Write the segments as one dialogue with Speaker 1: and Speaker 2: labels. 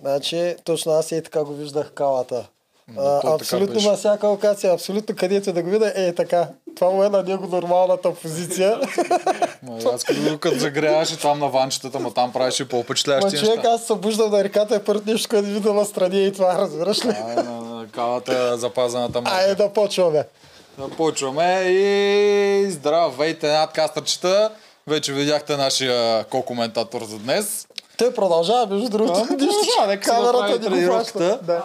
Speaker 1: Значи, точно аз и така го виждах калата. А, абсолютно на всяка локация, абсолютно където да го видя, е така. Това му е на него нормалната позиция.
Speaker 2: Ма, Аз като, като загряваше там на ванчетата, ма там правеше
Speaker 1: Ма
Speaker 2: по-впечатляващи
Speaker 1: човек,
Speaker 2: неща.
Speaker 1: аз се събуждам на реката е първото нещо, което видя на страни и това, разбираш ли?
Speaker 2: А, на- на Калата запазената
Speaker 1: Айде
Speaker 2: марка.
Speaker 1: да почваме.
Speaker 2: Започваме и здравейте, надкастърчета. Вече видяхте нашия ко-коментатор за днес.
Speaker 1: Той продължава, между другото.
Speaker 2: Ами,
Speaker 1: нищо,
Speaker 2: продължава, нека си направи
Speaker 1: камерата не го
Speaker 2: тренировката.
Speaker 1: плаща. Да.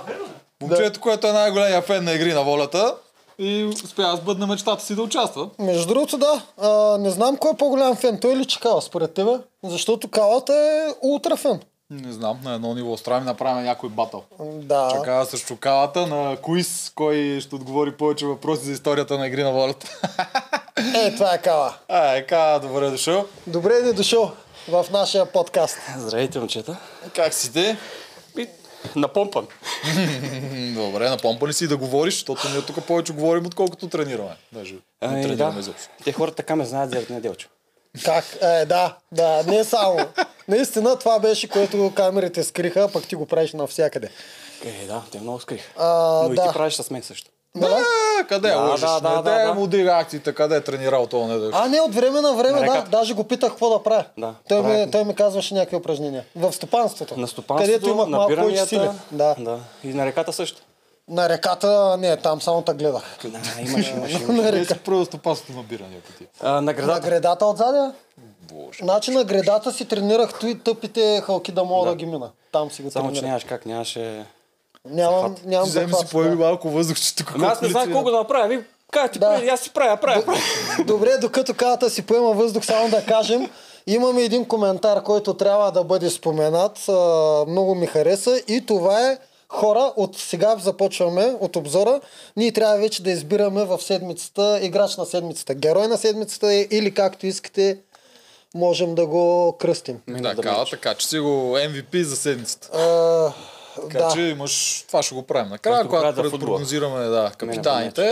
Speaker 2: Момчето, което е най-големия фен на игри на волята. И успя аз бъдна мечтата си да участва.
Speaker 1: Между другото, да, а, не знам кой е по-голям фен, той или Чикала, според тебе, защото Калата е ултра фен.
Speaker 2: Не знам, на едно ниво. Трябва да направим някой батъл.
Speaker 1: Да.
Speaker 2: Чакава срещу калата на Куис, кой ще отговори повече въпроси за историята на игри на волята.
Speaker 1: Е, това е Кала.
Speaker 2: А, е, Кала, добре дошъл.
Speaker 1: Добре ни дошъл в нашия подкаст.
Speaker 3: Здравейте, момчета.
Speaker 2: Как си ти?
Speaker 3: И напомпан.
Speaker 2: М, Добре, напомпа ли си да говориш, защото ние тук повече говорим, отколкото тренираме. Даже не
Speaker 3: Ами,
Speaker 2: тренираме
Speaker 3: да.
Speaker 2: изобщо.
Speaker 3: Те хората така ме знаят заради неделчо.
Speaker 1: Как? Е, да, да, не само. Наистина това беше, което камерите скриха, пък ти го правиш навсякъде.
Speaker 3: Е, да, те много скрих.
Speaker 1: А,
Speaker 3: Но и
Speaker 1: да.
Speaker 3: ти правиш с мен също.
Speaker 1: Да.
Speaker 2: Е, къде
Speaker 3: Да,
Speaker 2: лъжеш?
Speaker 3: да, да,
Speaker 2: не
Speaker 3: да,
Speaker 2: те
Speaker 3: да.
Speaker 2: му дига акциите, къде е тренирал това не да.
Speaker 1: А, не, от време на време,
Speaker 3: На
Speaker 1: да.
Speaker 3: реката.
Speaker 1: Даже го питах какво да правя.
Speaker 3: Да,
Speaker 1: той, ми, е-
Speaker 3: правилно.
Speaker 1: той ми казваше някакви упражнения. В стопанството.
Speaker 3: На стопанството,
Speaker 1: Където имах
Speaker 3: на
Speaker 1: малко повече
Speaker 3: пиранията.
Speaker 1: сили. Да.
Speaker 3: да. И на реката също.
Speaker 1: На реката, не, там само те гледах.
Speaker 3: Да, имаш, имаш, имаш.
Speaker 1: на
Speaker 2: Къде
Speaker 1: река.
Speaker 2: Е, си правил стопанството на бирания пъти?
Speaker 3: А, на
Speaker 1: На
Speaker 3: градата.
Speaker 1: гредата отзад.
Speaker 2: Боже.
Speaker 1: Значи на гредата си тренирах той тъпите халки да мога да, ги мина. Там си го
Speaker 3: Само, че
Speaker 1: тренирах.
Speaker 3: нямаш как, нямаше...
Speaker 1: Нямам, нямам
Speaker 2: Вземи си
Speaker 1: захват,
Speaker 2: поеми
Speaker 1: да.
Speaker 2: малко въздух, че тук
Speaker 3: Ами аз не знам колко да направя. Ви, кажа ти,
Speaker 1: Да.
Speaker 3: прави, аз си правя, правя, правя.
Speaker 1: Добре, докато калата си поема въздух, само да кажем, имаме един коментар, който трябва да бъде споменат. А, Много ми хареса и това е хора, от сега започваме от обзора. Ние трябва вече да избираме в седмицата, играч на седмицата, герой на седмицата е, или както искате, можем да го кръстим.
Speaker 2: Да, Кала, така че си го MVP за седмицата.
Speaker 1: А,
Speaker 2: Така
Speaker 1: да.
Speaker 2: че имаш, това ще го правим накрая,
Speaker 3: Както го
Speaker 2: когато
Speaker 3: правят
Speaker 2: пред-
Speaker 3: във футбола.
Speaker 2: прогнозираме да, капитаните,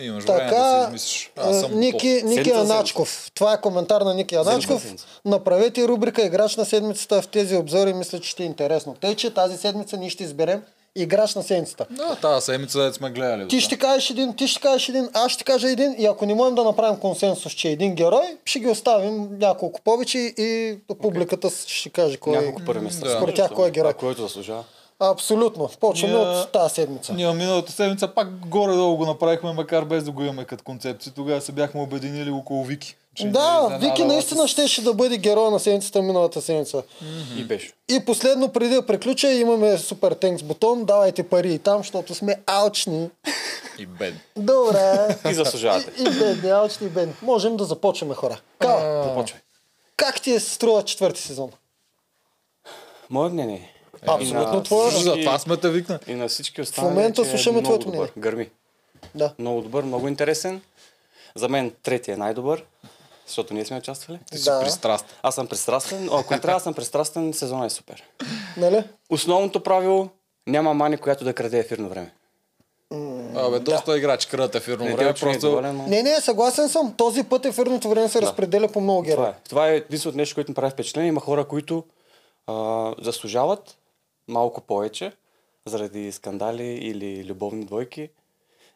Speaker 2: имаш време да
Speaker 1: Така,
Speaker 2: си измислиш.
Speaker 1: а,
Speaker 2: Аз съм
Speaker 1: Ники, Ники
Speaker 3: Седмица за
Speaker 1: Аначков. Това е коментар на Ники Аначков.
Speaker 3: седмица.
Speaker 1: Направете рубрика Играч на седмицата в тези обзори. Мисля, че ще е интересно. Тъй, че тази седмица ние ще изберем Играч на седмицата.
Speaker 2: готов. Да, тази седмица дето сме гледали. до
Speaker 1: Ти
Speaker 2: сега.
Speaker 1: ще кажеш един, ти ще кажеш един, аз ще кажа един и ако не можем да направим консенсус, че е един герой, ще ги оставим няколко повече и публиката ще каже кой е.
Speaker 3: Няколко първи места.
Speaker 2: Да.
Speaker 1: Според тях кой е герой?
Speaker 3: А, който заслужава.
Speaker 1: Абсолютно. Почваме
Speaker 2: Ние-
Speaker 1: от тази седмица.
Speaker 2: Ние миналата седмица пак горе-долу го направихме, макар без да го имаме като концепция. Тогава се бяхме обединили около Вики. че е ни
Speaker 1: Да,
Speaker 2: изненадала
Speaker 1: Вики
Speaker 2: с-
Speaker 1: наистина щеше да бъде герой на седмицата миналата седмица.
Speaker 3: И беше.
Speaker 1: И последно, преди да приключа, имаме супер тенкс бутон. Давайте пари и там, защото сме алчни.
Speaker 2: И бед.
Speaker 1: Добре.
Speaker 3: И заслужавате.
Speaker 1: и, и бедни, алчни и бедни. Можем да започваме, хора. Као,
Speaker 3: Започвай.
Speaker 1: как ти е се струва четвърти сезон?
Speaker 3: Мое мнение.
Speaker 1: Абсолютно
Speaker 3: И на
Speaker 1: твое.
Speaker 3: всички-
Speaker 2: За това сме те викна.
Speaker 3: И на всички останали.
Speaker 1: момента
Speaker 3: че е
Speaker 1: слушаме
Speaker 3: много
Speaker 1: твоето
Speaker 3: добър. Гърми.
Speaker 1: Да.
Speaker 3: Много добър, много интересен. За мен третия е най-добър, защото ние сме участвали.
Speaker 2: Ти си
Speaker 1: Да.
Speaker 2: пристрастен.
Speaker 3: Аз съм пристрастен. Ако не трябва да съм пристрастен, сезона е супер.
Speaker 1: Нали?
Speaker 3: Основното правило няма мани, която да краде ефирно време.
Speaker 2: Абе, доста играчи крадат ефирно
Speaker 3: Не,
Speaker 2: време.
Speaker 3: човек е
Speaker 2: Просто
Speaker 3: доволен, но...
Speaker 1: Не, не, съгласен съм. Този път ефирното време се разпределя по много
Speaker 3: Това
Speaker 1: герои.
Speaker 3: е. Това е единственото нещо, което ми прави впечатление. Има хора, които а, заслужават малко повече заради скандали или любовни двойки.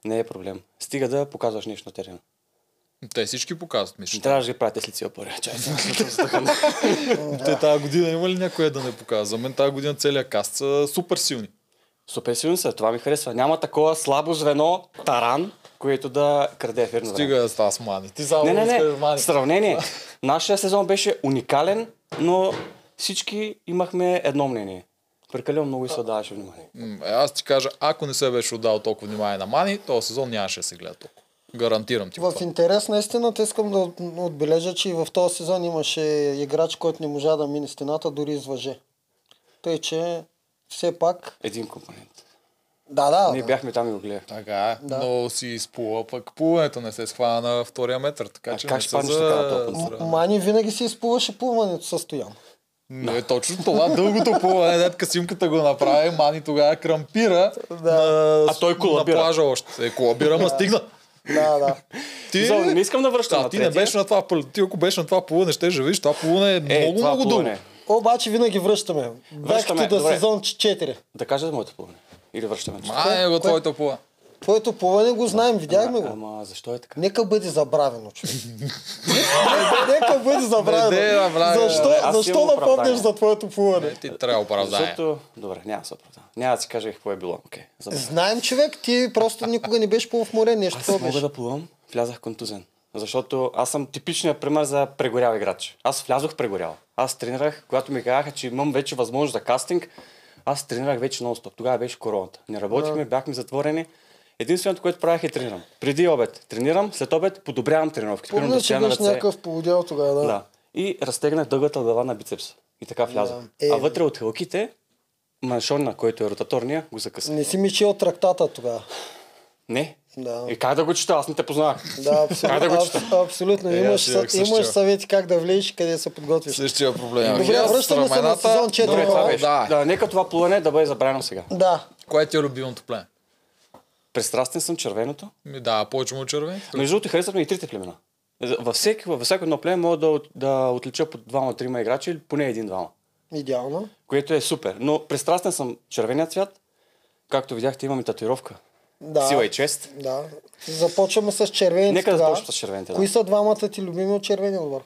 Speaker 3: Не е проблем. Стига да показваш нещо на терена.
Speaker 2: те всички показват,
Speaker 3: Не
Speaker 2: мисля.
Speaker 3: трябва да ги правите с лице първия чай.
Speaker 2: Те тази година има ли някоя да не показва? За мен тази година целият каст са супер силни.
Speaker 3: Супер силен са, това ми харесва. Няма такова слабо звено, таран, което да краде ефирно време.
Speaker 2: Стига да става с мани. Ти само
Speaker 3: Не, не,
Speaker 2: искаш
Speaker 3: не.
Speaker 2: мани.
Speaker 3: Сравнение. Нашия сезон беше уникален, но всички имахме едно мнение. Прекалено много и се отдаваше внимание.
Speaker 2: М, е, Аз ти кажа, ако не се беше отдал толкова внимание на Мани, този сезон нямаше да се гледа толкова. Гарантирам ти го
Speaker 1: В
Speaker 2: това.
Speaker 1: интерес на истината искам да от- отбележа, че и в този сезон имаше играч, който не можа да мине стената, дори извъже. Тъй, че все пак...
Speaker 3: Един компонент.
Speaker 1: Да, да.
Speaker 3: Ние
Speaker 1: да.
Speaker 3: бяхме там и го гледахме.
Speaker 2: Така е,
Speaker 1: Да.
Speaker 2: да. но си изплува, пък плуването не се схвана на втория метър, така
Speaker 3: А
Speaker 2: че
Speaker 3: как
Speaker 2: не
Speaker 3: ще
Speaker 2: са
Speaker 3: паднеш
Speaker 2: за...
Speaker 3: така на толкова
Speaker 2: за-
Speaker 1: М- Мани винаги се изплуваше плуването със Стоян.
Speaker 2: Не, е точно това дългото плуване, детка симката го направи, Мани тогава крампира на...
Speaker 3: А той колабира.
Speaker 2: на плажа още. Е, колабира, ма стигна.
Speaker 1: Да, да.
Speaker 2: Ти...
Speaker 3: Зо, не искам да връщам
Speaker 2: Да,
Speaker 3: на
Speaker 2: ти не
Speaker 3: третия.
Speaker 2: беше на това плуване. Ти ако беше на това плуване, ще видиш, това плуване е,
Speaker 3: Е,
Speaker 2: много,
Speaker 3: това
Speaker 2: много дълго.
Speaker 3: плуване.
Speaker 1: обаче винаги връщаме.
Speaker 3: Връщаме,
Speaker 1: Връщаме, да
Speaker 3: добре.
Speaker 1: сезон 4.
Speaker 3: Да кажа за моето плуване. Или връщаме.
Speaker 2: Ма, е, го
Speaker 1: Кой-
Speaker 2: твоето пула.
Speaker 1: Твоето плуване го знаем, видяхме
Speaker 3: Ама,
Speaker 1: го.
Speaker 3: ама защо е така?
Speaker 1: Нека бъде забравено, човек. нека, нека бъде забравено.
Speaker 2: Не, не, забравено.
Speaker 1: защо
Speaker 3: Добре, аз
Speaker 1: защо
Speaker 3: имам
Speaker 1: напомняш
Speaker 3: оправдание.
Speaker 1: за твоето плуване?
Speaker 2: Ти трябва оправдание.
Speaker 3: Защото... Добре, няма да се оправдавам. Няма да си кажа какво е било. Окей. Okay,
Speaker 1: Знаем, човек, ти просто никога не беше плувал в море, нещо
Speaker 3: Аз
Speaker 1: такова
Speaker 3: мога
Speaker 1: беше.
Speaker 3: да плувам, влязах контузен. Защото аз съм типичният пример за прегорял играч. Аз влязох прегорял. Аз тренирах, когато ми казаха, че имам вече възможност за кастинг, аз тренирах вече нон-стоп. Тогава беше короната. Не работихме, бяхме затворени. Единственото, което правях е тренирам. Преди обед тренирам, след обед подобрявам тренировките. Примерно
Speaker 1: Помня, че
Speaker 3: стоя на
Speaker 1: беше
Speaker 3: ръце.
Speaker 1: някакъв полудял тогава, да.
Speaker 3: Да. И разтегнах дългата глава на бицепс. И така влязах.
Speaker 1: Да. Е,
Speaker 3: а вътре от хълките, маншона, който е ротаторния, го закъсна.
Speaker 1: Не си мичил трактата тогава.
Speaker 3: Не.
Speaker 1: Да.
Speaker 3: И как да го чета? Аз не те познавах.
Speaker 1: Да,
Speaker 3: Как да
Speaker 1: абсолютно.
Speaker 3: го чета?
Speaker 1: абс- абсолютно.
Speaker 2: Е, аз
Speaker 1: Имаш,
Speaker 2: имах
Speaker 1: съ- имаш
Speaker 2: същия.
Speaker 1: съвети как да влезеш, и къде да се подготвиш.
Speaker 2: Същия проблем.
Speaker 1: Добре,
Speaker 2: Аз
Speaker 1: връщаме се на
Speaker 2: рамената-
Speaker 1: сезон 4.
Speaker 3: Добре, това беше.
Speaker 2: Да.
Speaker 3: Да. да, нека това плуване да бъде забравено сега.
Speaker 1: Да.
Speaker 2: Кое ти е любимото племе?
Speaker 3: Пристрастен съм червеното.
Speaker 2: Ми, да, повече му червен.
Speaker 3: Между другото, харесват ми и трите племена. За- Във, всеки, във всяко едно племе мога да, от- да отлича по двама-трима играчи или поне един-двама.
Speaker 1: Идеално.
Speaker 3: Което е супер. Но пристрастен съм червения цвят. Както видяхте, имам и татуировка.
Speaker 1: Да.
Speaker 3: Сила и чест.
Speaker 1: Да. Започваме с червените.
Speaker 3: Нека да
Speaker 1: тогава.
Speaker 3: започнем с червените, да.
Speaker 1: Кои са двамата ти любими от червения отбор?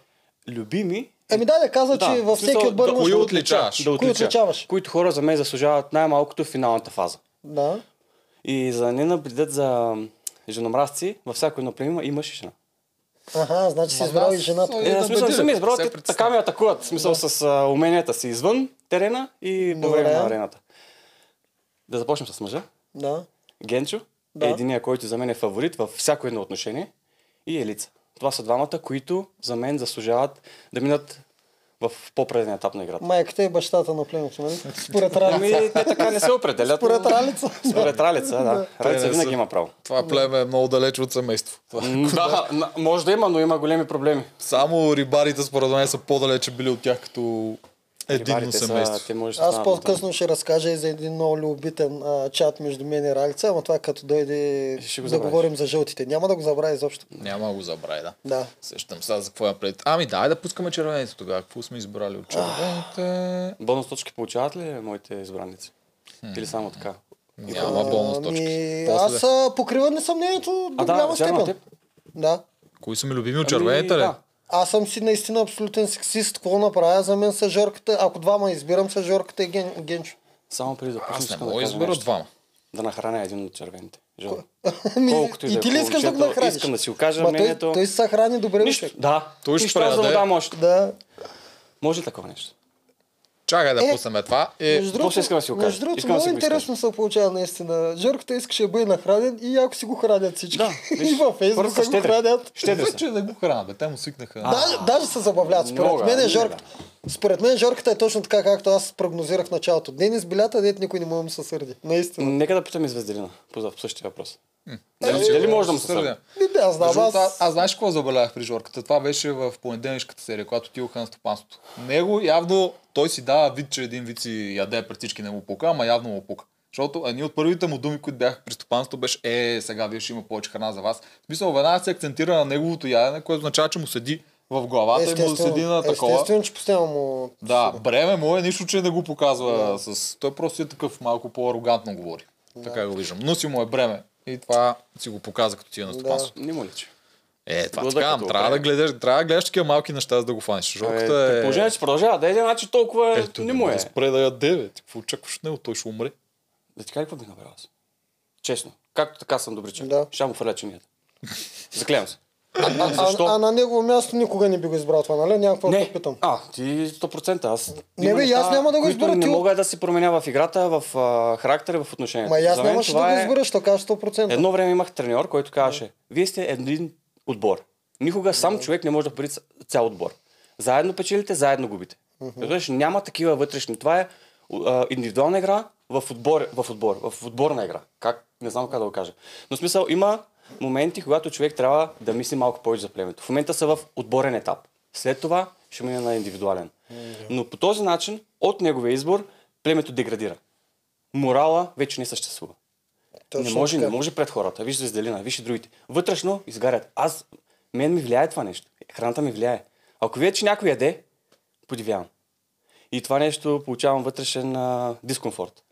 Speaker 3: Любими.
Speaker 1: Еми да, да каза,
Speaker 3: Да,
Speaker 1: че Значи във
Speaker 3: в смисъл,
Speaker 1: всеки отбор
Speaker 3: да,
Speaker 1: имаш...
Speaker 2: кои
Speaker 1: друг.
Speaker 2: отлича? отличаваш?
Speaker 3: Да отлича,
Speaker 1: отличаваш?
Speaker 3: Които хора за мен заслужават най-малкото в финалната фаза.
Speaker 1: Да.
Speaker 3: И за да не набредят за м, женомразци, във всяко едно племе има- имаш и жена.
Speaker 1: Аха, значи си
Speaker 2: Ма
Speaker 1: избрал
Speaker 2: да,
Speaker 1: и жената.
Speaker 2: сой-
Speaker 3: Е,
Speaker 2: да
Speaker 3: в смисъл, не
Speaker 2: бедират,
Speaker 3: съм избрал,
Speaker 2: се
Speaker 3: те
Speaker 2: представя.
Speaker 3: така ме атакуват. В смисъл с а, уменията си извън терена и по време
Speaker 1: Добре.
Speaker 3: на арената. Да започнем с мъжа.
Speaker 1: Да.
Speaker 3: Генчо
Speaker 1: Да.
Speaker 3: е единия, който за мен е фаворит във всяко едно отношение. И е Елица. Това са двамата, които за мен заслужават да минат в по-преден етап на играта.
Speaker 1: Майката и бащата на племето, нали? Според Ралица.
Speaker 3: Ами, те така не се определят. но-
Speaker 1: Според Ралица.
Speaker 3: Според Ралица, да.
Speaker 2: Те
Speaker 3: Ралица
Speaker 2: не
Speaker 3: винаги
Speaker 2: са.
Speaker 3: има право.
Speaker 2: Е, Това племе е много далеч от семейство. Това е.
Speaker 3: М, Да, н- може да има, но има големи проблеми.
Speaker 2: Само рибарите според мен са по-далече били от тях като единно
Speaker 3: Рибарите са-
Speaker 2: семейство.
Speaker 3: Те може да
Speaker 1: Аз
Speaker 3: станат
Speaker 1: по-късно ще разкажа и за един много любитен а, чат между мен и Ралица, ама това като дойде
Speaker 3: Ще го
Speaker 1: да
Speaker 3: забравиш.
Speaker 1: говорим за жълтите. Няма да го забравя изобщо.
Speaker 2: Няма да го забрави, да.
Speaker 1: Да.
Speaker 2: Сещам сега за какво я пред. Ами да, да пускаме червените тогава. Какво сме избрали от червените?
Speaker 3: Бонус точки получават ли моите избранници? Или само така?
Speaker 2: Няма бонус точки.
Speaker 1: Ами,
Speaker 2: После
Speaker 1: аз
Speaker 2: да.
Speaker 1: а, покривам ли съмнението до
Speaker 3: А да,
Speaker 1: голяма
Speaker 3: вярно,
Speaker 1: степен.
Speaker 3: теб.
Speaker 1: Да.
Speaker 2: Кои са ми любими от
Speaker 3: Ами,
Speaker 2: червените, ли?
Speaker 3: да.
Speaker 1: Аз съм си наистина абсолютен сексист. Какво направя за мен са Жорката? Ако двама избирам са Жорката и Ген, Генчо.
Speaker 3: Само преди да пуснем,
Speaker 2: Аз не
Speaker 3: искам
Speaker 2: мога да
Speaker 3: кажа
Speaker 2: избера
Speaker 3: нещо.
Speaker 2: двама.
Speaker 3: Да нахраня един от червените. Жо.
Speaker 1: Ами,
Speaker 3: Колкото и да
Speaker 1: и
Speaker 3: е
Speaker 1: ти ли искаш да го
Speaker 3: момчето,
Speaker 1: нахраниш?
Speaker 3: искам да си го кажа
Speaker 1: Ма
Speaker 3: мнението.
Speaker 1: Той, той се храни добре.
Speaker 3: Нищо.
Speaker 1: човек.
Speaker 3: Да.
Speaker 2: Той ще
Speaker 3: Нищо, аз да му
Speaker 2: преяде.
Speaker 3: дам още.
Speaker 1: Да.
Speaker 3: Може ли такова нещо?
Speaker 2: Чакай да
Speaker 1: Е.
Speaker 2: пуснем това. Е,
Speaker 1: Между
Speaker 3: после искам да си го кажа.
Speaker 1: между другото
Speaker 3: Искам да
Speaker 1: много
Speaker 3: си го
Speaker 1: интересно се получава наистина. Жорката искаше да бъде нахранен и ако си го хранят всички.
Speaker 3: Да,
Speaker 1: и
Speaker 3: виж,
Speaker 1: във
Speaker 3: хора
Speaker 1: Фейсбук
Speaker 3: са
Speaker 1: се го
Speaker 3: щедри.
Speaker 1: хранят.
Speaker 3: Щедри са.
Speaker 2: Вече да го хранят, бе. Те му свикнаха.
Speaker 1: Даже, даже се забавляват. Според
Speaker 3: Много е,
Speaker 1: мен е
Speaker 3: много е.
Speaker 1: Жорката. Според мен Жорката е точно така, както аз прогнозирах в началото. Ден избилята, дет никой не може да му се сърди. Наистина.
Speaker 3: Нека да питаме Звезделина по за- по същия въпрос. Е,
Speaker 2: Дали,
Speaker 3: Дали, дали може да му се сърдя?
Speaker 2: сърдя?
Speaker 1: Ми, да, аз знам,
Speaker 2: Аз...
Speaker 1: аз...
Speaker 2: Аз, аз знаеш какво забелязах при Жорката? Това беше в понеделнишката серия, когато отидоха на стопанството. Него явно той си дава вид, че един вид си яде пред всички не му пука, ама явно му пука. Защото едни от първите му думи, които бяха при стопанството, беше е, сега вие ще има повече храна за вас. В смисъл, веднага се акцентира на неговото ядене, което означава, че му седи в главата и му седи на такова.
Speaker 1: естествено, че постоянно му...
Speaker 2: Да, бреме му е нищо, че не го показва с... Той просто е такъв малко по-арогантно говори. Така го виждам. Но си му е бреме. И това си го показа, като ти е на стопанството.
Speaker 3: Не му личи.
Speaker 2: Е, това ти
Speaker 3: Глъда
Speaker 2: казвам,
Speaker 3: като
Speaker 2: трябва да,
Speaker 3: опря.
Speaker 2: гледаш, трябва да гледаш такива малки неща, за да го фаниш.
Speaker 3: Е, при
Speaker 2: Жоката е...
Speaker 3: Положение, че продължава да е, значи толкова
Speaker 2: Ето,
Speaker 3: е, не му е.
Speaker 2: Да спре да яде, бе. Ти какво очакваш от него? Той ще умре.
Speaker 3: Да ти кажа Е, какво бих направил аз. Честно. Както така съм добричък.
Speaker 1: Да.
Speaker 3: Ще му фърля чинията. Заклевам се.
Speaker 1: А,
Speaker 3: Защо?
Speaker 1: а, а, на негово място никога не би го избрал това, нали? Няма какво да
Speaker 3: Не,
Speaker 1: те питам.
Speaker 3: а, ти 100%. Аз.
Speaker 1: Не, бе, и аз няма да го избера,
Speaker 3: Ти... Не
Speaker 1: ти от-
Speaker 3: мога да се променя в играта, в а, характера, в отношенията.
Speaker 1: Ма и аз
Speaker 3: За мен
Speaker 1: нямаше да
Speaker 3: това
Speaker 1: го
Speaker 3: е-
Speaker 1: избираш, така 100%.
Speaker 3: Едно време имах треньор, който казваше, вие сте един отбор. Никога сам човек не може да победи ц- цял отбор. Заедно печелите, заедно губите. Разбираш, няма такива вътрешни. Това е а, индивидуална игра в отбор, в отбор, в отборна игра. Как? Не знам как да го кажа. Но в смисъл има моменти, когато човек трябва да мисли малко повече за племето. В момента са в отборен етап. След това ще мине на индивидуален. Но по този начин, от неговия избор, племето деградира. Морала вече не съществува.
Speaker 1: Точно
Speaker 3: Не може,
Speaker 1: така.
Speaker 3: не може пред хората. Виж звезделина, виж и другите. Вътрешно изгарят. Аз, мен ми влияе това нещо. Храната ми влияе. Ако видя, че някой яде, подивявам. И това нещо получавам вътрешен а, дискомфорт.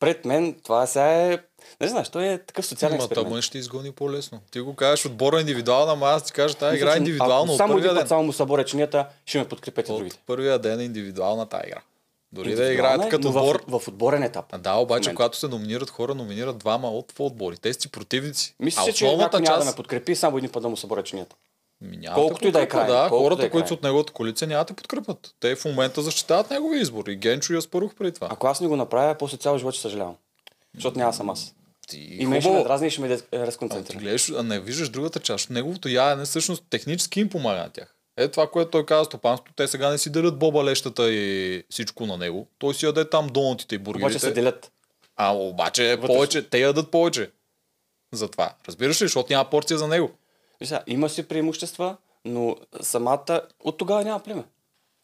Speaker 3: Пред мен това сега е... Не знаеш, той е такъв социален
Speaker 2: Ма
Speaker 3: експеримент.
Speaker 2: тъмън ще изгони по-лесно. Ти го кажеш отбора индивидуално, ама аз ти кажа, тази игра е
Speaker 3: Мисля, че
Speaker 2: индивидуално.
Speaker 3: Ако
Speaker 2: От
Speaker 3: само
Speaker 2: първия
Speaker 3: един път
Speaker 2: ден.
Speaker 3: само му съборя чинията, ще ме подкрепете
Speaker 2: От
Speaker 3: другите.
Speaker 2: първия ден е индивидуална тази игра. Дори да
Speaker 3: Индивидуална
Speaker 2: играят
Speaker 3: е,
Speaker 2: като
Speaker 3: но
Speaker 2: отбор.
Speaker 3: В, в отборен етап.
Speaker 2: А, да, обаче,
Speaker 3: момента.
Speaker 2: когато се номинират хора, номинират двама от отбори. Те са си противници.
Speaker 3: Мисля,
Speaker 2: а
Speaker 3: се, че
Speaker 2: основната
Speaker 3: някой
Speaker 2: част...
Speaker 3: няма да ме подкрепи, само един път да му съборя чинията.
Speaker 2: Ми, няма
Speaker 3: Колкото
Speaker 2: те
Speaker 3: и да е
Speaker 2: подкрепят,
Speaker 3: крайно,
Speaker 2: Да,
Speaker 3: колкото
Speaker 2: хората,
Speaker 3: да е
Speaker 2: които са
Speaker 3: крайно.
Speaker 2: от неговата коалиция, няма да те подкрепят. Те в момента защитават неговия избор. И Генчо и Аспарух преди това.
Speaker 3: Ако аз не го направя, после цял живот ще съжалявам. Защото няма съм аз.
Speaker 2: Ти,
Speaker 3: И мен ще ме дразни и ще ме дез- е,
Speaker 2: а, ти
Speaker 3: разконцентрира.
Speaker 2: гледаш, а не виждаш другата част. Неговото ядене всъщност технически им помага на тях. Е това, което той каза стопанството, те сега не си делят боба лещата и всичко на него. Той си яде там донатите и бургерите.
Speaker 3: Обаче се делят.
Speaker 2: А обаче е
Speaker 3: Вътрешно.
Speaker 2: повече, те ядат повече. Затова. Разбираш ли, защото няма порция за него.
Speaker 3: Виж сега, има си преимущества, но самата... От тогава няма племе.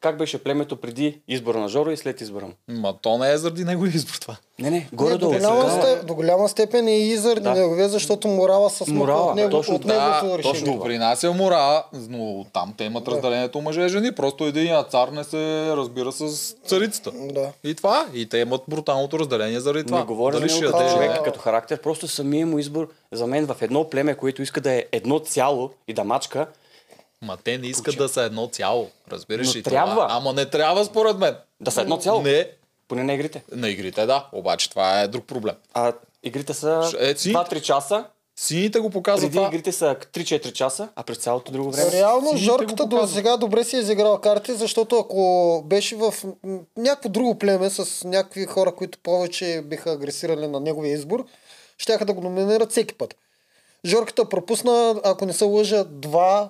Speaker 3: Как беше племето преди избора на Жоро и след избора му?
Speaker 2: Ма то не е заради неговия избор това.
Speaker 3: Не, не,
Speaker 1: Не, до,
Speaker 3: горе-долу.
Speaker 1: голяма
Speaker 3: Да,
Speaker 1: степ, до голяма степен е и заради
Speaker 3: Да.
Speaker 1: неговия, защото морала с
Speaker 3: Морала,
Speaker 1: от, него,
Speaker 3: точно
Speaker 1: от
Speaker 3: така.
Speaker 1: неговото
Speaker 2: Да,
Speaker 1: решение.
Speaker 2: точно допринася мора, но там те имат разделението мъже и жени. Просто един цар не се разбира с царицата.
Speaker 1: Да.
Speaker 2: И това. И те имат бруталното разделение заради това.
Speaker 3: Не говоря за
Speaker 2: Дали ще
Speaker 3: него
Speaker 2: яде
Speaker 3: като
Speaker 2: или
Speaker 1: е-
Speaker 3: човек,
Speaker 2: не.
Speaker 3: като характер, просто самия му избор за мен в едно племе, което иска да е едно цяло и да мачка,
Speaker 2: Ма те не искат да са едно цяло. Разбираш
Speaker 3: Но
Speaker 2: ли
Speaker 3: трябва.
Speaker 2: това? Ама не трябва според мен.
Speaker 3: да са едно цяло,
Speaker 2: Не.
Speaker 3: поне на игрите.
Speaker 2: На игрите да, обаче това е друг проблем.
Speaker 3: А игрите са
Speaker 2: Ш- е, си-
Speaker 3: 2-3 часа,
Speaker 2: Сините го показват
Speaker 3: преди
Speaker 2: това.
Speaker 3: игрите са 3-4 часа, а през цялото друго време...
Speaker 1: Реално
Speaker 2: Сините
Speaker 1: Жорката
Speaker 2: го
Speaker 1: до
Speaker 2: показват.
Speaker 1: сега добре си е изиграл карти, защото ако беше в м, някакво друго племе с някакви хора, които повече биха агресирали на неговия избор, щяха да го номинират всеки път. Жорката пропусна, ако не се лъжа, два,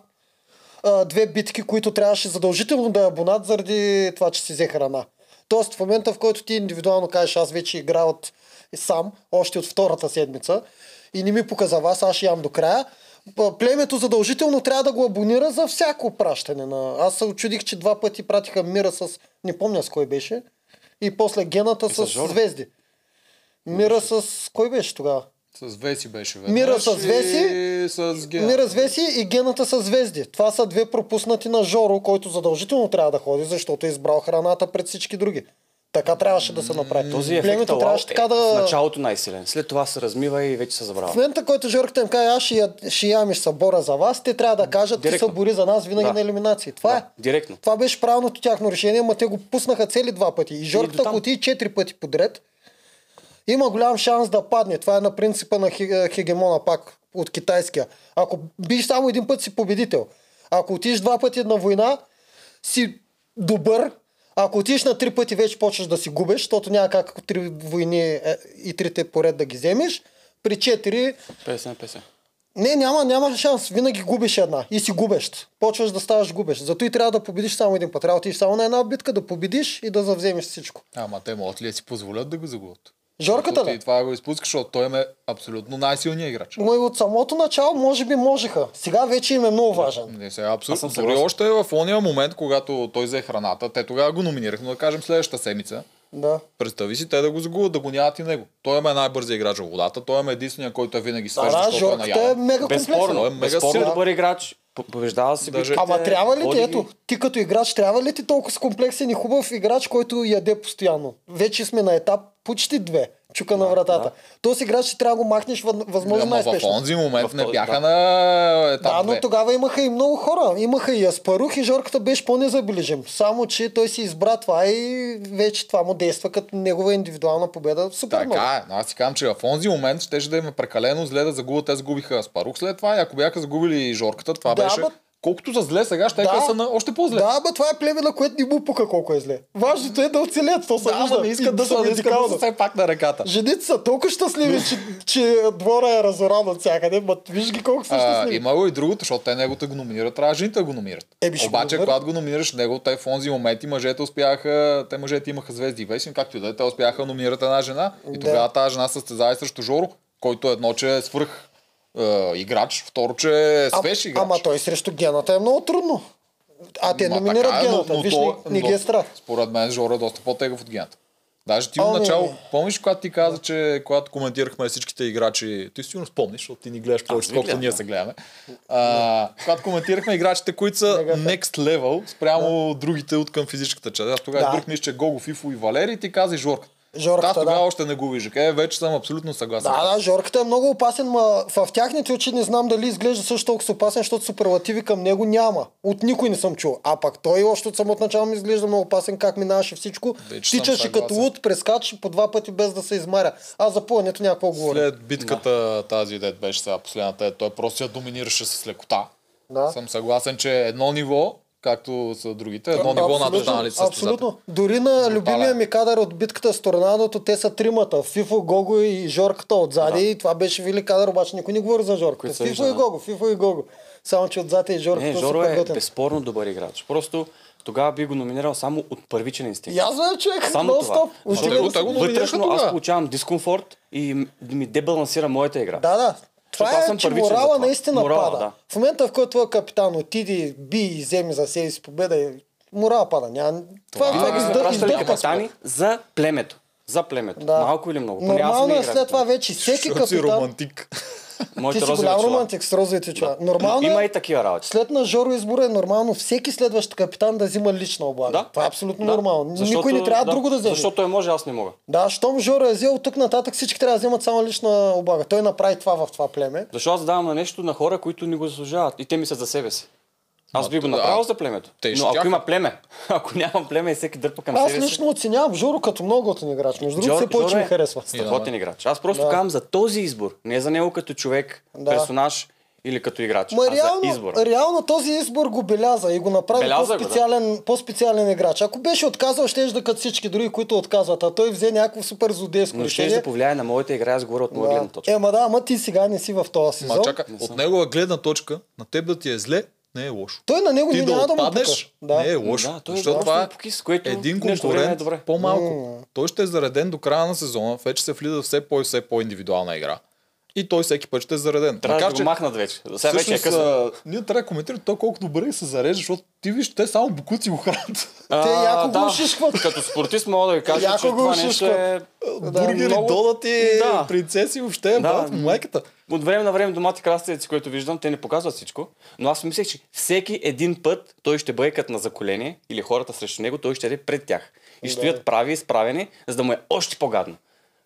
Speaker 1: а, две битки, които трябваше задължително да е абонат заради това, че си взе храна. Тоест в момента, в който ти индивидуално кажеш, аз вече игра от сам, още от втората седмица и не ми показа вас, аз ще ям до края, п- племето задължително трябва да го абонира за всяко пращане. На... Аз се очудих, че два пъти пратиха Мира с... Не помня с кой беше. И после гената
Speaker 3: с
Speaker 1: с,
Speaker 3: Жоро.
Speaker 1: звезди. Мира с... Кой беше тогава?
Speaker 2: С Веси беше веднъж.
Speaker 1: Мира с
Speaker 2: и
Speaker 1: Веси.
Speaker 2: С Ген.
Speaker 1: Мира с Веси и гената с звезди. Това са две пропуснати на Жоро, който задължително трябва да ходи, защото е избрал храната пред всички други. Така трябваше да се направи.
Speaker 3: Този ефект
Speaker 1: Племето
Speaker 3: Алау
Speaker 1: трябваше така
Speaker 3: е в
Speaker 1: да...
Speaker 3: началото най-силен. След това се размива и вече се
Speaker 1: В
Speaker 3: забравя.
Speaker 1: момента, който Жорката им каже, аз ще, я, ще ямиш събора за вас, те трябва да кажат, ти
Speaker 3: Директно.
Speaker 1: са бори за нас винаги
Speaker 3: Да.
Speaker 1: на елиминации. Това
Speaker 3: Да,
Speaker 1: е.
Speaker 3: директно.
Speaker 1: Това беше правилното тяхно решение, ама те го пуснаха цели два пъти. И Жорката,
Speaker 3: дотам.
Speaker 1: ако отиде четири пъти подред, има голям шанс да падне. Това е на принципа на хе- хегемона пак от китайския. Ако биш само един път си победител. Ако отиш два пъти на война, си добър. Ако отиш на три пъти, вече почваш да си губеш, защото няма как три войни е, и трите поред да ги вземеш. При четири
Speaker 3: 50 на 50.
Speaker 1: не, няма, няма шанс. Винаги губиш една и си губещ. Почваш да ставаш губещ. Зато и трябва да победиш само един път. Трябва да отидеш само на една битка, да победиш и да завземеш всичко.
Speaker 2: Ама те могат ли да си позволят да го загубят?
Speaker 1: Жорката
Speaker 2: Защото
Speaker 1: ли?
Speaker 2: Ти това го изпускаш, защото той им е абсолютно най-силният играч.
Speaker 1: Но и от самото начало може би можеха. Сега вече им е много важен.
Speaker 2: Не, сега
Speaker 3: Аз
Speaker 2: абсолютно.
Speaker 3: съм
Speaker 2: Дори
Speaker 3: съгласен.
Speaker 2: още в ония момент, когато той взе храната, те тогава го номинирахме, да кажем следващата седмица.
Speaker 1: Да.
Speaker 2: Представи си те да го загубят, да го нямат и него. Той е най-бързият играч в водата, той е единствения, който е винаги свеж,
Speaker 1: Да, да,
Speaker 2: защото е на
Speaker 1: Жорката е
Speaker 2: яда.
Speaker 1: мега комплексен.
Speaker 2: Той
Speaker 3: Безспорно,
Speaker 2: е
Speaker 3: е
Speaker 2: мега
Speaker 3: безспорно
Speaker 2: силен.
Speaker 3: добър играч. по- Побеждава си
Speaker 2: Даже-
Speaker 3: битките,
Speaker 1: Ама трябва ли
Speaker 3: води
Speaker 1: ти,
Speaker 3: ги.
Speaker 1: ето, ти като играч, трябва ли ти толкова с комплексен и хубав играч, който яде постоянно? Вече сме на етап почти две. Чука на вратата.
Speaker 3: да.
Speaker 1: Този играч ще трябва да го махнеш въз- възможно
Speaker 2: Ама в
Speaker 1: най-спешно.
Speaker 2: онзи момент
Speaker 3: В
Speaker 2: не
Speaker 3: този-
Speaker 2: бяха
Speaker 3: да.
Speaker 2: на
Speaker 1: Да,
Speaker 2: етап
Speaker 1: но
Speaker 2: две.
Speaker 1: тогава имаха и много хора. Имаха и Аспарух и Жорката беше по-незабележим. Само, че той си избра това и вече това му действа като негова индивидуална победа. Супер много.
Speaker 2: Така е. Но Аз си казвам, че в онзи момент щеше да им е прекалено зле да загубят. Те загубиха Спарух след това и ако бяха загубили и Жорката, това
Speaker 1: Да,
Speaker 2: беше...
Speaker 1: бе.
Speaker 2: Колкото са зле сега, ще да. са на още по-зле.
Speaker 1: Да, бе, това е племе, на което ни му пука колко е зле. Важното е да оцелят, то се
Speaker 2: Да,
Speaker 1: вижда.
Speaker 2: ама не
Speaker 1: И
Speaker 2: искат да са, не искат да
Speaker 1: радикално.
Speaker 2: са все пак на ръката.
Speaker 1: Жените са толкова щастливи, че, че двора е разоран от всякъде, ма виж ги колко са
Speaker 2: А,
Speaker 1: щастливи.
Speaker 2: има го и другото, защото те негото го номинират, трябва жените да го номинират.
Speaker 1: Еми, ще го
Speaker 2: Обаче,
Speaker 1: номинират.
Speaker 2: когато го номинираш него, те в онзи момент и мъжете успяха, те мъжете имаха звезди и весен, както и да е, те успяха да номинират една жена и
Speaker 1: Да.
Speaker 2: тогава тази жена се състезава и срещу Жоро, който едно, че е свръх е, играч, второ, че е
Speaker 1: А-
Speaker 2: свеж играч.
Speaker 1: Ама той срещу гената е много трудно. А те
Speaker 2: Ма,
Speaker 1: номинират
Speaker 2: така е, но-
Speaker 1: гената.
Speaker 2: но
Speaker 1: Виж,
Speaker 2: той-
Speaker 1: не, не ги е
Speaker 2: но
Speaker 1: страх.
Speaker 2: Според мен Жоро е доста по-тегъв от гената. Даже ти
Speaker 1: Ами-
Speaker 2: ами... начало, помниш, когато ти каза, че когато коментирахме всичките играчи, ти сигурно спомниш, защото ти ни гледаш повече,
Speaker 3: ви
Speaker 2: отколкото
Speaker 3: гледам,
Speaker 2: ние
Speaker 3: да.
Speaker 2: се гледаме. А, когато коментирахме играчите, които са next level, спрямо другите от към физическата част. Аз тогава
Speaker 1: Да.
Speaker 2: да. друг мисля, че Гого, Фифо и Валери, ти каза и Жорка.
Speaker 1: Жорката,
Speaker 2: Аз тогава
Speaker 1: да.
Speaker 2: още не го виждах. Е, вече съм абсолютно съгласен.
Speaker 1: Да, да, Жорката е много опасен, ма в тяхните очи не знам дали изглежда също толкова опасен, защото суперлативи към него няма. От никой не съм чул. А пък той още от самото начало ми изглежда много опасен, как минаваше всичко.
Speaker 2: Вече съм
Speaker 1: Тичаше като
Speaker 2: съгласен.
Speaker 1: луд, прескачаше по два пъти без да се измаря. А за плуването няма какво да говорим.
Speaker 2: След битката да. тази дет беше сега последната, е, той просто я доминираше с лекота.
Speaker 1: Да.
Speaker 2: Съм съгласен, че е едно ниво, както са другите, едно
Speaker 1: Абсолютно,
Speaker 2: ниво над останалите състезатели.
Speaker 1: Абсолютно. Дори на любимия
Speaker 2: Брутален.
Speaker 1: ми кадър от битката с торнадото, те са тримата. Фифо, Гого и Жорката отзади. И това беше вили кадър, обаче никой не говори за Жорката.
Speaker 3: Които са
Speaker 1: Фифо и
Speaker 3: виждали.
Speaker 1: Гого, Фифо и Гого. Само, че отзад е и Жорката.
Speaker 3: Не, Жоро
Speaker 1: супер
Speaker 3: е
Speaker 1: готин.
Speaker 3: безспорно добър играч. Просто тогава би го номинирал само от първичен инстинкт.
Speaker 1: И аз знам, е човек,
Speaker 3: Само
Speaker 1: нон
Speaker 3: това.
Speaker 1: стоп.
Speaker 3: Ама
Speaker 2: Отиде
Speaker 3: той-
Speaker 2: го- той го номинираха
Speaker 3: Вътрешно аз
Speaker 2: тогава.
Speaker 3: получавам дискомфорт и м- ми дебалансира моята игра.
Speaker 1: Да, да. Това
Speaker 3: аз
Speaker 1: е,
Speaker 3: съм
Speaker 1: че
Speaker 3: първичен за
Speaker 1: морала
Speaker 3: това.
Speaker 1: наистина
Speaker 3: Морала,
Speaker 1: пада.
Speaker 3: да.
Speaker 1: В момента, в който твой капитан отиде, би и вземи за себе си победа, и морала пада. Няма... Това, е това,
Speaker 3: Винаги
Speaker 1: ги
Speaker 3: са
Speaker 1: изда-
Speaker 3: пращали
Speaker 1: издърпва.
Speaker 3: капитани за племето. За племето.
Speaker 1: Да.
Speaker 3: Малко или много. Поне аз
Speaker 1: Нормално
Speaker 3: не
Speaker 1: е
Speaker 3: играх
Speaker 1: след това
Speaker 3: такива.
Speaker 1: вече всеки
Speaker 2: Защото си
Speaker 1: капитан...
Speaker 2: романтик.
Speaker 3: Моите
Speaker 1: Ти си
Speaker 3: розови
Speaker 1: голям
Speaker 3: чела.
Speaker 1: романтик с розовите чела. Нормално
Speaker 3: е Има
Speaker 1: е,
Speaker 3: и такива работи.
Speaker 1: след на Жоро избора е нормално всеки следващ капитан да взима лична облага.
Speaker 3: Да.
Speaker 1: Това е абсолютно
Speaker 3: Да.
Speaker 1: нормално. Никой не трябва друго да вземе.
Speaker 3: Защото той може, аз не мога.
Speaker 1: Да, щом Жоро е взел, тук нататък всички трябва да вземат само лична облага. Той направи това в това племе.
Speaker 3: Защо аз давам на нещо на хора, които не го заслужават и те мислят за себе си. Аз би го
Speaker 2: да.
Speaker 3: направил за племето.
Speaker 2: Те
Speaker 3: Но ако
Speaker 2: щяха.
Speaker 3: има племе, ако нямам племе и всеки дърпа към
Speaker 1: Аз
Speaker 3: себе си.
Speaker 1: лично оценявам Жоро като много готин играч. Между другото,
Speaker 3: Джор-
Speaker 1: все повече
Speaker 3: Жоро
Speaker 1: ми
Speaker 3: е
Speaker 1: харесва.
Speaker 2: Ами,
Speaker 3: Страхотен играч. Аз просто
Speaker 1: Да.
Speaker 3: казвам за този избор. Не за него като човек,
Speaker 1: Да.
Speaker 3: персонаж или като играч.
Speaker 1: Ма
Speaker 3: а за
Speaker 1: реално,
Speaker 3: избор.
Speaker 1: реално този избор го беляза и го направи
Speaker 3: Беляза го, да.
Speaker 1: по-специален, по-специален играч. Ако беше отказал, щеше да като всички други, които отказват, а той взе някакво супер злодейско
Speaker 3: Но ще
Speaker 1: решение.
Speaker 3: да повлияе на моята игра, аз говоря от моя гледна точка.
Speaker 1: Ема да, ама ти сега не си в този сезон.
Speaker 2: Ма чака, от негова гледна точка, на теб да ти е зле, не е лошо.
Speaker 1: Той на него
Speaker 2: Ти
Speaker 1: не
Speaker 2: да
Speaker 1: няма да му
Speaker 2: отпаднеш,
Speaker 1: пука. Да.
Speaker 2: не е лошо.
Speaker 3: Да, той е
Speaker 2: защото
Speaker 3: просто
Speaker 2: това е
Speaker 3: покис, което
Speaker 2: един
Speaker 3: в днешно време е
Speaker 2: конкурент
Speaker 3: добре.
Speaker 2: по-малко. Той ще е зареден до края на сезона, вече се влиза все по- и все по-индивидуална игра. И той всеки път ще е зареден.
Speaker 3: Трябва
Speaker 2: Макар,
Speaker 3: да
Speaker 2: че-
Speaker 3: го махнат вече. Сега вече е
Speaker 2: Всъщност,
Speaker 3: късно.
Speaker 2: а, ние трябва да коментираме то колко добре се зарежда, защото ти виж, те само букуци го хранят.
Speaker 3: А,
Speaker 1: Те яко го
Speaker 3: да.
Speaker 1: ушишкват.
Speaker 3: Като спортист мога да ви кажа,
Speaker 1: Яко
Speaker 3: че
Speaker 1: го
Speaker 3: това нещо е...
Speaker 1: ушишкват.
Speaker 3: да,
Speaker 2: Бургери,
Speaker 3: много-
Speaker 2: додати,
Speaker 3: Да.
Speaker 2: принцеси, въобще е
Speaker 3: Да.
Speaker 2: да. майката.
Speaker 3: От време на време домати краставици, което виждам, те не показват всичко. Но аз мислех, че всеки един път той ще бъде като на заколение или хората срещу него, той ще е пред тях. И ще стоят прави, изправени, за да му е още по-гадно.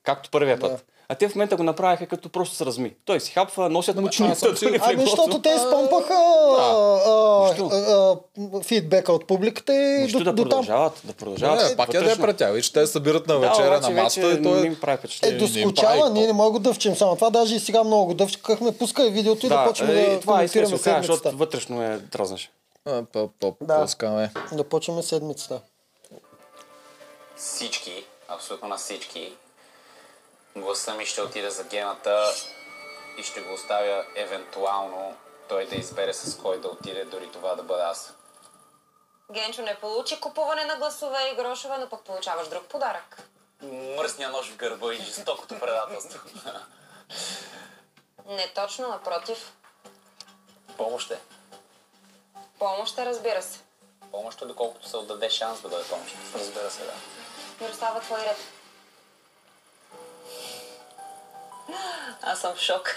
Speaker 3: Както първия път. А те в момента го направиха като просто се разми. Той си хапва, носят му нали, чинията.
Speaker 2: съм сигурен.
Speaker 1: Ами, защото те изпомпаха а, а,
Speaker 3: Нищо.
Speaker 1: а, а, фидбека от публиката и
Speaker 3: Нищо
Speaker 1: до,
Speaker 3: да
Speaker 1: до там.
Speaker 3: продължават, да продължават.
Speaker 2: Да, пак я да е
Speaker 3: вътрешно.
Speaker 2: пред тях. Виж, те се събират на
Speaker 3: Да,
Speaker 2: вечеря, на
Speaker 3: обаче
Speaker 2: масата
Speaker 3: вече
Speaker 2: и той
Speaker 3: не
Speaker 2: е...
Speaker 3: ми прави впечатление.
Speaker 1: Е, до
Speaker 2: не
Speaker 1: скучала,
Speaker 2: прави
Speaker 1: ние
Speaker 2: какво.
Speaker 1: не мога да дъвчим само това. Даже и сега много го дъвчкахме. Пускай видеото и да, почваме
Speaker 3: е,
Speaker 1: да
Speaker 3: това искам да
Speaker 1: коментираме
Speaker 3: се кажа,
Speaker 1: седмицата.
Speaker 3: защото вътрешно е дразнаше.
Speaker 2: А, па, па,
Speaker 1: Да.
Speaker 2: пускаме.
Speaker 1: Да почваме седмицата.
Speaker 4: всички, абсолютно на всички. Гласа ми ще отиде за гената и ще го оставя евентуално той да избере с кой да отиде, дори това да бъда аз.
Speaker 5: Генчо не получи купуване на гласове и грошове, но пък получаваш друг подарък.
Speaker 4: Мръсния нож в гърба и жестокото предателство.
Speaker 5: Не точно, напротив.
Speaker 4: Помощ е.
Speaker 5: Помощ е, разбира се.
Speaker 4: Помощ е, доколкото се отдаде шанс да бъде помощ. Разбира се, да.
Speaker 5: Мирослава, твой ред. Аз съм в шок.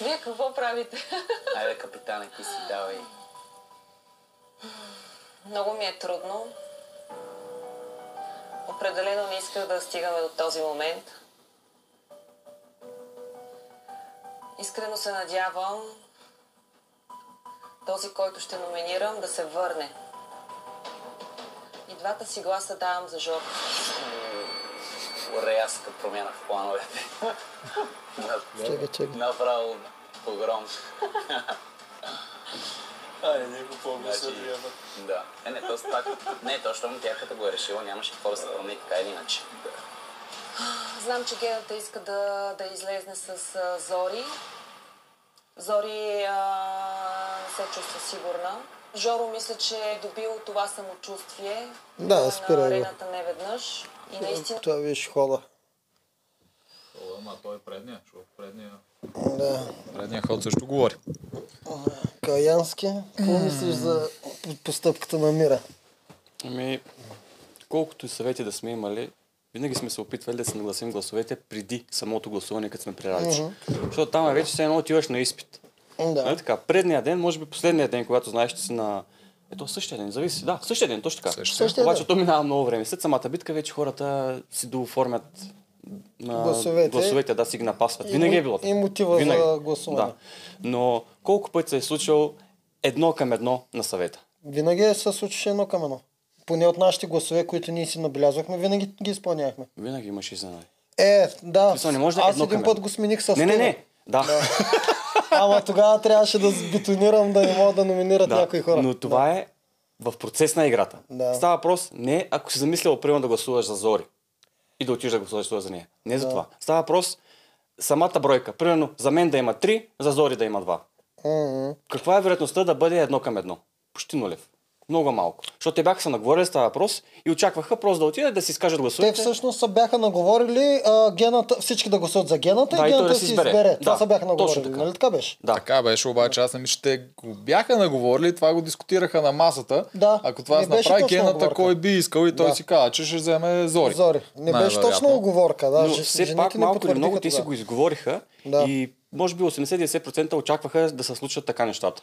Speaker 5: Вие какво правите?
Speaker 4: Айде, капитане, ти си давай.
Speaker 5: Много ми е трудно. Определено не исках да стигаме до този момент. Искрено се надявам този, който ще номинирам, да се върне. И двата си гласа давам за Жор.
Speaker 4: Рязка промяна в плановете.
Speaker 1: Чакай, чакай.
Speaker 4: Направо погром. Ай, някой по-обича Значи, Да. Е, не, то с пак. Не, то, щом тя като го е решила, нямаше какво да се промени така или иначе.
Speaker 5: Знам, че гената иска да, да излезне с а, Зори. Зори а, не се чувства сигурна. Жоро мисля, че е добил това самочувствие.
Speaker 1: Да,
Speaker 5: Той е
Speaker 1: спирай го.
Speaker 5: на арената не веднъж. И наистина
Speaker 1: Това беше хода.
Speaker 2: Ама той е предния, защото предния... Предния ход също говори.
Speaker 1: Каянски, какво мислиш за постъпката на Мира?
Speaker 3: Ами, колкото и съвети да сме имали, Винаги сме се опитвали да си нагласим гласовете преди самото гласуване, като сме при радио. Защото там е вече все едно отиваш на изпит. Нали
Speaker 1: Да.
Speaker 3: така, предния ден, може би последния ден, когато знаеш, че си на... Ето същия ден, зависи. Да, същия ден, точно така.
Speaker 2: Същия.
Speaker 1: Същия
Speaker 3: Обаче
Speaker 1: ден.
Speaker 3: то минава много време. След самата битка вече хората си дооформят на
Speaker 1: Гласовете.
Speaker 3: гласовете да си ги напасват.
Speaker 1: И
Speaker 3: Винаги
Speaker 1: му-
Speaker 3: е било. така.
Speaker 1: и мотива за
Speaker 3: Винаги.
Speaker 1: гласуване.
Speaker 3: Да. Но колко пъти се е случило едно към едно на съвета?
Speaker 1: Винаги се случваше едно към едно. Поне от нашите гласове, които ние си набелязвахме, винаги ги изпълняхме.
Speaker 3: Винаги имаш изненади.
Speaker 1: Е, да.
Speaker 3: смисъл, не може да е
Speaker 1: Аз
Speaker 3: едно
Speaker 1: един
Speaker 3: към
Speaker 1: път
Speaker 3: едно.
Speaker 1: го смених с
Speaker 3: Не, не,
Speaker 1: Стига.
Speaker 3: не. Да.
Speaker 1: Ама тогава трябваше да бетонирам да не мога да номинират
Speaker 3: да.
Speaker 1: някои хора.
Speaker 3: Но това е в процес на играта.
Speaker 1: Да.
Speaker 3: Става въпрос не ако си замислял примерно да гласуваш за Зори и да отидеш да гласуваш за нея. Не за
Speaker 1: Да.
Speaker 3: това. Става въпрос самата бройка. Примерно за мен да има 3, за Зори да има 2.
Speaker 1: Мгм.
Speaker 3: Каква е вероятността да бъде едно към едно? Почти нулев. Много малко. Защото те бяха се наговорили с тази въпрос и очакваха просто да отидат да си изкажат
Speaker 1: Те
Speaker 3: гласовете.
Speaker 1: всъщност са бяха наговорили а, гената, всички да гласуват за гената
Speaker 3: Да,
Speaker 1: и
Speaker 3: и той
Speaker 1: гената
Speaker 3: да
Speaker 1: да
Speaker 3: си
Speaker 1: си
Speaker 3: избере.
Speaker 1: избере. Това
Speaker 3: Да,
Speaker 1: са бяха
Speaker 3: точно
Speaker 1: наговорили,
Speaker 3: така.
Speaker 1: нали така беше?
Speaker 3: Да.
Speaker 2: Така беше, обаче аз не мисля, че те го бяха наговорили, това го дискутираха на масата.
Speaker 1: Да,
Speaker 2: Ако това
Speaker 1: не
Speaker 2: се
Speaker 1: беше
Speaker 2: направи
Speaker 1: точно
Speaker 2: гената,
Speaker 1: оговорка.
Speaker 2: кой би искал и той
Speaker 1: Да.
Speaker 2: си каза, че ще вземе Зори.
Speaker 1: Зори. Не беше
Speaker 2: Най-вероятно.
Speaker 1: точно оговорка. Да.
Speaker 3: но
Speaker 1: Ж-
Speaker 3: все
Speaker 1: жените
Speaker 3: пак
Speaker 1: не
Speaker 3: малко или много
Speaker 1: потвърдиха
Speaker 3: те си
Speaker 1: това.
Speaker 3: го изговориха
Speaker 1: Да.
Speaker 3: и може би 80-90% очакваха да се случат така нещата.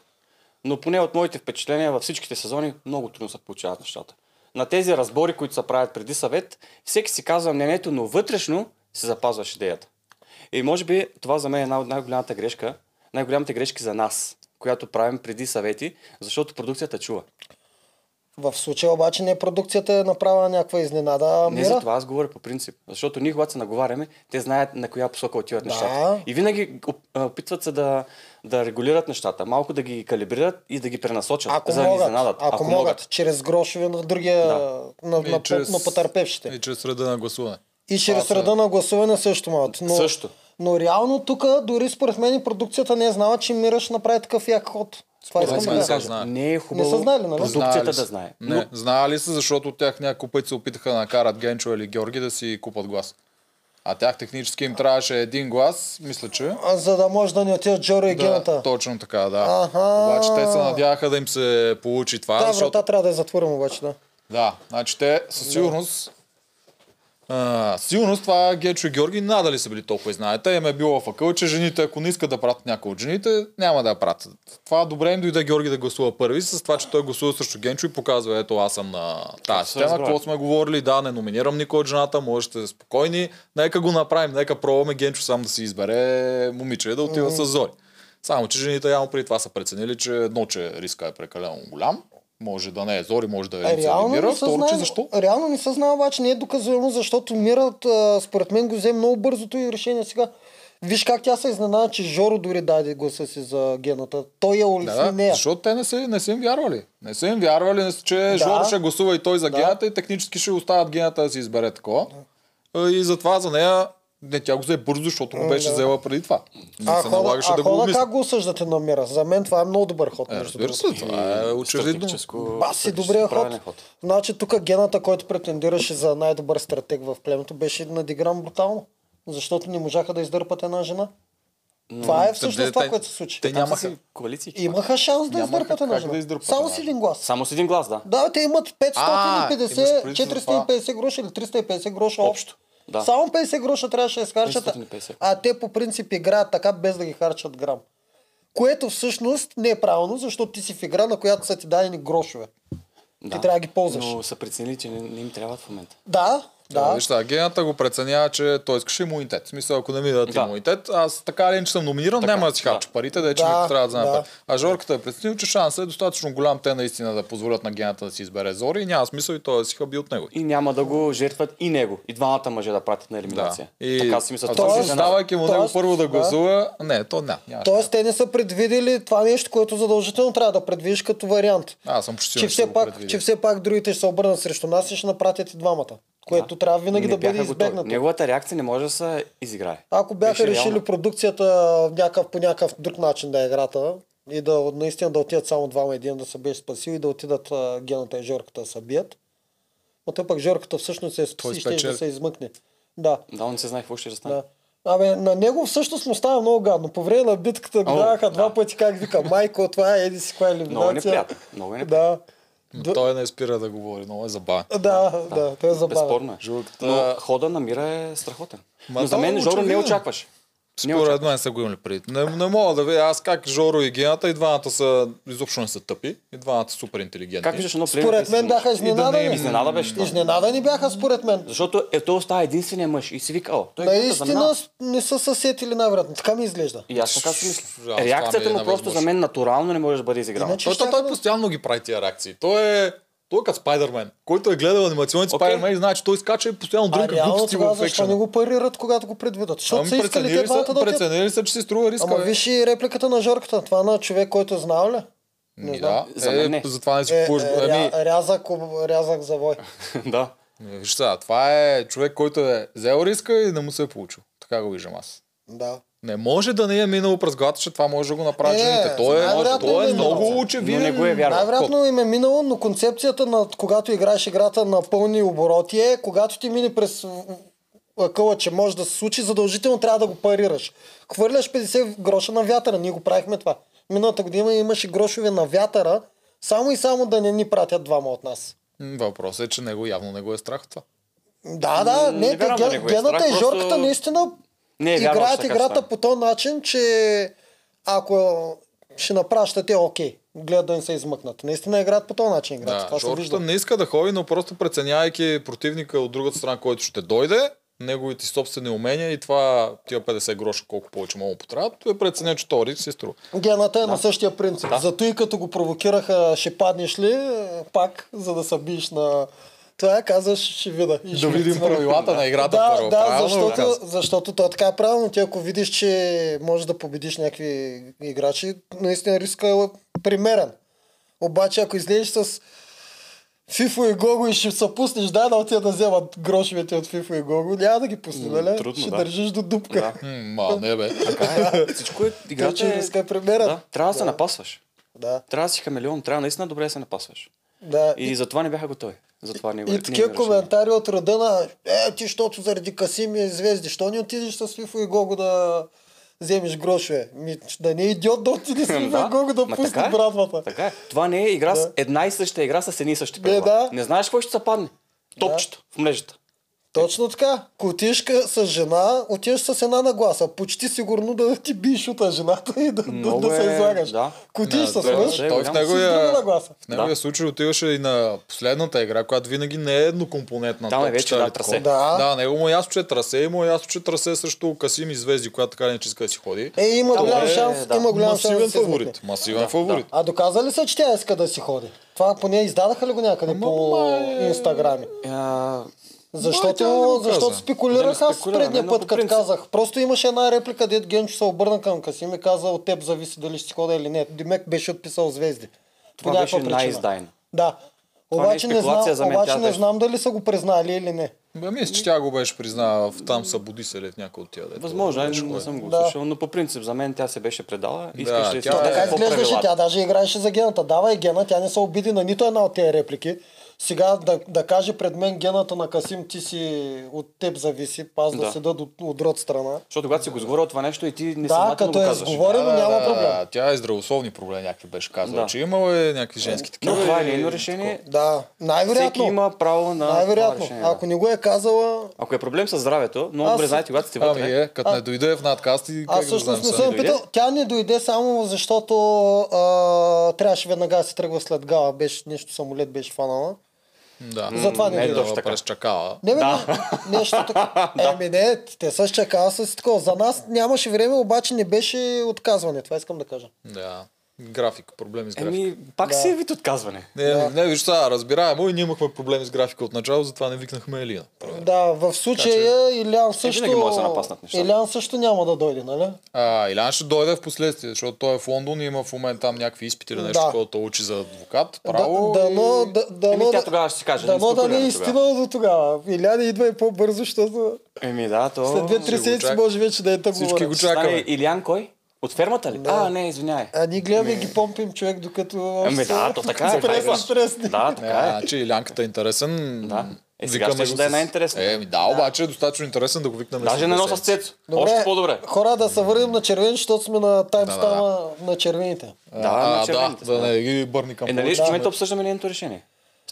Speaker 3: Но поне от моите впечатления във всичките сезони много трудно се получават нещата. На тези разбори, които се правят преди съвет, всеки си казва мнението, но вътрешно се запазваш идеята. И може би това за мен е една от най-голямата грешка, най-голямите грешки за нас, която правим преди съвети, защото продукцията чува.
Speaker 1: В случая обаче не продукцията е направила някаква изненада. а
Speaker 3: Не
Speaker 1: Мира?
Speaker 3: за това аз говоря по принцип. Защото ние, когато се наговаряме, те знаят на коя посока отиват
Speaker 1: Да.
Speaker 3: нещата. И винаги оп- а, опитват се да, да регулират нещата, малко да ги калибрират и да ги пренасочат,
Speaker 1: Ако,
Speaker 3: за да ни
Speaker 1: могат,
Speaker 3: изненадат.
Speaker 1: ако, могат, чрез грошове на другия,
Speaker 3: Да.
Speaker 1: на,
Speaker 2: И
Speaker 1: на,
Speaker 2: чрез-
Speaker 1: на потърпевшите.
Speaker 2: И чрез среда на гласуване.
Speaker 1: И чрез
Speaker 2: Това са-
Speaker 1: реда на гласуване също могат. Но,
Speaker 3: Също.
Speaker 1: но реално тук, дори според мен, и продукцията не е знала, че Мира ще направи такъв як ход. Това е,
Speaker 2: Според
Speaker 1: искам
Speaker 2: мен не
Speaker 1: да кажа.
Speaker 2: се знае.
Speaker 3: Не е хубаво
Speaker 1: Не са знали, нали?
Speaker 3: продукцията
Speaker 2: Знаели
Speaker 3: да
Speaker 2: са.
Speaker 3: знае.
Speaker 2: Не,
Speaker 3: Но
Speaker 2: знали са, защото от тях няколко пъти се опитаха да накарат Генчо или Георги да си купат глас. А тях технически им трябваше един глас, мисля, че.
Speaker 1: А, За да може да не отидат Джоро и
Speaker 2: Да,
Speaker 1: Гената.
Speaker 2: точно така, да.
Speaker 1: Аха.
Speaker 2: Обаче те се надяваха да им се получи това.
Speaker 1: Да,
Speaker 2: защото...
Speaker 1: врата трябва да я затворим обаче, да.
Speaker 2: Да, значи те със сигурност... А, със сигурност това Гечо и Георги надали са били толкова и знаете. Им е било в акъл, че жените, ако не искат да пратят някой от жените, няма да я пратят. Това добре им дойде Георги да гласува първи, с това, че той гласува срещу Генчо и показва, ето аз съм на
Speaker 3: Да,
Speaker 2: тази
Speaker 3: се
Speaker 2: система.
Speaker 3: разбра.
Speaker 2: Какво сме говорили, да, не номинирам никой от жената, можете да сте спокойни. Нека го направим, нека пробваме Генчо сам да си избере момиче и да отива с Зори. Само, че жените явно преди това са преценили, че едно, че риска е прекалено голям. Може да не е Зори, може да е
Speaker 1: Е, реално
Speaker 2: Мира,
Speaker 1: не се
Speaker 2: второ, че
Speaker 1: знае,
Speaker 2: защо?
Speaker 1: реално не се знае, обаче не е доказуемо, защото Мирът, а, според мен, го взе много бързото и решение сега. Виж как тя се изненада, че Жоро дори даде гласа си за гената. Той я улесни
Speaker 2: Да,
Speaker 1: нея.
Speaker 2: защото те не са, не са им вярвали. Не са им вярвали, не са, че да. Жоро ще гласува и той за
Speaker 1: Да.
Speaker 2: гената и технически ще оставят гената да си избере такова. А, И затова за нея не, тя го взе бързо, защото го беше
Speaker 1: да.
Speaker 2: взела преди това. Не
Speaker 1: А
Speaker 2: се
Speaker 1: хода,
Speaker 2: налагаше
Speaker 1: а
Speaker 2: да го
Speaker 1: хода
Speaker 2: обмисля.
Speaker 1: как го осъждате на Мира? За мен това е много добър ход.
Speaker 2: Е,
Speaker 1: между
Speaker 2: разбира се,
Speaker 1: другото.
Speaker 2: това е очевидно.
Speaker 3: стратегическо-
Speaker 1: Бас е
Speaker 3: стратегическо
Speaker 1: добрия
Speaker 3: правилен
Speaker 1: ход. Значи тук гената, който претендираше за най-добър стратег в племето, беше надигран брутално. Защото не можаха да издърпат една жена. това е всъщност
Speaker 2: те-
Speaker 1: това,
Speaker 2: те-
Speaker 1: което се случи.
Speaker 2: те
Speaker 3: Там са
Speaker 2: нямаха-
Speaker 3: си коалиции.
Speaker 1: Имаха шанс да
Speaker 2: Нямаха
Speaker 1: издърпат една
Speaker 2: как
Speaker 1: жена.
Speaker 2: да издърпат
Speaker 1: Само
Speaker 2: една.
Speaker 1: с един глас.
Speaker 3: Само с един глас, да.
Speaker 1: Да, те имат 550,
Speaker 2: А, имаш предвид за това.
Speaker 1: 450 гроша или 350 гроша общо.
Speaker 3: да.
Speaker 1: Само 50 гроша трябваше да изхарчат, а-
Speaker 3: 550.
Speaker 1: а те по принцип играят така без да ги харчат грам. Което всъщност не е правилно, защото ти си в игра, на която са ти дадени грошове.
Speaker 3: да.
Speaker 1: Ти трябва да ги ползваш.
Speaker 3: Но са преценили, че не, не им трябват в момента.
Speaker 1: Да,
Speaker 2: Да.
Speaker 1: да.
Speaker 2: Е, Вижте, агентът го преценява, че той искаше имунитет. В смисъл, ако не ми дадат
Speaker 3: Да.
Speaker 2: имунитет, аз така ли, че съм номиниран,
Speaker 3: Така,
Speaker 2: няма да си
Speaker 3: да.
Speaker 2: харча парите, да е, че
Speaker 1: Да,
Speaker 2: да, ми трябва да взема
Speaker 1: да.
Speaker 2: да. А Жорката е преценил, че шансът е достатъчно голям те наистина да позволят на агента да си избере Зори и няма смисъл и той да си хаби от него.
Speaker 3: И няма да го жертват и него. И двамата мъже да пратят на
Speaker 2: Да.
Speaker 3: елиминация.
Speaker 2: И
Speaker 3: Така си мисля,
Speaker 2: а
Speaker 3: това
Speaker 1: Тоест-
Speaker 2: той,
Speaker 3: си изненада.
Speaker 2: Ставайки му него
Speaker 1: е Тоест,
Speaker 2: първо да
Speaker 1: да.
Speaker 2: гласува, не, то няма. нямаше
Speaker 1: Тоест те не са предвидели това нещо, което задължително трябва да предвидиш като вариант.
Speaker 2: как. Аз съм почти
Speaker 1: Че
Speaker 2: сигурен,
Speaker 1: все,
Speaker 2: го
Speaker 1: пак,
Speaker 2: предвидя.
Speaker 1: че все пак другите ще се обърнат срещу нас и ще направят и двамата. Което трябва винаги
Speaker 3: Не
Speaker 1: да бъде
Speaker 3: бяха готови.
Speaker 1: избегнато.
Speaker 3: Неговата реакция не може да се изиграе.
Speaker 1: Ако бяха
Speaker 3: Беше
Speaker 1: решили
Speaker 3: реално.
Speaker 1: продукцията някакъв, по някакъв друг начин да е играта и да наистина да отидат само двама един да се беше спасил и да отидат а, гената и Жорката да се бият. Но те пък Жорката всъщност е
Speaker 2: Той
Speaker 1: спаси, ще
Speaker 2: спечели.
Speaker 1: да се измъкне. Да,
Speaker 3: Да, он не се знае какво ще стане.
Speaker 1: да. Абе, на него всъщност му става много гадно. По време на битката го
Speaker 3: О,
Speaker 1: даваха два
Speaker 3: да.
Speaker 1: пъти, как вика, майко, това е еди си каква
Speaker 3: Много е
Speaker 1: елиминация.
Speaker 3: неприятно. Много е неприятно.
Speaker 1: Да. Да.
Speaker 2: Той не спира да говори, много е забавен.
Speaker 1: Да, да, той е забавен.
Speaker 3: Безспорно е.
Speaker 2: Жулката-
Speaker 3: Но хода на мира е страхотен.
Speaker 2: Ма
Speaker 3: Но за
Speaker 2: да,
Speaker 3: мен Жоро не
Speaker 2: очевидно.
Speaker 3: очакваше.
Speaker 2: Според мен са го имали преди. Не, не мога да видя аз как Жоро и Гената и двамата са изобщо не са тъпи. И двамата са супер интелигентни.
Speaker 3: Как виждаш едно племе?
Speaker 1: Според
Speaker 3: без
Speaker 1: мен
Speaker 3: мъж?
Speaker 1: бяха
Speaker 2: И да не е
Speaker 1: изненадани.
Speaker 3: Изненада беше това.
Speaker 1: Изненадани бяха според мен.
Speaker 3: Защото е, той остава единствения мъж и си вика, о, той е за мен.
Speaker 1: Наистина не са се сетили най-вероятно. Така ми изглежда.
Speaker 3: И аз така си мисля.
Speaker 2: Аз това ми е
Speaker 3: Реакцията му просто
Speaker 2: невъзможно.
Speaker 3: за мен натурално не може да бъде изиграна.
Speaker 1: Иначе-
Speaker 2: Той, той, той постоянно ги прави тия реакции. Той е той е като Спайдермен. Който е гледал анимационните
Speaker 3: Окей.
Speaker 2: Спайдермен и знае, че той скача и постоянно
Speaker 1: А
Speaker 2: дрънка
Speaker 1: реално
Speaker 2: глупости
Speaker 1: това
Speaker 2: в
Speaker 1: защо не
Speaker 2: фекшена.
Speaker 1: го парират, когато го предвидат? Защото
Speaker 2: Ами
Speaker 1: са искали те
Speaker 2: преценили
Speaker 1: двамата
Speaker 2: са,
Speaker 1: да отидат.
Speaker 2: преценили са, че си струва риска. е.
Speaker 1: Ама
Speaker 2: бе.
Speaker 1: виж и репликата на Жорката. Това на човек, който е знал ли?
Speaker 2: Ми
Speaker 1: не
Speaker 2: да,
Speaker 1: знам.
Speaker 3: За мен
Speaker 2: е,
Speaker 3: не.
Speaker 2: затова не си
Speaker 1: Е, е,
Speaker 2: купуваш. Ами,
Speaker 1: ря- рязък, об- рязък завой.
Speaker 3: да.
Speaker 2: Не, Виж сега, това е човек, който е взел риска и не му се е получил. Така го виждам аз.
Speaker 1: Да.
Speaker 2: Не може да не е минало през главата, че това може да го направи
Speaker 1: Не,
Speaker 2: жените. Той е,
Speaker 1: най-вероятно
Speaker 2: той е
Speaker 1: не е минало.
Speaker 2: много
Speaker 3: Но
Speaker 2: очевиден.
Speaker 3: не го е вярвал.
Speaker 1: Най-вероятно им е минало, но концепцията на когато играеш играта на пълни обороти е, когато ти мине през м, м, къла, че може да се случи, задължително трябва да го парираш. Хвърляш 50 гроша на вятъра, ние го правихме това. Миналата година имаше грошове на вятъра, само и само да не ни пратят двама от нас.
Speaker 2: М, Въпросът е, че него явно не го е страх от това.
Speaker 1: Да, да,
Speaker 3: М,
Speaker 1: не,
Speaker 3: не
Speaker 1: те,
Speaker 3: вярвам да не
Speaker 1: ген,
Speaker 3: го е
Speaker 1: гената
Speaker 3: страх,
Speaker 1: и
Speaker 3: просто-
Speaker 1: Жорката наистина
Speaker 3: Не е вярвал,
Speaker 1: играят
Speaker 3: че така
Speaker 1: играта
Speaker 3: става.
Speaker 1: по този начин, че ако ще напращате, окей, гледат да не се измъкнат. Наистина играят по този начин играта.
Speaker 2: Да,
Speaker 1: това се
Speaker 2: Жорката
Speaker 1: вижда.
Speaker 2: не иска да ходи, но просто преценявайки противника от другата страна, който ще дойде, неговите собствени умения и това тия 50 гроша, колко повече му потрябват, той е преценя, че този риск се струва.
Speaker 1: Гената е на същия принцип. Зато и като го провокираха, ще паднеш ли, е, пак, за да се биеш на... Това казваш, ще вида. И ще
Speaker 2: Да видим правилата на играта
Speaker 1: да,
Speaker 2: първо.
Speaker 1: да,
Speaker 2: Правилно го
Speaker 1: защото,
Speaker 2: каза.
Speaker 1: защото то е така правилно. Ти ако видиш, че можеш да победиш някакви играчи, наистина риска е примерен. Обаче ако излезеш с Фифо и Гого и ще се пуснеш, дай да отида да вземат грошовете от Фифо и Гого, няма да ги пусни,
Speaker 3: М,
Speaker 1: нали?
Speaker 3: трудно,
Speaker 1: ще
Speaker 3: да.
Speaker 1: държиш до дупка.
Speaker 3: Да.
Speaker 2: М, Ма, не бе.
Speaker 3: Така е. Всичко е
Speaker 1: Така
Speaker 3: играта
Speaker 1: че
Speaker 3: е...
Speaker 1: риска е примерен.
Speaker 3: Да, трябва да се напасваш.
Speaker 1: Да.
Speaker 3: Трябва да си хамелеон, трябва наистина добре да се напасваш.
Speaker 1: да.
Speaker 3: И затова не бяха готови. Затова Е, не го
Speaker 1: И
Speaker 3: не
Speaker 1: такива
Speaker 3: го
Speaker 1: коментари от рода на е, ти, щото заради Касими и звезди, що не отидеш с Фифо и Гого да вземеш грошове? Ми, да не е идиот да отиде с
Speaker 3: решили.
Speaker 1: Фифо и Гого да
Speaker 3: ма
Speaker 1: пусне
Speaker 3: така е.
Speaker 1: братвата.
Speaker 3: Така е. Това не е игра
Speaker 1: Да.
Speaker 3: с една и съща игра с едни и същи
Speaker 1: Бе,
Speaker 3: правила.
Speaker 1: да.
Speaker 3: Не знаеш какво ще се падне. Топчето в мрежата.
Speaker 1: Точно така. Ако отидеш къ- с жена, отиваш с една нагласа. Почти сигурно да ти биеш от жената и да, да,
Speaker 3: Много
Speaker 1: да се
Speaker 3: е,
Speaker 1: излагаш.
Speaker 3: да.
Speaker 1: Ако отидеш
Speaker 2: Не,
Speaker 1: с
Speaker 2: той-
Speaker 1: мъж,
Speaker 2: той
Speaker 3: е
Speaker 2: в
Speaker 3: голям.
Speaker 1: си с
Speaker 2: неговия,
Speaker 1: друга нагласа.
Speaker 2: в неговия
Speaker 3: Да.
Speaker 2: случай отиваше и на последната игра, която винаги не е еднокомпонентна.
Speaker 3: Там е
Speaker 2: топчета
Speaker 3: вече,
Speaker 2: или
Speaker 3: да, трасе.
Speaker 2: такова.
Speaker 1: Да.
Speaker 2: да, него му е ясно, че е трасе и му е ясно, че трасе също Касим и Звезди, която така не че иска да си ходи.
Speaker 1: е, има
Speaker 3: Там
Speaker 1: голям
Speaker 3: е,
Speaker 1: шанс,
Speaker 3: да.
Speaker 1: има голям шанс да
Speaker 2: Масивен
Speaker 1: се измъкне.
Speaker 2: фаворит. Масивен фаворит.
Speaker 1: А доказа ли се, че тя иска да си ходи? Това поне издадаха ли го някъде по
Speaker 2: май-
Speaker 1: инстаграми?
Speaker 3: е, А,
Speaker 1: Защото,
Speaker 2: Май, тя не го каза.
Speaker 1: защото спекулирах
Speaker 3: Не, не
Speaker 1: аз
Speaker 3: спекулирам,
Speaker 1: предния
Speaker 3: не,
Speaker 1: път,
Speaker 3: но по
Speaker 1: като
Speaker 3: принцип.
Speaker 1: казах. Просто имаше една реплика, дед Генчо се обърна към Касим и каза, от теб зависи дали ще си хода или не. Димек беше отписал звезди.
Speaker 3: Това
Speaker 1: някаква
Speaker 3: беше
Speaker 1: причина.
Speaker 3: най-издайно.
Speaker 1: Да.
Speaker 3: Това не е
Speaker 1: Обаче не, знам,
Speaker 3: спекулация за мен,
Speaker 1: обаче
Speaker 3: тя
Speaker 1: не
Speaker 3: беше-
Speaker 1: знам дали са го признали или не.
Speaker 2: Бе, Ами, мисля, че тя го беше признала в там Събуди се ли в някой от тия дето.
Speaker 3: възможно, е,
Speaker 2: беше
Speaker 3: не
Speaker 2: кой.
Speaker 3: съм го
Speaker 1: Да.
Speaker 3: слушал, но по принцип за мен тя се беше предала.
Speaker 2: Да,
Speaker 3: Искаше
Speaker 2: тя
Speaker 3: да, си
Speaker 2: е-
Speaker 3: знае
Speaker 1: Така
Speaker 2: Е,
Speaker 3: какво
Speaker 1: изглеждаше.
Speaker 3: правилата.
Speaker 1: Тя даже играеше за гената. Давай гена, тя не се обиди на нито една от тези реплики. Сега да, да каже пред мен гената на Касим, ти си от теб зависи, аз да,
Speaker 3: Да.
Speaker 1: седа от, от друга страна.
Speaker 3: Защото когато си го сговорил това нещо и ти не
Speaker 1: Да, като
Speaker 3: го
Speaker 1: е
Speaker 3: казваш.
Speaker 1: сговорено, няма проблем.
Speaker 2: Тя е здравословни проблеми, някакви беше казала,
Speaker 3: Да.
Speaker 2: че имала е някакви женски
Speaker 3: Но
Speaker 2: такива.
Speaker 3: това е
Speaker 2: и-
Speaker 3: нейно решение.
Speaker 1: Да, най-вероятно.
Speaker 3: Всеки има право на това
Speaker 1: Най-вероятно.
Speaker 3: решение. да.
Speaker 1: Ако не го е казала,
Speaker 3: Ако е проблем с здравето, много
Speaker 1: Аз-
Speaker 3: добре знаете, когато сте вътре.
Speaker 2: Ами е, като не дойде в надкаст и как
Speaker 1: аз
Speaker 2: да знаем
Speaker 1: всъщност не
Speaker 2: сега.
Speaker 1: съм
Speaker 3: дойде?
Speaker 1: питал. Тя не дойде само защото а, трябваше веднага да се тръгва след гала. Беше нещо, самолет беше фанала.
Speaker 2: Да.
Speaker 1: Затова не
Speaker 2: е
Speaker 1: дойде.
Speaker 2: точно
Speaker 3: Точно
Speaker 2: така.
Speaker 3: така.
Speaker 2: През чакала.
Speaker 1: Не, бе, не, нещо така. Еми не, те са с чакала с такова. За нас нямаше време, обаче не беше отказване. Това искам да кажа.
Speaker 2: Да. График, проблеми с графика.
Speaker 3: Еми, пак си е вид отказване.
Speaker 2: Не, не, виж сега, разбираемо и ние имахме проблеми с графика от начало, затова не викнахме Елина.
Speaker 1: Да, в случая Илян също...
Speaker 3: е, винаги може да се напаснат нещата.
Speaker 1: Илян също няма да дойде, нали?
Speaker 2: А, Илян ще дойде в последствие, защото той е в Лондон и има в момента там някакви изпити или нещо,
Speaker 1: Да.
Speaker 2: което той учи за адвокат. Право.
Speaker 1: Да,
Speaker 2: и-
Speaker 1: дано, да,
Speaker 3: Еми,
Speaker 1: дано,
Speaker 3: тя тогава ще си каже.
Speaker 1: дано да
Speaker 3: спекулираме
Speaker 1: не е
Speaker 3: тогава.
Speaker 1: истина до тогава. Илян идва и по-бързо, защото...
Speaker 3: Еми, да, то...
Speaker 1: След
Speaker 2: Ще
Speaker 1: две-три
Speaker 2: го
Speaker 1: седмици
Speaker 2: чакам.
Speaker 1: може вече да е тъмно.
Speaker 2: е, Всички
Speaker 1: време.
Speaker 2: го
Speaker 3: Ще стане
Speaker 2: чакаме.
Speaker 3: Илян кой? От фермата ли? А, не, извинявай.
Speaker 1: А ние гледаме и ги помпим човек, докато...
Speaker 3: Ами да, то така е.
Speaker 1: Стресни,
Speaker 3: това е.
Speaker 1: стресни.
Speaker 3: Да,
Speaker 2: Е,
Speaker 3: така е.
Speaker 2: Значи Илянката е интересен
Speaker 3: Да. Е, сега
Speaker 2: Викаме
Speaker 3: ще, ще
Speaker 2: го
Speaker 3: да е
Speaker 2: с-
Speaker 3: най-интересно.
Speaker 2: Е, ми да, обаче е достатъчно интересен да го викнем.
Speaker 3: Даже
Speaker 2: след
Speaker 3: на едно
Speaker 2: две
Speaker 3: с
Speaker 2: седмици.
Speaker 3: Цецо. Още по-добре.
Speaker 1: Хора, да се върнем на червен, защото сме на таймстама
Speaker 2: Да,
Speaker 1: на червените.
Speaker 2: А,
Speaker 3: Да,
Speaker 2: а,
Speaker 3: на
Speaker 2: да,
Speaker 3: червените
Speaker 2: да
Speaker 3: сме.
Speaker 2: не ги бърни към
Speaker 3: Е, нали,
Speaker 2: повече.
Speaker 3: в момента обсъждаме нейното решение.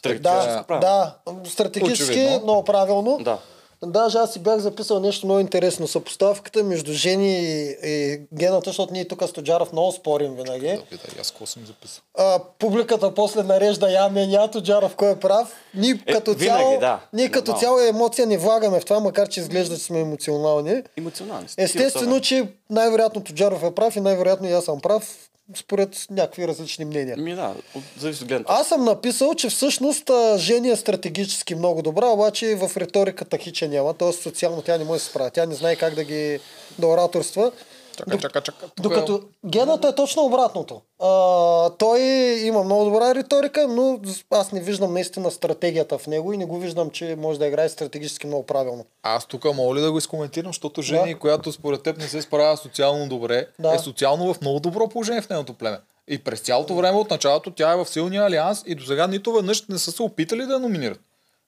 Speaker 1: Да,
Speaker 3: Стратегическо правило.
Speaker 1: да, стратегически
Speaker 2: Очевидно.
Speaker 1: много правилно.
Speaker 3: Да.
Speaker 1: Даже аз си бях записал нещо много интересно. Съпоставката между Жени и, и Гената, защото ние тук с Тоджаров много спорим винаги.
Speaker 2: Е, Да, питай, аз какво съм записал?
Speaker 1: А, публиката после нарежда я, не, я, Тоджаров кой е прав. Ние
Speaker 3: Е,
Speaker 1: като
Speaker 3: винаги,
Speaker 1: цяло,
Speaker 3: да.
Speaker 1: ние като
Speaker 3: Нормално.
Speaker 1: цяло емоция не влагаме в това, макар че изглежда, че сме емоционални.
Speaker 3: Емоционални. сте.
Speaker 1: Естествено, че най-вероятно Тоджаров е прав и най-вероятно и аз съм прав, според някакви различни мнения.
Speaker 3: Ми Ами да, от- зависи от гледната.
Speaker 1: Аз съм написал, че всъщност а, Жени е стратегически много добра, обаче и в риториката хича няма, т.е. социално тя не може да се справя. Тя не знае как да ги да ораторства.
Speaker 2: Чакай, чакай, чакай. Тук
Speaker 1: Докато гената е точно обратното. А, той има много добра риторика, но аз не виждам наистина стратегията в него и не го виждам, че може да играе стратегически много правилно.
Speaker 2: Аз тук мога ли да го изкоментирам, защото жени,
Speaker 1: Да.
Speaker 2: която според теб не се справя социално добре,
Speaker 1: Да.
Speaker 2: е социално в много добро положение в нейното племе. И през цялото време от началото тя е в силния алианс и до сега нито веднъж не са се опитали да я номинират.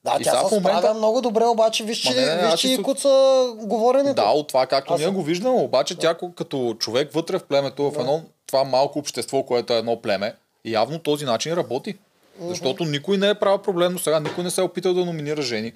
Speaker 1: Да,
Speaker 2: И сега
Speaker 1: тя
Speaker 2: в
Speaker 1: се
Speaker 2: момента-
Speaker 1: справя много добре, обаче виж,
Speaker 2: Ма
Speaker 1: че,
Speaker 2: не, не, не,
Speaker 1: виж,
Speaker 2: аз
Speaker 1: че
Speaker 2: ще
Speaker 1: и
Speaker 2: се-
Speaker 1: куца говоренето.
Speaker 2: Да, от това както
Speaker 1: Аз
Speaker 2: ние
Speaker 1: съм-
Speaker 2: го виждаме, обаче тя ко- като човек вътре в племето, в едно това малко общество, което е едно племе, явно този начин работи. Защото никой не е правил проблем до сега, никой не се е опитал да номинира жени.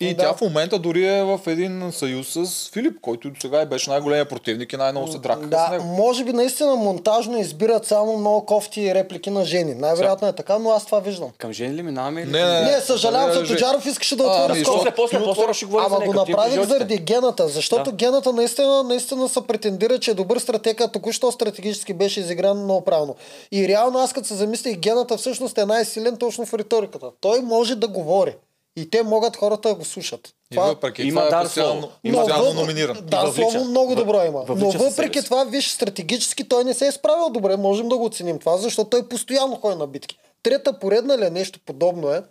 Speaker 2: И
Speaker 1: Да.
Speaker 2: тя в момента дори е в един съюз с Филип, който до сега и беше най-големия противник и най-много се дракаха с
Speaker 1: Да,
Speaker 2: него.
Speaker 1: може би наистина монтажно избират само много кофти реплики на жени. Най-вероятно е така, но аз това виждам.
Speaker 3: Към Жени ли минаваме? или-
Speaker 2: Не, не,
Speaker 1: Не, съжалявам,
Speaker 2: Абе,
Speaker 1: за Тоджаров искаше да
Speaker 2: А,
Speaker 1: отвори
Speaker 2: ами,
Speaker 1: скоро.
Speaker 3: После, после,
Speaker 2: Ти
Speaker 3: после ще говорим за
Speaker 1: Ама
Speaker 3: нея,
Speaker 1: го
Speaker 3: като имам
Speaker 1: направих
Speaker 3: епизодите.
Speaker 1: заради гената, защото
Speaker 3: Да.
Speaker 1: гената наистина, наистина се претендира, че е добър стратег, а току-що стратегически беше изигран много правилно. И реално аз като се замислих, гената всъщност е най-силен точно в риториката. Той може да говори. И те могат хората да го слушат.
Speaker 2: И въпреки
Speaker 3: Има
Speaker 2: това е
Speaker 3: дар
Speaker 2: постоянно,
Speaker 3: слово.
Speaker 1: Но
Speaker 2: има постоянно
Speaker 1: въпре-
Speaker 2: номиниран.
Speaker 1: Да,
Speaker 3: И въвлича.
Speaker 1: слово много добро има.
Speaker 3: Във-
Speaker 1: Но
Speaker 3: въвлича със себе
Speaker 1: въпреки
Speaker 3: си.
Speaker 1: е това, виж, стратегически той не се е справил добре. Можем да го оценим това, защото той постоянно ходи на битки. Трета поредна ли е нещо подобно е,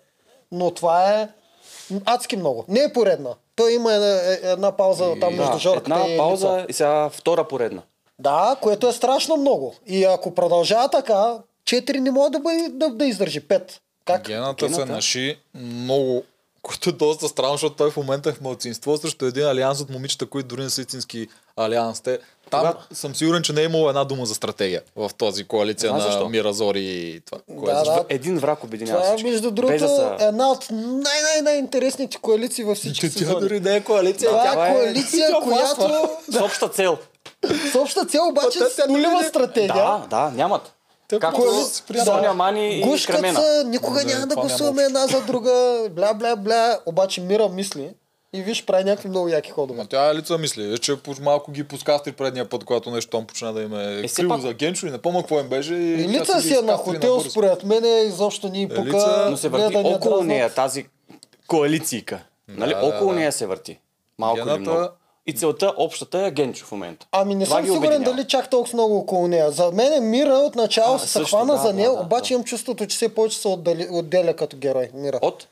Speaker 1: но това е адски много. Не е поредна. Той има една, е, една пауза там между
Speaker 3: Да,
Speaker 1: жорката
Speaker 3: една
Speaker 1: и лица.
Speaker 3: пауза и сега втора поредна.
Speaker 1: Да, което е страшно много. И ако продължава така, 4 не може да, бъде, да, да издържи. 5. Как?
Speaker 2: Гената се
Speaker 3: Гената.
Speaker 2: наши много, което е доста странно, защото той в момента е в младсинство срещу един алианс от момичета, които дори не са истински алианс. Те, там
Speaker 3: Когато-
Speaker 2: съм сигурен, че не е имало една дума за стратегия в този коалиция
Speaker 3: Знаеш
Speaker 2: на
Speaker 3: защо?
Speaker 2: Миразори и това. Кое
Speaker 1: Да,
Speaker 2: е?
Speaker 1: да.
Speaker 3: Един враг обединява
Speaker 1: Това е,
Speaker 3: всички.
Speaker 1: между
Speaker 3: Без
Speaker 1: другото,
Speaker 3: да са...
Speaker 1: една от най-най-най-интересните коалиции във всички
Speaker 2: Че тя
Speaker 1: сезони.
Speaker 2: дори не е коалиция.
Speaker 1: Това
Speaker 2: тя
Speaker 1: е коалиция,
Speaker 2: тя властва.
Speaker 1: която
Speaker 3: С обща цел.
Speaker 1: с обща цел обаче
Speaker 2: Та,
Speaker 1: с
Speaker 2: тя не
Speaker 1: нулева
Speaker 2: е-
Speaker 1: стратегия.
Speaker 3: Да, да, нямат.
Speaker 2: Те
Speaker 3: Както
Speaker 1: е
Speaker 2: коалиция,
Speaker 3: с Соня Мани и
Speaker 1: Гушкат
Speaker 3: Кремена.
Speaker 1: са, никога
Speaker 2: Да,
Speaker 1: няма да
Speaker 2: това няма
Speaker 1: гласуваме
Speaker 2: общо.
Speaker 1: една за друга, бля, бля, бля. Обаче Мира мисли и виж прави някакви много яки ходове.
Speaker 2: Ма тя е лица мисли, е, че по- малко ги поскастри предния път, когато нещо там почна да им е,
Speaker 3: Е, все
Speaker 2: криво
Speaker 3: пак-
Speaker 2: за Генчо и не помня какво им беше. И
Speaker 1: И
Speaker 2: тя
Speaker 1: лица
Speaker 2: ги
Speaker 1: си е на
Speaker 2: изкастри
Speaker 1: хотел,
Speaker 2: набързо.
Speaker 1: според мен е изобщо ни пука.
Speaker 2: Елица-
Speaker 3: Но се
Speaker 1: гледа
Speaker 3: върти
Speaker 1: ни я
Speaker 3: около
Speaker 1: дразнат.
Speaker 3: нея тази коалицийка. Нали?
Speaker 2: Да, да,
Speaker 3: Около
Speaker 2: да.
Speaker 3: нея се върти. Малко или
Speaker 2: Гената-
Speaker 3: много. И целта общата е Генчо в момента.
Speaker 1: Ами не
Speaker 3: Това
Speaker 1: съм
Speaker 3: ги
Speaker 1: сигурен
Speaker 3: обединява.
Speaker 1: дали чак толкова много около нея. За мен е Мира от начало
Speaker 3: А,
Speaker 1: се
Speaker 3: също,
Speaker 1: хвана
Speaker 3: да,
Speaker 1: за
Speaker 3: да,
Speaker 1: нея,
Speaker 3: да,
Speaker 1: обаче
Speaker 3: да.
Speaker 1: имам чувството, че все повече се отдали, отделя като герой. Мира. От,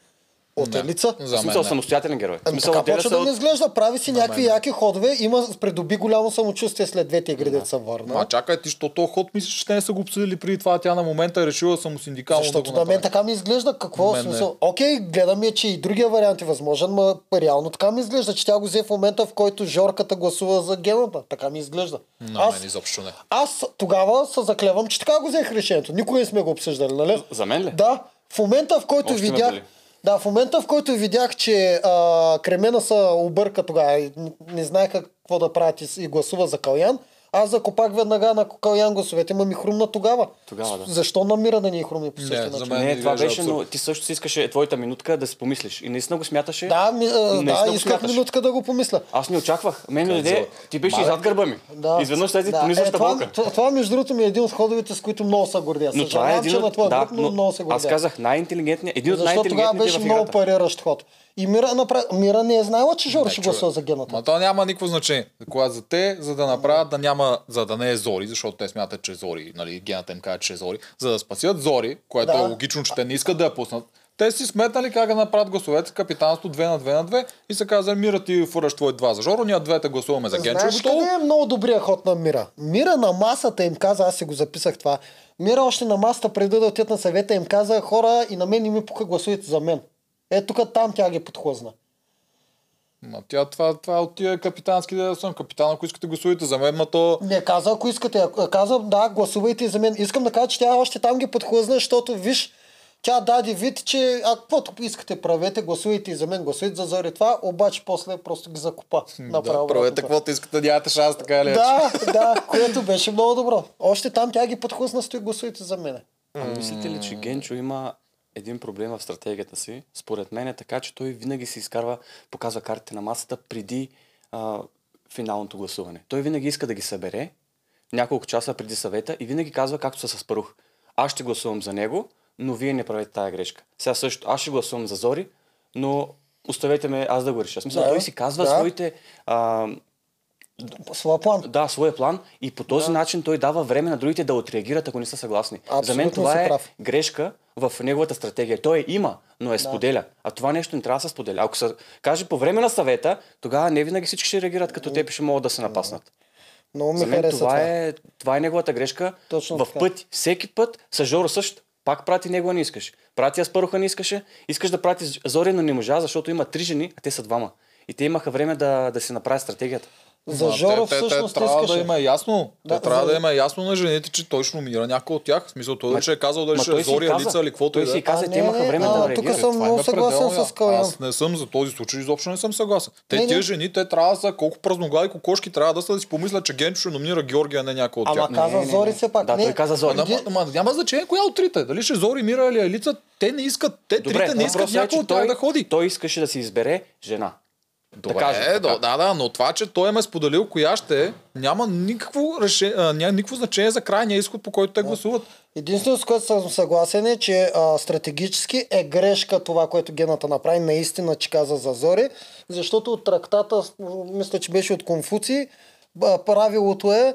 Speaker 3: От?
Speaker 1: от
Speaker 2: Не,
Speaker 1: Елица.
Speaker 2: за
Speaker 3: В
Speaker 2: мен
Speaker 3: смисъл
Speaker 2: не.
Speaker 3: самостоятелен герой. В
Speaker 1: е Ами
Speaker 3: смисъл
Speaker 1: така
Speaker 3: отделя
Speaker 1: почва
Speaker 3: се
Speaker 1: да ми
Speaker 3: от...
Speaker 1: изглежда, прави си някакви
Speaker 2: мен не.
Speaker 1: яки ходове, има, придоби голямо самочувствие след двете игри, да. са върна.
Speaker 2: Ма чакай, ти, що то ход мислиш, че те не са го обсъдили преди това, тя на момента е решила самосиндикално
Speaker 1: Защото
Speaker 2: да го
Speaker 1: на мен
Speaker 2: направи.
Speaker 1: така ми изглежда, какво
Speaker 2: Мен не.
Speaker 1: смисъл? Окей, гледам я, че и другия вариант е възможен, но реално така ми изглежда, че тя го взе в момента, в който Жорката гласува за гената. Така ми изглежда.
Speaker 2: На
Speaker 1: аз,
Speaker 2: мен изобщо не.
Speaker 1: аз тогава се заклевам, че така го взех решението. Никога не сме го обсъждали, нали?
Speaker 3: За мен ли?
Speaker 1: Да, в момента в който
Speaker 3: Още ме
Speaker 1: видях...
Speaker 3: боли.
Speaker 1: Да, в момента в който видях, че а, Кремена се обърка тогава и н- не знаех какво да правят и, с- и гласува за Калян, аз закопах веднага на Калян гласовете, ма ми хрумна тогава.
Speaker 3: Тогава, да.
Speaker 1: С- Защо намира да ни е хрумни по
Speaker 2: Не,
Speaker 1: същия
Speaker 2: за
Speaker 1: начин?
Speaker 2: мен
Speaker 3: значи Не,
Speaker 2: ми
Speaker 3: това
Speaker 2: изглежда
Speaker 3: беше, но
Speaker 2: абсурдно.
Speaker 3: ти също си искаше е, твоята минутка да си помислиш. И наистина го смяташе.
Speaker 1: Да, ми, а,
Speaker 3: Наистина
Speaker 1: да
Speaker 3: го
Speaker 1: исках
Speaker 3: смяташ.
Speaker 1: минутка да го помисля.
Speaker 3: Аз не очаквах. Мен ми
Speaker 2: Казала,
Speaker 3: дойде, ти беше
Speaker 2: мале.
Speaker 3: и зад гърба ми.
Speaker 1: Да.
Speaker 3: Изведнъж слезе да.
Speaker 1: е,
Speaker 3: понизаща
Speaker 1: това,
Speaker 3: болка.
Speaker 1: това, това, между другото ми е един от ходовете, с които много се гордя.
Speaker 3: Но това е
Speaker 1: Съжалявам,
Speaker 3: един
Speaker 1: че на
Speaker 3: от...
Speaker 1: твоя
Speaker 3: Да,
Speaker 1: груп, но много
Speaker 3: но
Speaker 1: се гордя.
Speaker 3: аз казах най-интелигентният, един от
Speaker 1: Защото тогава
Speaker 3: най-интелигентните
Speaker 1: беше
Speaker 3: в
Speaker 1: много
Speaker 3: играта.
Speaker 1: париращ ход. И Мира, направи... Мира не е знаела, че Жор
Speaker 2: Не,
Speaker 1: ще
Speaker 2: човек.
Speaker 1: гласува за гената.
Speaker 2: Ма то няма никакво значение. Кога за те, за да направят да няма, за да не е Зори, защото те смятат, че е Зори, нали, гената им казва, че е Зори, за да спасят Зори, което
Speaker 1: Да.
Speaker 2: е логично, че те не искат да я пуснат. Те си сметнали как да направят гласовете с капитанство 2 на 2 на 2 и се каза, Мира ти фураш твой 2 за Жоро, ние двете гласуваме за Генчо.
Speaker 1: Знаеш
Speaker 2: готово.
Speaker 1: къде е много добрия ход на Мира? Мира на масата им каза, аз си го записах това. Мира още на масата преди да отидат на съвета им каза, хора и на мен не ми пука гласувайте за мен. Е, тук там тя ги подхлъзна.
Speaker 2: Ма тя това, това е от тия капитански да съм капитан, ако искате гласувайте за мен, ма то...
Speaker 1: Не каза, ако искате. Ако- Каза, да, гласувайте за мен. Искам да кажа, че тя още там ги подхлъзна, защото виж, тя даде вид, че а, каквото искате правете, гласувайте и за мен, гласувайте за Зори това, обаче после просто ги закопа. Направо.
Speaker 2: да,
Speaker 1: Е,
Speaker 2: правете
Speaker 1: тук.
Speaker 2: каквото искате, нямате шанс, така ли?
Speaker 1: Да, да, което беше много добро. Още там тя ги подхлъзна, стои гласувайте за мене.
Speaker 3: А мислите ли, че Генчо има един проблем в стратегията си? Според мен е така, че той винаги си изкарва, показва картите на масата преди а, финалното гласуване. Той винаги иска да ги събере няколко часа преди съвета и винаги казва, както се спарух. Аз ще гласувам за него, но вие не правете тая грешка. Сега също, аз ще гласувам за Зори, но оставете ме аз да го реша. В Смисъл,
Speaker 1: Да,
Speaker 3: той си казва
Speaker 1: да.
Speaker 3: своите а,
Speaker 1: Своя план.
Speaker 3: да, своя план и по този начин той дава време на другите да отреагират, ако не са съгласни. За мен
Speaker 1: Абсолютно си
Speaker 3: това е
Speaker 1: прав.
Speaker 3: грешка в неговата стратегия. Той я има, но я споделя. А това нещо не трябва да се споделя. Ако се каже по време на съвета, тогава не винаги всички ще реагират като теб и ще могат да се напаснат.
Speaker 1: Много ми
Speaker 3: За мен
Speaker 1: хареса това.
Speaker 3: това е, това е неговата грешка
Speaker 1: Точно
Speaker 3: в
Speaker 1: така.
Speaker 3: пъти. Всеки път с Жоро също. Пак прати него не искаш. Прати Аспаруха не искаше. Искаш да прати Зори, но не можа, защото има три жени, а те са двама. И те имаха време да, да си направят стратегията.
Speaker 1: За
Speaker 2: Ма,
Speaker 1: Жоро
Speaker 2: те, те,
Speaker 1: всъщност
Speaker 2: те, трябва
Speaker 1: искаше.
Speaker 2: да има ясно. Да,
Speaker 1: Да,
Speaker 2: те трябва
Speaker 1: за-
Speaker 2: да има ясно на жените, че той ще номинира някой от тях. В смисъл, той вече е казал дали
Speaker 3: ма
Speaker 2: ще
Speaker 3: той
Speaker 2: е
Speaker 3: си
Speaker 2: Зори,
Speaker 3: каза.
Speaker 2: Алица или каквото
Speaker 3: Той
Speaker 2: и да
Speaker 3: си
Speaker 2: е.
Speaker 3: каза,
Speaker 1: А,
Speaker 3: те имаха
Speaker 1: не,
Speaker 3: време да
Speaker 1: а,
Speaker 3: реагират.
Speaker 1: Тук съм
Speaker 2: Това
Speaker 1: много
Speaker 2: има
Speaker 1: съгласен
Speaker 2: предела,
Speaker 1: с Калян.
Speaker 2: Аз не съм за този случай, изобщо не съм съгласен. Те
Speaker 1: Не,
Speaker 2: тия
Speaker 1: не.
Speaker 2: жени, те трябва да са колко празноглади кокошки трябва да са да си помислят, че Генчо ще номинира Георгия, а не някой от тях.
Speaker 1: Ама каза
Speaker 3: не, не.
Speaker 1: Зори все пак.
Speaker 3: Да,
Speaker 1: не.
Speaker 3: той каза Зори.
Speaker 2: Ама, ама, няма значение коя от трите. Дали ще Зори, Мира или Алица, те не искат, те трите не искат
Speaker 3: въпросът е,
Speaker 2: някой
Speaker 3: че
Speaker 2: от тях да ходи.
Speaker 3: Той искаше да си избере жена.
Speaker 2: Добре,
Speaker 3: кажем
Speaker 2: е,
Speaker 3: така.
Speaker 2: да, да, да, но това, че той ме е споделил коя ще е, няма никакво, реше, а, няма никакво значение за крайния е изход, по който те гласуват.
Speaker 1: Единственото, с което съм съгласен е, че а, стратегически е грешка това, което гената направи, наистина, че каза за Зори, защото от трактата, с- м, мисля, че беше от Конфуций, б- правилото е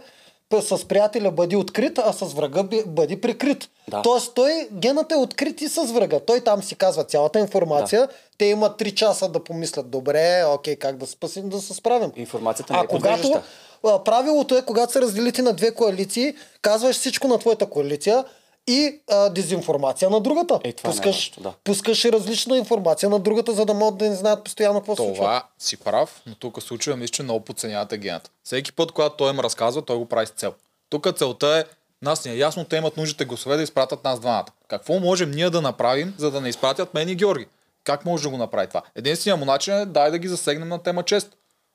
Speaker 1: п- с приятеля бъди открит, а с врага би- бъди прикрит.
Speaker 3: Да.
Speaker 1: Тоест той, генът е открит и с врага. Той там си казва цялата информация. Те имат 3 часа да помислят добре, окей, как да спасим, да се справим.
Speaker 3: Информацията не
Speaker 1: А
Speaker 3: е
Speaker 1: когато,
Speaker 3: подвеждаща.
Speaker 1: а, правилото е, когато се разделите на две коалиции, казваш всичко на твоята коалиция и а, дезинформация на другата.
Speaker 3: Е, това е
Speaker 1: пускаш,
Speaker 3: най-лошото, да.
Speaker 1: пускаш и различна информация на другата, за да могат да не знаят постоянно какво се случва.
Speaker 2: Това си прав, но тук случая мисля, че много подценявате гената. Всеки път, когато той им разказва, той го прави с цел. Тук целта е, нас не е ясно, те имат нужните гласове да изпратят нас двамата. Какво можем ние да направим, за да не изпратят мен и Георги? Как може да го направи това? Единственият му начин е дай да ги засегнем на тема чест.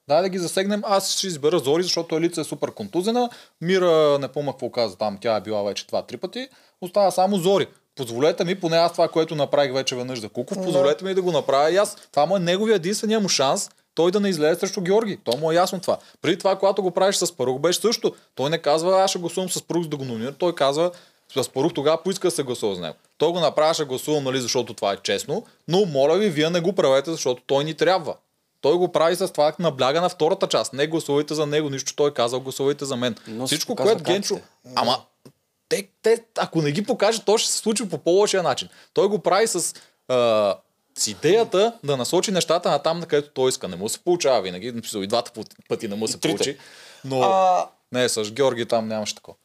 Speaker 2: Дай да ги засегнем. Аз ще избера Зори, защото Елица е супер контузена. Мира не помня какво каза там. Тя е била вече два-три пъти. Остава само Зори. Позволете ми, поне аз това, което направих вече веднъж за Куков, позволете ми да го направя и аз. Това му е неговия единствения му шанс той да не излезе срещу Георги. То му е ясно това. При това, когато го правиш с Парух, беше също. Той не казва, аз ще гласувам с Парух за да го номинира. Той казва, с Парух тогава поиска да се гласува с него. Той го направяше гласувам, нали, защото това е честно, но моля ви, вие не го правете, защото той ни трябва. Той го прави с това, набляга на втората част. Не гласувайте за него, нищо той е казал, гласувайте за мен.
Speaker 3: Но си
Speaker 2: Всичко,
Speaker 3: показва
Speaker 2: което Генчо...
Speaker 3: картите.
Speaker 2: Ама, те, те, ако не ги покаже, то ще се случи по по-лошия начин. Той го прави с, а, с идеята да насочи нещата на там, на където той иска. Не му се получава винаги. Написал, И двата пу- пъти не му се
Speaker 3: трите.
Speaker 2: получи. Но
Speaker 1: А,
Speaker 2: не, с Георги там нямаше такова.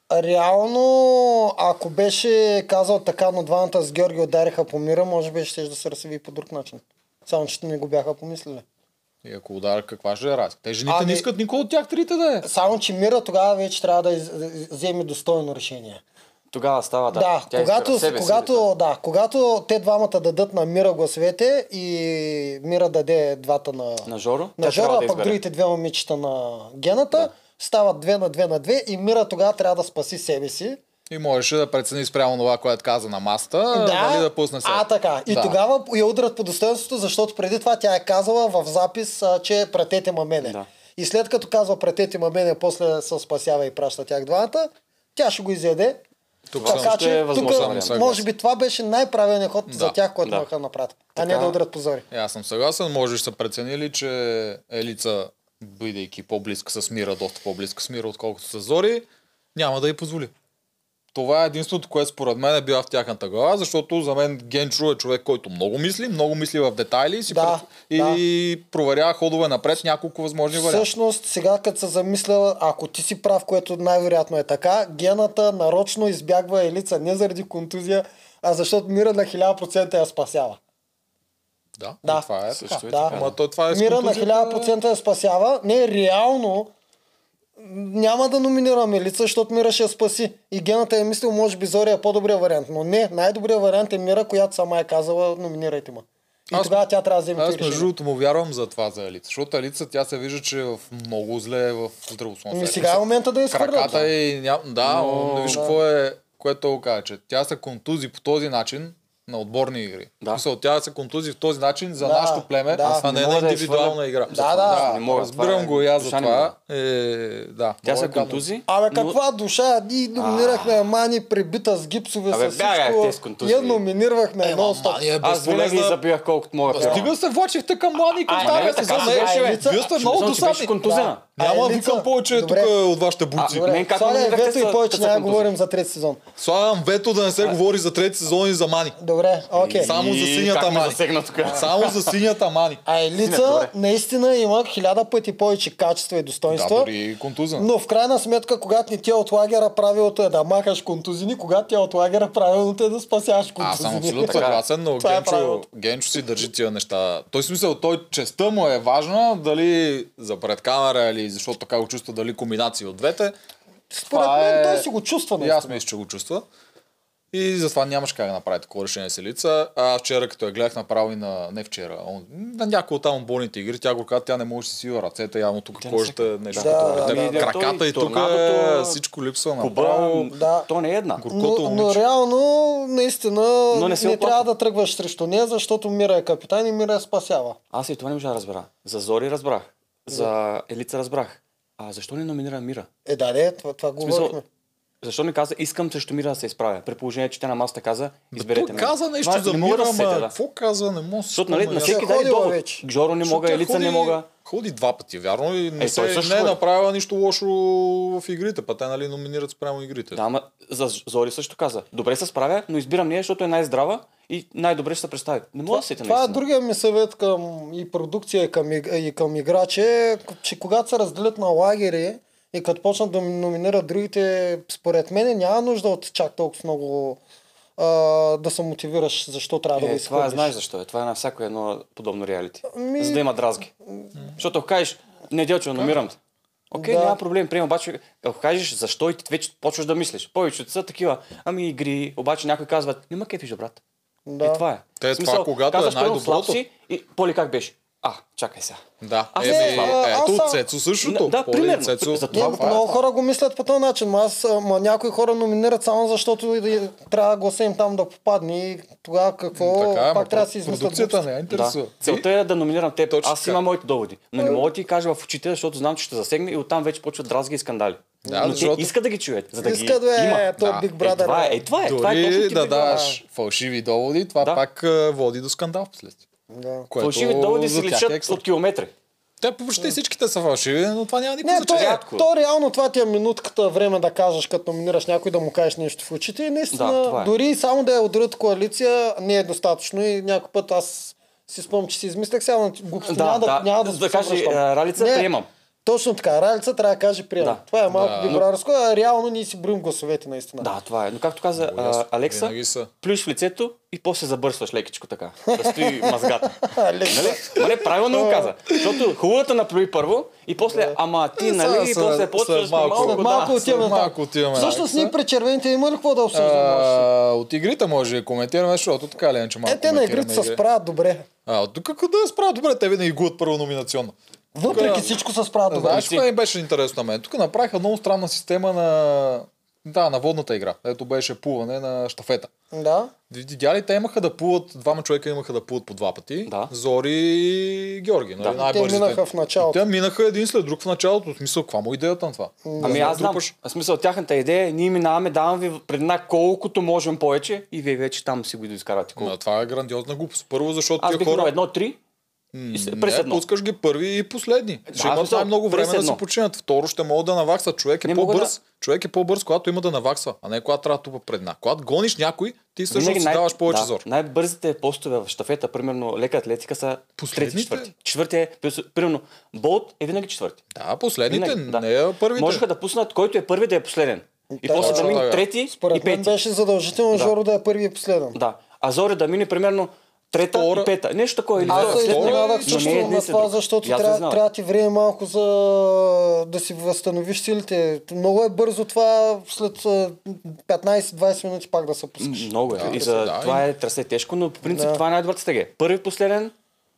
Speaker 1: реално, ако беше казал така, но двамата с Георги удариха по мира, може би ще да се разсеви по друг начин. Само, че не го бяха помислили.
Speaker 2: И ако удара, каква ще е разлика? Ами, Те жените не
Speaker 1: Ами-
Speaker 2: искат никой от тях трите да е.
Speaker 1: Само, че мира тогава вече трябва да из- из- вземе достойно решение.
Speaker 3: Тогава става да.
Speaker 1: Да,
Speaker 3: тя
Speaker 1: когато,
Speaker 3: избира себе си,
Speaker 1: когато, да, когато те двамата дадат на Мира гласовете и Мира даде двата на,
Speaker 3: на Жоро,
Speaker 1: на
Speaker 3: тя
Speaker 1: Жора,
Speaker 3: трябва
Speaker 1: а
Speaker 3: да
Speaker 1: пък
Speaker 3: избере.
Speaker 1: другите две момичета на гената, стават две на две на две и Мира тогава трябва да спаси себе си.
Speaker 2: И можеше да прецени спрямо това, което каза на маста,
Speaker 1: да,
Speaker 2: дали да пусне се.
Speaker 1: а така. И
Speaker 2: Да.
Speaker 1: тогава я удрят по достоинството, защото преди това тя е казала в запис, а, че е пратете ма мене.
Speaker 3: Да.
Speaker 1: И след като казва пратете ма мене, после се спасява и праща тях двамата, тя ще го изяде.
Speaker 2: Тук
Speaker 3: Това
Speaker 1: Така
Speaker 2: съм,
Speaker 3: също
Speaker 1: че
Speaker 3: е
Speaker 1: тук,
Speaker 3: възможен вариант.
Speaker 1: може би това беше най-правилният ход
Speaker 2: Да.
Speaker 1: за тях, който
Speaker 3: Да.
Speaker 1: могат да направят. А не
Speaker 3: Така.
Speaker 1: да удрят позори.
Speaker 2: Е, Аз съм съгласен, може би са преценили, че Елица, бидейки по-близка с Мира, доста по-близка с Мира, отколкото с Зори, няма да й позволи. Това е единството, което според мен е била в тяхната глава, защото за мен Генчо е човек, който много мисли, много мисли в детайли и си
Speaker 1: Да,
Speaker 2: пред... и проверява ходове напред няколко възможни варианти.
Speaker 1: Всъщност, сега като се замисля, ако ти си прав, което най-вероятно е така, гената нарочно избягва елица не заради контузия, а защото мира на 1000% я спасява.
Speaker 2: Да,
Speaker 1: Да.
Speaker 2: и това е
Speaker 3: Също
Speaker 2: така.
Speaker 3: е
Speaker 1: Да.
Speaker 3: така.
Speaker 2: Ама то, това е с
Speaker 1: Мира на
Speaker 2: контузията.
Speaker 1: 1000% я спасява. Не, реално няма да номинираме лица, защото Мира ще я спаси. И гената е мислил, може би Зори е по-добрия вариант. Но не, най-добрият вариант е Мира, която сама е казала, номинирайте ме. И
Speaker 2: Аз-
Speaker 1: тогава тя трябва да вземе
Speaker 2: Аз
Speaker 1: ти
Speaker 2: между
Speaker 1: решение.
Speaker 2: другото му вярвам за това за Елица, защото Елица тя се вижда, че е в много зле в здравословно.
Speaker 1: Ми сега е момента да я изхвърлят.
Speaker 2: Краката е... Ня... Да,
Speaker 3: Но-
Speaker 2: но... да виж
Speaker 1: Да.
Speaker 2: какво е, което той го каза, че тя се контузи по този начин на отборни игри.
Speaker 3: Да.
Speaker 2: Да. Мисъл, тя се контузи в този начин за
Speaker 1: Да,
Speaker 2: да, нашето племе,
Speaker 1: да.
Speaker 2: да.
Speaker 1: Аз
Speaker 2: а
Speaker 3: не
Speaker 2: не, на
Speaker 3: мога да я
Speaker 2: индивидуална
Speaker 3: сваля.
Speaker 2: игра.
Speaker 1: Да, да.
Speaker 3: Не мога, това
Speaker 2: разбирам
Speaker 3: е-
Speaker 2: го и аз за
Speaker 3: душа не
Speaker 2: това. Е, да,
Speaker 3: Тя
Speaker 2: много
Speaker 3: се
Speaker 2: е гадно.
Speaker 3: контузи.
Speaker 1: Абе,
Speaker 3: но-
Speaker 1: каква душа? Ние номинирахме Мани, прибита с гипсове,
Speaker 3: Абе,
Speaker 1: с
Speaker 3: бягах
Speaker 1: всичко.
Speaker 3: те с контузии.
Speaker 1: Я номинирахме
Speaker 2: Е, ма,
Speaker 1: нон-стоп.
Speaker 2: Мани е
Speaker 3: Аз винаги
Speaker 2: безполезна.
Speaker 3: забивах колкото мога.
Speaker 2: Ма,
Speaker 3: пера.
Speaker 2: Стига се влачихте към Мани и към
Speaker 3: Ай, ма,
Speaker 1: нали
Speaker 3: не,
Speaker 2: тази
Speaker 3: нали така
Speaker 2: сезон.
Speaker 3: си
Speaker 2: е,
Speaker 3: беше,
Speaker 2: бе.
Speaker 1: бе.
Speaker 2: Вие сте
Speaker 1: Ще
Speaker 2: много
Speaker 3: знам, че беше
Speaker 2: досадни.
Speaker 3: контузена.
Speaker 2: Няма
Speaker 1: Е,
Speaker 2: да
Speaker 1: лица.
Speaker 2: викам повече тук
Speaker 1: Добре.
Speaker 2: от вашите
Speaker 3: А,
Speaker 2: буци.
Speaker 3: добре. Мен как
Speaker 1: Слагай
Speaker 3: номинирахте
Speaker 1: вето и
Speaker 3: са-
Speaker 1: повече
Speaker 3: са
Speaker 1: няма да
Speaker 3: контузии?
Speaker 1: говорим за трети сезон.
Speaker 2: Слагам вето да не се говори за трети сезон и за Мани.
Speaker 1: Добре, окей.
Speaker 2: Само за
Speaker 3: И
Speaker 2: синята
Speaker 3: как ме
Speaker 2: мани.
Speaker 3: засегна тук.
Speaker 2: Само за синята мани.
Speaker 1: А
Speaker 3: Синята,
Speaker 1: елица
Speaker 3: добре.
Speaker 1: наистина има хиляда пъти повече качества и
Speaker 2: Да,
Speaker 1: достоинства.
Speaker 3: е
Speaker 2: дори и контузен.
Speaker 1: но в крайна сметка, когато не ти е от лагера, правилото е да махаш контузини, когато ти е от лагера, правилното е да спасяваш контузини.
Speaker 2: Аз съм абсолютно
Speaker 3: Така е.
Speaker 2: съгласен, но
Speaker 1: Това е
Speaker 2: Генчо,
Speaker 1: правилото.
Speaker 2: Генчо си държи тия неща. Той в смисъл, той честа му е важна, дали за пред камера или защото така го чувства, дали комбинация от двете.
Speaker 1: Според
Speaker 2: Това
Speaker 1: мен
Speaker 2: е-
Speaker 1: той си го чувства.
Speaker 2: И
Speaker 3: е
Speaker 2: аз мисля, че го чувства. И затова нямаш как да направи такова решение с Елица. А вчера, като я гледах направо и на... Не вчера, а он- на някои от там отборните игри, тя го каза, тя не може да си свива ръцете, явно тук
Speaker 3: Тя не
Speaker 2: кожата, нещо.
Speaker 1: Да,
Speaker 2: като
Speaker 1: да,
Speaker 2: при теб.
Speaker 3: да, да.
Speaker 2: Краката и
Speaker 3: Той-
Speaker 2: тук
Speaker 3: торнадото,
Speaker 2: е- всичко липсва
Speaker 3: Куба,
Speaker 2: направо.
Speaker 1: да.
Speaker 3: то не е една.
Speaker 2: Горкото
Speaker 1: Но, но
Speaker 2: момиче.
Speaker 1: реално, наистина,
Speaker 3: Но
Speaker 1: не,
Speaker 3: не се
Speaker 1: не
Speaker 3: оплаква.
Speaker 1: трябва да тръгваш срещу нея, защото Мира е капитан и Мира я спасява.
Speaker 3: Аз и това не можа да разбера. За Зори разбрах. За Елица разбрах. А защо не номинира Мира?
Speaker 1: Е, да, не, това, това го
Speaker 3: В смисъл,
Speaker 1: говорихме.
Speaker 3: Защо не каза, искам срещу Мира да се изправя? При положение, че тя на масата каза, изберете
Speaker 2: Той
Speaker 3: ме.
Speaker 2: каза нещо
Speaker 3: Това
Speaker 2: за
Speaker 3: не мога
Speaker 2: мира,
Speaker 3: да
Speaker 2: да
Speaker 3: се сетя, да.
Speaker 2: какво каза, не мога да се
Speaker 3: Защото нали,
Speaker 2: спомня.
Speaker 3: на всеки
Speaker 1: Тя
Speaker 3: даде
Speaker 1: ходила
Speaker 3: довод.
Speaker 1: вече.
Speaker 3: Жоро не
Speaker 2: Защото
Speaker 3: мога,
Speaker 2: е тя
Speaker 3: Елица не
Speaker 2: ходи-
Speaker 3: мога.
Speaker 2: Ходи два пъти, вярно, и не,
Speaker 3: Е, той
Speaker 2: се,
Speaker 3: също
Speaker 2: не е
Speaker 3: ходи.
Speaker 2: направила нищо лошо в игрите, па те нали номинират спрямо игрите.
Speaker 3: Да, ама за Зори също каза. Добре се справя, но избирам нея, защото е най-здрава и най-добре ще се представи. Не мога да се сетя
Speaker 1: Това е
Speaker 3: наистина.
Speaker 1: другия ми съвет към и продукция, и към, иг- и към играчи, е, че когато се разделят на лагери и като почнат да номинират другите, според мен няма нужда от чак толкова много а, да се мотивираш, защо трябва да го
Speaker 3: Е, това е,
Speaker 1: изхвърлиш.
Speaker 3: знаеш защо е. Това е на всяко едно подобно реалити.
Speaker 1: Ми-
Speaker 3: За да има дразги. Защото ако кажеш, не делче, намирам те. Окей,
Speaker 1: Да.
Speaker 3: няма проблем, приема, обаче ако кажеш защо и ти вече почваш да мислиш. Повечето са такива, ами игри, обаче някой казват, не ма кефиш, брат.
Speaker 1: Да.
Speaker 3: Е, това е.
Speaker 2: Те,
Speaker 3: В
Speaker 2: това, когато е
Speaker 3: казваш, първо,
Speaker 2: най-доброто.
Speaker 3: слаб си и поли как беше? А, чакай сега.
Speaker 2: да.
Speaker 3: Аз
Speaker 2: Еми,
Speaker 3: не знам.
Speaker 1: Аз
Speaker 2: ето
Speaker 1: съм-
Speaker 2: Цецо същото.
Speaker 3: Не, да,
Speaker 2: Поли,
Speaker 3: примерно.
Speaker 2: Цецо,
Speaker 3: За
Speaker 1: Е,
Speaker 3: това го правят.
Speaker 1: много хора го мислят по този начин, но аз, ма, някои хора номинират само защото и- и трябва гласа им там да попадне и тогава какво,
Speaker 2: така, е, ма,
Speaker 1: пак трябва да си измислят
Speaker 2: продукцията
Speaker 1: глупости.
Speaker 2: не я
Speaker 3: Да.
Speaker 2: интересува.
Speaker 3: Целта е да номинирам теб.
Speaker 2: Точно
Speaker 3: Аз
Speaker 2: така.
Speaker 3: имам моите доводи. Но не мога да ти кажа в очите, защото знам, че ще засегне и оттам вече почват дразги и скандали.
Speaker 2: Да,
Speaker 3: но
Speaker 2: защото-
Speaker 3: те искат да ги чуят, за да
Speaker 1: Иска
Speaker 3: ги има.
Speaker 1: да е, той
Speaker 2: Да.
Speaker 1: Big
Speaker 3: Е, това е,
Speaker 1: Brother.
Speaker 3: е, това е, това е точно
Speaker 2: Дори
Speaker 3: ти
Speaker 2: да
Speaker 3: бих дала.
Speaker 2: даш фалшиви доводи, това
Speaker 3: Да.
Speaker 2: пак а, води до скандал впоследствие.
Speaker 1: Да.
Speaker 2: което
Speaker 3: Фалшиви доводи
Speaker 2: за
Speaker 3: се
Speaker 2: тях е
Speaker 3: личат
Speaker 2: експерт.
Speaker 3: от километри.
Speaker 2: Те почти всичките са фалшиви, но това няма никакво
Speaker 1: Не, то,
Speaker 2: значение.
Speaker 1: е,
Speaker 3: рядко е.
Speaker 1: то реално това ти е минутката време да кажеш, като номинираш някой да му кажеш нещо в очите. И наистина,
Speaker 3: Да,
Speaker 1: да,
Speaker 3: това
Speaker 1: е.
Speaker 3: е.
Speaker 1: дори и само да е от другата коалиция, не е достатъчно. И някой път аз си спомням, че си измислях, сега на глупости
Speaker 3: Да,
Speaker 1: няма да,
Speaker 3: да.
Speaker 1: няма да,
Speaker 3: За да
Speaker 1: се
Speaker 3: каже,
Speaker 1: връщам.
Speaker 3: а, Ралица,
Speaker 1: Не,
Speaker 3: приемам.
Speaker 1: Точно така, Ралица трябва да каже приемам.
Speaker 3: Да.
Speaker 1: Това е малко
Speaker 2: Да.
Speaker 1: да. бибрарско, а реално ние си броим гласовете наистина.
Speaker 3: Да, това е. Но както каза
Speaker 2: Много ясно.
Speaker 3: а, Алекса,
Speaker 2: Винаги са.
Speaker 3: плюш в лицето и после забърсваш лекичко така. Да стои мазгата.
Speaker 1: Алекса.
Speaker 3: нали? Ма не, правилно го каза. Защото хубавата наплюи първо и после, ама ти,
Speaker 2: Е,
Speaker 3: нали,
Speaker 2: сега
Speaker 3: и
Speaker 2: след-
Speaker 3: после
Speaker 2: след
Speaker 3: почваш
Speaker 2: малко.
Speaker 3: малко.
Speaker 1: След
Speaker 3: да.
Speaker 1: малко отиваме.
Speaker 2: след
Speaker 1: там.
Speaker 2: малко отиваме на
Speaker 1: Всъщност
Speaker 2: Алекса.
Speaker 1: ние при червените има ли какво да обсъждаме? още?
Speaker 2: А, от игрите може да коментираме, защото така ли е, че малко
Speaker 1: Е, те на
Speaker 2: коментираме
Speaker 1: игрите се
Speaker 2: игри.
Speaker 1: справят добре.
Speaker 2: А, от тук къде да справят добре, те винаги губят първо номинационно.
Speaker 1: Въпреки всичко се справят добре.
Speaker 2: Знаеш, кое ми беше интересно на мен? Тук направиха много странна система на... Да, на водната игра. Ето беше плуване на щафета.
Speaker 1: Да.
Speaker 2: Видя ли, те имаха да плуват, двама човека имаха да плуват по два пъти.
Speaker 3: Да.
Speaker 2: Зори и Георги. Нали?
Speaker 1: Те
Speaker 2: най-бързите.
Speaker 1: минаха в началото.
Speaker 2: И Те минаха един след друг в началото. В смисъл, каква му е идеята на това?
Speaker 3: Ами аз знам.
Speaker 2: Трупаш.
Speaker 3: В смисъл, тяхната идея е, ние минаваме, давам ви предна колкото можем повече и вие вече там си го доизкарате.
Speaker 2: Ма,
Speaker 3: колкото.
Speaker 2: това е грандиозна глупост. Първо, защото
Speaker 3: Аз
Speaker 2: тия
Speaker 3: бих
Speaker 2: хора...
Speaker 3: минал едно-три и се- през
Speaker 2: не,
Speaker 3: едно.
Speaker 2: пускаш ги първи и последни.
Speaker 3: Да,
Speaker 2: ще имат
Speaker 3: смисъл,
Speaker 2: най-много
Speaker 3: през
Speaker 2: време да
Speaker 3: едно.
Speaker 2: се починят. Второ, ще могат да наваксат. Човек е
Speaker 3: Не мога
Speaker 2: по-бърз.
Speaker 3: да-
Speaker 2: Човек е по-бърз, когато има да наваксва, а не когато трябва да тупа предна. Когато гониш някой, ти също
Speaker 3: Винаги
Speaker 2: си
Speaker 3: най-
Speaker 2: даваш повече
Speaker 3: да,
Speaker 2: зор.
Speaker 3: Най-бързите постове в щафета, примерно лека атлетика, са
Speaker 2: Последните?
Speaker 3: трети, четвърти. Четвърти е, плюс- примерно, болт е винаги четвърти.
Speaker 2: Да, последните,
Speaker 3: Винаги, да.
Speaker 2: не е първите.
Speaker 3: Можеха да пуснат, който е първи да е последен. И
Speaker 1: Да,
Speaker 3: после да
Speaker 2: точно
Speaker 3: мине
Speaker 2: така.
Speaker 3: трети
Speaker 1: Според
Speaker 3: и
Speaker 1: мен
Speaker 3: пети.
Speaker 1: беше задължително
Speaker 3: Да.
Speaker 1: Жоро да е първи и последен.
Speaker 3: Да. А Зори да мине примерно трета
Speaker 2: Втора.
Speaker 3: и пета. Нещо такова. Или
Speaker 1: Аз
Speaker 3: втора,
Speaker 1: се
Speaker 3: след него.
Speaker 2: изненадах
Speaker 3: Но
Speaker 1: изненадах
Speaker 3: не е
Speaker 1: чувствам
Speaker 3: един
Speaker 1: на
Speaker 3: след
Speaker 1: това,
Speaker 3: друг.
Speaker 1: защото
Speaker 3: И аз не
Speaker 1: трябва,
Speaker 3: знам.
Speaker 1: трябва ти време малко за да си възстановиш силите. Много е бързо това след а, 15-20 минути пак да се пускаш.
Speaker 3: Много е.
Speaker 2: Да,
Speaker 3: и за
Speaker 2: да,
Speaker 3: това е трасе тежко, но по принцип
Speaker 1: Да.
Speaker 3: това е най-добрата стега. Първи последен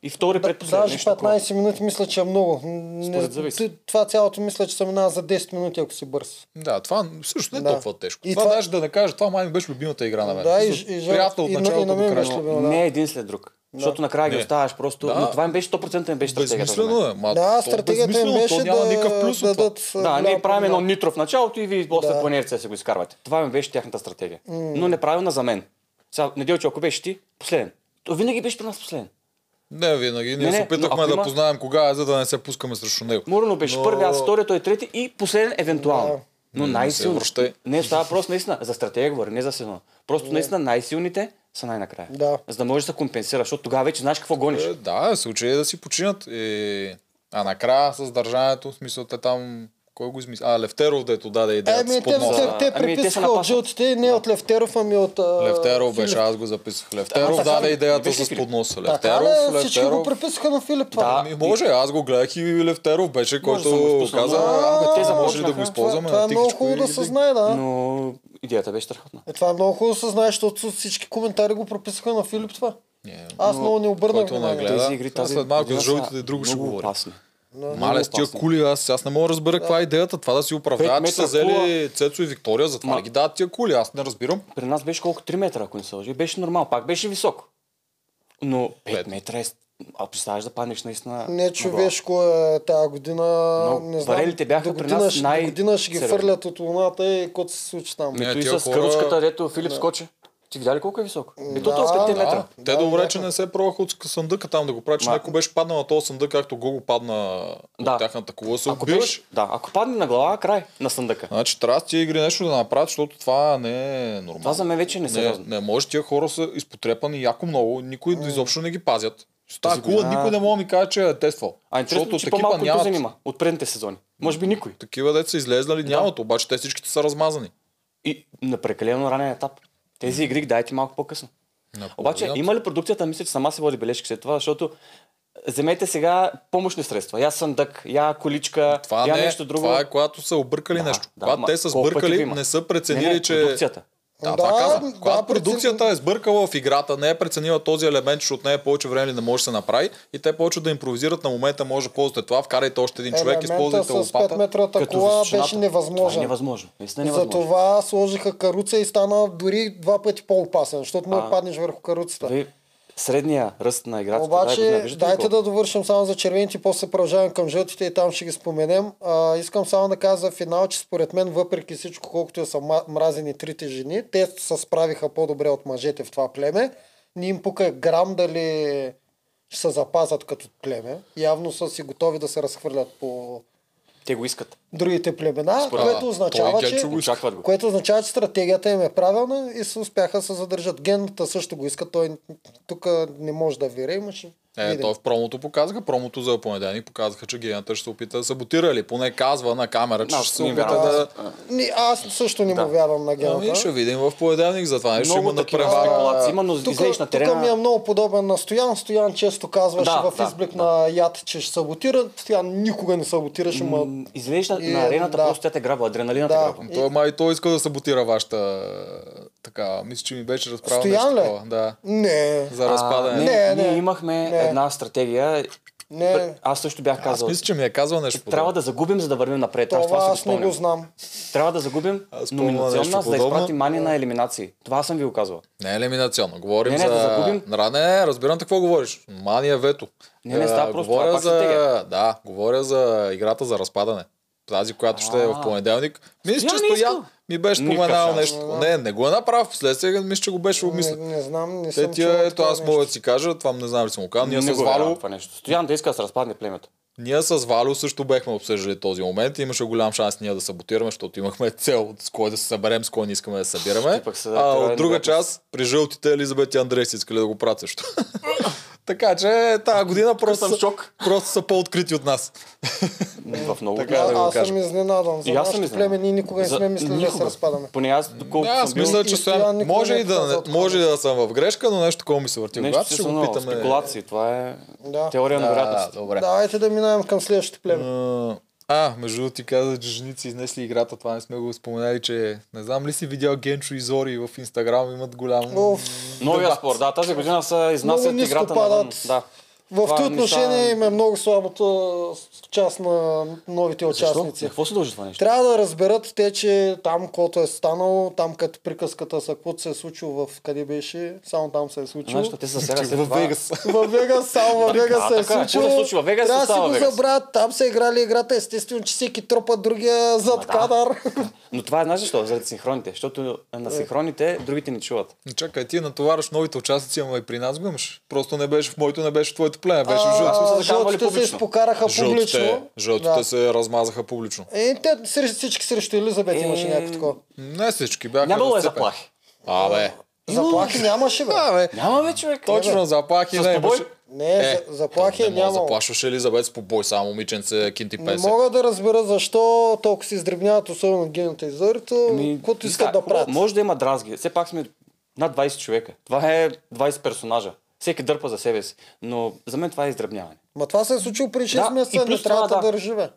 Speaker 3: и втори предпоследен.
Speaker 1: Даже
Speaker 3: Е, нещо такова.
Speaker 1: 15 минути мисля, че е много. Не-
Speaker 3: Според зависи.
Speaker 1: т- Това цялото мисля, че се минава за 10 минути, ако си бърз.
Speaker 2: Да, това също не е
Speaker 1: Да.
Speaker 2: толкова тежко.
Speaker 1: И
Speaker 2: това,
Speaker 1: това-
Speaker 2: даже да не кажа, това май ми беше любимата игра на мен.
Speaker 1: Да, и-
Speaker 2: Смисъл,
Speaker 1: и-
Speaker 2: приятна от
Speaker 1: и на- и
Speaker 2: началото
Speaker 1: на мен
Speaker 2: до
Speaker 1: ми
Speaker 2: края.
Speaker 1: беше. Любима, да.
Speaker 3: Не е един след друг. Защото накрая ги
Speaker 2: Не.
Speaker 3: оставаш просто.
Speaker 2: Да.
Speaker 3: Но това им беше 100% им беше стратегията. за мен.
Speaker 2: Безмислено е. Ма,
Speaker 1: Да,
Speaker 2: то
Speaker 1: стратегията им
Speaker 2: безмислено, то
Speaker 1: беше
Speaker 2: няма никакъв
Speaker 1: да
Speaker 2: плюс от това.
Speaker 1: дадат... а,
Speaker 3: Да, ние
Speaker 1: голяма
Speaker 3: правим едно
Speaker 1: победа.
Speaker 3: нитро в началото и вие после
Speaker 1: Да.
Speaker 3: по инерция се го изкарвате. Това ми беше тяхната стратегия. Но неправилна за мен. Сега, Неделчо, ако беше ти, последен. То винаги беше при нас последен.
Speaker 2: Не, винаги. Ние
Speaker 3: Не, не,
Speaker 2: се
Speaker 3: но
Speaker 2: опитахме
Speaker 3: ако
Speaker 2: да
Speaker 3: има-
Speaker 2: познаем кога е, за да не се пускаме срещу него.
Speaker 3: Мурно беше
Speaker 2: Но-
Speaker 3: първи, аз втори, той трети и последен евентуално.
Speaker 1: Да.
Speaker 3: Но най-силно.
Speaker 2: се връщай.
Speaker 3: Не, става просто наистина. За стратегия говоря, не за сезона. Просто наистина най-силните са най-накрая.
Speaker 1: Да.
Speaker 3: За да можеш да се компенсираш, защото тогава вече знаеш какво гониш.
Speaker 2: Е, да, случай е да си починат. Е, а накрая с държането, в смисъл те там... Кой го измисли? А, Левтеров, дето даде идеята
Speaker 1: Еми,
Speaker 2: с
Speaker 1: те,
Speaker 2: подноса.
Speaker 1: те, те
Speaker 3: Ами, те се
Speaker 1: приписаха от
Speaker 3: напасват.
Speaker 1: жълтите, не от Левтеров, ами от... а,
Speaker 2: Левтеров
Speaker 1: Филип.
Speaker 2: беше, аз го записах.
Speaker 3: Ама
Speaker 2: Левтеров
Speaker 3: така
Speaker 2: даде
Speaker 3: ли?
Speaker 2: идеята
Speaker 3: Беше
Speaker 2: с
Speaker 3: Филип?
Speaker 2: подноса.
Speaker 1: Така
Speaker 2: Левтеров,
Speaker 1: ли? Всички го
Speaker 2: Левтеров.
Speaker 1: приписаха на Филип това.
Speaker 3: Да,
Speaker 2: Ами, може, аз го гледах и Левтеров беше,
Speaker 3: да съм го
Speaker 2: който
Speaker 3: спуснал.
Speaker 2: каза,
Speaker 3: А,
Speaker 2: а,
Speaker 3: те
Speaker 2: те може ли
Speaker 3: започнаха.
Speaker 2: да го използваме
Speaker 1: това, това
Speaker 2: на
Speaker 1: е много
Speaker 2: тихичко
Speaker 1: хубаво
Speaker 2: и
Speaker 1: да се знае, да.
Speaker 3: Но идеята беше страхотна.
Speaker 1: Е, това е много хубаво да се знае, защото всички коментари го приписаха на Филип това.
Speaker 2: Не,
Speaker 1: Аз много не обърнах
Speaker 2: който не
Speaker 1: внимание.
Speaker 2: гледа,
Speaker 3: Тези игри
Speaker 2: сега
Speaker 3: тази
Speaker 2: след малко
Speaker 3: година
Speaker 2: за жълтите
Speaker 3: са
Speaker 2: друго ще
Speaker 3: много
Speaker 2: говорим.
Speaker 3: опасни.
Speaker 2: Мале, с тия
Speaker 3: опасно.
Speaker 2: кули, аз, аз не мога да разбера каква е идеята. Това да си
Speaker 3: Пет
Speaker 2: оправдава, че
Speaker 3: метра
Speaker 2: са взели
Speaker 3: кула.
Speaker 2: Цецо и Виктория, затова
Speaker 3: Ма-
Speaker 2: ли ги дадат тия кули. Аз не разбирам.
Speaker 3: При нас беше колко 3 метра, ако не се лъжи. Беше нормално, пак беше високо. Но 5
Speaker 2: Пет.
Speaker 3: метра е... А представяш да паднеш наистина...
Speaker 1: Не човешко е тази година.
Speaker 3: Но
Speaker 1: не знам,
Speaker 3: барелите бяха
Speaker 1: до
Speaker 3: при
Speaker 1: година
Speaker 3: нас
Speaker 1: ще-
Speaker 3: най-
Speaker 1: До година ще ги
Speaker 3: сериозни.
Speaker 1: фърлят от луната и каквото се случи там.
Speaker 2: Не,
Speaker 3: Не, и
Speaker 2: тия
Speaker 3: с
Speaker 2: хора-
Speaker 3: кръвчката, дето Филип скочи. Ти видя ли колко е високо? И то
Speaker 1: Да,
Speaker 3: толкова 5
Speaker 1: да.
Speaker 3: метра.
Speaker 2: А, те
Speaker 1: Да,
Speaker 2: добре,
Speaker 1: бяха.
Speaker 2: че не се пробваха от съндъка там да го правят, че
Speaker 3: Ма-
Speaker 2: някой беше паднал на този съндък, както Гого падна
Speaker 3: Да.
Speaker 2: от тяхната кола. Се
Speaker 3: Ако
Speaker 2: убиваш.
Speaker 3: беше, да, ако падне на глава, край на съндъка.
Speaker 2: Значи трябва с тия игри нещо да направят, защото това не е нормално.
Speaker 3: Това за мен вече е
Speaker 2: не,
Speaker 3: несериозно.
Speaker 2: не може, тия хора са изпотрепани яко много, никой изобщо не ги пазят. С тази
Speaker 3: Тази
Speaker 2: кула
Speaker 3: година-
Speaker 2: никой не може да ми каже, че е тествал.
Speaker 3: А интересно, че
Speaker 2: такива
Speaker 3: по-малко нямат...
Speaker 2: нямат.
Speaker 3: занима от предните сезони. Може би никой.
Speaker 2: Такива деца са излезнали нямат, обаче те всичките са размазани.
Speaker 3: И на прекалено ранен етап. Тези игри ги дайте малко по-късно. Обаче,
Speaker 2: Наполовината.
Speaker 3: има ли продукцията, мисля, че сама си води бележки след това, защото вземете сега помощни средства. Я съндък, я количка,
Speaker 2: Това,
Speaker 3: я
Speaker 2: не, е-
Speaker 3: нещо друго.
Speaker 2: това е когато са объркали нещо.
Speaker 3: да,
Speaker 2: когато
Speaker 3: ма,
Speaker 2: те са
Speaker 3: колко пъти го
Speaker 2: сбъркали,
Speaker 3: има?
Speaker 2: не са преценили,
Speaker 3: Не, не,
Speaker 2: че...
Speaker 3: продукцията.
Speaker 2: Да,
Speaker 1: Да,
Speaker 2: това казвам.
Speaker 1: да,
Speaker 2: Когато
Speaker 1: прецен-
Speaker 2: продукцията е сбъркала в играта, не е преценила този елемент, че от нея повече време ли не може да се направи и те почват да импровизират на момента, може да ползвате това, вкарайте още един човек,
Speaker 1: Елемента
Speaker 2: използвайте
Speaker 1: с 5
Speaker 2: лопата.
Speaker 1: метрата кола
Speaker 3: височината.
Speaker 1: беше
Speaker 3: Това е
Speaker 1: невъзможен.
Speaker 3: невъзможно. Наистина е невъзможно.
Speaker 1: Затова сложиха каруца и стана дори два пъти по-опасен, защото му
Speaker 3: А.
Speaker 1: паднеш върху каруцата.
Speaker 3: Вие средния ръст на играта.
Speaker 1: Обаче,
Speaker 3: виждате ли
Speaker 1: дайте
Speaker 3: колко?
Speaker 1: да довършим само за червените, после продължавам към жълтите и там ще ги споменем. А, искам само да кажа за финал, че според мен, въпреки всичко, колкото са ма- мразени трите жени, те се справиха по-добре от мъжете в това племе. Ни им пука грам дали ще се запазят като племе. Явно са си готови да се разхвърлят по
Speaker 3: Те го искат.
Speaker 1: другите племена,
Speaker 2: Според- А,
Speaker 1: което
Speaker 2: той
Speaker 1: означава,
Speaker 2: Гечо
Speaker 1: че...
Speaker 2: го иска.
Speaker 3: е Очакват го.
Speaker 1: Което означава, че стратегията им е правилна и се успяха да се задържат. Гената също го иска, той тук не може да вира, имаше...
Speaker 2: Е, то в промото показаха, промото за понеделник показаха, че гената ще се опита да саботира или поне казва на камера, че
Speaker 3: Но,
Speaker 2: ще се
Speaker 3: не
Speaker 2: опита
Speaker 3: вярвам.
Speaker 2: да...
Speaker 1: Ни, аз също не
Speaker 3: Да.
Speaker 1: му вярвам на гената.
Speaker 2: Ами ще видим в понеделник, затова нещо
Speaker 3: Много
Speaker 2: има
Speaker 3: такива
Speaker 2: надпревара.
Speaker 3: спекулации има, но
Speaker 1: Тука-
Speaker 3: излезеш на
Speaker 1: Тук ми е
Speaker 3: терена.
Speaker 1: много подобен на Стоян. Стоян често казваше
Speaker 3: Да,
Speaker 1: в
Speaker 3: да,
Speaker 1: изблик
Speaker 3: да.
Speaker 1: на яд, че ще саботира. Стоян никога не саботираше, ма...
Speaker 3: м, Излезеш на,
Speaker 1: И,
Speaker 3: на арената,
Speaker 1: Е, да.
Speaker 3: просто тя те грабва, адреналина те
Speaker 1: Да.
Speaker 3: грабва.
Speaker 2: Той май той иска да саботира вашата... Така, мисля, че ми беше разправил
Speaker 1: Стоян
Speaker 2: нещо
Speaker 1: ли?
Speaker 2: такова. Да.
Speaker 1: Не,
Speaker 2: За
Speaker 3: А,
Speaker 2: разпадане.
Speaker 1: Е. не.
Speaker 3: Ние имахме
Speaker 1: не.
Speaker 3: една стратегия.
Speaker 1: не.
Speaker 3: Аз също бях
Speaker 2: Аз
Speaker 3: казал.
Speaker 2: мисля, че ми е казал нещо
Speaker 3: Трябва
Speaker 2: подобно.
Speaker 3: да загубим, за да вървим напред.
Speaker 1: Това,
Speaker 3: аз това си го
Speaker 1: аз не го
Speaker 3: спомням.
Speaker 1: знам.
Speaker 3: Трябва да загубим
Speaker 2: Аз спомням нещо
Speaker 3: номинационна, за да
Speaker 2: подобно.
Speaker 3: изпратим мани на елиминации. Това съм ви го казвал.
Speaker 2: Не е елиминационно. Говорим
Speaker 3: Не, не,
Speaker 2: за...
Speaker 3: да загубим.
Speaker 2: Да, не, не, разбирам те какво говориш. Мания вето.
Speaker 3: Не, не,
Speaker 2: Е,
Speaker 3: става просто, това
Speaker 2: говоря
Speaker 3: е пак
Speaker 2: за...
Speaker 3: стратегия.
Speaker 2: Да, говоря за играта за разпадане. Тази, която ще е в
Speaker 3: А.
Speaker 2: понеделник. Мисля, че
Speaker 3: Стоян не
Speaker 2: Стоян
Speaker 3: искал.
Speaker 2: ми беше
Speaker 3: Никакъв
Speaker 2: споменал
Speaker 3: шанс.
Speaker 2: нещо. Не, не го е направил. Вследствие мисля, че го беше
Speaker 1: Не,
Speaker 2: обмислил.
Speaker 1: не знам, не
Speaker 2: Те
Speaker 1: съм чувал
Speaker 2: тия, ето
Speaker 1: такова
Speaker 2: аз
Speaker 1: нещо.
Speaker 2: мога да си кажа, това не знам ли съм го казал. Ние
Speaker 3: не
Speaker 2: с
Speaker 3: го вярвам
Speaker 2: Вало
Speaker 3: това нещо. Стоян да иска да се разпадне племето.
Speaker 2: Ние с Валю също бехме обсъждали този момент. Имаше голям шанс ние да саботираме, защото имахме цел с кой да се съберем, с кой не искаме да се събираме.
Speaker 3: Ти пък се
Speaker 2: а
Speaker 3: трябва да
Speaker 2: от друга
Speaker 3: бяхме с-
Speaker 2: част, при жълтите Елизабет и Андрей си искали да го пратят. Така че тази година просто,
Speaker 3: съм в
Speaker 2: са-
Speaker 3: шок.
Speaker 2: просто са по-открити от нас.
Speaker 3: В много
Speaker 2: Така,
Speaker 3: така, да го
Speaker 1: аз
Speaker 3: кажа.
Speaker 1: съм изненадан. За
Speaker 3: И аз съм
Speaker 1: нашето
Speaker 3: изненадан.
Speaker 1: племе ние никога не
Speaker 3: За-
Speaker 1: сме мислили да се
Speaker 3: никога.
Speaker 1: разпадаме.
Speaker 3: Поне аз, доколкото
Speaker 2: Аз
Speaker 3: съм бил,
Speaker 2: мисля, че
Speaker 1: И
Speaker 2: сега
Speaker 1: Стоян никога
Speaker 2: може
Speaker 1: не е
Speaker 2: и да,
Speaker 1: казал
Speaker 2: не- може и да съм в грешка, но нещо такова ми се върти.
Speaker 3: нещо
Speaker 2: Когато
Speaker 3: си
Speaker 2: ще
Speaker 3: се
Speaker 2: го
Speaker 3: много.
Speaker 2: питаме...
Speaker 3: Спекулации, това е
Speaker 1: Да.
Speaker 3: теория на
Speaker 2: Да,
Speaker 3: вероятност.
Speaker 2: добре.
Speaker 1: Давайте да минаем към следващото племе.
Speaker 2: А, А, между другото ти каза, че женици изнесли играта, това не сме го споменали, че не знам ли си видял Генчо и Зори в Инстаграм имат голям...
Speaker 1: Оф,
Speaker 3: Новия
Speaker 2: дебат.
Speaker 3: спор, да, тази година са
Speaker 1: Много
Speaker 3: изнасят
Speaker 1: ниско
Speaker 3: играта на
Speaker 1: падат.
Speaker 3: Да.
Speaker 1: в
Speaker 3: Това
Speaker 1: това
Speaker 3: не са-
Speaker 1: отношение им е много слабото с- част на новите
Speaker 3: Защо? На
Speaker 1: участници.
Speaker 3: какво се дължи това нещо?
Speaker 1: Трябва да разберат те, че там, което е станало, там като приказката са, каквото се е случило в къде беше, само там се е случило.
Speaker 3: Знаеш, те са сега след
Speaker 2: в
Speaker 3: това.
Speaker 2: Вегас.
Speaker 1: В Вегас, само в Вегас се е
Speaker 3: така е.
Speaker 1: случило.
Speaker 3: Какво се случва? Вегас
Speaker 1: Трябва да си
Speaker 3: остава
Speaker 1: го
Speaker 3: Вегас.
Speaker 1: забравят. Там са играли играта. Естествено, че всеки тропа другия зад
Speaker 3: да.
Speaker 1: кадър.
Speaker 3: Но това е, знаеш защо? Заради синхроните. Защото Е,
Speaker 1: Е.
Speaker 3: на синхроните другите не чуват.
Speaker 2: Чакай, ти натоварваш новите участници, ама и при нас го имаш. Просто не беше в моето, не беше в твоето племе, беше в
Speaker 1: А,
Speaker 2: жълто.
Speaker 3: са закарвали
Speaker 1: Жълтите се
Speaker 3: публично.
Speaker 1: изпокараха
Speaker 2: Жълтите,
Speaker 1: публично.
Speaker 2: жълтите
Speaker 1: Да.
Speaker 2: се размазаха публично.
Speaker 1: Е, те срещу- всички срещу Елизабет
Speaker 3: Е,
Speaker 1: имаше някакво такова.
Speaker 2: Не всички бяха
Speaker 3: Нямало е
Speaker 2: разцепени.
Speaker 3: заплахи.
Speaker 2: Абе.
Speaker 1: Заплахи нямаше, бе. Е,
Speaker 2: Да, бе.
Speaker 3: Няма бе, човек.
Speaker 2: Точно заплахи
Speaker 3: С
Speaker 2: не
Speaker 3: побой?
Speaker 2: имаше.
Speaker 1: Не,
Speaker 2: Е,
Speaker 1: за- заплахи е
Speaker 2: Не мога да
Speaker 1: нямало.
Speaker 2: заплашваш Елизабет с побой, само момиченце, кинти
Speaker 1: Не
Speaker 2: песе.
Speaker 1: мога да разбера защо толкова се издребняват, особено гената и зорито,
Speaker 3: Ами-
Speaker 1: каквото искат да правят.
Speaker 3: Може да има дразги. Все пак сме над 20 човека. Това е 20 персонажа. Всеки дърпа за себе си. Но за мен това е издръбняване.
Speaker 1: Ма това се е случило при 6
Speaker 3: Да, и
Speaker 1: месеца, не
Speaker 3: плюс
Speaker 1: трябва да
Speaker 3: това, да.
Speaker 1: държи, бе.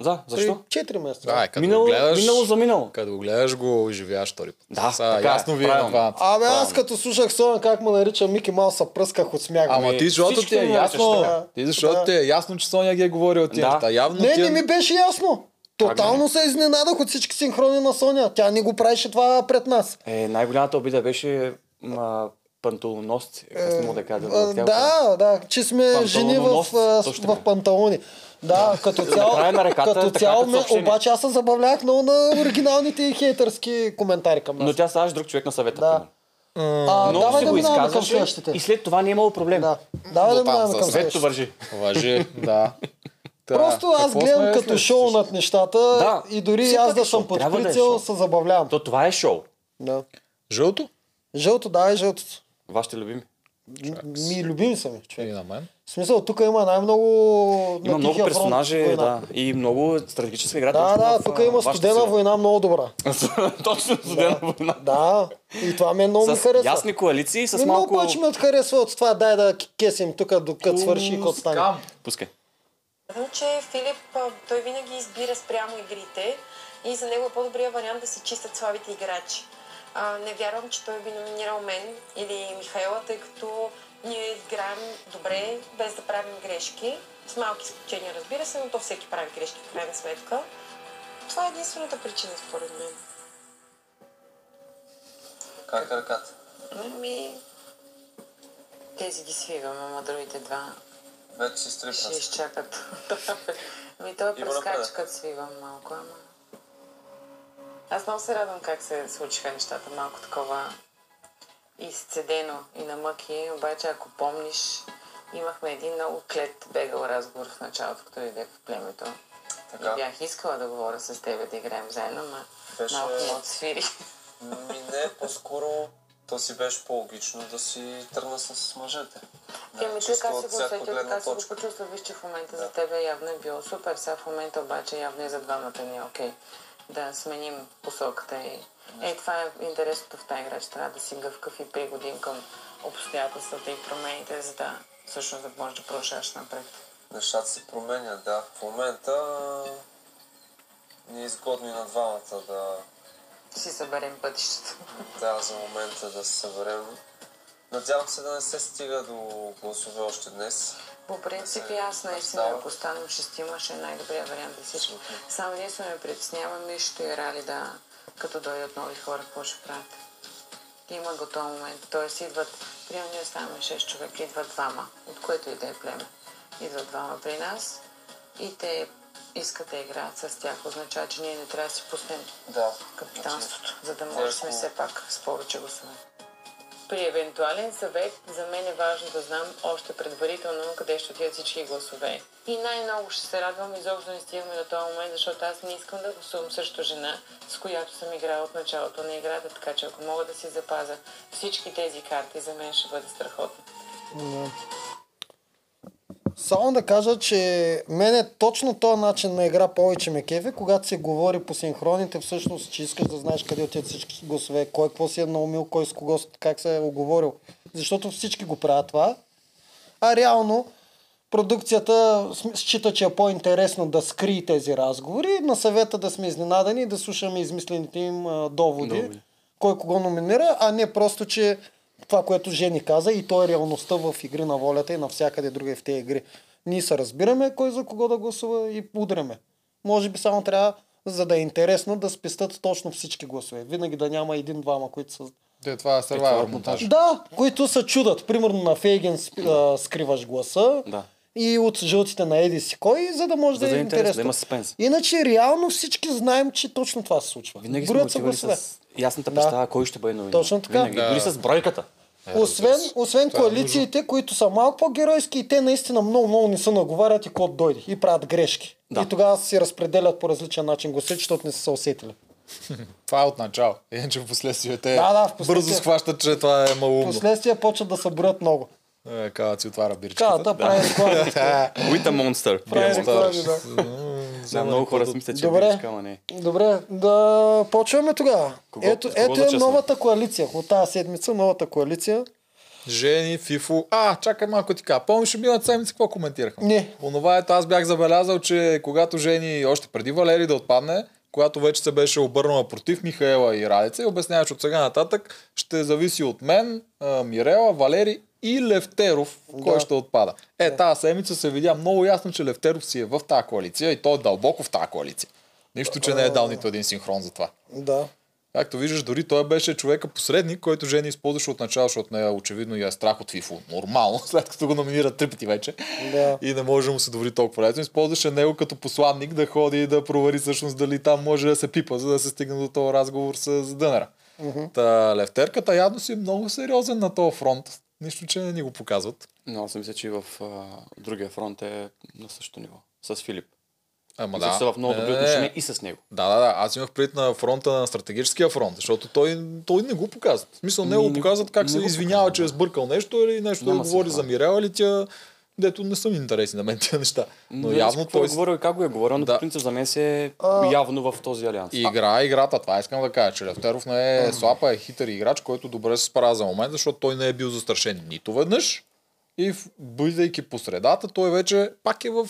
Speaker 3: Да,
Speaker 1: При
Speaker 3: защо?
Speaker 1: 4 месеца.
Speaker 2: Ай, е, като
Speaker 3: Минало,
Speaker 2: го гледаш,
Speaker 3: минало за минало.
Speaker 2: като го гледаш, го изживяваш втори път.
Speaker 3: Да,
Speaker 2: Сега,
Speaker 3: така е,
Speaker 2: ясно ви е на
Speaker 3: правилно.
Speaker 2: двамата.
Speaker 1: Абе, аз като слушах Соня как ме нарича Мики Маус, се пръсках от смях.
Speaker 2: Ама
Speaker 1: бе.
Speaker 2: ти, защото
Speaker 3: всички
Speaker 2: ти е
Speaker 3: ми наричаш
Speaker 2: ясно,
Speaker 1: така.
Speaker 2: ти защото
Speaker 1: Да.
Speaker 2: ти е ясно, че Соня ги е говорила тия
Speaker 3: Да.
Speaker 2: неща. Явно
Speaker 1: Не,
Speaker 2: ти е-
Speaker 1: не ми беше ясно. Тотално се изненадах от всички синхрони на Соня. Тя не го правеше това пред нас.
Speaker 3: Е, най-голямата обида беше ма, панталоносци. Как мога да кажа?
Speaker 1: Е, А,
Speaker 3: тя го каза.
Speaker 1: Да, да, че сме жени в, а,
Speaker 3: Панталононосци, точно
Speaker 1: в
Speaker 3: така.
Speaker 1: панталони. Да, като цяло,
Speaker 3: Накрая на ръката,
Speaker 1: като
Speaker 3: така,
Speaker 1: цяло
Speaker 3: като
Speaker 1: ме,
Speaker 3: съобщение.
Speaker 1: обаче аз се забавлях много на оригиналните и хейтърски коментари към нас.
Speaker 3: Но тя ставаш друг човек на съвета.
Speaker 1: Да.
Speaker 3: примерно.
Speaker 1: а,
Speaker 3: Много
Speaker 1: давай
Speaker 3: си
Speaker 1: да
Speaker 3: го
Speaker 1: минаваме към
Speaker 3: изказваше
Speaker 1: следващите.
Speaker 3: и след това не е имало проблем.
Speaker 1: Да, давай да
Speaker 2: До там
Speaker 1: минаваме
Speaker 2: са
Speaker 1: към
Speaker 2: след
Speaker 3: Светто
Speaker 1: следващите.
Speaker 3: вържи.
Speaker 2: Важи, да. Та,
Speaker 1: Просто аз
Speaker 2: какво
Speaker 1: гледам
Speaker 2: сме
Speaker 1: като
Speaker 2: след-
Speaker 1: шоу над нещата
Speaker 3: Да.
Speaker 1: и дори
Speaker 3: Все
Speaker 1: аз
Speaker 3: пак
Speaker 1: да
Speaker 3: е шоу,
Speaker 1: съм под
Speaker 3: трябва да е
Speaker 1: прицел,
Speaker 3: шоу.
Speaker 1: се забавлявам.
Speaker 3: То това е шоу.
Speaker 1: Да.
Speaker 2: Жълто?
Speaker 1: Жълто, да, е жълто.
Speaker 3: Вашите любими.
Speaker 1: Ми любими са ми,
Speaker 2: И
Speaker 1: човек.
Speaker 2: на мен.
Speaker 1: В смисъл, тук има най-много... на
Speaker 3: Има много
Speaker 1: Тихия фронт
Speaker 3: персонажи,
Speaker 1: война.
Speaker 3: да. И много стратегическа игра.
Speaker 1: Да,
Speaker 3: точно
Speaker 1: да,
Speaker 3: в,
Speaker 1: тук
Speaker 3: а,
Speaker 1: има
Speaker 3: вашата
Speaker 1: студена
Speaker 3: сила.
Speaker 1: война, много добра.
Speaker 3: Точно студена война.
Speaker 1: Да, и това мен много ми
Speaker 3: С
Speaker 1: харесва.
Speaker 3: ясни коалиции и с
Speaker 1: Не много
Speaker 3: малко...
Speaker 1: повече ме харесва от това, дай да кесим тук, докато свърши и кот стане.
Speaker 3: Пускай.
Speaker 6: Вярно, че Филип, а, той винаги избира спрямо игрите и за него е по-добрия вариант да се чистят слабите играчи. А, не вярвам, че той би номинирал мен или Михайла, тъй като ние играем добре, без да правим грешки. С малки изключения, разбира се, но то всеки прави грешки, в крайна сметка. Това е единствената причина, според мен.
Speaker 4: Как е ръката?
Speaker 6: Ами,
Speaker 5: Тези ги свиваме, ама другите два
Speaker 4: Вече си стрипна.
Speaker 5: ще изчакат. Ми той
Speaker 4: Има напред.
Speaker 5: прескача, като свивам малко, ама... Аз много се радвам как се случиха нещата, малко такова изцедено и на мъки, обаче ако помниш, имахме един много клет бегал разговор в началото, като идех в племето.
Speaker 4: Така.
Speaker 5: И бях искала да говоря с теб, да играем заедно, но
Speaker 4: Беше-
Speaker 5: малко му отсвири.
Speaker 4: Ми не, по-скоро то си беше по-логично да си тръгна с мъжете.
Speaker 5: Ти ми ти
Speaker 4: чисто
Speaker 5: така
Speaker 4: от
Speaker 5: си го
Speaker 4: всяка
Speaker 5: усетил,
Speaker 4: гледна
Speaker 5: така си го
Speaker 4: точка.
Speaker 5: почувства. Виж, че в момента за тебе явно е било супер, сега в момента обаче явно и за двамата ни е окей. Да сменим посоката и... Е, това е интересното в тази игра, че трябва да си гъвкав и пригодим към обстоятелствата и промените, за да всъщност да можеш да продължаваш напред.
Speaker 4: Нещата се променят, да. В момента а, ни е изгодно и на двамата да,
Speaker 5: Да Си съберем пътищата.
Speaker 4: да за момента да се съберем. Надявам се да не се стига до гласове още днес.
Speaker 5: По принцип и аз наистина, ако станем шестима, ще е най-добрия вариант за всички. Само единствено ме притеснява Мишто и Рали да, като дойдат нови хора, какво ще правят. Има го този момент. Тоест идват, примерно ние ставаме 6 човека, идват двама, от което и да е племе. Идват двама при нас и те искат да играят с тях. Означава, че ние не трябва да си пуснем
Speaker 4: Да.
Speaker 5: капитанството, за да можем сме все пак с повече гласове. При евентуален съвет за мен е важно да знам още предварително къде ще отидат всички гласове. И най-много ще се радвам изобщо да не стигаме до този момент, защото аз не искам да гласувам срещу жена, с която съм играла от началото на играта, така че ако мога да си запазя всички тези карти, за мен ще бъде страхотно.
Speaker 1: Само да кажа, че мене точно този начин на игра повече ме кефи, когато се говори по синхроните, всъщност, че искаш да знаеш къде отиват всички гласове, кой какво си е наумил, кой с кого, с- как се е оговорил. Защото всички го правят това. А реално, продукцията см- счита, че е по-интересно да скри тези разговори, на съвета да сме изненадани и да слушаме измислените им а, доводи,
Speaker 3: Доводи.
Speaker 1: доводи, кой кого номинира, а не просто, че това, което Жени каза, и то е реалността в игри на волята и навсякъде друга в тези игри. Ние се разбираме кой за кого да гласува и удряме. Може би само трябва, за да е интересно, да спестат точно всички гласове. Винаги да няма един-двама, които са
Speaker 2: Те, това е
Speaker 3: това е
Speaker 2: Survivor монтаж.
Speaker 1: да, които се чудат. Примерно на Фейген сп- а, скриваш гласа
Speaker 3: Да.
Speaker 1: и от жълтите на Еди си кой, за да може
Speaker 3: За
Speaker 1: да, е интересно.
Speaker 3: да има съспенс.
Speaker 1: Иначе реално всички знаем, че точно това се случва.
Speaker 3: Винаги сме
Speaker 1: Броят се
Speaker 3: отивали
Speaker 1: гласове.
Speaker 3: с ясната
Speaker 1: Да.
Speaker 3: представа кой ще бъде новина.
Speaker 1: Точно така.
Speaker 3: Винаги.
Speaker 2: Да.
Speaker 3: Дори с бройката.
Speaker 1: Освен, освен
Speaker 2: Това е
Speaker 1: коалициите, които са малко по-геройски и те наистина много, много не се наговарят и код дойде и правят грешки.
Speaker 3: Да.
Speaker 1: И тогава си разпределят по различен начин гласовете, защото не са се усетили.
Speaker 2: Това е от начало. Иначе в последствие те
Speaker 1: Да, да, в последствие.
Speaker 2: бързо схващат, че това е малумно.
Speaker 1: Последствия почват да се броят много.
Speaker 2: Е, Казват си отваря
Speaker 1: Така,
Speaker 2: бирчката.
Speaker 1: да, прави реклами.
Speaker 3: With a monster.
Speaker 2: е
Speaker 1: прави
Speaker 2: монтаж.
Speaker 1: реклами, да.
Speaker 3: Да, много хора си мислят, че е
Speaker 1: Добре.
Speaker 3: бичка, ама не.
Speaker 1: Добре, да почваме тогава.
Speaker 3: Кого- с
Speaker 1: ето
Speaker 3: кого
Speaker 1: ето е
Speaker 3: зачесваме?
Speaker 1: новата коалиция. От тази седмица новата коалиция.
Speaker 2: Жени, Фифо. А, чакай малко така. Помниш ли миналата седмица какво коментирахме?
Speaker 1: Не.
Speaker 2: Онова ето аз бях забелязал, че когато Жени, още преди Валери да отпадне, когато вече се беше обърнала против Михаела и Радица и обясняваше от сега нататък, ще зависи от мен, а, Мирела, Валери и Левтеров, кой
Speaker 1: Да.
Speaker 2: ще отпада. Е, тази седмица се видя много ясно, че Левтеров си е в тази коалиция и той е дълбоко в тази коалиция. Нищо, че не е дал нито един синхрон за това.
Speaker 1: Да.
Speaker 2: Както виждаш, дори той беше човека посредник, който Жени използваше от начало, защото нея очевидно я е страх от Фифо. Нормално, след като го номинира три пъти вече.
Speaker 1: Да.
Speaker 2: И не може да му се довери толкова лесно. Използваше него като посланник да ходи и да провери всъщност дали там може да се пипа, за да се стигне до този разговор с Дънера. Та лефтерката явно си е много сериозен на този фронт. Нищо, че не ни го показват.
Speaker 3: Но аз мисля, че и в а, другия фронт е на същото ниво. С Филип.
Speaker 2: Ама
Speaker 3: Да. Са в много добри
Speaker 2: Е,
Speaker 3: отношения и с него.
Speaker 2: Да, да, да. Аз имах предвид на фронта на стратегическия фронт, защото той, той не го показва. В смисъл, не
Speaker 3: Ми,
Speaker 2: го
Speaker 3: не-
Speaker 2: показват как
Speaker 3: не
Speaker 2: се
Speaker 3: го
Speaker 2: извинява,
Speaker 3: показва,
Speaker 2: че е
Speaker 3: да.
Speaker 2: сбъркал нещо или нещо да
Speaker 3: Няма
Speaker 2: говори за
Speaker 3: синхрон.
Speaker 2: Мирела или тя, дето не са ми интересни на мен тия неща. Но
Speaker 3: Не,
Speaker 2: явно
Speaker 3: знам какво
Speaker 2: той
Speaker 3: е говорил и как го е говорил, но
Speaker 2: Да.
Speaker 3: по принцип за мен се е явно в този алианс.
Speaker 2: и игра играта. Това искам да кажа, че Левтеров не е слаб, а е хитър играч, който добре се справя за момент, защото той не е бил застрашен нито веднъж. И в- бидейки по средата, той вече пак е в,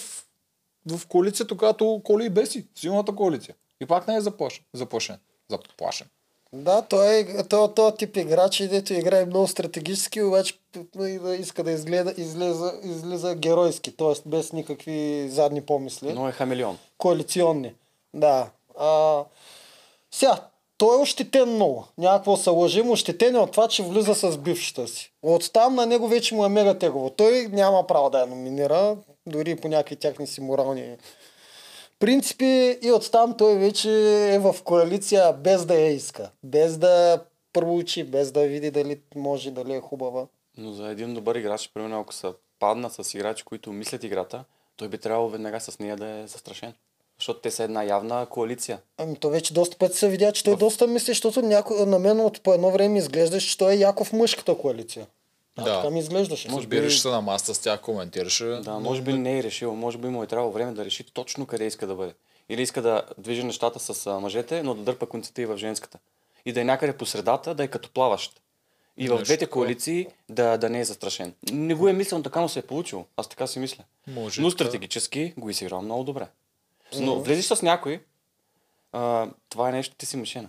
Speaker 2: в коалицията, която коли и беси. Силната коалиция. И пак не е заплашен. Заплашен. заплашен.
Speaker 1: Да, той е той, той тип играч, и дето играе много стратегически, обаче п- и да иска да изгледа, излеза, излиза геройски, т.е. без никакви задни помисли.
Speaker 3: Но е хамелеон.
Speaker 1: коалиционни. Да. А, сега, той е ощетен много. Някакво се лъжим. Ощетен е от това, че влиза с бившата си. От там на него вече му е мега тегово. Той няма право да я номинира, дори и по някакви тяхни си морални принципи. И оттам той вече е в коалиция без да я иска. Без да проучи, без да види дали може, дали е хубава.
Speaker 3: Но за един добър играч, примерно ако са падна с играчи, които мислят играта, той би трябвало веднага с нея да е застрашен. Защото те са една явна коалиция.
Speaker 1: Ами то вече доста пъти се видя, че той доста мисли, защото няко... на мен от по едно време изглеждаше, че той е яко в мъжката коалиция. А,
Speaker 2: Да.
Speaker 1: Така ми изглеждаше.
Speaker 3: Може би-
Speaker 2: Бириш се на маста с тях, коментираше.
Speaker 3: Да, може би не е решил, може би му е трябвало време да реши точно къде иска да бъде. Или иска да движи нещата с а, мъжете, но да дърпа конците и в женската. И да е някъде по средата, да е като плаващ. И в
Speaker 2: Нещо
Speaker 3: двете
Speaker 2: такова.
Speaker 3: коалиции да, да не е застрашен. Не го е мислил, но така му се е получило. Аз така си мисля.
Speaker 2: Може
Speaker 3: но
Speaker 2: така.
Speaker 3: стратегически го изиграл много добре. Но влезеш с някой, а, това е нещо, ти си мишена.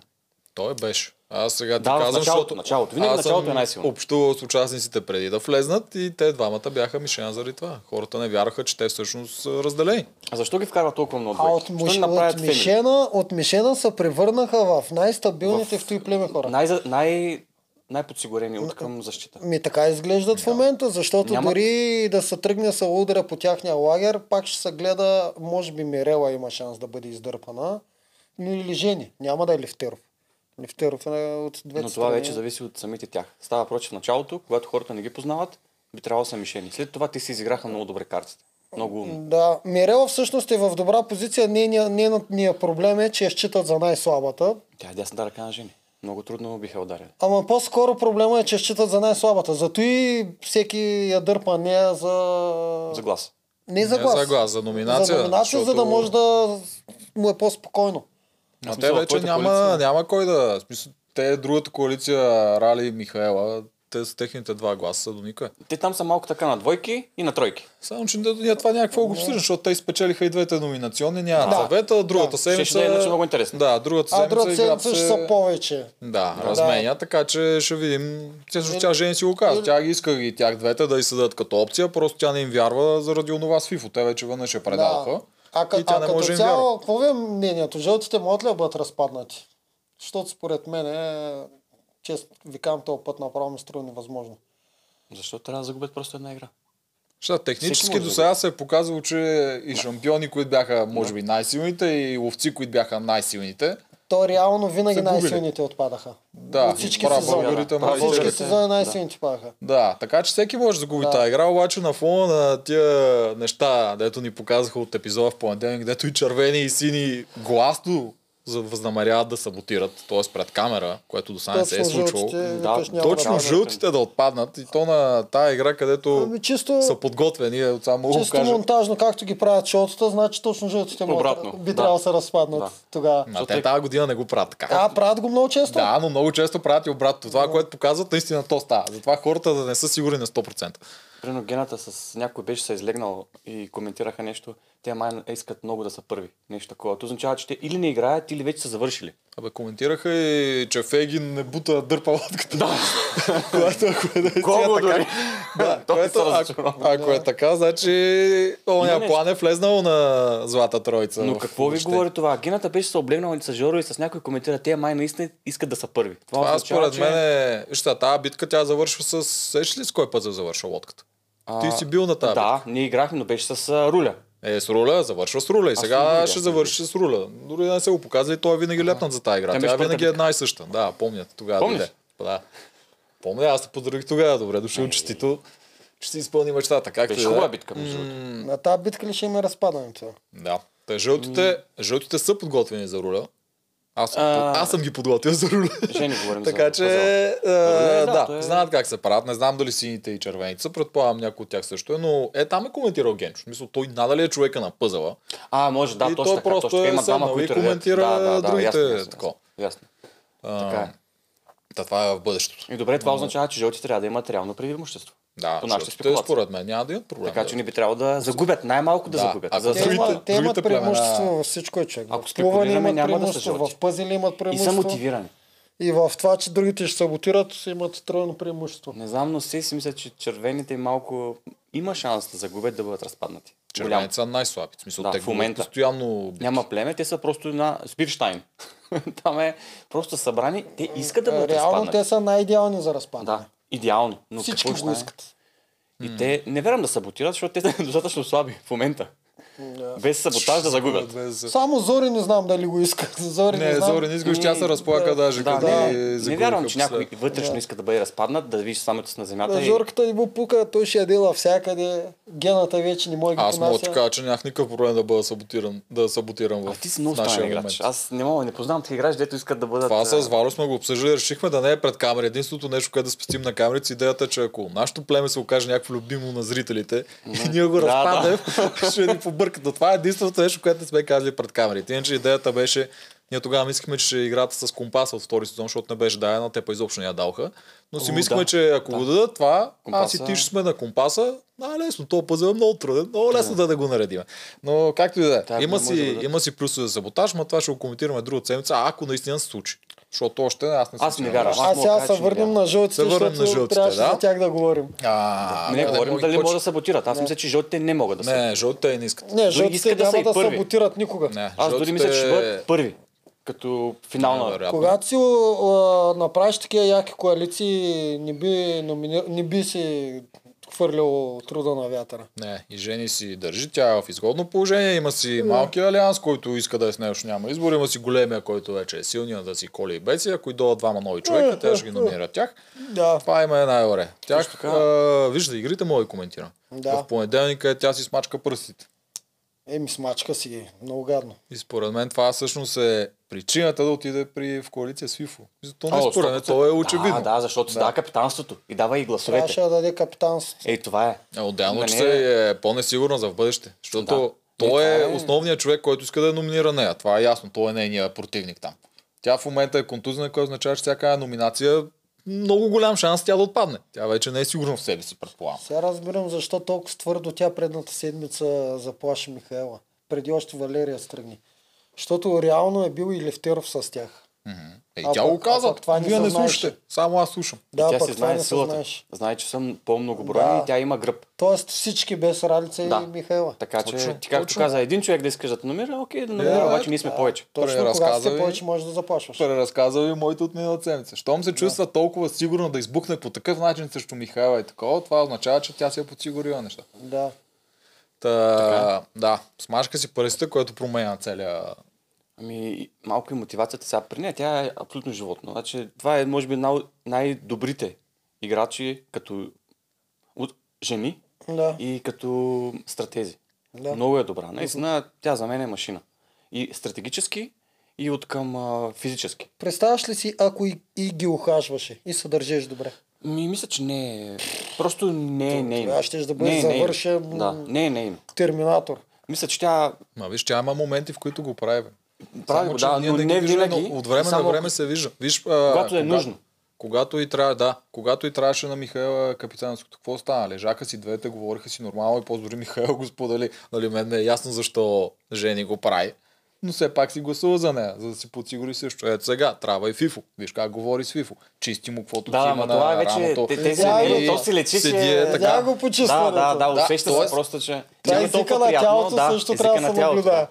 Speaker 2: Той беше. Аз сега ти
Speaker 3: Да, в
Speaker 2: казвам,
Speaker 3: началото,
Speaker 2: защото
Speaker 3: началото. Винаги
Speaker 2: аз
Speaker 3: началото
Speaker 2: съм
Speaker 3: е най-силно.
Speaker 2: Общувал с участниците преди да влезнат и те двамата бяха мишена заради това. Хората не вярваха, че те всъщност са разделени.
Speaker 3: А защо ги вкарва толкова много?
Speaker 1: А
Speaker 3: двойки?
Speaker 1: от,
Speaker 3: Защо
Speaker 1: миш...
Speaker 3: не направят
Speaker 1: от,
Speaker 3: фемини?
Speaker 1: мишена, от мишена се превърнаха в най-стабилните в,
Speaker 3: В-
Speaker 1: в той племе хора.
Speaker 3: Най, най, най-подсигурени от към защита.
Speaker 1: Ми така изглеждат в момента, защото
Speaker 3: Няма-
Speaker 1: дори и да се тръгне са удря по тяхния лагер, пак ще се гледа, може би Мирела има шанс да бъде издърпана. Но или жени, няма да е Левтеров. Левтеров е от двете
Speaker 3: Но това вече
Speaker 1: страни.
Speaker 3: зависи от самите тях. Става проче в началото, когато хората не ги познават, би трябвало да са мишени. След това те си изиграха много добре картите. Много умно.
Speaker 1: Да, Мирела всъщност е в добра позиция. Нейният нейният ни проблем е, че я считат за най-слабата.
Speaker 3: Тя е дясната ръка на жени. Много трудно биха ударили.
Speaker 1: Ама по-скоро проблема е, че я считат за най-слабата. Зато и всеки я дърпа нея за...
Speaker 3: За глас.
Speaker 1: Не за глас.
Speaker 2: Не за глас, за номинация.
Speaker 1: за, номинация за да
Speaker 2: защото-
Speaker 1: може да му е по-спокойно.
Speaker 2: А
Speaker 3: Аз
Speaker 2: те
Speaker 3: мисля, в
Speaker 2: вече
Speaker 3: твоята
Speaker 2: няма,
Speaker 3: коалиция.
Speaker 2: няма кой да... в Смисъл, те другата коалиция, Рали и Михаела, те с техните два гласа са до никъде.
Speaker 3: Те там са малко така на двойки и на тройки.
Speaker 2: Само, че да- ние това някакво го обсъждаме, защото те изпечелиха и двете номинационни, няма
Speaker 1: Да.
Speaker 2: завета, другата
Speaker 1: Да.
Speaker 2: седмица...
Speaker 3: Щеше да е иначе много интересно.
Speaker 2: Да, другата
Speaker 1: А
Speaker 2: седмица...
Speaker 1: другата
Speaker 2: играта
Speaker 1: седмица ще
Speaker 2: се-
Speaker 1: са повече.
Speaker 2: Да, разменя, така че ще видим. Тя, също Е, тя Жени си го
Speaker 1: Е,
Speaker 2: казва. Тя ги иска и тях двете да й съдат като опция, просто тя не им вярва заради онова с ФИФО. Те вече веднъж я предадоха.
Speaker 1: Да. А, ка,
Speaker 2: и тя
Speaker 1: а
Speaker 2: не
Speaker 1: като
Speaker 2: може да им
Speaker 1: цяло,
Speaker 2: вярва.
Speaker 1: какво ви е мнението? Жълтите могат ли да бъдат разпаднати? Защото според мен е, честно ви казвам, този път направо ми струва невъзможно.
Speaker 3: Защо трябва да загубят просто една игра?
Speaker 2: Ще, технически
Speaker 3: Всеки
Speaker 2: до
Speaker 3: може
Speaker 2: сега се е показало, че и шампиони, които бяха може би най-силните, и ловци, които бяха най-силните.
Speaker 1: То реално винаги
Speaker 2: Са губили.
Speaker 1: най-силните отпадаха.
Speaker 2: Да,
Speaker 1: От всички
Speaker 2: прав,
Speaker 1: сезони.
Speaker 2: българите,
Speaker 1: От
Speaker 2: май,
Speaker 1: всички
Speaker 2: българите.
Speaker 1: сезони най-силните падаха.
Speaker 2: Да, така че всеки може да загуби
Speaker 1: Да.
Speaker 2: да. тази игра, обаче на фона на тия неща, дето ни показаха от епизода в понеделник, дето и червени и сини гласно за- възнамеряват да саботират, т.е. пред камера, което до сега не се е
Speaker 1: Точно
Speaker 2: случвало.
Speaker 1: жълтите,
Speaker 3: Да,
Speaker 1: викаш, няма
Speaker 2: Точно
Speaker 1: да.
Speaker 3: да.
Speaker 2: жълтите да отпаднат и то на тази игра, където
Speaker 1: Ами чисто,
Speaker 2: са подготвени, е, от само мога да го
Speaker 1: чисто
Speaker 2: кажа.
Speaker 1: монтажно, както ги правят шоутата, значи точно жълтите могат-
Speaker 3: Обратно,
Speaker 1: би
Speaker 3: да.
Speaker 1: трябвало да се разпаднат
Speaker 3: Да. е-
Speaker 1: тогава.
Speaker 2: Ма те тази година не го правят така.
Speaker 1: А, правят го много често.
Speaker 2: Да, но много често правят и обратно. Това, което показват, наистина то става. Затова хората да не са сигурни на 100%.
Speaker 3: Примерно гената с някой беше се е излегнал и коментираха нещо. Те май искат много да са първи. Нещо такова. То означава, че те или не играят, или вече са завършили.
Speaker 2: Абе, коментираха и, че Фегин не бута дърпа лодката. Да. Когато ако е наистина
Speaker 3: Колко
Speaker 2: така.
Speaker 3: дори.
Speaker 2: Да,
Speaker 3: Той
Speaker 2: което,
Speaker 3: се
Speaker 2: ако,
Speaker 3: разочарова.
Speaker 2: ако е така, значи
Speaker 3: Има
Speaker 2: оня
Speaker 3: нещо.
Speaker 2: план е влезнал на Злата Троица.
Speaker 3: Но
Speaker 2: в
Speaker 3: какво ви
Speaker 2: бъдеще.
Speaker 3: говори това? Гената беше се облегнал и с Жоро и с някой коментира. Те май наистина искат да са първи. Това,
Speaker 2: Това
Speaker 3: означава,
Speaker 2: според
Speaker 3: че-
Speaker 2: мен е... Вижте, тази битка тя завършва с... Сеш ли с кой път се завършва лодката?
Speaker 3: А,
Speaker 2: Ти си бил на тази
Speaker 3: Да, ние играхме, но беше с а, руля.
Speaker 2: Е, с руля, завършва с руля. И
Speaker 3: Аз не го
Speaker 2: сега
Speaker 3: видях,
Speaker 2: ще
Speaker 3: не
Speaker 2: завърши с руля. Дори не се го показва и той е винаги лепнат за тази игра.
Speaker 3: Тя
Speaker 2: Тя,
Speaker 3: беше
Speaker 2: е винаги
Speaker 3: първата
Speaker 2: една и съща. Да, помнят. Тогава
Speaker 3: Помниш?
Speaker 2: дойде. Да. Помня, аз те поздравих тогава. Добре,
Speaker 3: Ами.
Speaker 2: дошъл честито. Ще си изпълни мечтата. Както и
Speaker 3: Беше
Speaker 2: да е.
Speaker 3: хубава битка, между другото.
Speaker 1: На тази битка ли ще има разпадането?
Speaker 2: Да. Та, жълтите, жълтите са подготвени за руля. Аз, съм,
Speaker 3: Ами. А.
Speaker 2: аз съм ги подготвил за руля.
Speaker 3: Жени говорим за
Speaker 2: така че, е,
Speaker 3: пазара. Руля, да,
Speaker 2: да,
Speaker 3: той е-
Speaker 2: знаят как се правят. Не знам дали сините и червените са. Предполагам някой от тях също е, но е там е коментирал Генчо. В Смисъл, той надали е човека на пъзела.
Speaker 3: А, може, да,
Speaker 2: И
Speaker 3: точно
Speaker 2: той
Speaker 3: така.
Speaker 2: просто
Speaker 3: Точно така.
Speaker 2: е
Speaker 3: Има двама,
Speaker 2: седнал и
Speaker 3: които редят.
Speaker 2: коментира
Speaker 3: да, да, да,
Speaker 2: другите,
Speaker 3: ясно, ясно,
Speaker 2: такова.
Speaker 3: Ясно.
Speaker 2: А,
Speaker 3: Така е.
Speaker 2: Та това е в бъдещето.
Speaker 3: И добре, това означава, че жълтите трябва да имат реално преимущество.
Speaker 2: Да,
Speaker 3: по
Speaker 2: защото
Speaker 3: нашите
Speaker 2: те,
Speaker 3: спекулации.
Speaker 2: според мен няма да имат проблем.
Speaker 3: Така
Speaker 2: да.
Speaker 3: че не би трябвало да загубят, най-малко да,
Speaker 2: Да,
Speaker 3: загубят.
Speaker 2: ако
Speaker 3: За да
Speaker 1: Те,
Speaker 2: другите-
Speaker 1: има, те имат
Speaker 2: другите племена-
Speaker 1: преимущество във всичко, е човек.
Speaker 3: Ако
Speaker 1: в плуване
Speaker 3: спекулираме,
Speaker 1: имат
Speaker 3: няма да са
Speaker 1: преимущество,
Speaker 3: жълти.
Speaker 1: в пъзели имат
Speaker 3: И са
Speaker 1: преимущество.
Speaker 3: мотивирани.
Speaker 1: И в това, че другите ще саботират, имат тройно преимущество.
Speaker 3: Не знам, но все си мисля, че червените малко има шанс да загубят да бъдат разпаднати. Голям.
Speaker 2: Червените са най-слаби. В смисъл,
Speaker 3: Да,
Speaker 2: те
Speaker 3: в
Speaker 2: губят
Speaker 3: момента.
Speaker 2: постоянно
Speaker 3: Няма племе, те са просто на Спирштайн. Там е просто събрани, те искат да бъдат
Speaker 1: Реално
Speaker 3: разпаднати.
Speaker 1: те са най-идеални за разпадане.
Speaker 3: Да, идеално. Но какво
Speaker 1: Всички
Speaker 3: ще
Speaker 1: го
Speaker 3: стане?
Speaker 1: искат.
Speaker 3: И те не вярвам да саботират, защото те са достатъчно слаби в момента. Без саботаж да загубят.
Speaker 2: Без-
Speaker 1: Само Зори не знам дали го иска. Зори не,
Speaker 2: Не,
Speaker 1: знам. Ами,
Speaker 2: Зори не изглежда, тя се разплака даже.
Speaker 3: Да,
Speaker 2: като
Speaker 3: не,
Speaker 2: ги
Speaker 3: не
Speaker 2: загубиха
Speaker 3: вярвам, че някой
Speaker 2: последно.
Speaker 3: вътрешно иска да бъде разпаднат, да вижда самото си на земята.
Speaker 1: На
Speaker 3: и-
Speaker 1: Жорката ни му пука, той ще я дела всякъде. Гената вече не може да ги
Speaker 2: Аз мога да ти
Speaker 1: понася.
Speaker 2: кажа, че нямах никакъв проблем да бъда саботиран, да саботирам в
Speaker 3: А ти си много
Speaker 2: в нашия
Speaker 3: странен
Speaker 2: момент.
Speaker 3: играч. Аз не мога, не познавам такива играчи, дето искат да бъдат...
Speaker 2: Това
Speaker 3: а,
Speaker 2: с Варо сме го обсъждали, решихме да не е пред камера. Единственото нещо, което да спестим на камерите, идеята е, че ако нашето племе се окаже някакво любимо на зрителите и ние го
Speaker 3: Да,
Speaker 2: разпаднем, ще ни побъркат. Но това е единственото нещо, което не сме казали пред камерите. Иначе идеята беше, ние тогава мислихме, че ще е играта с компаса от втори сезон, защото не беше дадена, те па изобщо не я далха. Но си
Speaker 3: О,
Speaker 2: мислихме,
Speaker 3: да.
Speaker 2: че ако го дадат това, аз и
Speaker 3: Компаса-
Speaker 2: ти ще сме на компаса. А, лесно, то пъзел е много труден, много лесно да, да го наредим. Но както и да
Speaker 3: Да,
Speaker 2: е, има
Speaker 3: не може да
Speaker 2: си,
Speaker 3: бъде.
Speaker 2: има си плюсове за саботаж, но това ще го коментираме друга седмица, а ако наистина се случи. Защото още аз не съм.
Speaker 3: Аз не
Speaker 2: сигурен.
Speaker 3: вярвам. мога
Speaker 1: А
Speaker 3: да
Speaker 1: сега
Speaker 3: кажа,
Speaker 1: се
Speaker 3: че
Speaker 1: върнем
Speaker 3: не
Speaker 1: на жълтите,
Speaker 2: Се върнем на
Speaker 1: защото
Speaker 2: жълтите,
Speaker 1: трябваше
Speaker 2: да.
Speaker 1: за тях да говорим.
Speaker 2: А,
Speaker 3: Не
Speaker 2: да,
Speaker 3: говорим
Speaker 2: мога
Speaker 3: дали
Speaker 2: да
Speaker 3: могат
Speaker 2: почна.
Speaker 3: да саботират. Аз мисля, че жълтите не могат да са.
Speaker 2: Не, жълтите и не искат.
Speaker 1: Не,
Speaker 3: искат
Speaker 1: жълтите
Speaker 3: да са
Speaker 1: няма
Speaker 3: и
Speaker 1: да
Speaker 3: първи.
Speaker 1: саботират никога.
Speaker 2: Не,
Speaker 3: Аз дори мисля, че ще бъдат първи. Като финална.
Speaker 2: Невероятно.
Speaker 1: Когато си а, направиш такива яки коалиции, не би, номинир... не би си хвърлял труда на вятъра.
Speaker 2: Не, и жени си държи, тя е в изгодно положение, има си малкия алианс, който иска да е с нея, защото няма избор, има си големия, който вече е силния да си коли и беси, ако и дойдат двама нови човека, тя ще ги номинира тях.
Speaker 1: Да.
Speaker 2: Това има е най-добре. Тях,
Speaker 3: така.
Speaker 2: а, вижда, игрите мога да коментира.
Speaker 1: Да.
Speaker 2: е, В понеделника тя си смачка пръстите.
Speaker 3: Е,
Speaker 1: Еми, смачка си ги. Много гадно.
Speaker 2: И според мен това всъщност е причината да отиде при, в коалиция с ФИФО. То не е
Speaker 3: О,
Speaker 2: според мен, то е очевидно.
Speaker 3: Да, да, защото да. дава капитанството и дава и гласовете.
Speaker 1: Трябваше да даде капитан.
Speaker 3: Ей, това е.
Speaker 2: Е, Отделно,
Speaker 3: На
Speaker 2: че
Speaker 3: нея-
Speaker 2: се е по-несигурна за в бъдеще. Защото
Speaker 3: Да.
Speaker 2: той
Speaker 3: Е,
Speaker 2: е
Speaker 3: това е.
Speaker 2: основният човек, който иска да я номинира нея. Това е ясно. Той е нейният противник там. Тя в момента е контузна, което означава, че всяка номинация много голям шанс тя да отпадне. Тя вече не е сигурна в себе си, предполагам.
Speaker 1: Сега разбирам защо толкова твърдо тя предната седмица заплаши Михаела. Преди още Валерия стръгни. Защото реално е бил и Левтеров с тях.
Speaker 2: Е, и
Speaker 1: А
Speaker 2: тя
Speaker 1: пък-
Speaker 2: го каза.
Speaker 1: а пък това не
Speaker 2: Вие не
Speaker 1: знаеше.
Speaker 2: слушате. Само аз слушам.
Speaker 1: Да,
Speaker 3: тя
Speaker 1: пък
Speaker 3: си
Speaker 1: това
Speaker 3: знае
Speaker 1: не се
Speaker 3: силата.
Speaker 1: знаеш.
Speaker 3: Знае, че съм по-многобройна
Speaker 1: Да.
Speaker 3: и тя има гръб.
Speaker 1: Тоест всички без Ралица
Speaker 3: Да.
Speaker 1: и Михаела.
Speaker 3: Така че,
Speaker 2: Точно,
Speaker 3: ти както
Speaker 2: точно.
Speaker 3: каза, един човек да искаш да те номинира, окей, да номинира,
Speaker 2: Да,
Speaker 3: обаче ние сме повече.
Speaker 1: Точно когато
Speaker 2: разказа
Speaker 1: сте
Speaker 2: ви.
Speaker 1: повече може да заплашваш.
Speaker 2: преразказа ви моите от миналата седмица. Щом се чувства толкова сигурно да избухне по такъв начин срещу Михайла и такова, това означава, че тя си е подсигурила неща.
Speaker 1: Да.
Speaker 2: Та,
Speaker 3: е.
Speaker 2: да, смашка си пръста, което променя целия...
Speaker 3: Ами, малко и мотивацията сега при нея, тя е абсолютно животно. Значи, това е, може би, най- най-добрите играчи като от жени
Speaker 1: Да.
Speaker 3: и като стратези.
Speaker 1: Да.
Speaker 3: Много е добра. Наистина, тя за мен е машина. И стратегически, и от към а, физически.
Speaker 1: Представяш ли си, ако и, и ги ухажваше и се държеш добре?
Speaker 3: Ми, мисля, че не е... Просто не е нейно.
Speaker 1: тогава щеш да бъдеш
Speaker 3: Не е нейно.
Speaker 1: завършен-
Speaker 3: Да, не е нейно.
Speaker 1: Терминатор.
Speaker 3: Мисля, че тя
Speaker 2: Ма виж, тя има моменти, в които го прави. бе.
Speaker 3: прави го,
Speaker 2: че
Speaker 3: да,
Speaker 2: ние
Speaker 3: но
Speaker 2: ги
Speaker 3: не
Speaker 2: виждаме,
Speaker 3: винаги.
Speaker 2: но От време
Speaker 3: Само
Speaker 2: на време се вижда. Виж, а,
Speaker 3: Когато е нужно.
Speaker 2: Когато и трябва, да. Когато и трябваше на Михаила капитанското, какво стана? Лежаха си двете, говориха си нормално и по-дори Михаил го сподели. Нали, мен не е ясно защо Жени го прави. Но все пак си гласува за нея, за да си подсигури също. Ето сега, трябва и Фифо. Виж как говори с Фифо. Чисти му каквото
Speaker 3: Да,
Speaker 2: си
Speaker 3: да,
Speaker 2: има
Speaker 3: ма
Speaker 2: на
Speaker 3: това е вече-
Speaker 2: рамото.
Speaker 3: те- те
Speaker 1: се лие,
Speaker 2: И
Speaker 1: то
Speaker 3: си лечи, че-
Speaker 2: седи е
Speaker 3: Да,
Speaker 2: така.
Speaker 1: Тя го
Speaker 3: Да,
Speaker 1: почувства.
Speaker 3: да, да,
Speaker 2: Да,
Speaker 3: усеща
Speaker 2: тоест-
Speaker 3: се просто, че...
Speaker 1: Тя
Speaker 3: Тя е
Speaker 1: езика
Speaker 3: толкова
Speaker 1: на
Speaker 3: приятно,
Speaker 1: тялото
Speaker 3: да,
Speaker 1: също
Speaker 3: езика
Speaker 1: трябва
Speaker 3: на
Speaker 1: да се
Speaker 3: тялото,
Speaker 1: наблюдава.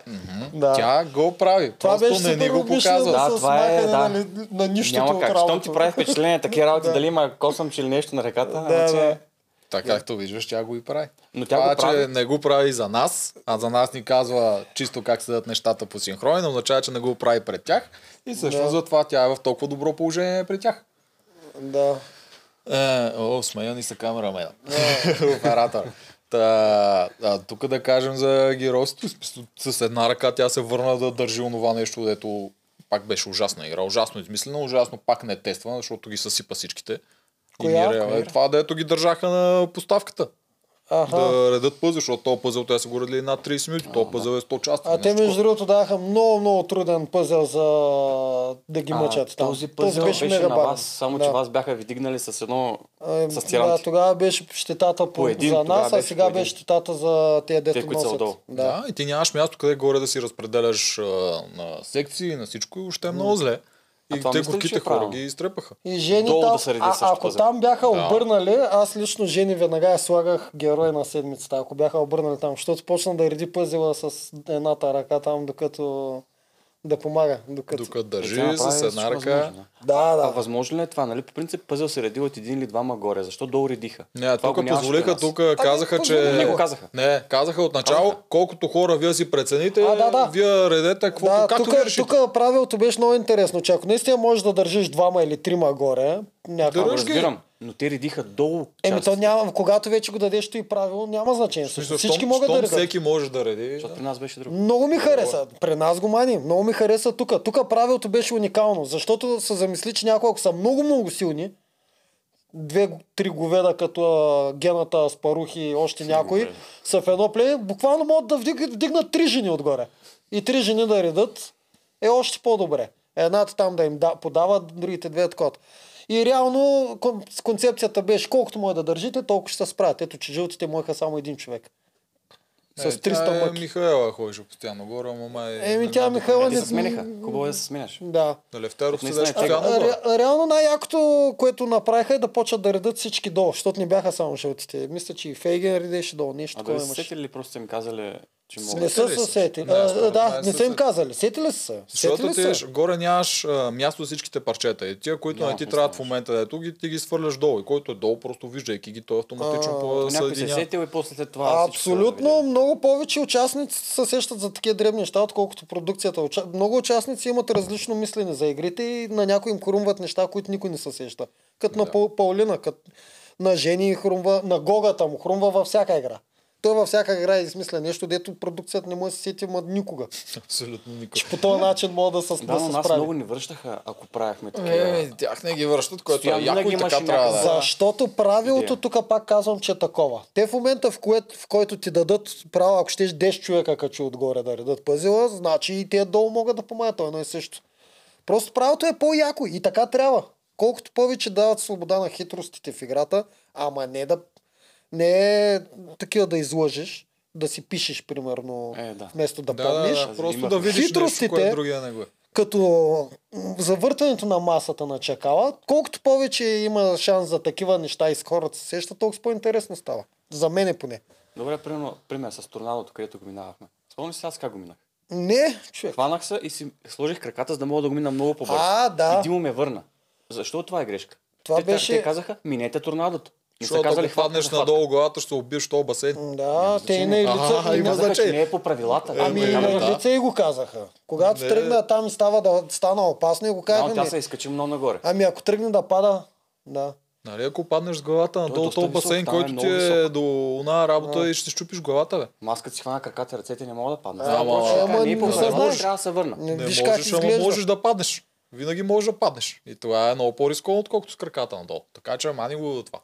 Speaker 1: Да.
Speaker 2: Тя го прави.
Speaker 1: Това
Speaker 2: Просто
Speaker 1: беше
Speaker 2: не ни
Speaker 1: супер
Speaker 2: го
Speaker 1: логично
Speaker 2: показва.
Speaker 1: да,
Speaker 3: Да,
Speaker 1: се нали?
Speaker 3: това е,
Speaker 1: смахане
Speaker 3: да.
Speaker 1: на, ли- на нищото
Speaker 3: Няма
Speaker 1: от
Speaker 3: как. Щом ти
Speaker 1: работа.
Speaker 3: прави впечатление, такива работи, дали има косъмче или нещо на ръката, значи-
Speaker 1: Да,
Speaker 3: ама че...
Speaker 1: да.
Speaker 2: Така, както виждаш, тя го и прави.
Speaker 3: Но тя
Speaker 2: Това,
Speaker 3: го прави.
Speaker 2: че не го прави за нас, а за нас ни казва чисто как седат нещата по синхрон, но означава, че не го прави пред тях. И всъщност
Speaker 1: Да.
Speaker 2: затова тя е в толкова добро положение при тях.
Speaker 1: Да.
Speaker 2: Е, о, смея ни се камерамена. Оператор. Та, а, тук да кажем за геройството. С, с една ръка тя се върна да държи онова нещо, дето пак беше ужасна игра. Ужасно измислена, ужасно пак не е тествана, защото ги съсипа всичките.
Speaker 1: Коя?
Speaker 2: и ги,
Speaker 1: Коя?
Speaker 2: е, това, дето ги държаха на поставката.
Speaker 1: Аха.
Speaker 2: Да редат пъзел, защото този пъзел те са го редили над 30 минути, този пъзел е 100 часа.
Speaker 1: А те между другото даваха много, много труден пъзел за да ги
Speaker 3: А,
Speaker 1: мъчат там.
Speaker 3: този пъзел беше, на
Speaker 1: мега бавен.
Speaker 3: вас, само
Speaker 1: да.
Speaker 3: че вас бяха ви дигнали с едно...
Speaker 1: Е,
Speaker 3: с
Speaker 1: да,
Speaker 3: тиранти.
Speaker 1: тогава беше щетата по,
Speaker 3: По един,
Speaker 1: за
Speaker 3: тогава
Speaker 1: нас, а
Speaker 3: беше
Speaker 1: сега
Speaker 3: по един.
Speaker 1: беше щетата за тези дето
Speaker 3: които са
Speaker 1: носят.
Speaker 3: отдолу.
Speaker 1: Да.
Speaker 2: Да. и ти нямаш място къде горе да си разпределяш а, на секции, на всичко и още е много зле.
Speaker 3: А
Speaker 2: И
Speaker 3: това
Speaker 2: те
Speaker 3: мисля ли, че
Speaker 2: горките
Speaker 3: е
Speaker 2: хора
Speaker 3: правилно?
Speaker 2: ги изтрепаха.
Speaker 1: И Жени
Speaker 3: Долу
Speaker 1: там,
Speaker 3: да се реди
Speaker 1: а,
Speaker 3: също
Speaker 1: ако
Speaker 3: пъзел.
Speaker 1: там бяха
Speaker 2: Да.
Speaker 1: обърнали, аз лично Жени веднага я слагах герой на седмицата, ако бяха обърнали там, защото почна да реди пъзела с едната ръка там, докато да помага. Докато...
Speaker 2: Докато държи
Speaker 3: Тя Е, направи
Speaker 2: с една
Speaker 3: всичко
Speaker 2: ръка.
Speaker 3: възможно, да.
Speaker 1: Да,
Speaker 3: А
Speaker 1: да.
Speaker 3: възможно ли е това? Нали? По принцип пъзел се реди от един или двама горе. Защо долу редиха?
Speaker 2: Не,
Speaker 3: Това го
Speaker 2: тук
Speaker 3: нямаше при
Speaker 2: позволиха,
Speaker 3: нас.
Speaker 1: Ами,
Speaker 2: тук казаха, че...
Speaker 3: позволиха. Не го казаха.
Speaker 2: Не, казаха отначало,
Speaker 3: Казаха.
Speaker 2: колкото хора вие си прецените,
Speaker 1: А, да, да.
Speaker 2: вие редете какво,
Speaker 1: Да,
Speaker 2: както
Speaker 1: тук, е-
Speaker 2: ви решите.
Speaker 1: тук правилото беше много интересно, че ако наистина можеш да държиш двама или трима горе,
Speaker 3: Ама
Speaker 1: някакво.
Speaker 2: Дръж ги.
Speaker 3: разбирам, но те редиха долу.
Speaker 1: Еми
Speaker 3: част.
Speaker 1: то няма, когато вече го дадеш то и правило, няма значение.
Speaker 2: В смисъл,
Speaker 1: Всички
Speaker 2: щом-
Speaker 1: могат
Speaker 2: щом
Speaker 1: да редат.
Speaker 2: всеки може да реди.
Speaker 3: Защото при нас беше друго.
Speaker 1: Много ми хареса. При нас го мани. Много ми хареса тук. Тук правилото беше уникално, защото се замисли, че няколко са много-много силни. Две-три говеда, като а, гената, спарухи и още някои, са в едно племе. Буквално могат да вдиг- вдигнат три жени отгоре. И три жени да редат е още по-добре. Едната там да им да, подава, другите две откот. И реално кон- с концепцията беше колкото може да държите, толкова ще се справят. Ето, че жълтите моеха само един човек. С 300
Speaker 2: тя е
Speaker 1: мъки.
Speaker 2: Михаела ходеше постоянно горе, ама май...
Speaker 1: Еми, тя е Михаела
Speaker 3: Те
Speaker 1: не-
Speaker 3: се смениха. Хубаво е да се сменяш.
Speaker 1: Да.
Speaker 2: На Левтеров
Speaker 3: Наистина
Speaker 2: седеше
Speaker 3: е тегаво.
Speaker 2: постоянно
Speaker 1: А,
Speaker 2: горе.
Speaker 1: ре, реално най-якото, което направиха е да почат да редат всички долу, защото не бяха само жълтите. Мисля, че и Фейген редеше долу, нещо
Speaker 3: А дали
Speaker 1: такова
Speaker 3: се
Speaker 1: имаше.
Speaker 3: сетили ли просто ами, са им казали, че
Speaker 1: Не
Speaker 3: могат?
Speaker 1: са
Speaker 2: Сетили
Speaker 1: се
Speaker 2: се.
Speaker 1: сетили.
Speaker 2: Не,
Speaker 1: А,
Speaker 2: според
Speaker 1: Да,
Speaker 2: мен
Speaker 1: не
Speaker 2: са
Speaker 1: са им
Speaker 2: се-
Speaker 1: казали. Сетили са.
Speaker 2: Защото
Speaker 1: Сетили
Speaker 2: ти
Speaker 1: са.
Speaker 2: горе нямаш а, място за всичките парчета. И тия, които
Speaker 3: Няма
Speaker 2: не ти
Speaker 3: смисъл,
Speaker 2: трябват в
Speaker 3: да.
Speaker 2: момента, ето ги, ти ги свърляш долу. И който е долу, просто виждайки ги, той автоматично
Speaker 1: А,
Speaker 2: по
Speaker 3: Някой се е
Speaker 2: съединя.
Speaker 3: сетил и после след това. всички са
Speaker 1: Абсолютно
Speaker 3: видели.
Speaker 1: много повече участници се сещат за такива древни неща, отколкото продукцията. Уча- Много участници имат различно мислене за игрите и на някои им хрумват неща, които никой не се сеща. Като на Пау- Паулина, като на Жени им хрумва, на Гогата му хрумва във всяка игра. Той във всяка игра измисля нещо, дето продукцията не може да се сети ма никога.
Speaker 2: Абсолютно никой.
Speaker 1: Че по този начин мога да се,
Speaker 3: Да,
Speaker 1: да
Speaker 3: но
Speaker 1: се
Speaker 3: нас
Speaker 1: справи.
Speaker 3: много ни връщаха, ако правихме такива.
Speaker 7: Е, тях не ги връщат, което е
Speaker 3: Стоян,
Speaker 7: яко
Speaker 3: винаги
Speaker 7: и така
Speaker 3: имаше
Speaker 7: трябва да
Speaker 3: някакъв
Speaker 7: е.
Speaker 3: за-
Speaker 1: Защото правилото
Speaker 3: Идея.
Speaker 1: тук пак казвам, че е такова. Те в момента, в, кое, в който ти дадат право, ако щеш 10 човека качу отгоре да редат пазила, значи и те долу могат да помагат, то е едно и също. Просто правото е по-яко и така трябва. Колкото повече дават свобода на хитростите в играта, ама не да не е такива да излъжеш, да си пишеш, примерно,
Speaker 3: Е, да.
Speaker 1: вместо да,
Speaker 2: Да,
Speaker 1: помниш.
Speaker 2: да, да, просто
Speaker 3: Имахме.
Speaker 2: да видиш нещо,
Speaker 1: Хитростите-
Speaker 2: което другия не го е.
Speaker 1: Като м, завъртането на масата на чакала, колкото повече има шанс за такива неща и с хората се сещат, толкова по-интересно става. За мене поне.
Speaker 3: Добре, примерно, пример с торнадото, където го минавахме. Спомняш си аз как го минах?
Speaker 1: Не, човек.
Speaker 3: Хванах се и си сложих краката, за да мога да го мина много по-бързо.
Speaker 1: А, да.
Speaker 3: И Димо ме върна. Защо това е грешка?
Speaker 1: Това
Speaker 3: те, те-
Speaker 1: беше-
Speaker 3: Те казаха, минете торнадото. Не са
Speaker 2: Защото
Speaker 3: казали,
Speaker 2: ако паднеш
Speaker 3: хванеш надолу.
Speaker 2: надолу главата, ще се убиеш този басейн.
Speaker 1: Да, те и на
Speaker 7: Аха,
Speaker 1: Илица. и
Speaker 7: има
Speaker 1: на-
Speaker 3: Казаха, че
Speaker 7: значение.
Speaker 3: не е по правилата.
Speaker 1: Ами и
Speaker 3: Така
Speaker 1: на
Speaker 3: ме-
Speaker 1: Илица и го казаха. Когато
Speaker 2: Не.
Speaker 1: тръгна там и става да стана опасно и го
Speaker 3: Да, но тя
Speaker 1: казаха.
Speaker 3: се
Speaker 1: ми,
Speaker 3: изкачи много нагоре.
Speaker 1: Ами ако тръгне да пада, да.
Speaker 2: Нали, ако паднеш с главата надолу,
Speaker 3: доста
Speaker 2: този
Speaker 3: висок,
Speaker 2: басейн,
Speaker 3: там е
Speaker 2: който ти
Speaker 3: много
Speaker 2: е
Speaker 3: висок.
Speaker 2: до една работа и ще щупиш главата, бе.
Speaker 3: Маска си хвана краката, ръцете не мога да падна.
Speaker 1: А,
Speaker 3: Да,
Speaker 2: ама-
Speaker 3: точно така,
Speaker 1: ама
Speaker 3: не е
Speaker 1: не
Speaker 3: по правилата,
Speaker 1: съзнаваш.
Speaker 3: трябва да се върна.
Speaker 1: Не,
Speaker 2: Не
Speaker 1: виж как
Speaker 2: можеш, ама
Speaker 1: изглежда.
Speaker 2: можеш да паднеш. Винаги можеш да паднеш. И това е много по-рисковано, отколкото с краката надолу. Така че мани го до това.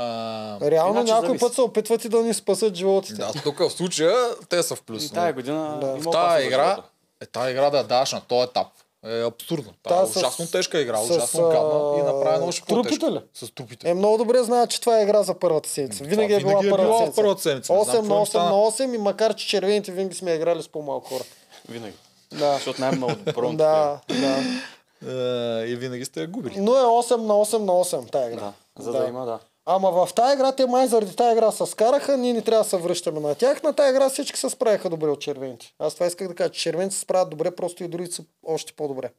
Speaker 2: А,
Speaker 1: Реално
Speaker 3: Иначе
Speaker 1: някой
Speaker 3: зависи.
Speaker 1: път се опитват и да ни спасат животите.
Speaker 2: да, тук в случая те са в плюс.
Speaker 3: И тая
Speaker 2: нали?
Speaker 3: година има
Speaker 2: В
Speaker 3: опасност за
Speaker 2: тази игра,
Speaker 3: живота.
Speaker 2: е, тази игра да я даваш на този етап е абсурдно. Това е
Speaker 1: Та, с-
Speaker 2: ужасно тежка игра,
Speaker 1: с,
Speaker 2: ужасно гадна и
Speaker 1: а,
Speaker 2: направена още
Speaker 1: трупите
Speaker 2: по-тежка.
Speaker 1: ли?
Speaker 2: С трупите.
Speaker 1: Е, много добре знаят, че това е игра за първата седмица.
Speaker 2: М,
Speaker 1: Винаги е
Speaker 2: това
Speaker 1: била
Speaker 2: винаги е
Speaker 1: първата
Speaker 2: била
Speaker 1: седмица.
Speaker 2: първата седмица. Не знам
Speaker 1: 8
Speaker 2: какво
Speaker 1: на
Speaker 2: им
Speaker 1: 8
Speaker 2: стана.
Speaker 1: на 8 и макар, че червените винаги сме играли с по-малко хора.
Speaker 3: Винаги.
Speaker 1: Да.
Speaker 3: Защото е най-много бронт.
Speaker 1: Да, да.
Speaker 2: Е, И винаги сте я губили.
Speaker 1: Но е 8 на 8 на 8 тая игра.
Speaker 3: Да, за да, има, да.
Speaker 1: Ама в тая игра те май заради тая игра се скараха, ние не трябва да се връщаме на тях. На тая игра всички се справиха добре от червените. Аз това исках да кажа, че червените се справят добре, просто и другите са още по-добре.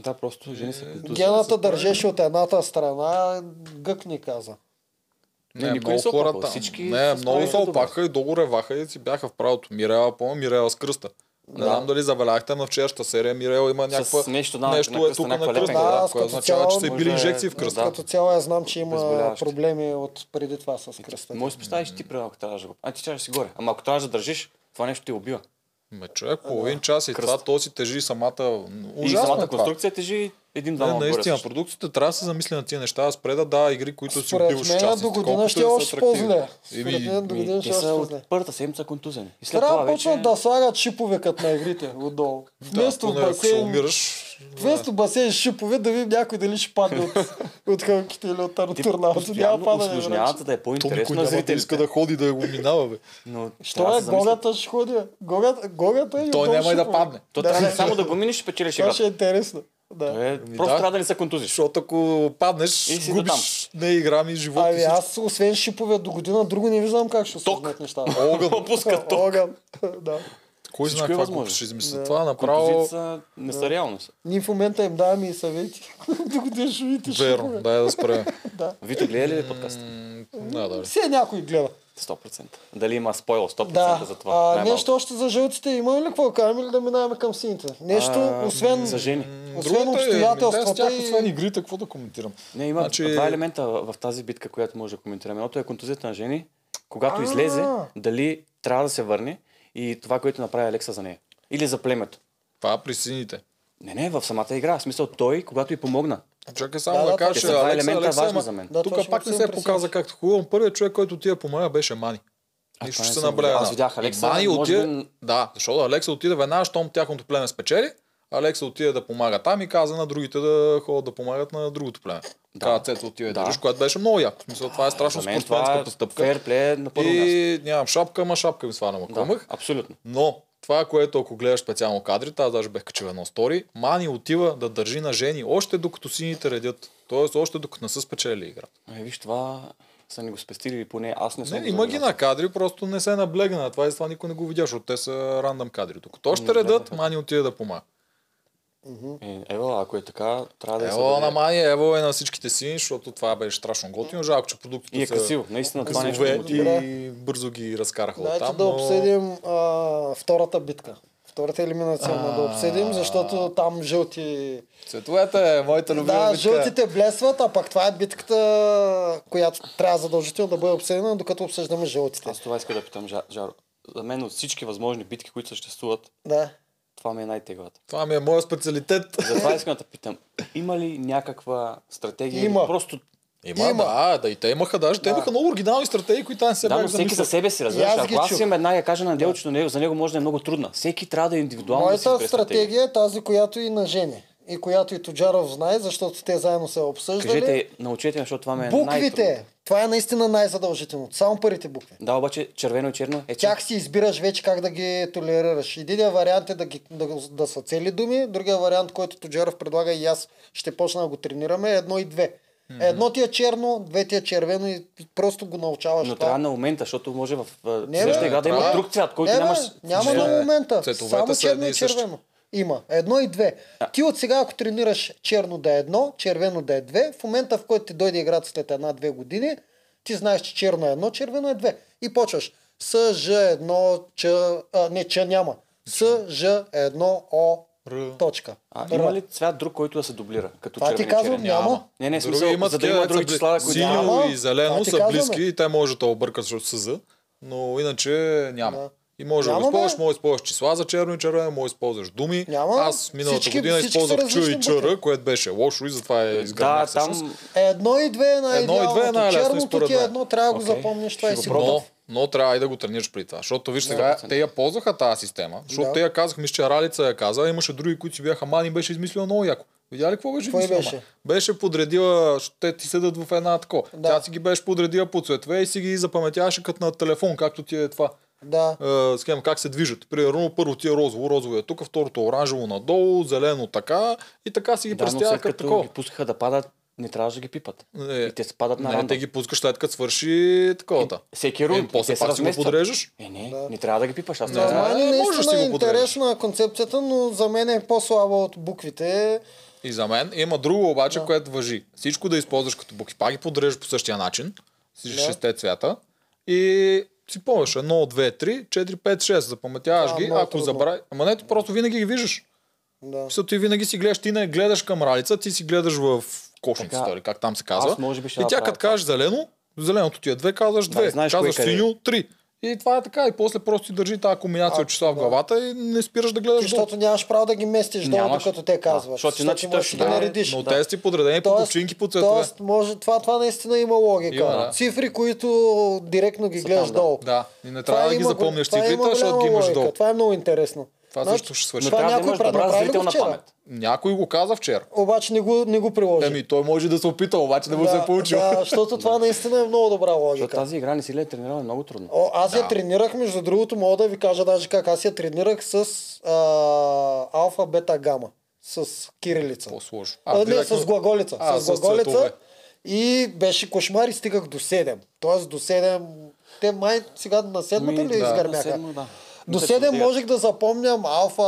Speaker 3: Да,
Speaker 2: Е,
Speaker 3: просто жени се контузия.
Speaker 1: Гената държеше от едната страна, гък ни каза.
Speaker 2: Не,
Speaker 3: Не, никой не
Speaker 2: много
Speaker 3: се
Speaker 2: хора
Speaker 3: опаква.
Speaker 2: там.
Speaker 3: Всички
Speaker 2: не,
Speaker 3: се
Speaker 2: много се
Speaker 3: справиха добре.
Speaker 2: опаха и долу реваха и си бяха в правото. Мирела, помня, Мирела с кръста. Не
Speaker 3: Да.
Speaker 2: знам дали забелязахте на вчерашната серия. Мирела има някаква...
Speaker 3: нещо, да, на
Speaker 2: нещо е
Speaker 3: кръста,
Speaker 2: тук на
Speaker 3: някаква
Speaker 2: кръста,
Speaker 3: лепенка, да,
Speaker 2: да,
Speaker 1: аз
Speaker 2: което
Speaker 1: като
Speaker 2: означава, че
Speaker 1: цяло
Speaker 2: са й
Speaker 3: може
Speaker 2: били
Speaker 3: да е-
Speaker 2: инжекции в кръста.
Speaker 3: Да.
Speaker 1: Като цяло я знам, че има
Speaker 3: Обезболяващи.
Speaker 1: проблеми от преди това с кръста.
Speaker 3: Ами, Може да си представиш ти, примерно, ако трябваше да го... А, ти трябваше да си горе. Ама ако трябваше да държиш, това нещо ти убива.
Speaker 2: Ме човек, половин час и
Speaker 3: Кръста.
Speaker 2: това, то си тежи самата...
Speaker 3: И
Speaker 2: Ужасно е
Speaker 3: самата
Speaker 2: това.
Speaker 3: конструкция тежи един-два
Speaker 2: Не,
Speaker 3: на
Speaker 2: наистина, продукцията трябва да се замисли на тия неща, да спре да дава игри, които си
Speaker 1: Според
Speaker 2: убиваш
Speaker 1: мен
Speaker 2: част.
Speaker 1: до година ще е още по-зле. Според мен до година
Speaker 3: Ми,
Speaker 1: ще е
Speaker 3: те
Speaker 1: още
Speaker 3: са
Speaker 1: по-зле.
Speaker 3: от първата седмица контузени. И след
Speaker 1: Трябва
Speaker 3: това
Speaker 1: да
Speaker 3: вече...
Speaker 1: почват да слагат шипове като на игрите отдолу. Вместо
Speaker 2: поне ако ще
Speaker 1: басейн,
Speaker 2: умираш,
Speaker 1: вместо басейн шипове да видим някой дали ще падне от, от хълките или от
Speaker 3: Те
Speaker 1: турналото. Няма
Speaker 3: постоянно
Speaker 1: падане. нали? значи.
Speaker 3: усложняват,
Speaker 1: врачи.
Speaker 3: за да е
Speaker 2: то никой
Speaker 3: по-интересно на
Speaker 2: няма да иска
Speaker 3: зрителите.
Speaker 2: да ходи да го минава, бе.
Speaker 3: Но
Speaker 1: Що
Speaker 3: трябва
Speaker 1: е
Speaker 3: да се замислят.
Speaker 1: гогата ще ходи? бе. Гогата, гогата е и
Speaker 2: Той
Speaker 1: отдолу
Speaker 2: няма и да
Speaker 1: шипове.
Speaker 2: падне.
Speaker 3: То трябва само да го минеш и печелиш
Speaker 1: Това ще е
Speaker 3: играта.
Speaker 1: интересно. Да.
Speaker 3: Е,
Speaker 2: Ми
Speaker 3: Просто
Speaker 2: да.
Speaker 3: трябва да не се контузиш.
Speaker 2: Защото ако паднеш,
Speaker 3: И си
Speaker 2: губиш не игра ми живот.
Speaker 1: Ами аз, освен шипове до година, друго не виждам как ще се случат нещата.
Speaker 2: Огън.
Speaker 3: Пуска ток.
Speaker 1: Огън. да.
Speaker 2: Кой
Speaker 3: Всичко
Speaker 2: знае
Speaker 3: е
Speaker 2: каква
Speaker 3: възможно.
Speaker 2: глупост ще измисля?
Speaker 1: Да.
Speaker 2: Това е направо...
Speaker 3: Контузиите са- не са реалност.
Speaker 1: Ние в момента им даваме и съвети. до година ще видите
Speaker 2: Верно,
Speaker 1: шипове.
Speaker 2: дай да спрем.
Speaker 3: Вито гледа ли подкаста?
Speaker 2: Да, да.
Speaker 1: Все някой гледа.
Speaker 3: 100%. Дали има спойл 100%
Speaker 1: Да,
Speaker 3: за това?
Speaker 1: а,
Speaker 3: Най-малко.
Speaker 1: нещо още за жълтите има ли какво да кажем или да минаваме към сините? Нещо,
Speaker 3: А,
Speaker 1: освен,
Speaker 3: За жени.
Speaker 1: освен
Speaker 2: е, ами, Да, с
Speaker 1: обстоятелствата
Speaker 2: тях, освен
Speaker 1: и...
Speaker 2: игрите, какво да коментирам?
Speaker 3: Не, има
Speaker 2: Значи-
Speaker 3: значи... два елемента в в тази битка, която може да коментираме. Едното е контузията на жени, когато
Speaker 1: А.
Speaker 3: излезе, дали трябва да се върне и това, което направи Алекса за нея. Или за племето.
Speaker 2: Това при сините.
Speaker 3: Не, не, в самата игра. В смисъл той, когато й помогна.
Speaker 2: Чакай само
Speaker 1: Да,
Speaker 2: да,
Speaker 1: да,
Speaker 2: кажа, че
Speaker 1: точно.
Speaker 3: Те са два
Speaker 2: Алекса,
Speaker 3: е елемента
Speaker 2: Алекса,
Speaker 3: важни
Speaker 2: ама
Speaker 3: за мен.
Speaker 1: Да,
Speaker 2: тук
Speaker 1: точно,
Speaker 2: пак не
Speaker 1: съм
Speaker 2: се
Speaker 1: пресен.
Speaker 2: показа както хубаво. Първият човек, който ти я помага, беше Мани.
Speaker 3: А,
Speaker 2: Нищо
Speaker 3: това
Speaker 2: ще
Speaker 3: не
Speaker 2: се
Speaker 3: съм
Speaker 2: набляга.
Speaker 3: видял. Аз видях Алекса,
Speaker 2: И Мани
Speaker 3: може
Speaker 2: отиде,
Speaker 3: би-
Speaker 2: да, защото Алекса отиде веднага, щом тяхното племе спечели, Алекса отиде да помага там и каза на другите да ходят да помагат на другото племе. Да. Каза Цецо отиде да.
Speaker 3: Да.
Speaker 2: държиш, което беше много яко. В Смисъл, това е страшно
Speaker 3: за мен това
Speaker 2: спортсменска
Speaker 3: е
Speaker 2: постъпка.
Speaker 3: фейрплей на първо място.
Speaker 2: И нямам шапка, ама шапка ми свана
Speaker 3: Да,
Speaker 2: макумък.
Speaker 3: абсолютно.
Speaker 2: Но това, което ако гледаш специално кадрите, аз даже бех качил едно стори, Мани отива да държи на жени още докато сините редят. Тоест още докато не са спечели игра.
Speaker 3: Е, виж, това са ни го спестили, поне аз не съм.
Speaker 2: Не,
Speaker 3: го
Speaker 2: има ги на
Speaker 3: забелязал.
Speaker 2: кадри, просто не се е наблегна на това и затова никой не го видя, защото те са рандъм кадри. Докато
Speaker 3: Ами,
Speaker 2: още редат, Мани отиде да помага.
Speaker 3: Е, ева, ако е така, трябва да е.
Speaker 2: Ево на Мани, ево е на всичките си, защото това беше страшно готино. Жалко, че продуктите
Speaker 3: И е
Speaker 2: са
Speaker 3: красиво. Наистина това нещо
Speaker 2: късове
Speaker 3: мотивира.
Speaker 2: и бързо ги разкараха
Speaker 1: Дайте
Speaker 2: оттам.
Speaker 1: Значи да
Speaker 2: но-
Speaker 1: обсъдим а, втората битка. втората елиминационна да
Speaker 2: А.
Speaker 1: обсъдим, защото там жълти...
Speaker 2: Цветовете е моята любима
Speaker 1: Да,
Speaker 2: битка.
Speaker 1: жълтите блесват, а пък това е битката, която трябва задължително да бъде обсъдена, докато обсъждаме жълтите.
Speaker 3: Аз това иска да питам, Жа- Жаро. За мен от всички възможни битки, които съществуват,
Speaker 1: Да.
Speaker 3: това ми е най-теглата.
Speaker 2: Това ми е моят специалитет.
Speaker 3: Затова искам да те питам. Има ли някаква стратегия?
Speaker 1: Има.
Speaker 3: Или Просто
Speaker 2: Има,
Speaker 1: Има.
Speaker 2: да, да, и те имаха даже. Те
Speaker 1: Да.
Speaker 2: имаха много оригинални стратегии, които аз не се
Speaker 3: да,
Speaker 2: бях
Speaker 3: но всеки
Speaker 2: замислил.
Speaker 3: за себе си, разбираш.
Speaker 1: аз ги
Speaker 3: Ако аз
Speaker 1: чух.
Speaker 3: имам една я кажа на делчето, него, за него може да е много трудна. Всеки трябва да е индивидуално да си
Speaker 1: Моята
Speaker 3: избере
Speaker 1: стратегия е тази, която и на Жени. И която и Тоджаров знае, защото те заедно са я обсъждали.
Speaker 3: Кажете, научете ме, защото това ме е най-трудно.
Speaker 1: е Буквите! Това е наистина най-задължително. Само първите букви.
Speaker 3: Да, обаче червено и черно е
Speaker 1: Тях си избираш вече как да ги толерираш. Единият вариант е да, ги, да, да са цели думи, другия вариант, който Тоджаров предлага и аз ще почна да го тренираме, е едно и две. Едно ти е черно, две ти е червено и просто го научаваш.
Speaker 3: Но
Speaker 1: това.
Speaker 3: трябва на момента, защото може в
Speaker 1: Не, е.
Speaker 3: не,
Speaker 2: бе,
Speaker 3: следващата игра да има
Speaker 2: трябва.
Speaker 3: друг цвят, който
Speaker 1: не, бе,
Speaker 3: нямаш...
Speaker 1: Няма
Speaker 2: Не,
Speaker 1: на
Speaker 2: бе.
Speaker 1: момента.
Speaker 2: Цветовете
Speaker 1: Само
Speaker 2: са
Speaker 1: черно
Speaker 2: едни
Speaker 1: и
Speaker 2: и същи.
Speaker 1: червено. Има. Едно и две. Ти от сега, ако тренираш черно да е едно, червено да е две, в момента в който ти дойде играта след една-две години, ти знаеш, че черно е едно, червено е две. И почваш. С, Ж, едно, Ч, а, не, Ч няма. С, Ж, едно, О,
Speaker 2: Р.
Speaker 1: точка.
Speaker 3: А,
Speaker 1: Р.
Speaker 3: има ли цвят друг, който да се дублира? Като
Speaker 1: Това ти
Speaker 3: червен и
Speaker 1: казвам,
Speaker 3: черен?
Speaker 1: няма.
Speaker 3: Не, не,
Speaker 2: Други
Speaker 3: смисъл,
Speaker 2: имат
Speaker 3: за да
Speaker 2: такива,
Speaker 3: има други
Speaker 2: са бли-
Speaker 3: числа, които
Speaker 2: Синьо
Speaker 3: няма.
Speaker 1: Няма.
Speaker 2: и зелено
Speaker 1: Това ти
Speaker 2: са
Speaker 1: казваме.
Speaker 2: близки и те може да те объркат, защото са за, но иначе няма.
Speaker 1: Да.
Speaker 2: И може да
Speaker 1: Няма,
Speaker 2: го използваш,
Speaker 1: бе.
Speaker 2: може да използваш числа за черно и червено, може да използваш думи.
Speaker 1: Няма.
Speaker 2: Аз миналата
Speaker 1: Всички-
Speaker 2: година
Speaker 1: всички са
Speaker 2: използвах чу и
Speaker 1: различни букви.
Speaker 2: чъра, което беше лошо и затова е изградена
Speaker 3: Да,
Speaker 2: всъщност.
Speaker 3: там...
Speaker 1: Едно и две е най-идеалното.
Speaker 2: Едно и две е най-лесно,
Speaker 1: Черното
Speaker 2: според
Speaker 1: ти е
Speaker 2: мен.
Speaker 1: едно, трябва да го
Speaker 3: Окей.
Speaker 1: запомниш.
Speaker 3: Ще
Speaker 1: Това е
Speaker 3: го
Speaker 1: сигурно.
Speaker 2: Но, но трябва и да го тренираш при това. Защото виж сега, те я ползваха тази система. Защото
Speaker 1: Да.
Speaker 2: те я казах, мисля, че Ралица я каза, а имаше други, които си бяха мани, беше измислила много яко. Видя ли какво беше
Speaker 1: Кой
Speaker 2: измислила?
Speaker 1: беше?
Speaker 2: ма? беше подредила, защото те ти седат в една тако.
Speaker 1: Да.
Speaker 2: Тя си ги беше подредила по цветове и си ги запаметяваше като на телефон, както ти е това
Speaker 1: Да.
Speaker 2: е, схема, как се движат. Примерно, първо ти е розово, розово е тук, второто оранжево надолу, зелено така и така си ги
Speaker 3: Да, но
Speaker 2: представях
Speaker 3: след
Speaker 2: като
Speaker 3: като
Speaker 2: такова.
Speaker 3: ги пускаха да падат, не трябваше да ги пипат.
Speaker 2: Не.
Speaker 3: И те се падат на
Speaker 2: Е, Не,
Speaker 3: ранда.
Speaker 2: Нали, те ги пускаш след като свърши таковата.
Speaker 3: Всеки рунд.
Speaker 2: Е, после
Speaker 3: те се
Speaker 2: пак си го
Speaker 3: разместват.
Speaker 2: подреждаш.
Speaker 3: Е, не, не трябва да ги пипаш. Аз не
Speaker 2: Да.
Speaker 1: За
Speaker 3: трябва.
Speaker 1: мен е
Speaker 2: Е, можеш да
Speaker 1: наистина
Speaker 2: си
Speaker 1: е
Speaker 2: го подредиш.
Speaker 1: интересна концепцията, но за мен е по-слаба от буквите.
Speaker 2: И за мен има друго обаче, да. което въжи. Всичко да използваш като букви. Пак ги подреждаш по същия начин. С
Speaker 1: Да.
Speaker 2: шесте цвята. И си помниш 1, 2, 3, 4, 5, 6. Запаметяваш
Speaker 1: Това е
Speaker 2: ги.
Speaker 1: много
Speaker 2: Ако
Speaker 1: трудно.
Speaker 2: забрави... Ама не, ти просто винаги ги виждаш.
Speaker 1: Да.
Speaker 2: Мисля, ти винаги си гледаш, ти не гледаш към ралица, ти си гледаш в кошницата,
Speaker 3: Така.
Speaker 2: или как там се казва.
Speaker 3: Аз може би
Speaker 2: и
Speaker 3: ще
Speaker 2: тя
Speaker 3: направя
Speaker 2: като
Speaker 3: това.
Speaker 2: кажеш зелено, зеленото ти е две, казваш две.
Speaker 3: знаеш кое
Speaker 2: казваш
Speaker 3: къде е.
Speaker 2: синьо, три. И това е така. И после просто ти държи тази комбинация
Speaker 1: А,
Speaker 2: от числа в
Speaker 1: да.
Speaker 2: главата и не спираш да гледаш. долу.
Speaker 1: Защото нямаш право да ги местиш долу,
Speaker 3: Нямаш.
Speaker 1: докато те
Speaker 3: Да,
Speaker 1: казват. Значи
Speaker 3: защото иначе
Speaker 1: можеш
Speaker 3: точно
Speaker 1: да ги
Speaker 3: да.
Speaker 1: наредиш.
Speaker 2: Но те са ти подредени по купчинки по цветове.
Speaker 1: Тоест, може, това, това наистина има логика.
Speaker 2: Има, да.
Speaker 1: Цифри, които директно ги
Speaker 3: Са
Speaker 1: гледаш
Speaker 3: там, да.
Speaker 1: долу.
Speaker 2: Да, и не
Speaker 1: Това
Speaker 2: трябва да ги
Speaker 1: има го-
Speaker 2: запомняш
Speaker 1: това
Speaker 2: цифрите,
Speaker 1: има
Speaker 2: защото ги
Speaker 1: голяма
Speaker 2: имаш
Speaker 1: логика.
Speaker 2: долу.
Speaker 1: Това е много интересно.
Speaker 2: Това
Speaker 1: Значи,
Speaker 2: също ще
Speaker 3: Но
Speaker 2: свърши.
Speaker 1: това
Speaker 3: трябва да
Speaker 1: някой
Speaker 3: имаш
Speaker 1: направи
Speaker 3: добра
Speaker 1: го
Speaker 3: зрителна
Speaker 1: вчера.
Speaker 3: памет.
Speaker 2: Някой го каза вчера.
Speaker 1: Обаче не го, не го приложи.
Speaker 2: Еми, той може да се опита, обаче не му се е получил.
Speaker 1: да, защото това наистина е много добра
Speaker 3: Защото
Speaker 1: логика.
Speaker 3: тази игра не си ли е тренирала много трудно.
Speaker 1: О, аз я
Speaker 2: Да.
Speaker 1: тренирах, между другото, мога да ви кажа даже как. Аз я тренирах с а, алфа, бета, гама. С кирилица.
Speaker 2: По-сложно.
Speaker 1: А, не, с глаголица.
Speaker 2: А,
Speaker 1: с
Speaker 2: с
Speaker 1: глаголица.
Speaker 2: цветове.
Speaker 1: и беше кошмар и стигах до 7. Тоест до 7... Те май сега на седмата ли
Speaker 3: Ми, да,
Speaker 1: изгърмяха?
Speaker 3: на седмо, да.
Speaker 1: До
Speaker 3: Те
Speaker 1: 7
Speaker 3: трудят.
Speaker 1: можех да запомням алфа,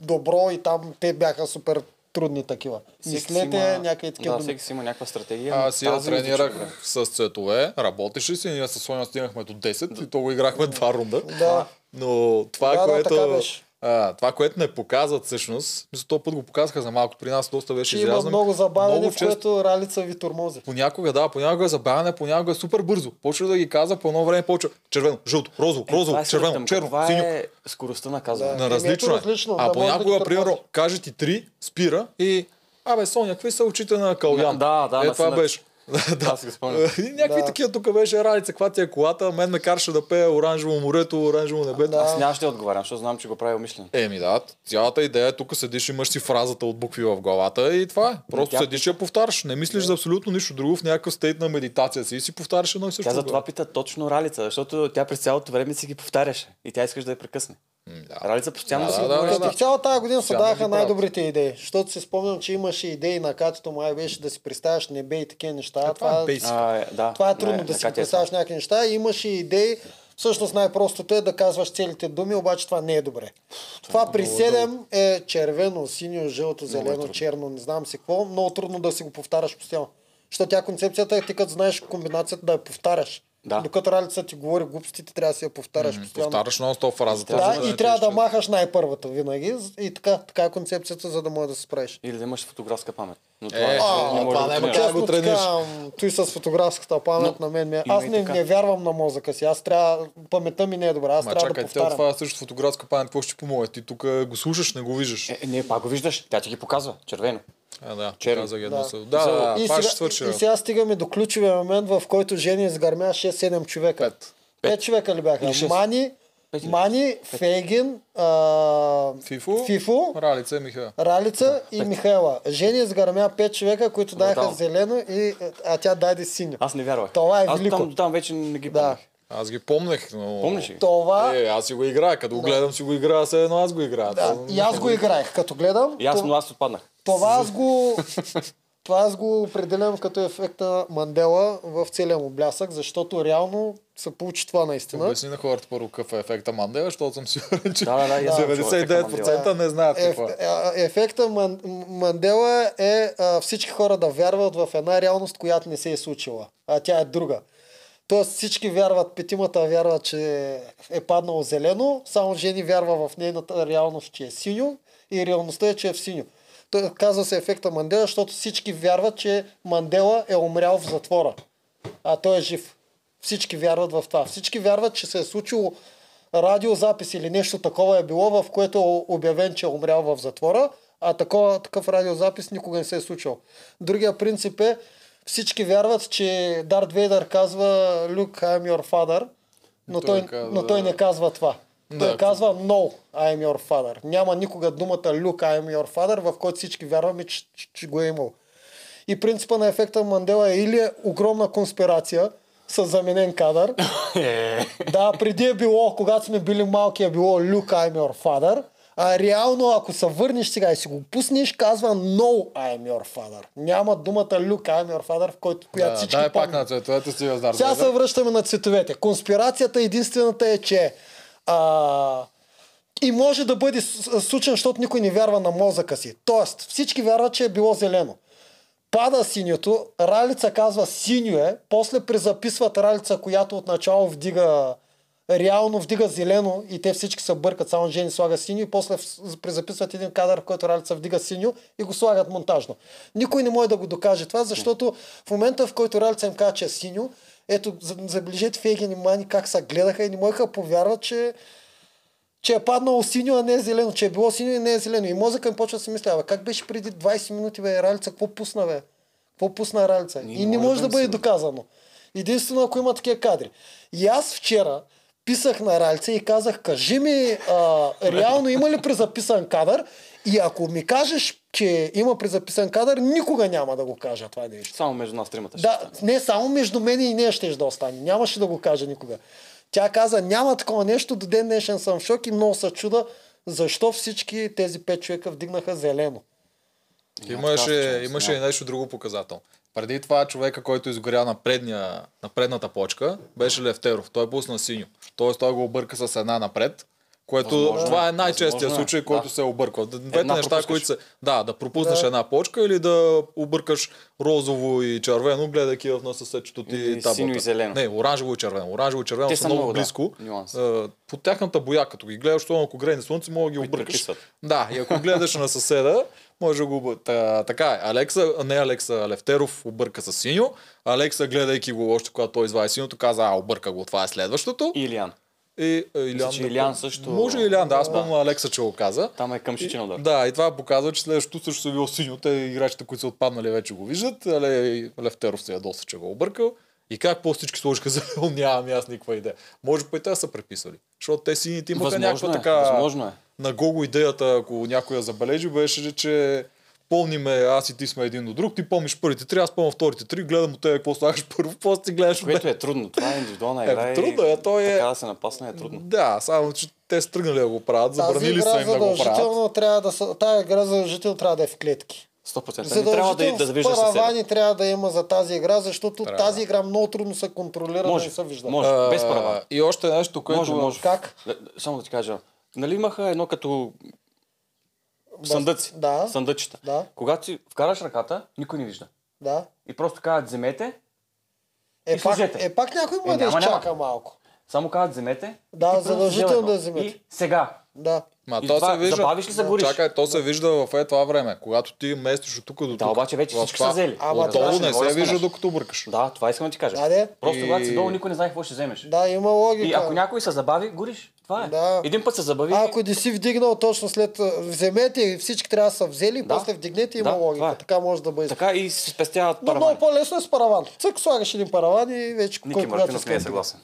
Speaker 1: добро и там те бяха супер трудни такива.
Speaker 3: Всеки си
Speaker 1: Мислете
Speaker 3: има-
Speaker 1: е някакви такива
Speaker 3: Да,
Speaker 1: думи.
Speaker 3: всеки си има някаква стратегия. но
Speaker 2: Аз я
Speaker 3: тази е ми звучи добре.
Speaker 2: тренирах с цветове, работеше си, ние с Соня стигнахме до 10 и то го играхме два рунда.
Speaker 1: Да.
Speaker 2: Но това,
Speaker 1: Да, да,
Speaker 2: което...
Speaker 1: така беше.
Speaker 2: а, това, което не показват всъщност, мисля, този път го показаха за малко, при нас доста беше
Speaker 1: Че има
Speaker 2: изрязано.
Speaker 1: много забавяне,
Speaker 2: Много
Speaker 1: в
Speaker 2: често
Speaker 1: което ралица ви турмози.
Speaker 2: Понякога да, понякога е забавяне, понякога е супер бързо. Почва да ги казва, по едно време почва червено, жълто, розово,
Speaker 3: Е, това
Speaker 2: розово,
Speaker 3: е сръбта
Speaker 2: червено,
Speaker 3: ми.
Speaker 2: черно,
Speaker 3: Това
Speaker 2: синьо.
Speaker 3: е скоростта на казване.
Speaker 1: Да.
Speaker 2: На
Speaker 1: Еми,
Speaker 2: различно,
Speaker 1: ето
Speaker 2: е.
Speaker 1: различно, да
Speaker 2: А
Speaker 1: може да
Speaker 2: понякога,
Speaker 1: ги
Speaker 2: примерно,
Speaker 1: търпаш.
Speaker 2: каже ти три, спира и... Абе, Соня, какви са очите на Калян?
Speaker 3: Да, да,
Speaker 2: е,
Speaker 3: на
Speaker 2: това
Speaker 3: сина.
Speaker 2: беше. да.
Speaker 3: Аз си го спомням.
Speaker 2: И някакви
Speaker 1: Да.
Speaker 2: такива тук беше Ралица, каква ти е колата, мен ме караше да пее оранжево морето, оранжево небето.
Speaker 3: Аз нямаше да отговарям, защото знам, че го прави умишлено.
Speaker 2: Еми да, цялата идея е тук седиш, имаш си фразата от букви в главата и това е. Просто
Speaker 3: тя-
Speaker 2: седиш и я повтаряш. Не мислиш за абсолютно нищо друго в някакъв стейт на медитация си и си повтаряш едно и също.
Speaker 3: Тя за
Speaker 2: тогава.
Speaker 3: това пита точно Ралица, защото тя през цялото време си ги повтаряше и тя искаш да я прекъсне.
Speaker 2: да.
Speaker 3: Ралица постоянно
Speaker 2: Да,
Speaker 3: си
Speaker 2: да,
Speaker 3: го
Speaker 2: да,
Speaker 3: говори.
Speaker 2: да,
Speaker 1: Като
Speaker 2: да.
Speaker 1: в цяла тази година се
Speaker 2: Сега
Speaker 1: даваха
Speaker 2: ги правят.
Speaker 1: най-добрите идеи. Защото си спомням, че имаше идеи на катото май беше да си представяш небе и такива неща.
Speaker 2: това
Speaker 1: това,
Speaker 2: е
Speaker 1: е,
Speaker 2: basic.
Speaker 3: А, е, да.
Speaker 1: това е трудно
Speaker 3: Не,
Speaker 1: да
Speaker 3: на
Speaker 1: си
Speaker 3: Катя е
Speaker 1: представяш някакви неща. Имаше идеи. Всъщност най-простото е да казваш целите думи, обаче това не е добре. Това при 7 е червено, синьо, жълто,
Speaker 2: е
Speaker 1: зелено, черно, не знам си какво. Много трудно да си го повтаряш постоянно. Защото тя концепцията е ти като знаеш комбинацията да я повтаряш.
Speaker 3: Да.
Speaker 1: Докато ралица ти говори глупости, ти трябва да си я повтаряш
Speaker 2: Ами,
Speaker 1: постоянно.
Speaker 7: Повтаряш нон-стоп фразата.
Speaker 1: Да,
Speaker 7: за
Speaker 1: и
Speaker 7: ти
Speaker 1: трябва да
Speaker 7: ще-
Speaker 1: махаш най-първата винаги. И така, така е концепцията, за да може да се справиш.
Speaker 3: Или да имаш фотографска памет. Но
Speaker 7: Е,
Speaker 3: това не може
Speaker 7: това
Speaker 3: да
Speaker 7: не
Speaker 3: го
Speaker 7: е
Speaker 3: тренираш.
Speaker 7: да го
Speaker 1: Честно
Speaker 7: тренираш.
Speaker 1: така, м, той с фотографската памет на мен. ми е-
Speaker 3: има
Speaker 1: Аз
Speaker 3: и
Speaker 1: не,
Speaker 3: така.
Speaker 1: не вярвам на мозъка си. Аз трябва, паметта ми не е добра. Аз
Speaker 2: Ма
Speaker 1: трябва да
Speaker 2: чакай, тя
Speaker 1: повтарям.
Speaker 2: това е също фотографска памет, какво ще ти помогне? Ти тук го слушаш, не го виждаш.
Speaker 3: Е, е, не, пак го виждаш. Тя ти ги показва. Червено.
Speaker 2: А, да,
Speaker 3: Черно.
Speaker 2: казах едно
Speaker 1: Да.
Speaker 2: да. Да, да,
Speaker 1: и,
Speaker 2: това ще
Speaker 1: сега,
Speaker 2: свърши.
Speaker 1: и сега стигаме до ключовия момент, в който Жени изгърмя 6-7 човека. 5. 5 човека ли бяха?
Speaker 3: Или шест.
Speaker 1: Мани,
Speaker 3: Пет или
Speaker 1: Мани Фейгин, а,
Speaker 2: Фифо,
Speaker 1: Фифо,
Speaker 2: Ралица и Миха.
Speaker 1: Ралица и Михайла. Жени изгърмя 5 човека, които даеха
Speaker 3: Брутално.
Speaker 1: зелено, и, а тя даде синьо.
Speaker 3: Аз не вярвах.
Speaker 1: Това е
Speaker 3: Аз
Speaker 1: велико.
Speaker 3: там, там вече не ги
Speaker 1: Да.
Speaker 3: помних.
Speaker 2: Аз ги помнех, но...
Speaker 3: Помниш ли?
Speaker 1: Това...
Speaker 2: Е, аз си го играя, като го гледам си го играя, все едно аз го играя.
Speaker 1: Да,
Speaker 2: То-
Speaker 1: и аз го играех, като гледам.
Speaker 3: И аз,
Speaker 1: то-
Speaker 3: но аз отпаднах.
Speaker 1: Това аз го... Това аз го определям като ефекта Мандела в целия му блясък, защото реално се получи това наистина.
Speaker 2: Обясни на хората първо какъв е ефекта Мандела, защото съм сигурен, че
Speaker 3: Да, да, да, и аз съм е чувал ефекта
Speaker 2: 99% не знаят
Speaker 1: Еф,
Speaker 2: какво е.
Speaker 1: а, ефекта Ман, М- Мандела е а, всички хора да вярват в една реалност, която не се е случила, а тя е друга. Тоест всички вярват, петимата вярват, че е паднало зелено, само Жени вярва в нейната реалност, че е синьо и реалността е, че е в синьо. Той казва се ефекта Мандела, защото всички вярват, че Мандела е умрял в затвора, а той е жив. Всички вярват в това. Всички вярват, че се е случило радиозапис или нещо такова е било, в което е обявен, че е умрял в затвора, а такова, такъв радиозапис никога не се е случил. Другия принцип е, всички вярват, че Дарт Вейдър казва Люк, I'm your father, но
Speaker 2: Той
Speaker 1: той, той,
Speaker 2: казва-
Speaker 1: но той не казва това. Той
Speaker 2: Да.
Speaker 1: казва No, I'm your father. Няма никога думата Люк, I'm your father, в който всички вярваме, че, че, че го е имал. И принципа на ефекта Мандела е или е огромна конспирация с заменен кадър. да, преди е било, когато сме били малки, е било Luke, I'm your father. А реално, ако се върнеш сега и си го пуснеш, казва No, I'm your father. Няма думата Luke, I'm your father, в който, която
Speaker 2: Да,
Speaker 1: всички
Speaker 2: дай пак
Speaker 1: помнят.
Speaker 2: на цветовете си в Дарт
Speaker 1: Сега
Speaker 2: Вейдър.
Speaker 1: се връщаме на цветовете. Конспирацията единствената е, че а, и може да бъде с- случен, защото никой не вярва на мозъка си. Тоест, всички вярват, че е било зелено. Пада синьото, Ралица казва синьо е, после презаписват Ралица, която отначало вдига реално вдига зелено и те всички се бъркат, само Жени слага синьо и после в- презаписват един кадър, в който Ралица вдига синьо и го слагат монтажно. Никой не може да го докаже това, защото в момента, в който Ралица им казва, че е синьо, ето, за- забележете Фейген и Мани как се гледаха и не можеха да повярват, че че е паднало синьо, а не е зелено, че е било синьо и не е зелено. И мозъкът им почва да си мисля, абе, как беше преди 20 минути, бе, Ралица, какво пусна, бе? Какво пусна Ралица?
Speaker 3: Ние
Speaker 1: и не може да
Speaker 3: бъдем
Speaker 1: бъде
Speaker 3: сигурни.
Speaker 1: доказано. Единствено, ако има такива кадри. И аз вчера писах на Ралица и казах, кажи ми, а, реално има ли презаписан кадър? И ако ми кажеш, че има презаписан кадър, никога няма да го кажа това е нещо.
Speaker 3: Само между нас тримата. ще
Speaker 1: Да,
Speaker 3: стане.
Speaker 1: не само между мен и нея ще да остане. Нямаше да го кажа никога. Тя каза, няма такова нещо, до ден днешен съм в шок и много се чуда, защо всички тези пет човека вдигнаха зелено.
Speaker 2: Имаше,
Speaker 3: Няма.
Speaker 2: имаше и нещо друго показател. Преди това човека, който изгоря на, предния, на предната почка, беше Левтеров. Той е пусна синьо. Тоест той го обърка с една напред, което
Speaker 3: Възможно е.
Speaker 2: това е най-честия
Speaker 3: Възможно е.
Speaker 2: случай, който
Speaker 3: Да. Е,
Speaker 2: се обърква. Д- Двете
Speaker 3: Една
Speaker 2: неща,
Speaker 3: пропускаш.
Speaker 2: които са... Да, да пропуснеш
Speaker 1: Да.
Speaker 2: една почка или да объркаш розово и червено, гледайки в носа съчето ти
Speaker 3: Или
Speaker 2: таблата.
Speaker 3: синьо и зелено.
Speaker 2: Не, оранжево и червено. Оранжево и червено
Speaker 3: Те
Speaker 2: са,
Speaker 3: са
Speaker 2: много,
Speaker 3: много, да.
Speaker 2: близко.
Speaker 3: Нюанс.
Speaker 2: Е, По тяхната боя, като ги гледаш, особено ако грейне слънце, мога да ги
Speaker 3: Които
Speaker 2: объркаш.
Speaker 3: Ами прекисват.
Speaker 2: Да, и ако гледаш на съседа, може да го... объ- Та, така е. Алекса, не Алекса, Левтеров обърка с синьо. Алекса, гледайки го още, когато той извади синьото, каза, а, обърка го, това е следващото.
Speaker 3: И Илиан.
Speaker 2: И, е, Илян,
Speaker 3: че Илян също-
Speaker 2: Може и Илян, да, аз
Speaker 3: Да.
Speaker 2: помня Алекса, че го каза.
Speaker 3: Там е към шичен удар.
Speaker 2: Да, и това показва, че следващото също са било синьо. Те играчите, които са отпаднали, вече го виждат. Але Левтеров се ядоса, че го е объркал. И как по всички сложиха за нямам и аз никаква идея. Може па и те са преписали. Защото те сините имаха някаква
Speaker 3: Възможно е.
Speaker 2: така...
Speaker 3: Възможно е.
Speaker 2: На Гого идеята, ако някой я забележи, беше, че помниме, аз и ти сме един до друг, ти помниш първите три, аз помня вторите три, гледам от тебе какво слагаш първо, после ти гледаш от
Speaker 3: Което е трудно. Това е индивидуална
Speaker 2: Е,
Speaker 3: игра. и
Speaker 2: трудно е, той е-
Speaker 3: Така да се напасне е трудно.
Speaker 2: Да, само че те са тръгнали да го правят,
Speaker 1: Тази
Speaker 2: забранили са
Speaker 1: игра
Speaker 2: им да го правят.
Speaker 1: задължително трябва да са, тая игра задължително трябва да е в клетки.
Speaker 3: 100%. Не трябва да, и-
Speaker 1: Задължително
Speaker 3: да завиждаш съседа.
Speaker 1: паравани трябва да има за тази игра, защото
Speaker 2: Трябва.
Speaker 1: тази игра много трудно се контролира
Speaker 3: Може,
Speaker 1: и се вижда.
Speaker 3: може.
Speaker 2: А,
Speaker 3: Без права.
Speaker 2: И още нещо, което...
Speaker 3: Може, може.
Speaker 1: Как?
Speaker 3: Да, да, Само да ти кажа. Нали имаха едно като
Speaker 1: Бас-
Speaker 3: съндъци.
Speaker 1: Да,
Speaker 3: Съндъчета.
Speaker 1: Да.
Speaker 3: Когато си вкараш ръката, никой не вижда.
Speaker 1: да.
Speaker 3: И просто казват, вземете
Speaker 1: Е, пак,
Speaker 3: Излезете.
Speaker 1: е, пак някой
Speaker 3: Е,
Speaker 1: му е да
Speaker 3: няма,
Speaker 1: изчака
Speaker 3: няма.
Speaker 1: малко.
Speaker 3: Само казват, вземете.
Speaker 1: Да,
Speaker 3: и ти
Speaker 1: задължително
Speaker 3: взел едно.
Speaker 1: да вземете.
Speaker 3: И сега.
Speaker 1: Да.
Speaker 2: Ма,
Speaker 3: И
Speaker 2: то
Speaker 3: това
Speaker 2: се вижда.
Speaker 3: забавиш ли се, гориш?
Speaker 2: Чакай, то се вижда в е това време. Когато ти местиш от тук до тук.
Speaker 3: Да, обаче вече
Speaker 2: в
Speaker 3: всички
Speaker 2: това-
Speaker 3: са взели.
Speaker 1: Ама
Speaker 3: Разбираш
Speaker 1: това
Speaker 2: Долу
Speaker 3: ли?
Speaker 2: не
Speaker 3: Говоря
Speaker 2: се
Speaker 3: с
Speaker 2: вижда
Speaker 3: нас.
Speaker 2: докато бъркаш.
Speaker 3: Да, това искам да ти кажа.
Speaker 1: Да, де.
Speaker 3: Просто когато
Speaker 2: И-
Speaker 3: си долу, никой не знае какво ще вземеш.
Speaker 1: Да, има логика.
Speaker 3: И ако някой се забави, гориш. Това е.
Speaker 1: Да.
Speaker 3: Един път се забави.
Speaker 1: А, Ако не си вдигнал точно след... а, Вземете и всички трябва да са взели,
Speaker 3: Да.
Speaker 1: после вдигнете има
Speaker 3: Да,
Speaker 1: логика.
Speaker 3: това е.
Speaker 1: Така може да бъде.
Speaker 3: Така и се спестяват
Speaker 1: Но
Speaker 3: паравани.
Speaker 1: много по-лесно е с параван. Цък, слагаш един параван и вече...
Speaker 3: Ники
Speaker 1: кой когато
Speaker 3: Мартинов
Speaker 1: иска
Speaker 3: не е
Speaker 1: да
Speaker 3: съгласен.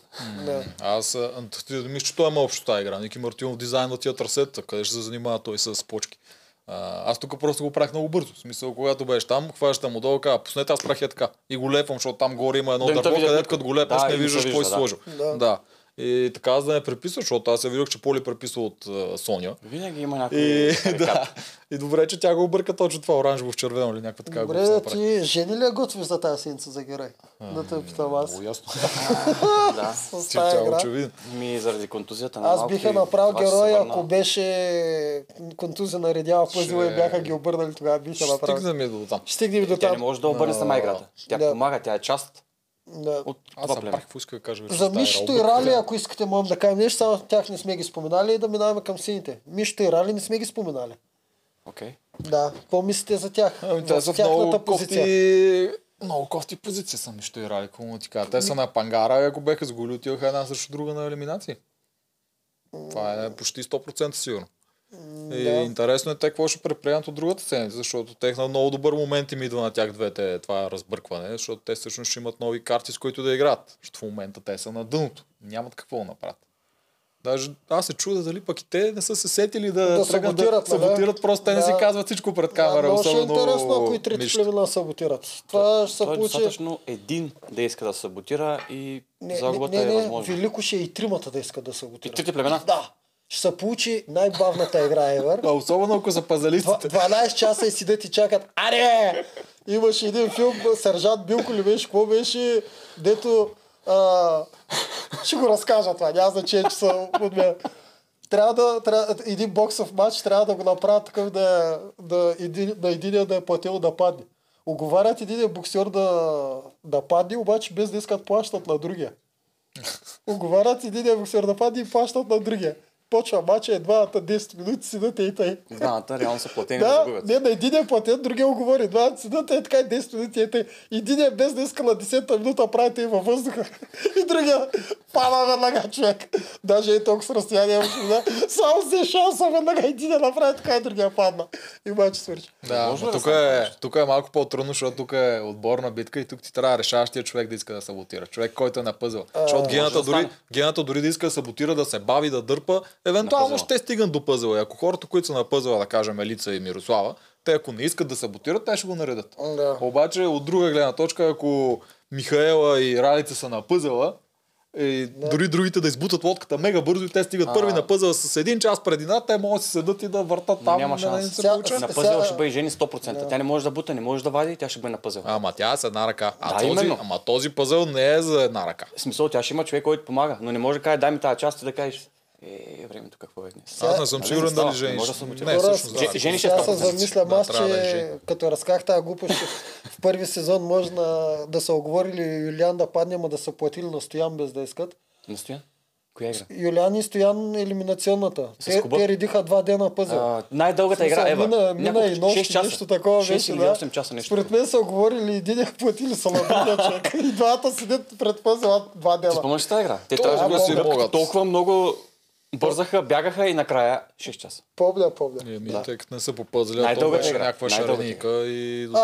Speaker 1: Да.
Speaker 2: Аз а, т- ти мисля, че той има общо тази игра. Ники Мартинов дизайн на тия трасета, къде ще се занимава той с почки. А, аз тук просто го правих много бързо. В смисъл, когато беше там, хващам му долу, казва, пуснете, аз правих е така. И го лепвам, защото там горе има едно
Speaker 3: Да не те
Speaker 2: дърво,
Speaker 3: видят
Speaker 2: където
Speaker 3: никой.
Speaker 2: като го лепнеш,
Speaker 3: Да,
Speaker 2: не
Speaker 3: и не се
Speaker 2: виждаш кой е
Speaker 3: вижда, да.
Speaker 2: сложил.
Speaker 1: Да.
Speaker 2: да. И така, аз да не преписвам, защото аз се видях, че Поли преписва от а, Соня.
Speaker 3: Винаги има някой.
Speaker 2: И,
Speaker 3: тарикат.
Speaker 2: да. и добре, че тя го обърка точно това оранжево в червено или някаква така
Speaker 1: Добре,
Speaker 2: глупост
Speaker 1: да
Speaker 2: направи.
Speaker 1: ти жени ли я готвиш за тази седмица за герой? Да те питам аз.
Speaker 2: Много ясно.
Speaker 3: да.
Speaker 1: С
Speaker 2: Ти тя
Speaker 1: тази
Speaker 2: е
Speaker 1: игра.
Speaker 2: очевидно.
Speaker 3: Ми заради контузията на
Speaker 1: Аз
Speaker 3: малко
Speaker 1: биха
Speaker 3: и
Speaker 1: направил
Speaker 3: това, че се
Speaker 1: героя,
Speaker 3: върна.
Speaker 1: ако беше контузия наредяла пъзела и
Speaker 2: Ще-
Speaker 1: бяха ги обърнали, тогава биха
Speaker 2: Ще
Speaker 1: направили.
Speaker 2: стигнем и до там.
Speaker 1: Ще стигнем до
Speaker 3: Е, Тя не
Speaker 1: там.
Speaker 3: може да обърне сама играта. Тя
Speaker 1: Да.
Speaker 3: помага, тя е част
Speaker 1: Да.
Speaker 3: от
Speaker 2: Аз
Speaker 3: това
Speaker 2: съм
Speaker 3: племе.
Speaker 2: пак какво иска да кажа. вече
Speaker 1: За
Speaker 2: с тази
Speaker 1: Мишето и
Speaker 2: работа.
Speaker 1: Рали, ако искате, можем да кажем нещо, само тях не сме ги споменали и да минаваме към сините. Мишето и Рали не сме ги споменали.
Speaker 3: Окей.
Speaker 1: Да, какво мислите за тях?
Speaker 2: Ами
Speaker 1: В
Speaker 2: те са в
Speaker 1: тяхната
Speaker 2: много
Speaker 1: позиция.
Speaker 2: кофти, много кофти позиции са Мишто и Рали, какво му ти кажа. Те са на пангара и ако беха с голи, отиваха една срещу друга на елиминации. Това е почти 100% сигурно. И
Speaker 1: да.
Speaker 2: интересно е те какво ще предприемат от другата седмица, защото тех на много добър момент им идва на тях двете това разбъркване, защото те всъщност ще имат нови карти, с които да играят. Защото в момента те са на дъното. Нямат какво да направят. Даже аз се чудя дали пък и те не са се сетили да, тръгнат
Speaker 1: Да саботират,
Speaker 2: да
Speaker 1: нали?
Speaker 2: саботират, просто те не си
Speaker 1: Да.
Speaker 2: казват всичко пред
Speaker 1: Да,
Speaker 2: камера,
Speaker 1: много ще е
Speaker 2: особено
Speaker 1: интересно, ако и трите
Speaker 2: Мишто.
Speaker 1: племена саботират. Това ще се
Speaker 3: Той е
Speaker 1: получи...
Speaker 3: достатъчно един да иска да се саботира и
Speaker 1: Не, не,
Speaker 3: загубата
Speaker 1: не,
Speaker 3: е
Speaker 1: не,
Speaker 3: възможна.
Speaker 1: Велико ще е и тримата да искат да саботират.
Speaker 3: И трите племена?
Speaker 1: Да. Ще се получи най-бавната игра ever.
Speaker 2: А особено ако са пазалистите.
Speaker 1: Два- 12 часа и седят и чакат. Аре! Имаше един филм, сержант Билко ли беше, какво беше, дето... А, ще го разкажа това, няма значение, че съм от мен. Трябва да, трябва, един боксов матч трябва да го направят такъв да, да един, на единия да е платил да падне. Оговарят един боксер да, да падне, обаче без да искат плащат на другия. Оговарят един боксер да падне и плащат на другия. Почва матча едва на 10 минути, седат и тъй.
Speaker 3: Двамата реално са платени да
Speaker 1: Да,
Speaker 3: загубят.
Speaker 1: не, на един е платен, другия го говори. Два седата е така и 10 минути. Ете, един е без да иска на 10-та минута, правите и във въздуха. И другия пада веднага човек. Даже е толкова с разстояние. може Да. Само взе шанса веднага един е направи така и другия падна. И обаче свърши.
Speaker 2: Да,
Speaker 3: Може
Speaker 2: ама
Speaker 3: ли да
Speaker 2: тук,
Speaker 3: стане
Speaker 2: е, тук е малко по-трудно, защото тук е отборна битка и тук ти трябва решаващия човек да иска да саботира. Човек, който е на пъзъл. защото гената,
Speaker 3: да
Speaker 2: дори,
Speaker 3: стане.
Speaker 2: гената дори да иска да саботира, да се бави, да дърпа, евентуално
Speaker 3: пъзела.
Speaker 2: ще стигнат до пъзела. И ако хората, които са на пъзела, да кажем Елица и Мирослава, те ако не искат да саботират, те ще го наредят.
Speaker 1: Да.
Speaker 2: Обаче от друга гледна точка, ако Михаела и Ралица са на пъзела, и дори другите да избутат лодката мега бързо и те стигат първи на пъзела с един час предина, те могат да си седат и да въртат
Speaker 3: Но
Speaker 2: там.
Speaker 3: няма
Speaker 2: не,
Speaker 3: шанс.
Speaker 2: не се
Speaker 1: Сега-
Speaker 2: получава.
Speaker 3: На
Speaker 1: Сега-
Speaker 3: пъзел ще бъде жени 100%. Тя не може да бута, не може да вади, тя ще бъде на пъзел.
Speaker 2: Ама тя е с една ръка. А
Speaker 3: Да,
Speaker 2: този,
Speaker 3: именно.
Speaker 2: Ама този пъзъл не е за една ръка.
Speaker 3: В смисъл, тя ще има човек, който помага, но не може да каже, дай ми тази част и да кажеш, е, времето какво е днес.
Speaker 2: Аз не съм
Speaker 3: Нали,
Speaker 2: сигурен
Speaker 3: не става,
Speaker 2: дали жени.
Speaker 3: не може да
Speaker 2: ще-
Speaker 3: се
Speaker 2: Не,
Speaker 3: мотивира.
Speaker 1: Хора,
Speaker 2: всъщност.
Speaker 1: с-
Speaker 2: да.
Speaker 3: Жени- жени ще
Speaker 1: сега
Speaker 3: е
Speaker 1: се
Speaker 3: 100%.
Speaker 1: замисля Е, аз,
Speaker 2: Да, трябва да е
Speaker 1: че
Speaker 2: жени.
Speaker 1: като разках тази глупост, че в първи сезон може на, да са оговорили Юлиан да падне, ма да са платили на Стоян без да искат.
Speaker 3: Настоя? Коя игра?
Speaker 1: Юлиан и Стоян елиминационната.
Speaker 3: С
Speaker 1: Те,
Speaker 3: Куба?
Speaker 1: те редиха два дена пъзел.
Speaker 3: А, най-дългата
Speaker 1: Смисъл,
Speaker 3: игра ева.
Speaker 1: Мина, мина и нощ, нещо такова
Speaker 3: 6
Speaker 1: беше.
Speaker 3: или
Speaker 1: Да.
Speaker 3: 8 часа нещо.
Speaker 1: Според мен са оговорили един е платили са на другия човек. И двата седят пред пъзела два
Speaker 3: Ти
Speaker 1: дена.
Speaker 3: спомняш ли тази игра? Те
Speaker 2: То-
Speaker 3: трябваше да
Speaker 2: Ама
Speaker 1: е
Speaker 3: бъдат
Speaker 2: си
Speaker 3: стъпки,
Speaker 2: могат.
Speaker 3: Толкова много бързаха, бягаха и накрая 6 часа.
Speaker 1: Помня, помня.
Speaker 2: Еми, тъй като Е, не са попъзли, а то
Speaker 3: Най-дългата
Speaker 2: беше
Speaker 3: игра.
Speaker 2: някаква
Speaker 3: Най-дългата
Speaker 2: шарника и до там.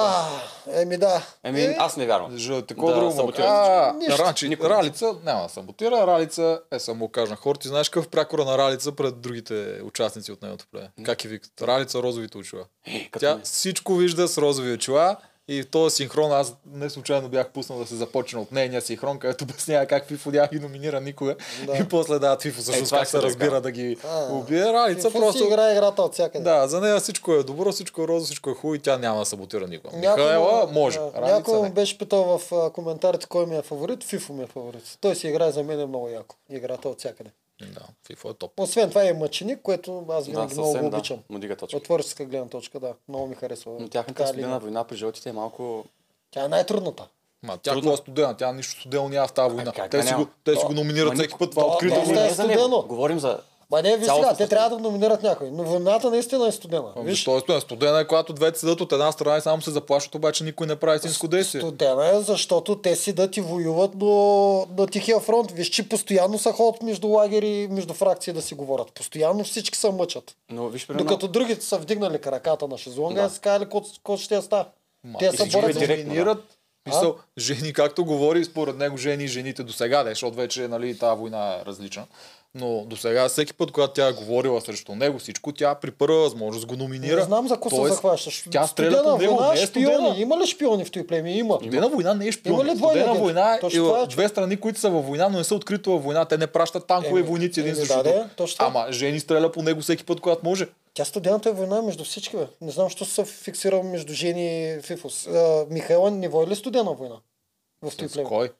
Speaker 1: А, еми да.
Speaker 3: Еми, Ами, аз не вярвам.
Speaker 2: Е, Жо, такова
Speaker 3: Да,
Speaker 2: друго му
Speaker 3: саботират
Speaker 2: кажа.
Speaker 1: всичко. Нищо.
Speaker 2: Рачи, Ралица няма да саботира. Ралица е само кажа на хората. Ти знаеш какъв прякора на Ралица пред другите участници от нейното племе. Как и викат? Ралица розовите очила.
Speaker 3: Е, като
Speaker 2: Тя
Speaker 3: мен.
Speaker 2: всичко вижда с розови очила. И в този синхрон аз не случайно бях пуснал да се започне от нейния синхрон, където обяснява как Фифо няма ги номинира никога. И после да, Фифо всъщност
Speaker 3: това
Speaker 2: как се
Speaker 3: искам да
Speaker 2: разбира
Speaker 3: кажа.
Speaker 2: да ги убие. Ралица
Speaker 1: Какво си
Speaker 2: просто
Speaker 1: играе играта от всякъде?
Speaker 2: да, за нея всичко е добро, всичко е розово, всичко е хубаво и тя няма да саботира никога.
Speaker 1: Някой му-
Speaker 2: Михаела може,
Speaker 1: да, Някой
Speaker 2: Ралица
Speaker 1: му
Speaker 2: не.
Speaker 1: беше питал в а, коментарите кой ми е фаворит. Фифо ми е фаворит. Той си играе за мен е много яко. Играта от всякъде.
Speaker 2: Да, Фифо е топ.
Speaker 1: Освен това е мъченик, което аз винаги много го обичам.
Speaker 3: Да, му дига точка.
Speaker 1: От творческа гледна точка, да. Много ми харесва.
Speaker 3: Но тяхната
Speaker 1: Тая
Speaker 3: студена
Speaker 1: линия.
Speaker 3: война при жълтите е малко...
Speaker 1: Тя е най-трудната.
Speaker 2: Ма, тя
Speaker 3: Трудно.
Speaker 2: какво е студена? Тя нищо студено няма в тази война.
Speaker 3: как
Speaker 2: Те
Speaker 3: да
Speaker 2: си
Speaker 3: няма?
Speaker 2: го, те си
Speaker 3: То-
Speaker 2: го номинират
Speaker 3: то
Speaker 2: всеки
Speaker 3: нико-
Speaker 2: път това
Speaker 3: то-
Speaker 2: открито.
Speaker 3: не,
Speaker 1: война.
Speaker 3: не, не
Speaker 1: е
Speaker 3: за него.
Speaker 1: студено.
Speaker 3: Говорим за...
Speaker 1: Ма не, Е, виж
Speaker 3: Цялото
Speaker 1: сега, те
Speaker 3: студено.
Speaker 1: трябва да го номинират някой. Но войната наистина е студена. Виж,
Speaker 2: Защо е студена? Студена е, когато двете седат от една страна и само се заплашват, обаче никой не прави истинско действие.
Speaker 1: Студена е, защото те си да ти воюват до, до тихия фронт. Виж, че постоянно са ходят между лагери, между фракции да си говорят. Постоянно всички се мъчат.
Speaker 3: Но виж, примерно...
Speaker 1: Докато другите са вдигнали краката на шезлонга,
Speaker 3: Да.
Speaker 1: да. са казали какво- какво ще я ста.
Speaker 2: Ма,
Speaker 1: Те
Speaker 2: и
Speaker 1: са
Speaker 2: всички
Speaker 1: борят за...
Speaker 3: директно, да.
Speaker 2: номинират. Мисъл, жени, както говори, според него жени и жените до сега, защото вече нали, тази война е различна. Но до сега, всеки път, когато тя е говорила срещу него, всичко, тя при първа възможност го номинира.
Speaker 1: Не знам за какво се
Speaker 2: Тоест,
Speaker 1: захващаш.
Speaker 2: Тя стреля
Speaker 1: Студена
Speaker 2: по него,
Speaker 1: война,
Speaker 2: не е студена.
Speaker 1: шпиони. Има ли шпиони в този племе? Има.
Speaker 2: Студена война не е шпион.
Speaker 1: Има ли двойна
Speaker 2: Студена
Speaker 1: агент?
Speaker 2: война е
Speaker 1: Точно това е, че-
Speaker 2: две страни, които са във война, но не са открито във война. Те не пращат танкове и
Speaker 1: Еми,
Speaker 2: войници един
Speaker 1: еми,
Speaker 2: срещу
Speaker 1: Е, да, да,
Speaker 2: друг.
Speaker 1: точно.
Speaker 2: Ама жени стреля по него всеки път, когато може.
Speaker 1: Тя студената е война между всички. Бе. Не знам, що се фиксирал между Жени и Фифус. А, Михайла, не води ли студена война? В този
Speaker 2: С
Speaker 1: племе.
Speaker 2: кой?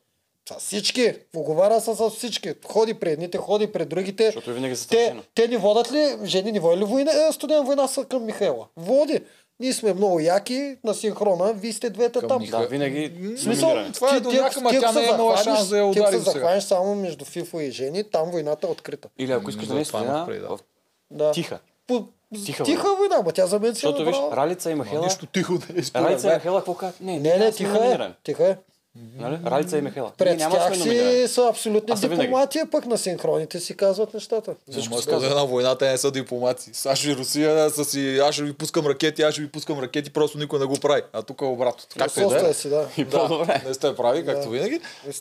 Speaker 1: С всички. Оговаря се с всички. Ходи при едните, ходи при другите.
Speaker 3: Защото винаги са
Speaker 1: Те,
Speaker 3: те...
Speaker 1: те ни водят ли, жени ни води ли война, е, студена война са към Михайла? Води. Ние сме много яки на синхрона, вие сте двете
Speaker 2: Към
Speaker 1: там.
Speaker 2: Михайла.
Speaker 3: Да, винаги...
Speaker 1: В смисъл,
Speaker 3: номиниране.
Speaker 2: Това е
Speaker 1: ти-
Speaker 2: до
Speaker 1: ти ако-
Speaker 2: някъде, ма
Speaker 1: ти ако
Speaker 2: тя
Speaker 1: се
Speaker 2: не е имала
Speaker 1: захванеш-
Speaker 2: шанс да я
Speaker 1: ти ако
Speaker 2: удари
Speaker 1: се
Speaker 2: сега.
Speaker 1: захванеш само между Фифо и жени, там войната е открита.
Speaker 3: Или ако искаш да не е
Speaker 2: Затова имах
Speaker 3: студена,
Speaker 2: преди, да.
Speaker 3: в
Speaker 1: Да.
Speaker 3: тиха.
Speaker 1: По...
Speaker 3: Тиха
Speaker 1: Тиха, война, ма тя за мен си е
Speaker 3: Защото виж,
Speaker 1: направила.
Speaker 3: Ралица и
Speaker 2: Ма,
Speaker 3: Махела...
Speaker 2: Нищо тихо не е според
Speaker 3: Ралица и
Speaker 2: мен.
Speaker 3: Махела, какво казват? Не,
Speaker 1: Не, не,
Speaker 3: ние сме
Speaker 1: тиха е.
Speaker 3: номинирани.
Speaker 1: Тиха е.
Speaker 3: Нали? Ралица и Михела.
Speaker 1: Пред
Speaker 3: Ние няма да
Speaker 1: тях
Speaker 3: сме номинирани.
Speaker 1: си са абсолютни
Speaker 3: Аз съм винаги.
Speaker 1: дипломати, а пък на синхроните си казват нещата.
Speaker 2: Ама студена война, те не са дипломати. САЩ и Русия са си, аз ще ви пускам ракети, аз ще ви пускам ракети, просто никой не го прави. А тук е обратно. Както и да
Speaker 1: Просто
Speaker 2: е.
Speaker 1: е си, да.
Speaker 3: И по-добре.
Speaker 2: Не сте прави, както винаги.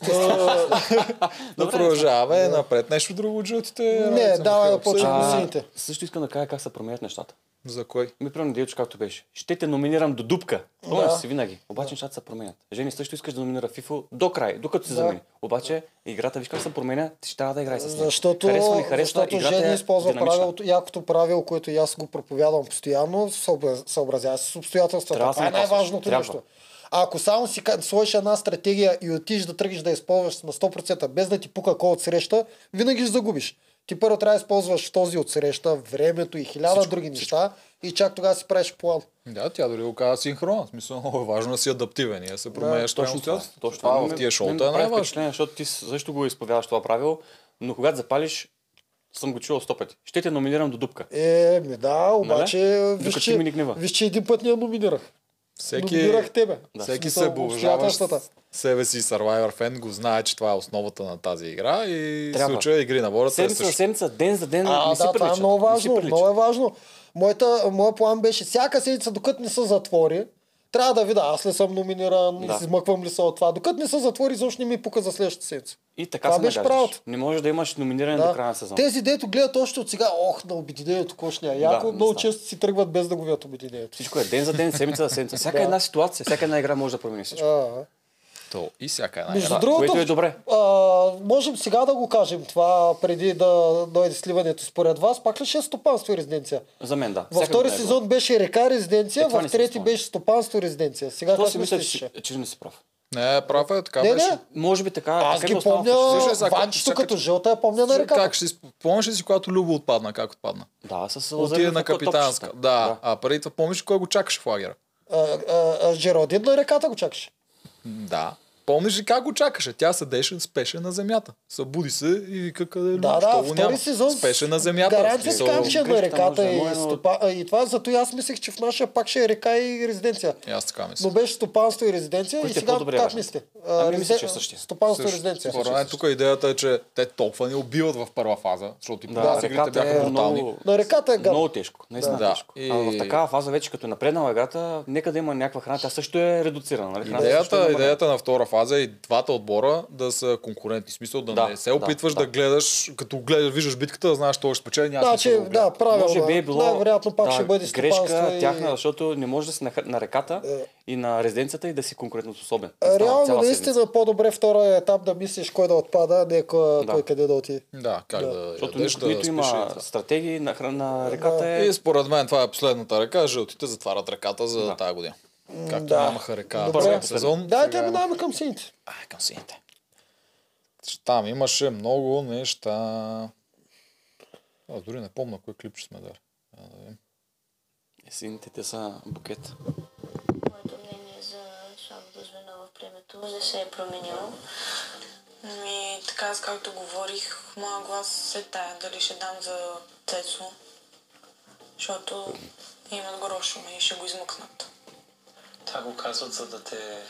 Speaker 2: Да продължаваме напред. Нещо друго от жълтите.
Speaker 1: Не,
Speaker 2: Ралица
Speaker 1: давай да
Speaker 2: Михайлов.
Speaker 1: почнем
Speaker 3: А,
Speaker 1: с сините.
Speaker 3: Също искам да кажа как се променят нещата.
Speaker 2: За кой?
Speaker 3: Ми примерно Дилчо както беше. Ще те номинирам до дупка. Помня си винаги. Обаче нещата се променят. Жени също искаш да номинира Фифо до край, докато се
Speaker 1: Да.
Speaker 3: замени. Обаче играта, виж как се променя, ти ще трябва да играеш с нея.
Speaker 1: Защото,
Speaker 3: харесва ли, харесва,
Speaker 1: защото
Speaker 3: играта
Speaker 1: Жени
Speaker 3: е
Speaker 1: използва
Speaker 3: динамична.
Speaker 1: правилото, якото правило, което и аз го проповядвам постоянно, съобра- съобразява се с обстоятелствата.
Speaker 3: Трябва да
Speaker 1: Това
Speaker 3: се
Speaker 1: е
Speaker 3: напасваш.
Speaker 1: най-важното
Speaker 3: Трябва.
Speaker 1: нещо. А ако само си ка- сложиш една стратегия и отиш да тръгнеш да я използваш на 100%, без да ти пука кой от среща, винаги ще загубиш. Ти първо трябва да използваш този от среща, времето и хиляда други неща и чак тогава си правиш план.
Speaker 2: Да, тя дори го каза синхрон. В смисъл, много е важно да си адаптивен и да се променяш
Speaker 3: Точно
Speaker 2: точно
Speaker 3: това.
Speaker 2: това.
Speaker 3: е. Точно
Speaker 2: Точно това в
Speaker 3: Мен-
Speaker 2: тия
Speaker 3: мен
Speaker 2: шоута е
Speaker 3: ми прави
Speaker 2: най-важно.
Speaker 3: впечатление, Защото ти също го изповядаш това правило, но когато запалиш, съм го чувал сто пъти. Ще те номинирам до дупка.
Speaker 1: Е, ми да, обаче,
Speaker 3: Нали? Докато
Speaker 1: виж,
Speaker 3: ти ми не
Speaker 1: че,
Speaker 3: гнева.
Speaker 1: виж, че един път не я номинирах.
Speaker 2: Всеки,
Speaker 1: Номинирах тебе.
Speaker 2: всеки
Speaker 1: В смисъл, е
Speaker 2: се обожаваш
Speaker 1: обстоятелствата.
Speaker 2: себе си Survivor фен, го знае, че това е основата на тази игра и
Speaker 3: Трябва.
Speaker 2: случая игри на бората е
Speaker 3: Седмица за
Speaker 2: също.
Speaker 3: седмица, ден за ден,
Speaker 1: А,
Speaker 3: не си
Speaker 1: да, това е
Speaker 3: приличат.
Speaker 1: много
Speaker 3: Не си
Speaker 1: важно.
Speaker 3: приличат.
Speaker 1: Много е важно. Моята, моя план беше всяка седмица, докато не се затвори, трябва да видя аз ли съм номиниран,
Speaker 3: Да.
Speaker 1: да. измъквам ли се от това. Докато не се затвори, изобщо не ми пука за следващата седмица.
Speaker 3: И така
Speaker 1: Това
Speaker 3: се
Speaker 1: беше
Speaker 3: нагаждаш.
Speaker 1: правото.
Speaker 3: Не можеш да имаш номиниране до края на сезона.
Speaker 1: Тези дето гледат още от сега, ох, на обединението, кош ли е яко,
Speaker 3: не
Speaker 1: много
Speaker 3: знам.
Speaker 1: често си тръгват без да го видят обединението.
Speaker 3: Всичко е ден за ден, седмица за седмица. Всяка
Speaker 1: Да.
Speaker 3: една ситуация, всяка една игра може да промени всичко.
Speaker 1: А,
Speaker 2: То и всяка една
Speaker 1: между
Speaker 2: игра.
Speaker 3: да,
Speaker 1: другото,
Speaker 3: което е добре.
Speaker 1: А, можем сега да го кажем това, преди да дойде сливането според вас. Пак ли ще е стопанство и резиденция?
Speaker 3: За мен да.
Speaker 1: Във
Speaker 3: Всяка
Speaker 1: втори
Speaker 3: година е
Speaker 1: сезон беше река резиденция,
Speaker 3: Е, това не
Speaker 1: в
Speaker 3: съм
Speaker 1: трети
Speaker 3: спомням.
Speaker 1: беше стопанство резиденция. Сега
Speaker 3: добре. То
Speaker 1: как
Speaker 3: си мисля,
Speaker 1: мислиш?
Speaker 3: че, че не си прав.
Speaker 2: Не, прав е, така
Speaker 1: Не,
Speaker 2: беше.
Speaker 1: не.
Speaker 3: Може би така. е
Speaker 1: Аз
Speaker 3: така
Speaker 1: ги
Speaker 3: ми остава
Speaker 1: помня,
Speaker 3: впечатление.
Speaker 2: Слушай, сега,
Speaker 1: ванчето
Speaker 2: сега-
Speaker 1: като жълта я помня Е, на
Speaker 2: Слушай,
Speaker 1: реката.
Speaker 2: Как ще си, помниш ли си, когато Любо отпадна, как отпадна?
Speaker 3: Да, с
Speaker 2: Отиде
Speaker 3: Лазарев
Speaker 2: на
Speaker 3: като
Speaker 2: капитанска.
Speaker 3: топчета.
Speaker 2: Да, а преди това помниш ли кой го чакаше в лагера?
Speaker 1: А, а, а, Жеродин на реката го чакаше.
Speaker 2: Да. Помниш ли как го чакаше? Тя седеше, спеше на земята. Събуди се и вика къде е Любо,
Speaker 1: Да,
Speaker 2: що
Speaker 1: да,
Speaker 2: го
Speaker 1: втори
Speaker 2: няма?
Speaker 1: сезон.
Speaker 2: Спеше на
Speaker 3: Ами
Speaker 2: земята. В
Speaker 1: Гаранция
Speaker 2: смисъл,
Speaker 1: скача на
Speaker 3: грифта
Speaker 1: реката
Speaker 3: може да
Speaker 1: и,
Speaker 3: е, но-
Speaker 1: стопа... а, и това, зато и аз мислех, че в нашия пак ще е река и резиденция.
Speaker 2: И аз така мисля.
Speaker 1: Но беше стопанство и резиденция
Speaker 3: Който
Speaker 1: и
Speaker 3: е
Speaker 1: сега
Speaker 3: по-добре
Speaker 1: как
Speaker 3: вариант.
Speaker 1: мислите?
Speaker 3: Ами, мисля,
Speaker 1: резиден-
Speaker 3: че е същия.
Speaker 1: Стопанство и
Speaker 2: Също-
Speaker 1: резиденция. Значи,
Speaker 2: Според мен тук идеята е, че те толкова ни убиват в първа фаза, защото и
Speaker 3: Да,
Speaker 2: да, игрите
Speaker 3: реката
Speaker 2: бяха
Speaker 3: е
Speaker 2: брутални.
Speaker 3: много...
Speaker 1: На реката е гадно.
Speaker 3: Много тежко, наистина
Speaker 2: Да.
Speaker 3: тежко.
Speaker 2: И-
Speaker 3: А в такава фаза вече, като е напреднала играта, нека да има някаква храна. Тя също е редуцирана. Нали? Храната също е
Speaker 2: Идеята,
Speaker 3: намалена.
Speaker 2: идеята на втора фаза е и двата отбора да са конкурентни. В смисъл да,
Speaker 3: Да,
Speaker 2: не се
Speaker 3: да,
Speaker 2: опитваш да,
Speaker 3: да.
Speaker 2: гледаш, като гледаш, виждаш битката, да знаеш, че ще спечели, няма
Speaker 1: Значи,
Speaker 2: смисъл да го
Speaker 1: да,
Speaker 2: гледаш.
Speaker 1: правилно.
Speaker 3: Може би е било
Speaker 1: Най-вероятно пак
Speaker 3: да,
Speaker 1: ще бъде стопанство
Speaker 3: грешка
Speaker 1: и...
Speaker 3: тяхна, защото не може да си на, ха- на реката и на резиденцията и да си конкурентоспособен. Не става
Speaker 1: Реално,
Speaker 3: цяла
Speaker 1: наистина,
Speaker 3: седмица.
Speaker 1: е по-добре втория етап да мислиш кой да отпада, не кой,
Speaker 3: Да.
Speaker 1: кой къде да отиде.
Speaker 2: Да, как да,
Speaker 1: Да.
Speaker 2: да
Speaker 3: Защото
Speaker 2: ядеш,
Speaker 3: нито,
Speaker 2: да
Speaker 3: нито
Speaker 2: спиш и
Speaker 3: има
Speaker 2: това.
Speaker 3: стратегии на, храна на реката е...
Speaker 2: И според мен това е последната река. Жълтите затварят реката за тази година. Както
Speaker 1: да.
Speaker 2: нямаха река
Speaker 1: Добре.
Speaker 2: първия сезон.
Speaker 1: Дайте
Speaker 2: сега е-
Speaker 1: минаваме към сините.
Speaker 2: Ай, към сините. Ще Там имаше много неща. Аз дори не помня кой клип ще сме дали.
Speaker 3: Сините те са букет.
Speaker 8: Моето мнение е за слабото звено в племето не се е променило.
Speaker 6: Ми, Ами, така, с както говорих, моя глас се тая, дали ще дам за Цецо, защото имат грошове и ще го измъкнат.
Speaker 4: Това го казват, за да те...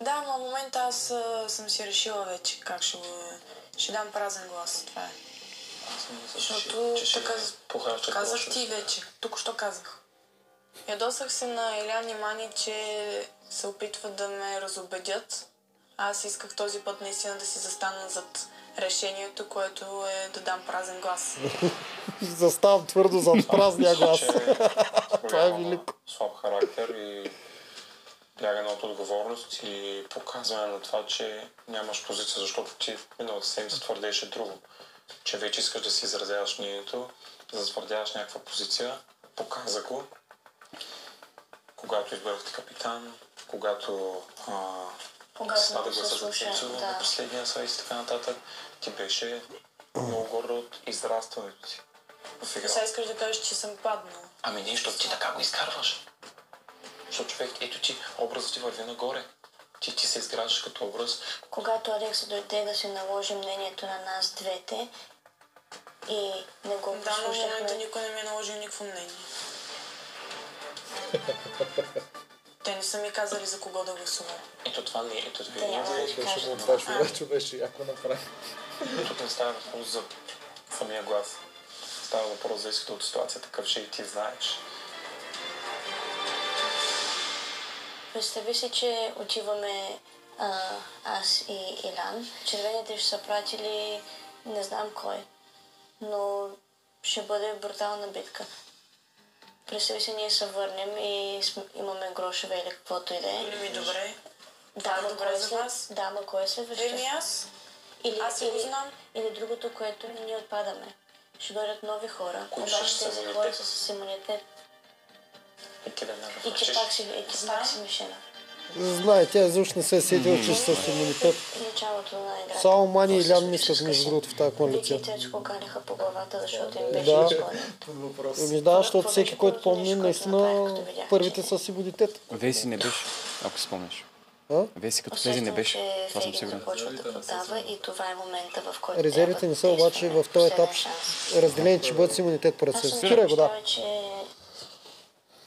Speaker 6: Да, но в момента аз а, съм си решила вече как ще го... Ще дам празен глас, това е.
Speaker 4: Аз съм мисля,
Speaker 6: Защото
Speaker 4: че ще
Speaker 6: така
Speaker 4: похарчат
Speaker 6: казах
Speaker 4: лошо.
Speaker 6: ти вече. Тук що казах. Ядосах се на Илян и Мани, че се опитват да ме разобедят. Аз исках този път наистина да си застана зад решението, което е да дам празен глас.
Speaker 1: Заставам твърдо зад празния глас.
Speaker 9: Че е
Speaker 1: Това е
Speaker 9: проява на
Speaker 1: велико.
Speaker 9: Слаб характер и бягане от отговорност и показване на това, че нямаш позиция, защото ти в миналата седмица твърдеше друго. Че вече искаш да си изразяваш мнението, да затвърдяваш някаква позиция. Показа го. Когато избрахте капитан, когато а,
Speaker 8: Когато
Speaker 9: Слави
Speaker 8: се
Speaker 9: гласа за
Speaker 8: слуша,
Speaker 9: Цецо
Speaker 8: да.
Speaker 9: на последния сайт и така нататък. Ти беше много горда от израстването ти. В игра.
Speaker 6: Сега искаш да кажеш, че съм паднала.
Speaker 9: Ами не, защото ти така го изкарваш. Защото човек, ето ти, образът ти върви нагоре. Ти, ти се изграждаш като образ.
Speaker 8: Когато Алекса дойде да се наложи мнението на нас двете и
Speaker 6: Да,
Speaker 8: не го
Speaker 6: но в момента
Speaker 8: послушахме,
Speaker 6: никой не ми е наложил никакво мнение. Те не са ми казали за кого да гласувам.
Speaker 9: Ето това не е, ето това
Speaker 8: Те
Speaker 9: не
Speaker 8: няма да
Speaker 9: е.
Speaker 8: ни
Speaker 2: Беше
Speaker 8: кажат.
Speaker 2: му това, човече беше яко направи.
Speaker 9: Тук не става въпрос за самия глас. Става въпрос за изхода от ситуацията, какъв ще и ти знаеш.
Speaker 8: Представи си, че отиваме а, аз и Илян. Червените ще са пратили не знам кой, но ще бъде брутална битка. Представи си, ние се върнем и см- имаме грошове или каквото и да е.
Speaker 6: Ми добре.
Speaker 8: Да, ма
Speaker 6: добре
Speaker 8: кой е
Speaker 6: за вас.
Speaker 8: след- Да, ма кой е следващия?
Speaker 6: Еми аз
Speaker 8: Или,
Speaker 6: Аз си го знам.
Speaker 8: Или другото, което ние отпадаме. Ще дойдат нови хора,
Speaker 9: Които
Speaker 8: обаче
Speaker 9: ще са с
Speaker 8: тези
Speaker 9: имунитет.
Speaker 8: хора са с имунитет
Speaker 9: И ти веднага
Speaker 8: и ти
Speaker 9: връщаш.
Speaker 8: пак си, и ти пак си мишена.
Speaker 1: Знае, тя изобщо не се е сетила, че ще са с имунитет.
Speaker 8: В началото на играта.
Speaker 1: Само Мани и Лян мислят между другото в тази
Speaker 8: Вики
Speaker 1: коалиция.
Speaker 8: и Течко канеха по главата, защото им беше
Speaker 1: Да. Ами,
Speaker 8: изгоден.
Speaker 2: Въпрос.
Speaker 1: Еми да, защото
Speaker 8: Това
Speaker 1: всеки,
Speaker 8: беше
Speaker 1: който
Speaker 8: първото
Speaker 1: помни,
Speaker 8: нещо, което
Speaker 1: наистина
Speaker 8: направих, като видях,
Speaker 1: първите
Speaker 8: че-
Speaker 1: са с имунитет.
Speaker 3: Веси не беше, ако си спомняш.
Speaker 1: А?
Speaker 3: Веси като влезе не
Speaker 8: Усещам,
Speaker 3: беше.
Speaker 8: че
Speaker 3: Това съм
Speaker 8: Фегин
Speaker 3: сигурен.
Speaker 8: започва да продава и това е момента, в който
Speaker 1: Резервите
Speaker 8: трябва
Speaker 1: не са
Speaker 8: да
Speaker 1: обаче
Speaker 8: действаме.
Speaker 1: в този етап
Speaker 8: Последен шанс.
Speaker 1: разделени, че бъдат с имунитет пред
Speaker 8: Аз
Speaker 1: се.
Speaker 8: съм
Speaker 1: Спира го, да.
Speaker 8: мечтала, че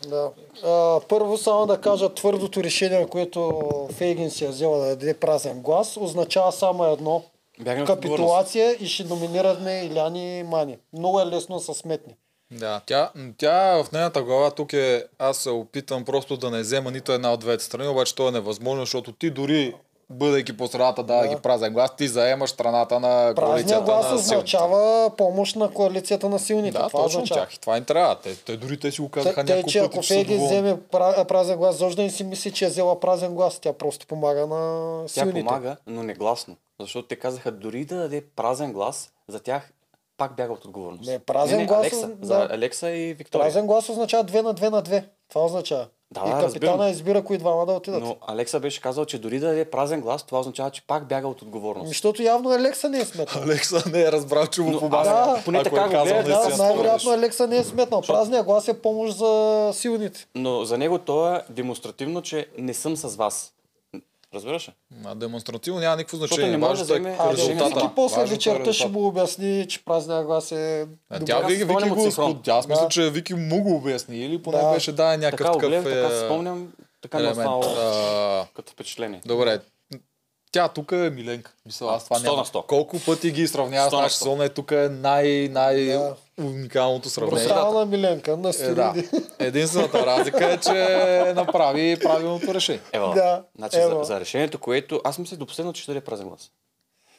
Speaker 1: Да. А, първо само да кажа твърдото решение, което Фейгин си е взела да даде празен глас, означава само едно.
Speaker 3: Бягаме от отговорност.
Speaker 1: Капитулация и ще номинираме Иляни и Мани. Много е лесно да се сметне.
Speaker 2: Да, тя, м, тя в нейната глава тук е, аз се опитам просто да не взема нито една от двете страни, обаче то е невъзможно, защото ти дори бъдейки по страната, да, да ги празен глас, ти заемаш страната на
Speaker 1: Празния
Speaker 2: коалицията
Speaker 1: глас
Speaker 2: на силните.
Speaker 1: означава помощ на коалицията на силните.
Speaker 2: Да,
Speaker 1: това
Speaker 2: точно
Speaker 1: означава.
Speaker 2: тях. И това им трябва. Те, те дори те си го
Speaker 1: Те,
Speaker 2: казаха
Speaker 1: те,
Speaker 2: няколко
Speaker 1: че ако
Speaker 2: пъти, че са
Speaker 1: Фейгин
Speaker 2: доволни.
Speaker 1: вземе пра- празен глас, Зож да не си мисли, че е взела празен глас. Тя просто помага на
Speaker 3: Тя
Speaker 1: силните.
Speaker 3: помага, но негласно. Защото те казаха, дори да даде празен глас, за тях пак бяга от отговорност.
Speaker 1: Не, празен глас,
Speaker 3: Алекса,
Speaker 1: да.
Speaker 3: за Алекса и Виктория.
Speaker 1: Празен глас означава две на две на две. Това означава.
Speaker 3: Да, да,
Speaker 1: и капитана
Speaker 3: разбирам.
Speaker 1: избира кои двама да отидат.
Speaker 3: Но Алекса беше казал, че дори да даде празен глас, това означава, че пак бяга от
Speaker 1: Ами,
Speaker 3: отговорност.
Speaker 1: Защото явно Алекса не е сметнал.
Speaker 2: Алекса не е разбрал, че му
Speaker 3: Но
Speaker 2: помага.
Speaker 1: аз
Speaker 3: поне
Speaker 2: Ако
Speaker 3: така
Speaker 2: е
Speaker 3: го
Speaker 2: казал,
Speaker 3: гледам,
Speaker 2: не си
Speaker 1: Да,
Speaker 2: я
Speaker 1: най-вероятно
Speaker 2: спомняш.
Speaker 1: Алекса не е сметнал. Празния глас е помощ за силните.
Speaker 3: Но за него то е демонстративно, че не съм с вас. Разбираш ли?
Speaker 2: Ма, Демонстративно няма никакво
Speaker 3: Защото
Speaker 2: значение.
Speaker 3: не може
Speaker 2: Важното
Speaker 3: да вземе-
Speaker 2: е
Speaker 1: А
Speaker 3: Резултата.
Speaker 1: Вики
Speaker 2: резултата.
Speaker 1: после
Speaker 2: Важното е
Speaker 1: вечерта ще
Speaker 2: резултата.
Speaker 1: му обясни, че празния глас е
Speaker 2: А,
Speaker 1: добър.
Speaker 2: Тя
Speaker 3: Аз
Speaker 2: Вики,
Speaker 3: спомням
Speaker 2: Вики
Speaker 3: от
Speaker 2: го
Speaker 3: синхрон.
Speaker 2: спод... Аз мисля,
Speaker 1: Да.
Speaker 2: че Вики му го обясни или поне
Speaker 1: Да.
Speaker 2: беше да е някакъв
Speaker 3: Така го гледах,
Speaker 2: такъв
Speaker 3: така си
Speaker 2: е,
Speaker 3: спомням, така ми е
Speaker 2: елемент.
Speaker 3: останало
Speaker 2: А,
Speaker 3: като впечатление.
Speaker 2: Добре. Тя тук е Миленка. Мисля, аз това
Speaker 3: Сто на
Speaker 2: няма.
Speaker 3: сто.
Speaker 2: Колко пъти ги сравнява с
Speaker 3: 100 на
Speaker 2: нашата
Speaker 3: 100.
Speaker 2: зона е тук е най, най
Speaker 1: Да.
Speaker 2: уникалното сравнение.
Speaker 1: Професионална Миленка на
Speaker 2: Е, да.
Speaker 1: стероиди.
Speaker 2: Единствената разлика е, че направи правилното решение.
Speaker 3: Ева.
Speaker 1: Да,
Speaker 3: Значи за,
Speaker 1: ева.
Speaker 3: за, решението, което аз мисля до последно, че ще даде празен глас.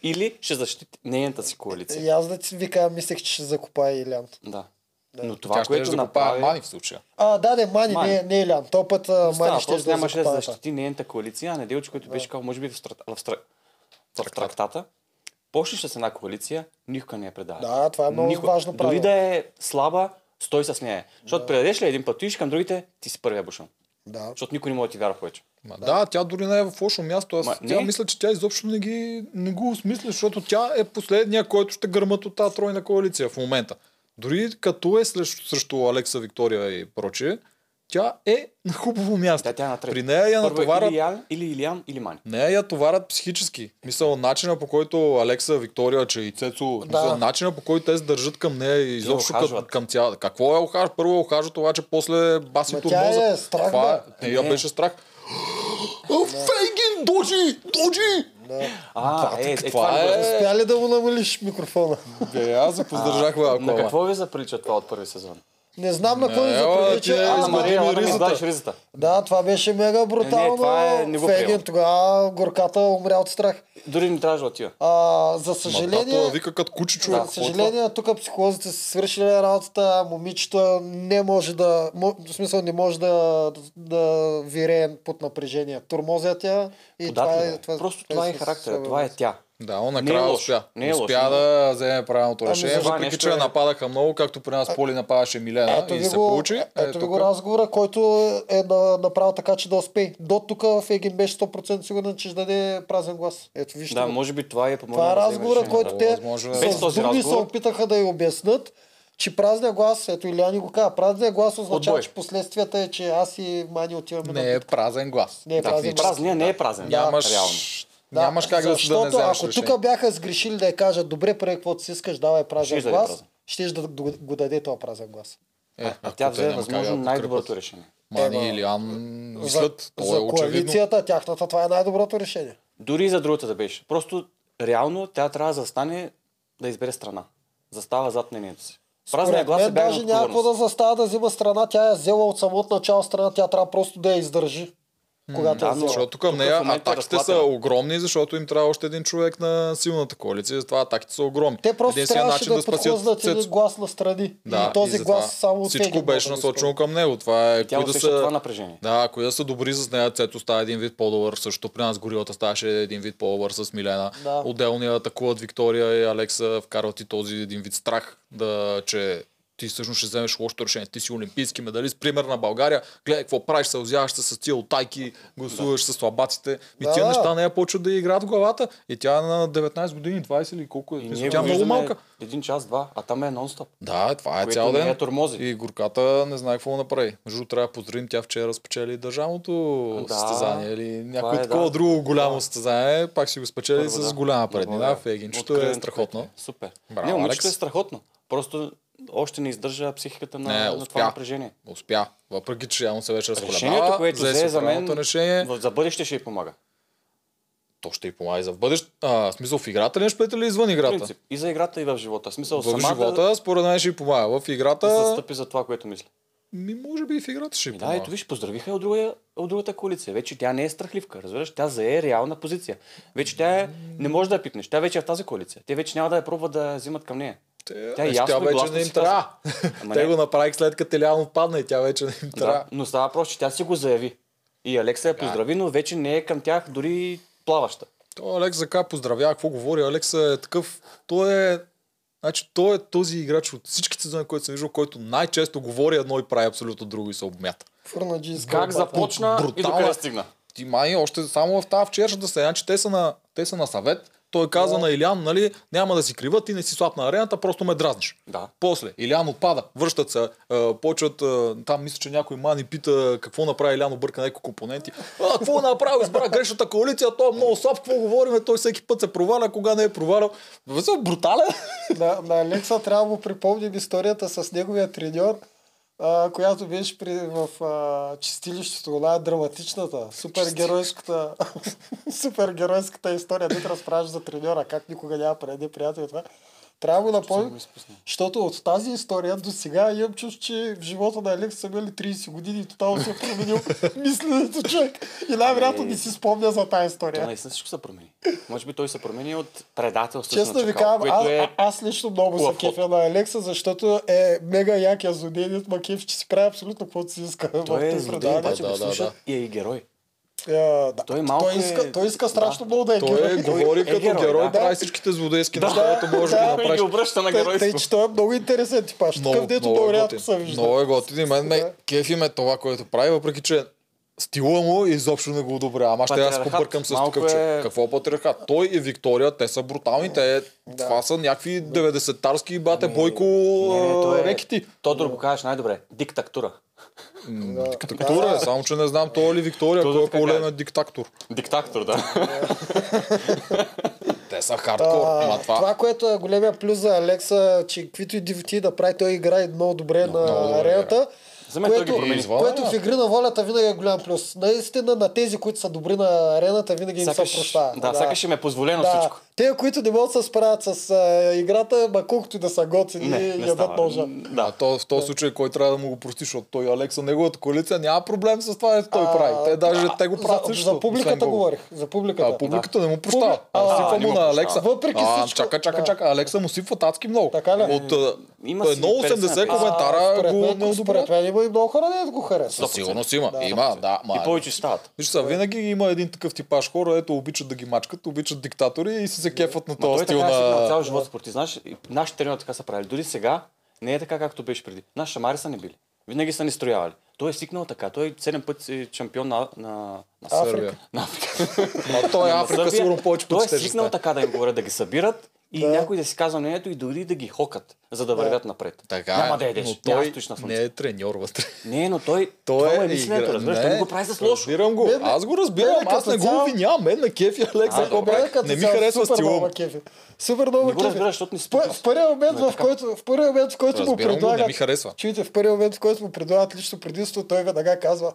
Speaker 3: Или ще защити нейната си коалиция.
Speaker 1: И аз да ти ви кажа, мислех, че ще закопая Илян.
Speaker 3: Да. Но това,
Speaker 2: Тя ще
Speaker 3: което
Speaker 2: да го
Speaker 3: направи...
Speaker 2: Мани в случая.
Speaker 1: А, да, не, Мани,
Speaker 3: Мани.
Speaker 1: не, не Илян. То път а,
Speaker 3: Става
Speaker 1: Мани ще
Speaker 3: въпрос,
Speaker 1: да
Speaker 3: нямаше да
Speaker 1: закопае.
Speaker 3: защити нейната коалиция, а неделче, който беше казал, може би в, стра- в, стра... в трактата, почнеш с една коалиция, никога не я предава.
Speaker 1: Да, това е много важно
Speaker 3: Дори
Speaker 1: правило.
Speaker 3: да е слаба, стой с нея. Защото предадеш ли един път, отидеш към другите, ти си първия бушон.
Speaker 1: Да.
Speaker 3: Защото никой не може да ти вярва повече.
Speaker 2: Ма, да. да, тя дори не е в лошо място. Аз,
Speaker 3: Ма,
Speaker 2: тя
Speaker 3: не.
Speaker 2: мисля, че тя изобщо не, ги, не го осмисля, защото тя е последния, който ще гърмат от тази тройна коалиция в момента. Дори като е срещу, срещу Алекса, Виктория и прочие, Тя е на хубаво място.
Speaker 3: Тя, тя е на трето.
Speaker 2: При нея я
Speaker 3: Първо е
Speaker 2: натоварат
Speaker 3: Или Ян, или Илиан, или Мани.
Speaker 2: Не, я товарят психически. Мисъл, начина по който Алекса, Виктория, че и Цецо,
Speaker 1: Да.
Speaker 2: да. начина по който те се държат към нея и изобщо към,
Speaker 3: охажват.
Speaker 2: към цялата. Какво е охаж? Първо е охажат, обаче после баси
Speaker 1: Ма
Speaker 2: турмоза.
Speaker 1: тя е страх,
Speaker 2: Това
Speaker 1: бе.
Speaker 2: е. Не, я
Speaker 3: Не.
Speaker 2: беше страх. О, Фейгин, дожи! Дожи!
Speaker 3: А,
Speaker 2: Брат,
Speaker 3: е, е,
Speaker 2: каква
Speaker 3: това
Speaker 2: е?
Speaker 3: е.
Speaker 1: Успя ли да му намалиш микрофона?
Speaker 2: Бе, аз се поздържах, бе, ако
Speaker 3: На
Speaker 2: ама.
Speaker 3: какво ви заприлича това от първи сезон?
Speaker 1: Не знам на кой ми
Speaker 2: Е, ела, ти е
Speaker 1: заприлича.
Speaker 2: А,
Speaker 3: А,
Speaker 1: аз
Speaker 3: на
Speaker 2: ама
Speaker 1: го-
Speaker 2: ти ми
Speaker 3: Мария, ама да ми
Speaker 2: ризата.
Speaker 3: извадиш ризата.
Speaker 1: Да, това беше мега брутално.
Speaker 3: това е- не го
Speaker 1: Феген
Speaker 3: приемам.
Speaker 1: тогава горката умря от страх.
Speaker 3: Дори не трябваше да отива.
Speaker 1: А, за
Speaker 2: Малтата
Speaker 1: съжаление,
Speaker 2: вика като куче човек.
Speaker 3: Да,
Speaker 1: за
Speaker 2: какво е
Speaker 1: съжаление, тук психолозите са свършили работата, момичето не може да, мо- в смисъл не може да, да вирее под напрежение. Турмозя тя и това
Speaker 3: Податлива
Speaker 1: е...
Speaker 3: е. Просто това е характера, това е тя.
Speaker 2: Да, он
Speaker 3: Не е
Speaker 2: накрая
Speaker 3: лошо.
Speaker 2: успя.
Speaker 3: Не е лошо,
Speaker 2: успя
Speaker 3: не е
Speaker 2: да вземе правилното
Speaker 1: Ами,
Speaker 2: решение,
Speaker 1: за това
Speaker 2: въпреки
Speaker 3: нещо
Speaker 2: че я
Speaker 3: е-
Speaker 2: нападаха много, както при нас Поли нападаше Милена
Speaker 1: Ето
Speaker 2: и
Speaker 1: ви,
Speaker 2: се
Speaker 1: го,
Speaker 2: получи. Е,
Speaker 1: ето ви
Speaker 2: тук-
Speaker 1: го разговора, който е на, направил така, че да успее. До тук в Егин беше 100% сигурен, че ще даде празен глас. Ето вижте.
Speaker 3: Да,
Speaker 1: го.
Speaker 3: може би това е помогнало.
Speaker 1: Това е
Speaker 3: да вземе
Speaker 1: разговора,
Speaker 3: решение,
Speaker 1: който
Speaker 3: да.
Speaker 1: те
Speaker 2: Възможно е.
Speaker 1: с
Speaker 3: Без този
Speaker 1: думи се
Speaker 3: разговор.
Speaker 1: опитаха да й обяснат, че празния глас, ето Илиани го каза, празния глас означава,
Speaker 3: Отбой.
Speaker 1: че последствията е, че аз и Мани отиваме
Speaker 2: Не е
Speaker 1: на...
Speaker 2: празен глас.
Speaker 1: Не е
Speaker 2: Да,
Speaker 1: празен глас.
Speaker 3: Празния не е празен.
Speaker 2: Нямаш,
Speaker 3: Реално.
Speaker 2: да, нямаш как да, си да не
Speaker 1: Защото
Speaker 2: вземеш
Speaker 1: ако
Speaker 2: решение.
Speaker 1: тук бяха сгрешили да я кажат, добре, прави каквото си искаш, давай празен
Speaker 3: Ще даде
Speaker 1: глас,
Speaker 3: празен.
Speaker 1: ще да го- го даде този празен глас.
Speaker 2: Е,
Speaker 3: А
Speaker 2: ако
Speaker 3: тя
Speaker 2: те
Speaker 3: взе
Speaker 2: няма как да
Speaker 3: възможно
Speaker 2: подкрепят.
Speaker 3: най-доброто решение.
Speaker 1: Ема,
Speaker 2: Мани или Ан мислят,
Speaker 1: за,
Speaker 2: то е
Speaker 1: за
Speaker 2: очевидно.
Speaker 1: коалицията, тяхната, това е най-доброто решение.
Speaker 3: Дори и за другата да беше. Просто реално тя трябва да застане да избере страна. Застава зад мнението си. Празния
Speaker 1: Според
Speaker 3: глас е
Speaker 1: мен
Speaker 3: бяга
Speaker 1: даже няма какво да
Speaker 3: отговорност.
Speaker 1: застава да взима страна, тя е взела от самото начало страна, тя трябва просто да я издържи. Когато я
Speaker 3: да, но-
Speaker 1: взела.
Speaker 2: Защото към
Speaker 3: Тук
Speaker 2: нея
Speaker 3: в момента е
Speaker 2: атаките са
Speaker 3: разплатена.
Speaker 2: огромни, защото им трябва още един човек на силната коалиция, затова атаките са огромни.
Speaker 1: Те просто
Speaker 2: Единственият
Speaker 1: трябваше да, да подхлъзнат един
Speaker 2: Цецо.
Speaker 1: глас настрани. Да,
Speaker 2: Да,
Speaker 1: и този
Speaker 2: и затова
Speaker 1: глас само от
Speaker 2: Всичко
Speaker 1: Фегин
Speaker 2: беше
Speaker 1: може да
Speaker 2: насочено
Speaker 1: изкъсне.
Speaker 2: към него. Това е
Speaker 3: Тя
Speaker 2: кои да
Speaker 3: усеща това
Speaker 2: са...
Speaker 3: напрежение.
Speaker 2: Да, кои да са добри с нея, Цето става един вид по-добър. Също при нас горилата ставаше един вид по-добър с Милена.
Speaker 1: Да.
Speaker 2: Отделно я атакуват Виктория и Алекса, вкарват и този един вид страх, да, че ти всъщност ще вземеш лошото решение. Ти си олимпийски медалист, пример на България. Гледай какво правиш, сълзяваш се с тия отайки, гласуваш с слабаците. И
Speaker 1: Да,
Speaker 2: тия
Speaker 1: да.
Speaker 2: неща не я почват да й играят в главата. И тя е на 19 години, 20 или колко е.
Speaker 3: И
Speaker 2: Мисля,
Speaker 3: ние
Speaker 2: Тя е
Speaker 3: го
Speaker 2: много
Speaker 3: виждаме
Speaker 2: малка.
Speaker 3: Един час, два, а там е нон-стоп.
Speaker 2: Да, това е
Speaker 3: Което
Speaker 2: цял
Speaker 3: не
Speaker 2: ден.
Speaker 3: я тормози.
Speaker 2: И горката не знае какво направи. Между другото, трябва да поздравим, тя вчера спечели държавното
Speaker 3: Да,
Speaker 2: състезание или някое
Speaker 3: е,
Speaker 2: такова
Speaker 3: да.
Speaker 2: друго голямо
Speaker 3: Да.
Speaker 2: състезание. Пак си го спечели
Speaker 3: Първо,
Speaker 2: с
Speaker 3: да.
Speaker 2: голяма преднина.
Speaker 3: Благодаря.
Speaker 2: Фегинчето е
Speaker 3: Откровен
Speaker 2: страхотно.
Speaker 3: човек е. Супер.
Speaker 2: Браво,
Speaker 3: не,
Speaker 2: Алекс.
Speaker 3: момичето е страхотно. Просто още не издържа психиката на,
Speaker 2: Не,
Speaker 3: на това
Speaker 2: успя.
Speaker 3: напрежение.
Speaker 2: Успя. Въпреки, че явно се вече
Speaker 3: Решението,
Speaker 2: разколебава,
Speaker 3: което взе
Speaker 2: си
Speaker 3: за мен,
Speaker 2: правилното решение.
Speaker 3: в- за бъдеще ще й помага.
Speaker 2: То ще й помага и за в бъдеще. А, в смисъл в играта ли ще пътя ли извън
Speaker 3: В
Speaker 2: играта?
Speaker 3: принцип. И за играта, и в живота. В смисъл,
Speaker 2: В
Speaker 3: самата
Speaker 2: живота, според мен, ще й помага. В играта,
Speaker 3: застъпи за това, което мисли.
Speaker 2: ми, може би и в играта ще й
Speaker 3: Ми Ами да, ето
Speaker 2: помага.
Speaker 3: виж, поздравиха я от, друга, от другата коалиция. Вече тя не е страхливка, разбираш? Тя зае реална позиция. Вече тя е, не може да я пипнеш. Тя вече е в тази коалиция. Те вече няма да я пробват да я взимат към нея.
Speaker 2: Те-
Speaker 3: Тя
Speaker 2: е,
Speaker 3: ясно
Speaker 2: тя
Speaker 3: и
Speaker 2: вече
Speaker 3: гласно
Speaker 2: не им
Speaker 3: си казва.
Speaker 2: трябва.
Speaker 3: Ама
Speaker 2: Те
Speaker 3: не.
Speaker 2: го направих след като Елян отпадна и тя вече не им трябва.
Speaker 3: Да, но става въпрос, че тя си го заяви. И Алекса я поздрави, но вече не е към тях дори плаваща.
Speaker 2: То Алекс така поздравява, какво говори. Алекс е такъв. Той е. Значи, той е този играч от всичките сезони, който съм виждал, който най-често говори едно и прави абсолютно друго и се обмята.
Speaker 1: Фурнаджийска
Speaker 3: Как
Speaker 1: борба.
Speaker 3: започна и
Speaker 2: брутална-
Speaker 3: докъде стигна?
Speaker 2: Ти май още само в тази вчерашната се, значи те са на, те са на съвет. Той каза на Илян, нали, няма да си крива, ти не си слаб на арената, просто ме дразниш.
Speaker 3: Да.
Speaker 2: После Илян отпада, връщат се, е, почват, е, там мисля, че някой мани пита какво направи Илян, обърка някои компоненти. А, какво направи, избра грешната коалиция, той е много слаб, какво говориме, той всеки път се проваля, кога не е провалял. Бе, са брутален.
Speaker 1: На, на Алекса трябва да му припомним историята с неговия треньор, а, която беше при, в а, чистилището, она е драматичната, супергеройската, супергеройската история. Не разправяш за треньора, как никога няма преди приятел и това. Трябва да го напомним, защото от тази история до сега имам чувство, че в живота на Алекс са били 30 години и тотално се е променил мисленето човек. И
Speaker 2: Е.
Speaker 1: най-вероятно не си спомня за тази
Speaker 3: То
Speaker 1: история.
Speaker 3: наистина всичко се промени. Може би той се промени от предателството
Speaker 1: Честно
Speaker 3: на
Speaker 1: ви
Speaker 3: Чакал,
Speaker 1: казвам, аз,
Speaker 3: което е...
Speaker 1: а- аз лично много се
Speaker 3: хубав ход.
Speaker 1: кефя на Алекса, защото е мега якия злодей, дед ма кеф, че си прави абсолютно каквото си иска. в
Speaker 3: Той е
Speaker 1: този
Speaker 3: злодей,
Speaker 1: предаване.
Speaker 3: обаче
Speaker 2: Да,
Speaker 3: го
Speaker 2: да,
Speaker 3: слушат и е и герой.
Speaker 1: Е, да.
Speaker 3: Той малко
Speaker 1: той, иска,
Speaker 3: е-
Speaker 1: той иска страшно
Speaker 3: да.
Speaker 1: много да е
Speaker 2: Той
Speaker 1: герой.
Speaker 2: говори
Speaker 3: е
Speaker 2: като
Speaker 3: герой,
Speaker 2: герой,
Speaker 3: да.
Speaker 2: прави всичките злодейски неща, които може да,
Speaker 1: да.
Speaker 2: го
Speaker 3: Той
Speaker 2: направиш.
Speaker 3: ги обръща на
Speaker 1: Тъй- Тъй,
Speaker 3: геройство.
Speaker 1: че той е много интересен типаж. Такъв, дето много
Speaker 2: е
Speaker 1: рядко
Speaker 2: готин.
Speaker 1: се вижда.
Speaker 2: Много е готин и мен ме
Speaker 1: Да.
Speaker 2: кефи ме това, което прави, въпреки че стила му изобщо не го одобрява. Ама ще аз
Speaker 3: Патриархат.
Speaker 2: побъркам с
Speaker 3: Малко
Speaker 2: къвче.
Speaker 3: е-
Speaker 2: Какво е патриархат? Той и Виктория, те са брутални. Те, Това са някакви 90-тарски бате бойко
Speaker 3: Ами, той
Speaker 2: а,
Speaker 3: е-
Speaker 2: рекети.
Speaker 3: Тодор го кажеш най-добре. Диктатура.
Speaker 2: М, Диктатура е, само че не знам той ли Виктория,
Speaker 3: Той
Speaker 2: кой е
Speaker 3: така
Speaker 2: по-големият
Speaker 3: казва.
Speaker 2: диктатор.
Speaker 3: Диктатор, да.
Speaker 2: Те са хардкор. Ама това
Speaker 1: това, което е големия плюс за Алекса, че каквито и дивти да прави, той играе много добре
Speaker 2: много
Speaker 1: на
Speaker 2: добре
Speaker 1: арената.
Speaker 3: За мен той ги
Speaker 1: Което,
Speaker 3: промени.
Speaker 2: Извън,
Speaker 1: което
Speaker 2: да.
Speaker 1: в игри на волята винаги е голям плюс. Наистина на тези, които са добри на арената, винаги им се
Speaker 3: Сякаш,
Speaker 1: прощава.
Speaker 3: да, сякаш им е позволено
Speaker 1: да.
Speaker 3: всичко.
Speaker 1: Те, които не могат да се справят с а, играта, ма колкото и да са готини,
Speaker 3: Не, не
Speaker 1: ядат ножа.
Speaker 3: става.
Speaker 2: Да,
Speaker 3: Да.
Speaker 2: то, в този случай кой трябва да му го прости, защото той Алекса, неговата коалиция няма проблем с това, което той
Speaker 1: А,
Speaker 2: прави. Те даже те го правят
Speaker 1: За,
Speaker 2: също.
Speaker 1: за публиката
Speaker 2: освен
Speaker 1: говорих. За публиката.
Speaker 2: Гого. А публиката не му прощава.
Speaker 1: Публи-
Speaker 2: А,
Speaker 1: А,
Speaker 2: сипва
Speaker 1: не
Speaker 2: му
Speaker 1: му
Speaker 2: на
Speaker 1: прощава.
Speaker 2: Алекса.
Speaker 1: Въпреки
Speaker 2: а,
Speaker 1: всичко,
Speaker 2: Чака, чака,
Speaker 1: да.
Speaker 2: чака. Алекса му сипва адски много.
Speaker 1: Така ли?
Speaker 2: От е, а,
Speaker 3: Има си
Speaker 2: 1,80
Speaker 3: 50
Speaker 2: коментара
Speaker 1: според
Speaker 2: го
Speaker 1: мен,
Speaker 2: не
Speaker 1: според
Speaker 2: одобрят.
Speaker 1: мен има и много хора, не го харесват.
Speaker 2: Със сигурност има. Има, да. Ма,
Speaker 3: И повече стават.
Speaker 2: Виж са, винаги има един такъв типаж хора, ето обичат да ги мачкат, обичат диктатори и си се кефат на
Speaker 3: Ма той
Speaker 2: този стил
Speaker 3: така е свикнал
Speaker 2: на...
Speaker 3: цял живот спорти. Знаеш, и нашите треньори така са правили. Дори сега не е така, както беше преди. Наши шамари са не били. Винаги са ни строявали. Той е свикнал така. Той е 7 пъти е шампион на, на, на
Speaker 1: Африка.
Speaker 2: Сърбия.
Speaker 3: На Африка.
Speaker 2: А той е
Speaker 3: На
Speaker 2: Африка,
Speaker 3: Сърбия.
Speaker 2: сигурно повече
Speaker 3: Той е
Speaker 2: пъти ще
Speaker 3: свикнал
Speaker 2: стане.
Speaker 3: така да им говорят, да ги събират и някой да си казва мнението и дори да ги хокат, за да вървят напред.
Speaker 2: Така
Speaker 3: Няма
Speaker 2: е,
Speaker 3: да едеш.
Speaker 2: но
Speaker 3: Няма
Speaker 2: той
Speaker 3: да стоиш на
Speaker 2: не
Speaker 3: слънце.
Speaker 2: е треньор вътре.
Speaker 3: Не, но той,
Speaker 2: Той
Speaker 3: това му е
Speaker 2: игра-
Speaker 3: мисленето, разбираш,
Speaker 2: Не,
Speaker 3: той не го прави за лошо.
Speaker 2: Разбирам го.
Speaker 1: Не, бе,
Speaker 2: Аз го разбирам,
Speaker 1: не, бе,
Speaker 2: аз не
Speaker 1: като
Speaker 2: го
Speaker 1: цяло-
Speaker 2: обвинявам. Мен ме кефи Алекса.
Speaker 3: А,
Speaker 2: какво
Speaker 3: добре,
Speaker 2: прави?
Speaker 1: като
Speaker 2: Не ми
Speaker 1: цяло
Speaker 2: харесва
Speaker 1: супер
Speaker 2: стила му.
Speaker 1: много кефи. Супер много
Speaker 3: Не го
Speaker 1: кефи.
Speaker 3: разбираш, защото не си
Speaker 1: Пър-
Speaker 3: пипал.
Speaker 1: в първия момент,
Speaker 3: Но е
Speaker 1: в
Speaker 3: така.
Speaker 1: който, в първия момент, в който му
Speaker 2: Разбирам го, не ми
Speaker 1: предлагат...
Speaker 2: харесва.
Speaker 1: Чуйте, в първия момент, в който му предлагат лично предимство, той веднага казва,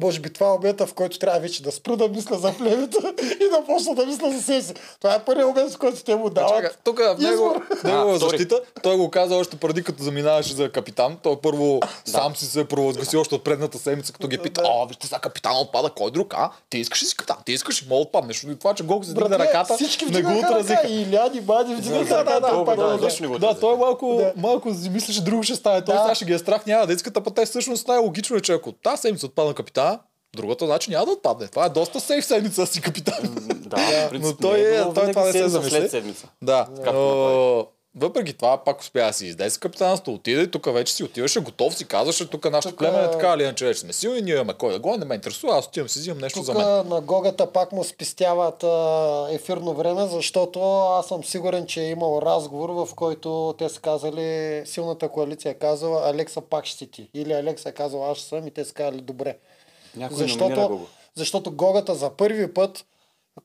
Speaker 1: може би това е момента, в който трябва вече да спра да мисля за племето и да почна да мисля за себе си. Това е първият момент, в който те му
Speaker 2: Чакай,
Speaker 1: дават.
Speaker 2: тук в него,
Speaker 1: Избор.
Speaker 2: в негова
Speaker 3: А, втори.
Speaker 2: защита, той го каза още преди като заминаваше за капитан. Той първо сам си се провъзгласи още от предната седмица, като ги пита, а, вижте сега капитан отпада, кой друг, а? Ти искаш ли си капитан? Ти искаш ли? Мога отпаднеш. Но и това, че Гог си дигна
Speaker 1: Братле,
Speaker 2: ръката,
Speaker 1: всички
Speaker 2: не го
Speaker 1: вдигнаха ръка.
Speaker 2: отразиха.
Speaker 1: И Ляни, Бани вдигнаха
Speaker 3: Да, да,
Speaker 1: ръка. пак
Speaker 3: да,
Speaker 1: го
Speaker 3: да,
Speaker 1: вдигнаха.
Speaker 3: точно го
Speaker 2: Да,
Speaker 3: отрази.
Speaker 2: той малко,
Speaker 1: Да.
Speaker 2: малко си мисли, че друго ще стане. Той
Speaker 1: Да.
Speaker 2: сега ще ги е страх, няма да искат, а па те всъщност най-логично е, че ако тази седмица отпадна капитана, другата значи няма да отпадне. Това е доста сейф седмица си капитан.
Speaker 3: Да, в принцип,
Speaker 2: Но той,
Speaker 3: не
Speaker 2: е,
Speaker 3: било
Speaker 2: той
Speaker 3: винаги
Speaker 2: това не се
Speaker 3: седмица
Speaker 2: замисли.
Speaker 3: След седмица.
Speaker 2: Да.
Speaker 3: Както
Speaker 2: Но, въпреки това, пак успя да си изнесе капитанството, отиде и тук вече си отиваше готов, си казваше, тук нашето
Speaker 1: Тук,
Speaker 2: племе е
Speaker 1: а,
Speaker 2: така или иначе вече сме силни, ние имаме кой да го, не ме интересува, аз отивам си взимам нещо
Speaker 1: Тук
Speaker 2: за мен.
Speaker 1: на Гогата пак му спестяват а, ефирно време, защото аз съм сигурен, че е имал разговор, в който те са казали, силната коалиция е казала, Алекса пак ще си ти. Или Алекса е казала, аз ще съм и те са казали, добре.
Speaker 3: Някой номинира
Speaker 1: Защото,
Speaker 3: Гого.
Speaker 1: защото Гогата за първи път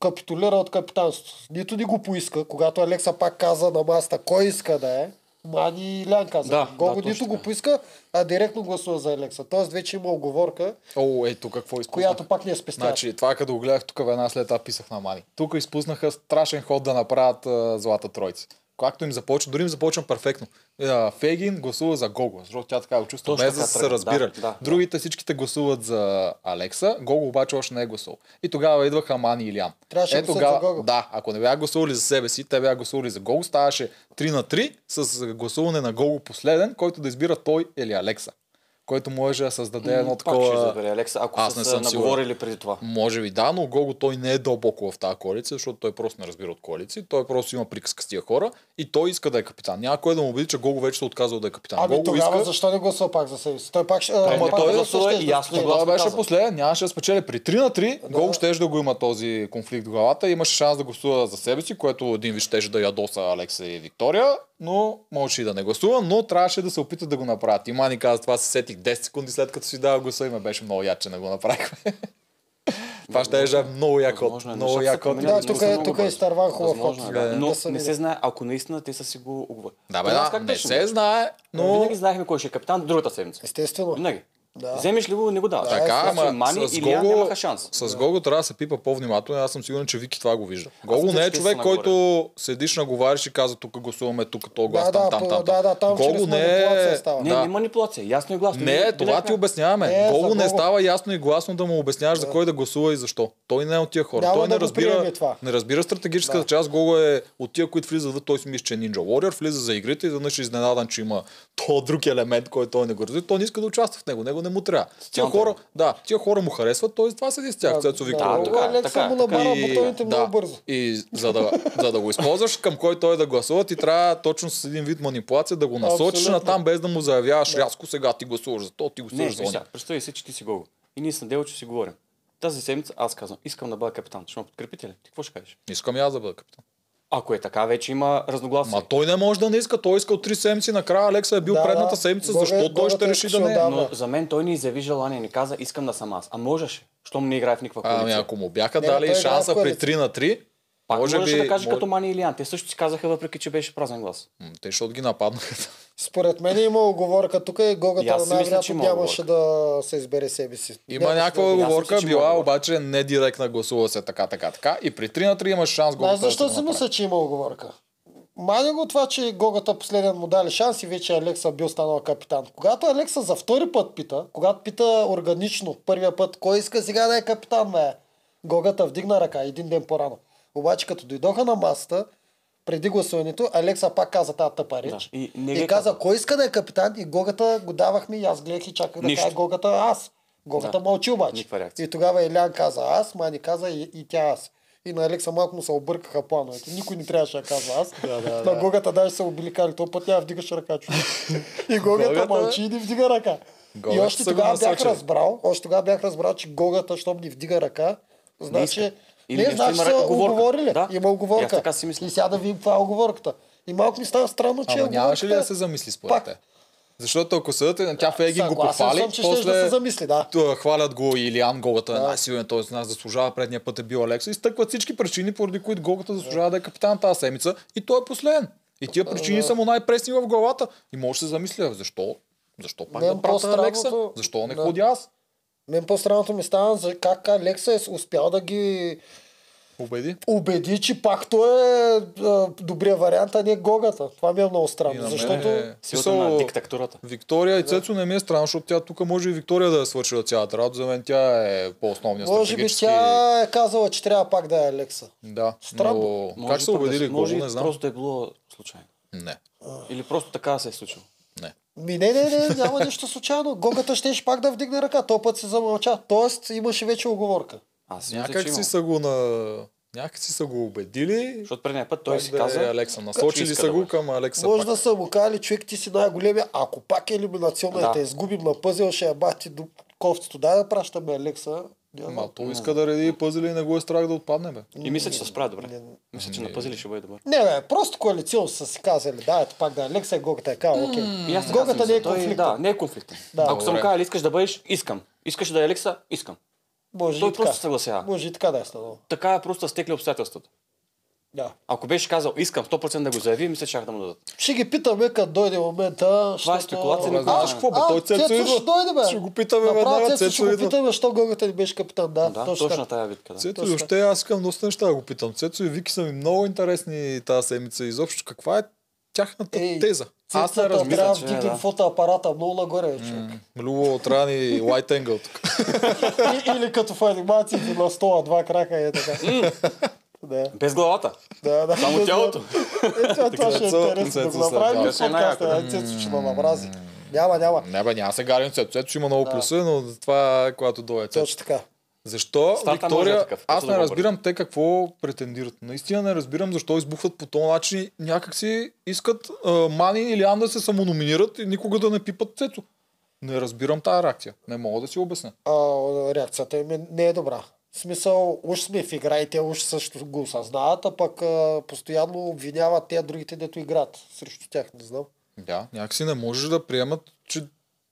Speaker 1: капитулира от капитанството. Нито ни го поиска, когато Алекса пак каза на масата, кой иска да е. Мани и Лян каза.
Speaker 3: Да,
Speaker 1: Гого
Speaker 3: да, точно
Speaker 1: нито го
Speaker 3: така.
Speaker 1: поиска, а директно гласува за Алекса. Тоест вече има оговорка,
Speaker 2: О, е, тук какво изпусна?
Speaker 1: която пак не е спестява.
Speaker 2: Значи, това като го гледах тук веднага след това писах на Мани. Тук изпуснаха страшен ход да направят а, Злата Тройца. Както им започва, дори им започвам перфектно. А, Фейгин гласува за Гого, защото тя така го чувства,
Speaker 3: Точно
Speaker 2: без да
Speaker 3: така
Speaker 2: са се
Speaker 3: тръгна,
Speaker 2: разбирали.
Speaker 3: да, да,
Speaker 2: Другите всичките гласуват за Алекса, Гого обаче още не е гласувал. И тогава идваха Мани и Илян.
Speaker 1: Трябваше да
Speaker 2: е,
Speaker 1: гласуват
Speaker 2: тогава,
Speaker 1: за Гого.
Speaker 2: Да, ако не бяха гласували за себе си, те бяха гласували за Гого, ставаше 3 на 3 с гласуване на Гого последен, който да избира той или Алекса. Който може да създаде едно
Speaker 3: Пак ще
Speaker 2: такова...
Speaker 3: избере Алекса, ако
Speaker 2: Аз не
Speaker 3: са се
Speaker 2: съм сигурен.
Speaker 3: наговорили преди това.
Speaker 2: Може би да, но Гого той не е дълбоко в тази коалиция, защото той просто не разбира от коалиции. Той просто има приказка с тия хора и той иска да е капитан. Няма кой да му убеди, че Гого вече се отказал да е капитан.
Speaker 1: Ами
Speaker 2: Гого
Speaker 1: тогава
Speaker 2: иска...
Speaker 1: защо не гласува пак за себе си? Той пак ще...
Speaker 2: Ама
Speaker 1: пак
Speaker 2: той
Speaker 1: е ще
Speaker 3: Ами, гласува
Speaker 1: ще-
Speaker 3: и ясно
Speaker 1: ще-
Speaker 3: гласува.
Speaker 2: Това беше
Speaker 3: казах.
Speaker 2: последен, нямаше да спечели. При 3 на 3 Гого щеше да го има този конфликт в главата. Имаше шанс да гласува за себе си, което един вид щеше да ядоса Алекса и Виктория, но можеше и да не гласува, но трябваше да се опита да го направят. И Мани каза, това се сетих 10 секунди след като си дава гласа и ме беше много яд, че не го направихме. това ще е много яко.
Speaker 3: Възможно е,
Speaker 2: Много
Speaker 3: нещата се
Speaker 2: яко.
Speaker 3: променят
Speaker 1: Да,
Speaker 3: много
Speaker 1: тук
Speaker 3: бързо.
Speaker 1: е, тук е изтърван хубав ход.
Speaker 3: Възможно е,
Speaker 2: Да,
Speaker 3: да. Но
Speaker 1: Да се
Speaker 3: не
Speaker 1: види.
Speaker 3: се знае, ако наистина те са си го оговорили.
Speaker 2: Да, бе,
Speaker 3: При нас
Speaker 2: да,
Speaker 3: как
Speaker 2: не
Speaker 3: беше,
Speaker 2: се
Speaker 3: бе?
Speaker 2: знае,
Speaker 3: Но...
Speaker 2: но
Speaker 3: Винаги знаехме кой ще е капитан другата седмица.
Speaker 1: Естествено.
Speaker 3: Винаги.
Speaker 1: Да. Е,
Speaker 3: Вземеш ли го, не го даваш.
Speaker 2: така,
Speaker 3: Значи,
Speaker 2: ама
Speaker 3: Мани
Speaker 2: с
Speaker 3: и Лиан
Speaker 2: Гого,
Speaker 3: нямаха шанс.
Speaker 2: с Гого трябва да се пипа по-внимателно. Аз съм сигурен, че Вики това го вижда. Гого
Speaker 3: мисля,
Speaker 2: не е
Speaker 3: че
Speaker 2: човек,
Speaker 3: са
Speaker 2: който седиш наговаряш и казва тук гласуваме, тук то глас,
Speaker 1: Да,
Speaker 2: там,
Speaker 1: да,
Speaker 2: там,
Speaker 1: по-
Speaker 2: там.
Speaker 1: да, да, там
Speaker 2: Гого
Speaker 1: чрез
Speaker 2: не е...
Speaker 1: манипулация става.
Speaker 3: Не,
Speaker 2: да.
Speaker 3: не манипулация. Ясно е и гласно.
Speaker 2: Не,
Speaker 3: Винаги-
Speaker 2: това ти
Speaker 3: винаги-
Speaker 2: обясняваме.
Speaker 1: Е, за
Speaker 2: Гого не
Speaker 1: Гого.
Speaker 2: става ясно и гласно да му обясняваш за кой да гласува и защо. Той не е от тия хора.
Speaker 1: Няма
Speaker 2: той
Speaker 1: да
Speaker 2: не
Speaker 1: го
Speaker 2: разбира,
Speaker 1: приеме това.
Speaker 2: не разбира стратегическата част. Гого е от тия, които влизат вътре. Той си мисли, че е Ninja Warrior, влиза за игрите и заднъж е изненадан, че има то друг елемент, който той не го разбира. Той не иска да участва в него. Него не му трябва. Тия
Speaker 3: Социалната
Speaker 2: хора, да, тия хора му харесват, той затова седи с тях. Цецо Викторов.
Speaker 1: да,
Speaker 3: така е,
Speaker 1: Алекса
Speaker 3: така е,
Speaker 1: му
Speaker 3: така
Speaker 1: набара
Speaker 2: И-
Speaker 1: бутоните
Speaker 2: да,
Speaker 1: много бързо.
Speaker 2: И за да, за да го използваш, към кой той да гласува, ти трябва точно с един вид манипулация да го насочиш
Speaker 1: Абсолютно.
Speaker 2: на там, без да му заявяваш рязко сега ти гласуваш за то, ти гласуваш
Speaker 3: Не,
Speaker 2: за оня.
Speaker 3: сега, представи си, че ти си Гого. и ние с Неделчо си говорим. Тази седмица аз казвам, искам да бъда капитан. Ще ме подкрепите ли? Ти какво ще кажеш?
Speaker 2: Искам и аз да бъда капитан.
Speaker 3: Ако е така, вече има разногласие.
Speaker 2: Ма той не е може да не иска. Той иска от три седмици. Накрая Алекса е бил
Speaker 1: Да,
Speaker 2: предната
Speaker 1: да.
Speaker 2: седмица.
Speaker 1: Горе-
Speaker 2: Защо той
Speaker 1: горе
Speaker 2: ще
Speaker 1: те
Speaker 2: реши
Speaker 1: ще
Speaker 2: да не е?
Speaker 1: отдава.
Speaker 3: Но за мен той не изяви желание, не каза, искам да съм аз. А можеше, щом не играе в никаква коалиция.
Speaker 2: Ами ако му бяха
Speaker 1: Не,
Speaker 2: дали
Speaker 3: е
Speaker 1: той играе
Speaker 2: шанса
Speaker 1: в
Speaker 2: при
Speaker 1: коалиция.
Speaker 2: 3 на 3,
Speaker 3: Пак
Speaker 2: може
Speaker 3: можеше
Speaker 2: би-
Speaker 3: да каже
Speaker 2: може-
Speaker 3: като Мани Илиан. Те също си казаха, въпреки че беше празен глас.
Speaker 2: м, те ще ги нападнаха.
Speaker 1: Според мен има оговорка тук и
Speaker 3: И
Speaker 1: Гогата
Speaker 3: аз си мисля, че
Speaker 1: най-вероятно
Speaker 3: има
Speaker 1: нямаше да се избере себе си.
Speaker 2: Има
Speaker 1: Нямаше
Speaker 2: някаква
Speaker 1: да-
Speaker 3: мисля,
Speaker 2: оговорка,
Speaker 3: че
Speaker 2: била
Speaker 3: мога.
Speaker 2: обаче не директна гласува се така, така, така. И при 3 на 3 имаш шанс го
Speaker 1: Знаеш
Speaker 3: е
Speaker 1: защо си мисля, че има оговорка? Мани го това, че Гогата последен му дали шанс и вече Алекса бил станал капитан. Когато Алекса за втори път пита, когато пита органично първия път, кой иска сега да е капитан, бе? Гогата вдигна ръка един ден по-рано. Обаче като дойдоха на масата, преди гласуването, Алекса пак каза тази тъпа реч.
Speaker 3: Да, и не
Speaker 1: и,
Speaker 3: ги
Speaker 1: и
Speaker 3: е
Speaker 1: каза,
Speaker 3: казал.
Speaker 1: кой иска да е капитан и Гогата го давахме и аз гледах и чаках да
Speaker 3: Нищо.
Speaker 1: кажа Гогата аз. Гогата
Speaker 3: Да.
Speaker 1: мълчи обаче.
Speaker 3: Никаква реакция.
Speaker 1: И тогава Илян каза аз, Мани каза и, и тя аз. И на Алекса малко му се объркаха плановете. Никой не трябваше да казва аз. на Гогата даже се обиликали. Този път тя вдигаше ръка. човек. и Гогата,
Speaker 2: Гогата-
Speaker 1: мълчи и не вдига ръка. и
Speaker 2: Гогата
Speaker 1: още
Speaker 2: са го
Speaker 1: тогава бях
Speaker 2: насочили.
Speaker 1: разбрал, още тогава бях разбрал, че Гогата, щом ни вдига ръка, значи...
Speaker 3: иска. Или
Speaker 1: не,
Speaker 3: нещо
Speaker 1: значи
Speaker 3: има
Speaker 1: са
Speaker 3: ръ- оговорка.
Speaker 1: оговорили.
Speaker 3: Да.
Speaker 1: Има
Speaker 3: И аз
Speaker 1: оговорка.
Speaker 3: така си мисля.
Speaker 1: И сега да видим каква е оговорката. И малко ми става странно, че
Speaker 2: Ама нямаше ли
Speaker 1: оговорката-
Speaker 2: да се замисли според
Speaker 1: Пак.
Speaker 2: те? Защото ако съдът е на тя Фейги го
Speaker 1: Съгласен
Speaker 2: попали,
Speaker 1: съм, че щеше да
Speaker 2: после
Speaker 1: се замисли, да.
Speaker 2: т- хвалят го и Илиан Голата е най-силен, той нас заслужава, предния път е бил Алекса. Изтъкват всички причини, поради които Голата заслужава да е капитан тази седмица и той е последен. И тия
Speaker 1: Е.
Speaker 2: причини са му най-пресни в главата. И може да се замисля, защо? Защо пак
Speaker 1: Не,
Speaker 2: да пратя Алекса?
Speaker 1: по-странното-
Speaker 2: Защо не
Speaker 1: Да.
Speaker 2: ходя аз?
Speaker 1: Мен по-странното ми става за как Алекса е успял да ги
Speaker 2: Убеди.
Speaker 1: убеди, че пак той е а, добрия вариант, а не Гогата. Това ми е много
Speaker 2: И
Speaker 1: странно,
Speaker 2: на мен
Speaker 1: защото...
Speaker 2: е-
Speaker 3: Силата
Speaker 2: Мисъл-
Speaker 3: на диктатурата.
Speaker 2: Виктория и Цецо не ми е странно, защото тя тук може и Виктория да е свършила цялата работа. За мен тя е по-основния
Speaker 1: Може би
Speaker 2: стратегически...
Speaker 1: тя е казала, че трябва пак да е Алекса.
Speaker 2: Да,
Speaker 1: Странно.
Speaker 2: но как
Speaker 3: Може
Speaker 2: са
Speaker 3: пък да
Speaker 2: убедили
Speaker 3: се- Може
Speaker 2: Гого,
Speaker 3: и
Speaker 2: не знам.
Speaker 3: просто да е било случайно.
Speaker 2: Не,
Speaker 3: Или просто така се е случило.
Speaker 2: не.
Speaker 1: Ми не, не, не, няма нищо случайно. Гогата щеше пак да вдигне ръка, то път се замълча. Тоест имаше вече оговорка.
Speaker 3: Аз си мисля, че
Speaker 2: Някак си
Speaker 3: имам.
Speaker 2: са го на... Някак си са го убедили.
Speaker 3: Защото предния път
Speaker 2: Той
Speaker 3: той си каза,
Speaker 2: е Алекса. Насочили
Speaker 3: иска
Speaker 2: са
Speaker 3: да
Speaker 2: го
Speaker 3: бъде.
Speaker 2: към Алекса.
Speaker 1: Може
Speaker 2: пак.
Speaker 1: да са му казали, човек ти си най-големия, ако пак е елиминационна
Speaker 3: Да.
Speaker 1: и те изгубим на пъзел, ще я бати до кофтето. Дай да пращаме Алекса. Я знам.
Speaker 2: Ма, той иска да реди пъзели и не го е страх да отпадне, бе.
Speaker 3: и мисля, че се справя добре.
Speaker 1: Не,
Speaker 3: Мисля, че на пъзели ще бъде добър.
Speaker 1: Не, бе, просто коалиционно са си казали, да, ето пак да е Алекса и Гогата е казал, окей.
Speaker 3: И аз така си
Speaker 1: Гогата
Speaker 3: мисля.
Speaker 1: не е
Speaker 3: Той-
Speaker 1: конфликт.
Speaker 3: Да, не е конфликтен.
Speaker 1: Да.
Speaker 3: Ако съм
Speaker 2: Добре.
Speaker 3: казал, искаш да бъдеш, искам. Искаш да е Алекса, искам.
Speaker 1: Може
Speaker 3: Той
Speaker 1: и
Speaker 3: просто
Speaker 1: така.
Speaker 3: се съгласява.
Speaker 1: Може и така да е станало.
Speaker 3: Така е просто стекли обстоятелствата.
Speaker 1: Да.
Speaker 3: Ако беше казал, искам 100% да го заяви, мисля, че щях да му дадат.
Speaker 1: Ще ги питаме, като дойде момента.
Speaker 3: Това е спекулация,
Speaker 2: Ама
Speaker 3: не
Speaker 2: знаеш какво, бе? Той Цецо
Speaker 1: ще
Speaker 2: идва.
Speaker 1: дойде, бе.
Speaker 2: Ще го питаме
Speaker 1: Направо
Speaker 2: веднага,
Speaker 1: Цецо
Speaker 2: Цецо
Speaker 1: ще го
Speaker 2: идва.
Speaker 1: питаме, що Гогата не беше капитан. Да,
Speaker 3: Да,
Speaker 1: точно
Speaker 3: точно
Speaker 1: така.
Speaker 3: тази битка. Да.
Speaker 2: Цецо,
Speaker 1: Точно.
Speaker 2: въобще аз искам доста неща да го питам. Цецо и Вики са ми много интересни тази седмица. Изобщо каква е тяхната
Speaker 1: Ей,
Speaker 2: теза? Аз не
Speaker 1: Цецата
Speaker 2: разбирам.
Speaker 1: Трябва да
Speaker 3: че не, да.
Speaker 1: вдигнем фотоапарата много нагоре, бе, човек.
Speaker 2: Любо отрани White Angle тук.
Speaker 1: И- Или като в анимациите на стола, два крака е така. Да,
Speaker 3: Без главата.
Speaker 1: да, да.
Speaker 3: Само тялото.
Speaker 1: Е, това, това ще е
Speaker 2: Цецо-
Speaker 1: интересно да
Speaker 2: Цецо
Speaker 1: го
Speaker 2: се
Speaker 1: направим.
Speaker 2: дава.
Speaker 1: в подкаста, е, Цецо ще ме намрази. Няма, няма.
Speaker 2: Не бе, няма се гарим Цецо. Цецо има много плюсове, но това е когато дойде Цецо.
Speaker 1: Точно така.
Speaker 2: Защо
Speaker 3: Старта може да
Speaker 2: Виктория,
Speaker 3: е такъв,
Speaker 2: аз
Speaker 3: просто
Speaker 2: не
Speaker 3: да го
Speaker 2: разбирам те какво претендират. Наистина не разбирам защо избухват по този начин. и Някакси искат а, Мани или Ан да се самономинират и никога да не пипат Цецо. Не разбирам тази реакция. Не мога да си обясня.
Speaker 1: а, реакцията им е- не е добра. В смисъл, уж сме в игра и те уж също го осъзнават, а пък а, постоянно обвиняват те другите, дето играят срещу тях, не знам.
Speaker 2: Да, някакси не можеш да приемат, че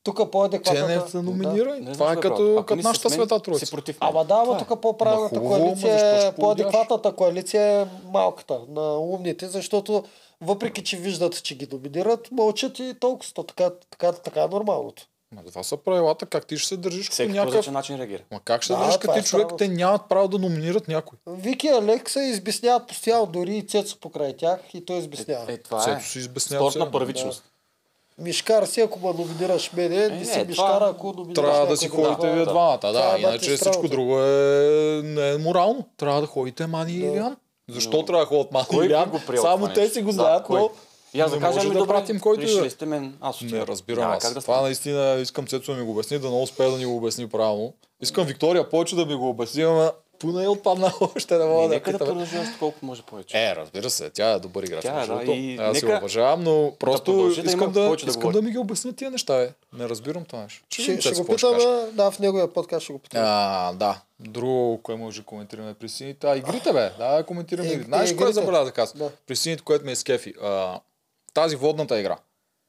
Speaker 1: Тук е
Speaker 2: те
Speaker 1: по-адекватната...
Speaker 2: не са номинирани.
Speaker 3: Не знам
Speaker 2: Това е
Speaker 3: какво да
Speaker 2: като,
Speaker 3: правя.
Speaker 2: като,
Speaker 3: Ако не си
Speaker 2: нашата
Speaker 3: с мен,
Speaker 2: света
Speaker 3: Си
Speaker 2: троица.
Speaker 3: против мен.
Speaker 1: Ама да, ама
Speaker 3: Това е.
Speaker 1: тук по-правилната
Speaker 2: Ма хубаво,
Speaker 1: коалиция,
Speaker 2: ма защо
Speaker 1: е-
Speaker 2: ще
Speaker 1: по-адекватната коалиция е малката на умните, защото въпреки, че виждат, че ги доминират, мълчат и толкова. Така, така, така е нормалното.
Speaker 2: Ма това са правилата, как ти ще се държиш като
Speaker 3: Всеки по
Speaker 2: някакъв...
Speaker 3: различен начин реагира.
Speaker 2: Ма как ще
Speaker 1: Да,
Speaker 2: държиш
Speaker 1: това
Speaker 2: като
Speaker 1: е
Speaker 2: ти човек?
Speaker 1: странно.
Speaker 2: Те нямат право да номинират някой.
Speaker 1: Вики и Алекса изясняват постоянно, дори и Цецо покрай тях и той изяснява.
Speaker 3: Е, това е.
Speaker 2: Цецо си изяснява
Speaker 3: Спорт
Speaker 2: все
Speaker 3: на
Speaker 2: едно.
Speaker 3: първичност.
Speaker 1: Мишкар си, ако ме номинираш мене, не,
Speaker 3: не,
Speaker 1: си
Speaker 3: това-
Speaker 1: мишкар, ако номинираш
Speaker 2: Трябва да
Speaker 1: някой
Speaker 2: си
Speaker 1: друг.
Speaker 2: ходите вие
Speaker 3: да.
Speaker 2: двамата, да.
Speaker 1: Това е
Speaker 2: Иначе
Speaker 1: батистра
Speaker 2: всичко
Speaker 1: утре.
Speaker 2: друго е не е морално. Трябва да ходите Мани и Илян. Защо трябва да ходят Мани и
Speaker 3: Кой
Speaker 2: Илян?
Speaker 3: би го приел?
Speaker 2: Само
Speaker 3: това
Speaker 2: те
Speaker 3: нещо?
Speaker 2: си го
Speaker 3: Да,
Speaker 2: знаят,
Speaker 3: кой?
Speaker 2: но
Speaker 3: И аз да
Speaker 2: не
Speaker 3: кажа,
Speaker 2: може
Speaker 3: ами
Speaker 2: да
Speaker 3: добре,
Speaker 2: пратим който и да е.
Speaker 3: решили сте мен, аз отивам.
Speaker 2: не разбирам
Speaker 3: Няма
Speaker 2: аз.
Speaker 3: как да
Speaker 2: Това
Speaker 3: стане.
Speaker 2: наистина искам Цецо да ми го обясни, да не успее да ни го обясни правилно. Искам Виктория повече да ми го обясни, ама Пуна е отпаднала още, не мога
Speaker 3: И
Speaker 2: да
Speaker 3: нека да
Speaker 2: питаме.
Speaker 3: продължи още колко може повече.
Speaker 2: Е, разбира се, тя е добър играч.
Speaker 3: Тя е,
Speaker 2: между
Speaker 3: да,
Speaker 2: другото.
Speaker 3: и
Speaker 2: Аз я
Speaker 3: нека
Speaker 2: уважавам, но просто
Speaker 3: продължи да има
Speaker 2: искам, да,
Speaker 3: повече да
Speaker 2: искам
Speaker 3: говори.
Speaker 2: да ми ги обясня тия неща. Е. Не разбирам това нещо. Ще, видим
Speaker 1: Ще, ще
Speaker 2: Цецо
Speaker 1: го
Speaker 2: какво каже.
Speaker 1: питаме, да, в неговия подкаст ще го питаме.
Speaker 2: А, да. Друго, кое може да коментираме при сините. А, игрите, бе. Да, коментираме.
Speaker 3: Е,
Speaker 1: И-
Speaker 2: игри. Знаеш,
Speaker 1: и
Speaker 2: кое
Speaker 1: игрите.
Speaker 2: забравя да казвам?
Speaker 1: Да.
Speaker 2: При сините, което ме изкефи. А, тази водната игра.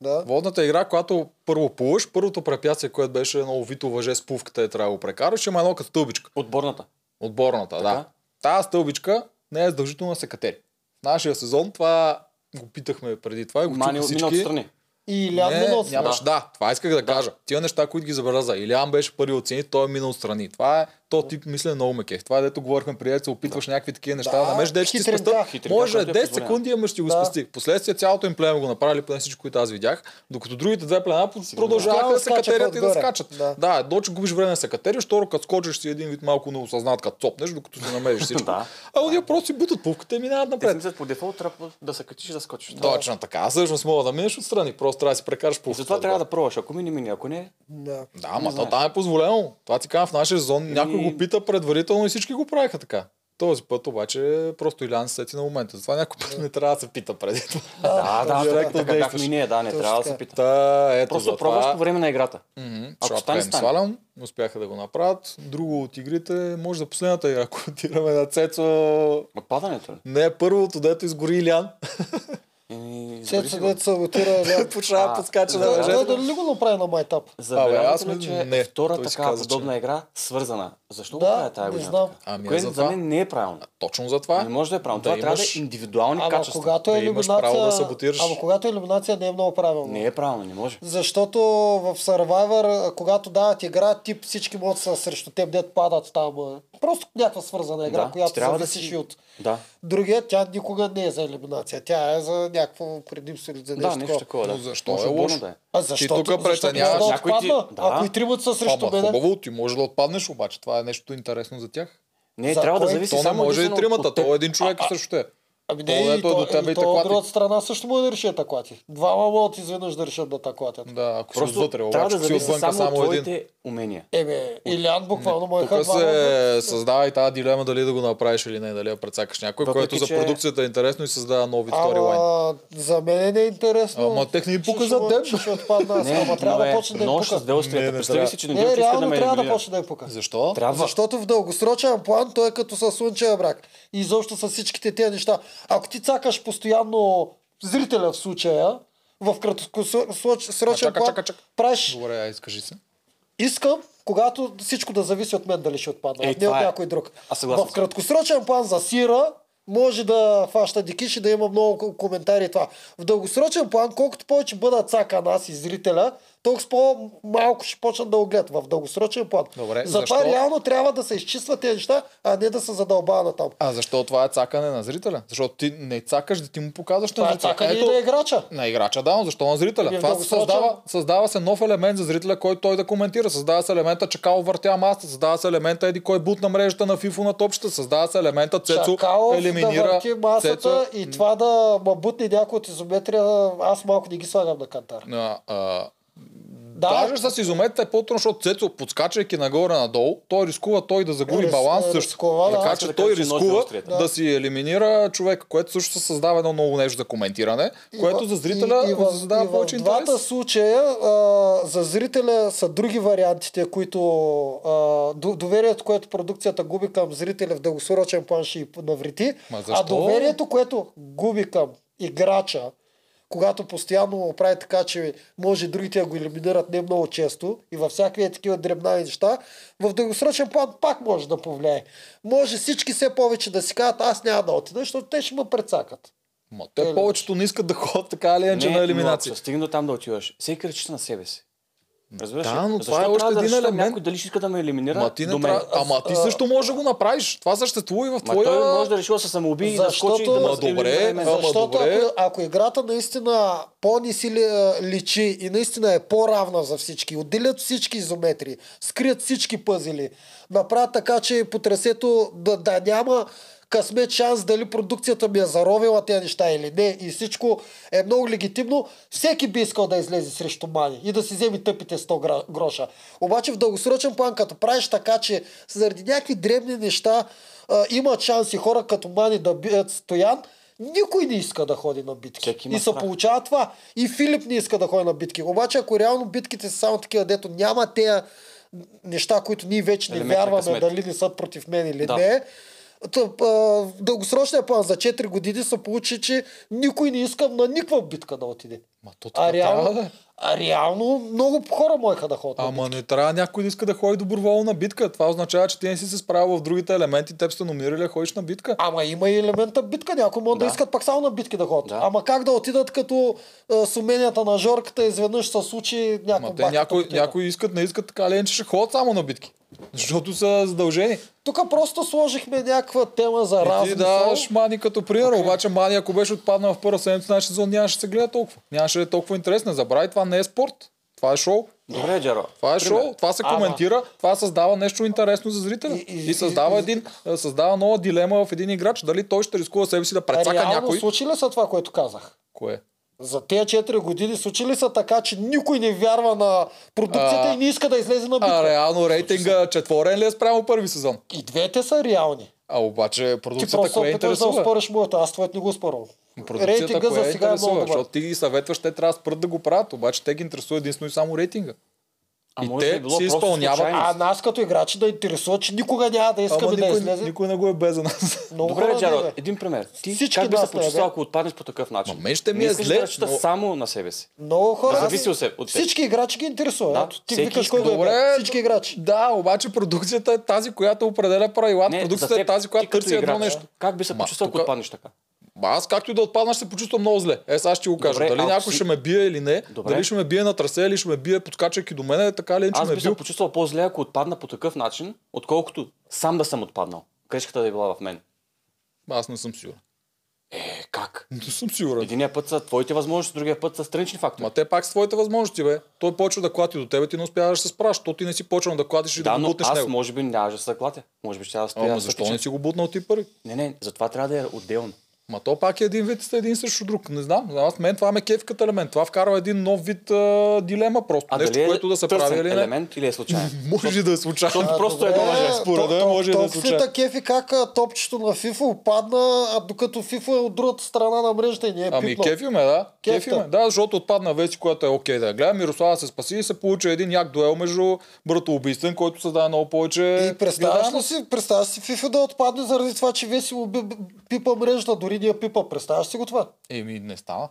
Speaker 1: Да.
Speaker 2: Водната игра, която първо плуваш, първото препятствие, което беше едно овито въже с пувката е трябва да го прекараш, има едно като стълбичка.
Speaker 3: Отборната.
Speaker 2: Отборната, да.
Speaker 3: Така.
Speaker 2: Тази стълбичка не е задължително да се катери. В нашия сезон това го питахме преди това и го
Speaker 3: Мани
Speaker 2: чуха
Speaker 3: мина
Speaker 2: всички.
Speaker 3: отстрани.
Speaker 1: И Лян
Speaker 2: не,
Speaker 1: Минос.
Speaker 2: нямаш, да. това исках да кажа. Тия неща, които ги забеляза. Илян беше първи оцени, той е минал страни. Това е то тип мислене на Умекех. Това е дето говорихме при се опитваш някакви такива неща.
Speaker 1: Да,
Speaker 2: Да, намеш да ще ти
Speaker 1: хитринка.
Speaker 2: спестя.
Speaker 3: Хитринка,
Speaker 2: Може
Speaker 3: която е
Speaker 2: 10
Speaker 3: позволена.
Speaker 2: секунди, ама ще го
Speaker 1: Да.
Speaker 2: спести. Впоследствие цялото им племе го направили, поне всичко, което аз видях, докато другите две племена продължаваха
Speaker 1: Тя
Speaker 2: да се
Speaker 1: скачаха
Speaker 2: катерят и да
Speaker 1: отгоре.
Speaker 2: скачат.
Speaker 1: Да.
Speaker 2: Да, едно, че губиш време да се катериш, второ, като скочиш си един вид малко неосъзнат, като цопнеш, докато се намериш всичко.
Speaker 3: Да.
Speaker 2: А ние просто си бутат пувката и минават напред.
Speaker 3: Тесницата по дефолт трябва да се качиш и да скочиш.
Speaker 2: Точно така. Аз всъщност мога да минеш отстрани. Просто трябва да си прекараш по
Speaker 3: И затова трябва да пробваш. Ако мини, мини. Ако не, Ами-
Speaker 1: Да.
Speaker 2: Да, ама то там е позволено. Това ти казвам в нашия сезон. Някой го пита предварително и всички го правиха така. Този път обаче просто Илян се сети на момента. Затова някой път не трябва да се пита преди това.
Speaker 3: Да, да,
Speaker 2: директно
Speaker 3: така, така бяхме
Speaker 2: действаш.
Speaker 3: и ние, да, не
Speaker 1: Точно
Speaker 3: трябва да се
Speaker 1: така.
Speaker 3: пита.
Speaker 2: Та, ето
Speaker 3: Просто
Speaker 2: за
Speaker 3: пробваш
Speaker 2: това.
Speaker 3: по време на играта.
Speaker 2: Мгм,
Speaker 3: Ако
Speaker 2: Чапка
Speaker 3: стане,
Speaker 2: им
Speaker 3: стане.
Speaker 2: свалям, успяха да го направят. Друго от игрите, може за последната игра, ако отираме на Цецо.
Speaker 3: Отпадането ли?
Speaker 2: Не е първото, дето изгори Илян.
Speaker 3: Еми, избери
Speaker 1: Цецо
Speaker 3: си го.
Speaker 1: дет саботира Лян.
Speaker 2: Почва да
Speaker 3: А,
Speaker 2: подскача на
Speaker 3: да,
Speaker 1: Той
Speaker 3: да,
Speaker 1: той
Speaker 2: въжето.
Speaker 1: дали ли го направи на майтап?
Speaker 2: аз
Speaker 3: Забелязате ли,
Speaker 2: мисля,
Speaker 3: че
Speaker 2: не.
Speaker 3: е втора
Speaker 2: Той си
Speaker 3: така
Speaker 2: каза, че
Speaker 3: подобна
Speaker 2: не.
Speaker 3: игра, свързана. Защо го
Speaker 1: Да,
Speaker 3: прави тази
Speaker 1: не
Speaker 3: година?
Speaker 1: знам.
Speaker 3: така?
Speaker 2: Ами,
Speaker 3: Кое
Speaker 2: аз
Speaker 3: за
Speaker 2: затова-
Speaker 3: мен не е правилно.
Speaker 2: Точно за това.
Speaker 3: Не може да е правилно.
Speaker 2: да
Speaker 3: Това трябва да
Speaker 2: имаш-
Speaker 3: е индивидуални
Speaker 1: Ама
Speaker 3: качества.
Speaker 1: когато е
Speaker 2: Да имаш право да
Speaker 1: иллюминация,
Speaker 2: саботираш.
Speaker 1: ама когато е иллюминация не е много правилно.
Speaker 3: Не е правилно, не може.
Speaker 1: Защото в Survivor, а, когато дават игра, тип всички могат да са срещу теб, дед падат там. а. Просто някаква свързана игра,
Speaker 3: Да, е
Speaker 1: която
Speaker 3: ти трябва да
Speaker 1: зависиш
Speaker 3: си-
Speaker 1: и от
Speaker 3: Да.
Speaker 1: другия. Тя никога не е за елиминация. Тя е за някакво предимство или за
Speaker 3: Да,
Speaker 1: нещо,
Speaker 3: нещо
Speaker 1: такова.
Speaker 3: такова.
Speaker 2: Но
Speaker 3: Да.
Speaker 2: защо
Speaker 3: Може
Speaker 2: е
Speaker 3: отборно
Speaker 2: лошо?
Speaker 3: да е.
Speaker 1: А защо?
Speaker 2: тук преценяваш
Speaker 1: да
Speaker 3: някой ти-
Speaker 1: отпадна?
Speaker 3: Да.
Speaker 1: Ако и тримата са срещу
Speaker 2: Ама
Speaker 1: мене,
Speaker 2: хубаво, ти може да отпаднеш, обаче това е нещо интересно за тях.
Speaker 3: Не,
Speaker 1: За
Speaker 3: трябва да
Speaker 1: кой?
Speaker 3: зависи
Speaker 2: То не
Speaker 3: само
Speaker 2: може и
Speaker 3: единствено от-
Speaker 2: тримата,
Speaker 3: от теб.
Speaker 2: то е един човек срещу те.
Speaker 1: ами
Speaker 2: то,
Speaker 1: не, и
Speaker 2: дето е
Speaker 1: то,
Speaker 2: до теб
Speaker 1: и
Speaker 2: и
Speaker 1: то
Speaker 2: те
Speaker 1: от
Speaker 2: клати.
Speaker 1: другата страна също може да реши да клати. Двама могат изведнъж да решат да таклатят.
Speaker 2: Да, ако си
Speaker 3: Просто
Speaker 2: отвътре,
Speaker 3: трябва
Speaker 2: обаче,
Speaker 3: да
Speaker 2: ако си
Speaker 3: зависи
Speaker 2: отвънка
Speaker 3: само,
Speaker 2: само
Speaker 3: от
Speaker 2: един.
Speaker 3: твоите умения.
Speaker 1: Еме, Илян буквално му е
Speaker 2: Тук
Speaker 1: хванал в-
Speaker 2: се създава и тази дилема дали да го направиш или не, дали да прецакаш някой,
Speaker 3: Въпреки,
Speaker 2: което за
Speaker 3: че-
Speaker 2: продукцията е интересно и създава нови сторилайн.
Speaker 1: Ама, за мен не е интересно.
Speaker 2: Ама тех не им пука
Speaker 1: Ще-
Speaker 2: за
Speaker 1: ще-
Speaker 2: теб.
Speaker 1: Ще, ще отпадна аз, ама трябва да почне да им
Speaker 3: е Нощ
Speaker 1: пука.
Speaker 3: с делствията.
Speaker 2: Не, не
Speaker 3: Представи
Speaker 2: трябва.
Speaker 3: си, че
Speaker 1: Не,
Speaker 3: неделята иска да
Speaker 1: реално
Speaker 3: ме
Speaker 1: трябва да
Speaker 3: елиминира.
Speaker 1: почне да им пука.
Speaker 2: Защо?
Speaker 3: Трябва.
Speaker 1: Защото в дългосрочен план той е като със слънчевия брак. И изобщо с всичките тези неща. Ако ти цакаш постоянно зрителя в случая, в
Speaker 2: А,
Speaker 1: краткосрочен
Speaker 2: чака,
Speaker 1: план,
Speaker 2: чака, чака.
Speaker 1: правиш
Speaker 2: Добре, ай, скажи се.
Speaker 1: Искам, когато всичко да зависи от мен дали ще отпадна,
Speaker 3: Е,
Speaker 1: а не
Speaker 3: това
Speaker 1: от
Speaker 3: е.
Speaker 1: някой друг.
Speaker 3: Аз съгласен
Speaker 1: в
Speaker 3: съм.
Speaker 1: краткосрочен план за сира може да фаща дикиш и да има много ком- коментари и това. В дългосрочен план, колкото повече бъда цака нас и зрителя, толкова по-малко ще почнат да го гледат в дългосрочен план.
Speaker 2: Добре,
Speaker 1: Затова
Speaker 2: защо?
Speaker 1: реално трябва да се изчистват тези неща, а не да се задълбава на там.
Speaker 2: А защо това е цакане на зрителя? Защото ти не цакаш да ти му показваш
Speaker 1: Това
Speaker 2: на
Speaker 1: е
Speaker 2: зрителя.
Speaker 1: цакане и
Speaker 2: Ето,
Speaker 1: на играча.
Speaker 2: На играча, да, но защо на зрителя?
Speaker 1: Ами, в
Speaker 2: Това се
Speaker 1: дългосрочен-
Speaker 2: създава, създава се нов елемент за зрителя, който той да коментира. Създава се елемента чакал въртя маста, създава се елемента еди кой бут на мрежата на фифо на топчета, създава се елемента Цецо
Speaker 1: Чакалов
Speaker 2: елиминира.
Speaker 1: да върти масата
Speaker 2: Цецо...
Speaker 1: и това да ма бутне някой от изометрия, аз малко не ги слагам на кантар.
Speaker 2: А, а,
Speaker 1: Да,
Speaker 2: Даже с изометите е по-трудно, защото Цецо, подскачайки нагоре-надолу, той рискува той да загуби
Speaker 1: Рис-
Speaker 2: баланс
Speaker 1: е,
Speaker 2: също.
Speaker 1: рискува, да.
Speaker 2: така
Speaker 1: Аз
Speaker 2: че
Speaker 3: ще Значи да
Speaker 2: той
Speaker 3: кажа, че носи
Speaker 2: рискува
Speaker 3: острията.
Speaker 2: да. си елиминира човека, което също създава едно ново нещо за коментиране, което
Speaker 1: в-
Speaker 2: за зрителя
Speaker 1: и, и в,
Speaker 2: създава
Speaker 1: и
Speaker 2: повече
Speaker 1: в
Speaker 2: интерес.
Speaker 1: двата случая а, за зрителя са други вариантите, които а, до- доверието, което продукцията губи към зрителя в дългосрочен план ще й навреди,
Speaker 2: Ма
Speaker 1: а
Speaker 2: защо?
Speaker 1: доверието, което губи към играча, когато постоянно му прави така, че може другите да го елиминират не много често и във всякакви е такива дребнави неща, в дългосрочен план пак може да повлияе. Може всички все повече да си кажат, аз няма да отида, защото те ще ме прецакат.
Speaker 2: Ма,
Speaker 1: Е,
Speaker 2: те
Speaker 1: да.
Speaker 2: повечето не искат да ходят така или иначе нали?
Speaker 3: Не,
Speaker 2: на
Speaker 3: но
Speaker 2: елиминация.
Speaker 3: ако се стигна там да отиваш. Всеки речи на себе си. Разбираш ли?
Speaker 2: Да, но
Speaker 3: Защо
Speaker 2: това е
Speaker 3: трябва
Speaker 2: още
Speaker 3: да
Speaker 2: един
Speaker 3: решавам
Speaker 2: елемент.
Speaker 3: Някой дали ще иска да ме елиминира
Speaker 2: Ма ти не
Speaker 3: до мен.
Speaker 2: трябва. Ама ти също може да го направиш. Това съществува и в
Speaker 3: Ма той може
Speaker 2: твоя.
Speaker 3: да реши да се самоуби и да
Speaker 1: Защото-
Speaker 3: скочи и да
Speaker 1: Ма
Speaker 3: ме
Speaker 2: добре,
Speaker 3: елиминира мен.
Speaker 2: Ама
Speaker 1: Ами, Защото
Speaker 2: добре.
Speaker 1: ако, ако играта наистина по-ни си ли, а, личи и наистина е по-равна за всички, отделят всички изометри, скрият всички пъзели, направят така, че потресето да, да няма късмет шанс дали продукцията ми е заровила тези неща или не. И всичко е много легитимно. Всеки би искал да излезе срещу Мани и да си вземи тъпите 100 гра- гроша. Обаче в дългосрочен план, като правиш така, че заради някакви дребни неща а, имат шанси хора като Мани да бият стоян, никой не иска да ходи на битки.
Speaker 3: Всеки има
Speaker 1: И се
Speaker 3: страх.
Speaker 1: получава това. И Филип не иска да ходи на битки. Обаче, ако реално битките са само такива, дето няма тея неща, които ние вече не
Speaker 3: Елемент на
Speaker 1: вярваме,
Speaker 3: късмет.
Speaker 1: дали не са против мен или
Speaker 3: Да.
Speaker 1: не, тъп, а, в дългосрочния план за 4 години се получи, че никой не иска на никаква битка да отиде.
Speaker 2: Ма то така
Speaker 1: А
Speaker 2: трябва да
Speaker 1: реално,
Speaker 2: е.
Speaker 1: а реално много хора моеха да ходят. на
Speaker 2: Ама не трябва някой да иска да ходи доброволно на битка. Това означава, че ти не си се справил в другите елементи, те сте номинирали да ходиш на битка.
Speaker 1: Ама има и елемента битка. Някои могат да,
Speaker 3: Да.
Speaker 1: искат пак само на битки да ходят.
Speaker 3: Да.
Speaker 1: Ама как да отидат като а, с уменията на Жорката изведнъж се случи някаква
Speaker 2: Ма те някои,
Speaker 1: битка.
Speaker 2: някои искат, не искат така ли, е, че ще ходят само на битки. Защото са задължени.
Speaker 1: Тук просто сложихме някаква тема за
Speaker 2: И Е, ти
Speaker 1: размисъл.
Speaker 2: даваш Мани като пример, okay. обаче Мани, ако беше отпаднал в първа седмица на нашия сезон, нямаше да се гледа толкова. Нямаше да е толкова интересно. Забрави, това не е спорт. Това е шоу.
Speaker 3: Добре, Джеро.
Speaker 2: Това е шоу, това се
Speaker 1: Ама-
Speaker 2: коментира, това създава нещо интересно за зрителя.
Speaker 1: И-
Speaker 2: И,
Speaker 1: и-
Speaker 2: и, и създава,
Speaker 1: и-
Speaker 2: един, а, създава нова дилема в един играч. Дали той ще рискува себе си да
Speaker 1: А
Speaker 2: прецака
Speaker 1: Е, реално
Speaker 2: някой.
Speaker 1: случи ли са това, което казах?
Speaker 2: Кое?
Speaker 1: За тези 4 години случи ли са така, че никой не вярва на продукцията
Speaker 2: А,
Speaker 1: и не иска да излезе на битка?
Speaker 2: А реално рейтинга четворен ли е спрямо първи сезон?
Speaker 1: И двете са реални.
Speaker 2: А обаче
Speaker 1: Ти
Speaker 2: продукцията
Speaker 1: просто
Speaker 2: кое
Speaker 1: опитваш да
Speaker 2: интересува?
Speaker 1: успориш моята, аз твоят не го успорвам.
Speaker 2: Продукцията
Speaker 1: Рейтинга
Speaker 2: кое
Speaker 1: за сега е много
Speaker 2: интересува?
Speaker 1: добър.
Speaker 2: Защото ти ги съветваш, те трябва да спрат да го правят, обаче те ги интересува единствено и само рейтинга.
Speaker 3: А
Speaker 2: И
Speaker 3: може
Speaker 2: те
Speaker 3: да е било
Speaker 2: си
Speaker 3: просто
Speaker 2: изпълняват-
Speaker 3: случайност.
Speaker 1: А нас като играчи да интересува, че никога няма да искаме
Speaker 2: Ама
Speaker 1: да
Speaker 2: никой,
Speaker 1: излезе.
Speaker 2: никой не го е без за нас.
Speaker 1: Много
Speaker 3: Добре,
Speaker 1: хора не
Speaker 3: Джаро,
Speaker 1: бе.
Speaker 3: един пример. Ти
Speaker 1: Всички
Speaker 3: как би
Speaker 1: нас
Speaker 3: се
Speaker 1: не е,
Speaker 3: почувствал,
Speaker 1: бе.
Speaker 3: ако отпаднеш по такъв начин?
Speaker 2: Ма мен ще ми
Speaker 3: Не
Speaker 2: е
Speaker 3: искаш
Speaker 2: зле,
Speaker 3: да разчиташ
Speaker 2: но-
Speaker 3: само на себе си.
Speaker 1: Много хора.
Speaker 3: Зависи от теб- от теб.
Speaker 1: Всички играчи ги интересува.
Speaker 3: Да,
Speaker 1: ето. ти
Speaker 3: всеки
Speaker 1: викаш
Speaker 3: иска.
Speaker 1: кой го е. бе.
Speaker 2: Добре,
Speaker 1: Всички играчи.
Speaker 2: Да, обаче продукцията е тази, която определя правилата.
Speaker 3: за
Speaker 2: Продукцията е
Speaker 3: теб,
Speaker 2: тази,
Speaker 3: ти
Speaker 2: която
Speaker 3: като
Speaker 2: търси едно
Speaker 3: играч,
Speaker 2: нещо.
Speaker 3: Как би се
Speaker 2: Ма,
Speaker 3: почувствал, ако
Speaker 2: тука-
Speaker 3: отпаднеш така?
Speaker 2: Ма аз както и да отпадна, ще се почувствам много зле. Е, сега ще ти го кажа.
Speaker 3: Добре,
Speaker 2: дали
Speaker 3: ако
Speaker 2: някой
Speaker 3: си-
Speaker 2: ще ме бие или не,
Speaker 3: Добре.
Speaker 2: дали ще ме бие на трасе или ще ме бие подкачайки до мене, така ли е, че
Speaker 3: Аз
Speaker 2: ме
Speaker 3: би
Speaker 2: бил.
Speaker 3: се почувствал по-зле, ако отпадна по такъв начин, отколкото сам да съм отпаднал. Грешката да е била в мен.
Speaker 2: Аз не съм сигурен.
Speaker 3: Е, как?
Speaker 2: Не съм сигурен.
Speaker 3: Единия път са твоите възможности, другия път са странични фактори.
Speaker 2: Ма те пак с твоите възможности, бе. Той почва да клати до тебе, ти не успяваш да се справиш, то ти не си почнал да клатиш и да,
Speaker 3: да,
Speaker 2: го
Speaker 3: но
Speaker 2: бутнеш
Speaker 3: аз
Speaker 2: него.
Speaker 3: може би нямаше да се заклатя. Може би ще да стоя.
Speaker 2: Ама
Speaker 3: да
Speaker 2: защо
Speaker 3: тичам.
Speaker 2: не си го бутнал ти първи?
Speaker 3: Не, не, затова трябва да е отделно.
Speaker 2: Ма то пак е един вид, сте един срещу друг. Не знам, аз мен това ме кефи като елемент. Това вкарва един нов вид а, дилема просто.
Speaker 3: А
Speaker 2: Нещо,
Speaker 3: дали е
Speaker 2: което да се
Speaker 3: търсен
Speaker 2: прави или не.
Speaker 3: елемент или е случайен?
Speaker 2: Може да е случайно.
Speaker 3: Защото просто едно
Speaker 1: Добре,
Speaker 3: въже.
Speaker 2: Според мен
Speaker 1: то- то-
Speaker 2: може да е
Speaker 1: толкова
Speaker 2: случайно.
Speaker 1: ли кефи как а, топчето на FIFA опадна, а докато FIFA е от другата страна на мрежата и не е
Speaker 2: Ами
Speaker 1: пипнал.
Speaker 2: кефи ме, да.
Speaker 1: Кефта.
Speaker 2: Кефи ме. Да, защото отпадна Веси, която е окей да я гледам. Мирослава се спаси и се получи един як дуел между братоубийствен, който създаде много повече.
Speaker 1: И представяш ли
Speaker 2: видове.
Speaker 1: си, представяш си FIFA да отпадне заради това, че Веси му би- пипа мрежата, дори не я пипа. Представяш си го това? Е,
Speaker 2: Еми, не стана.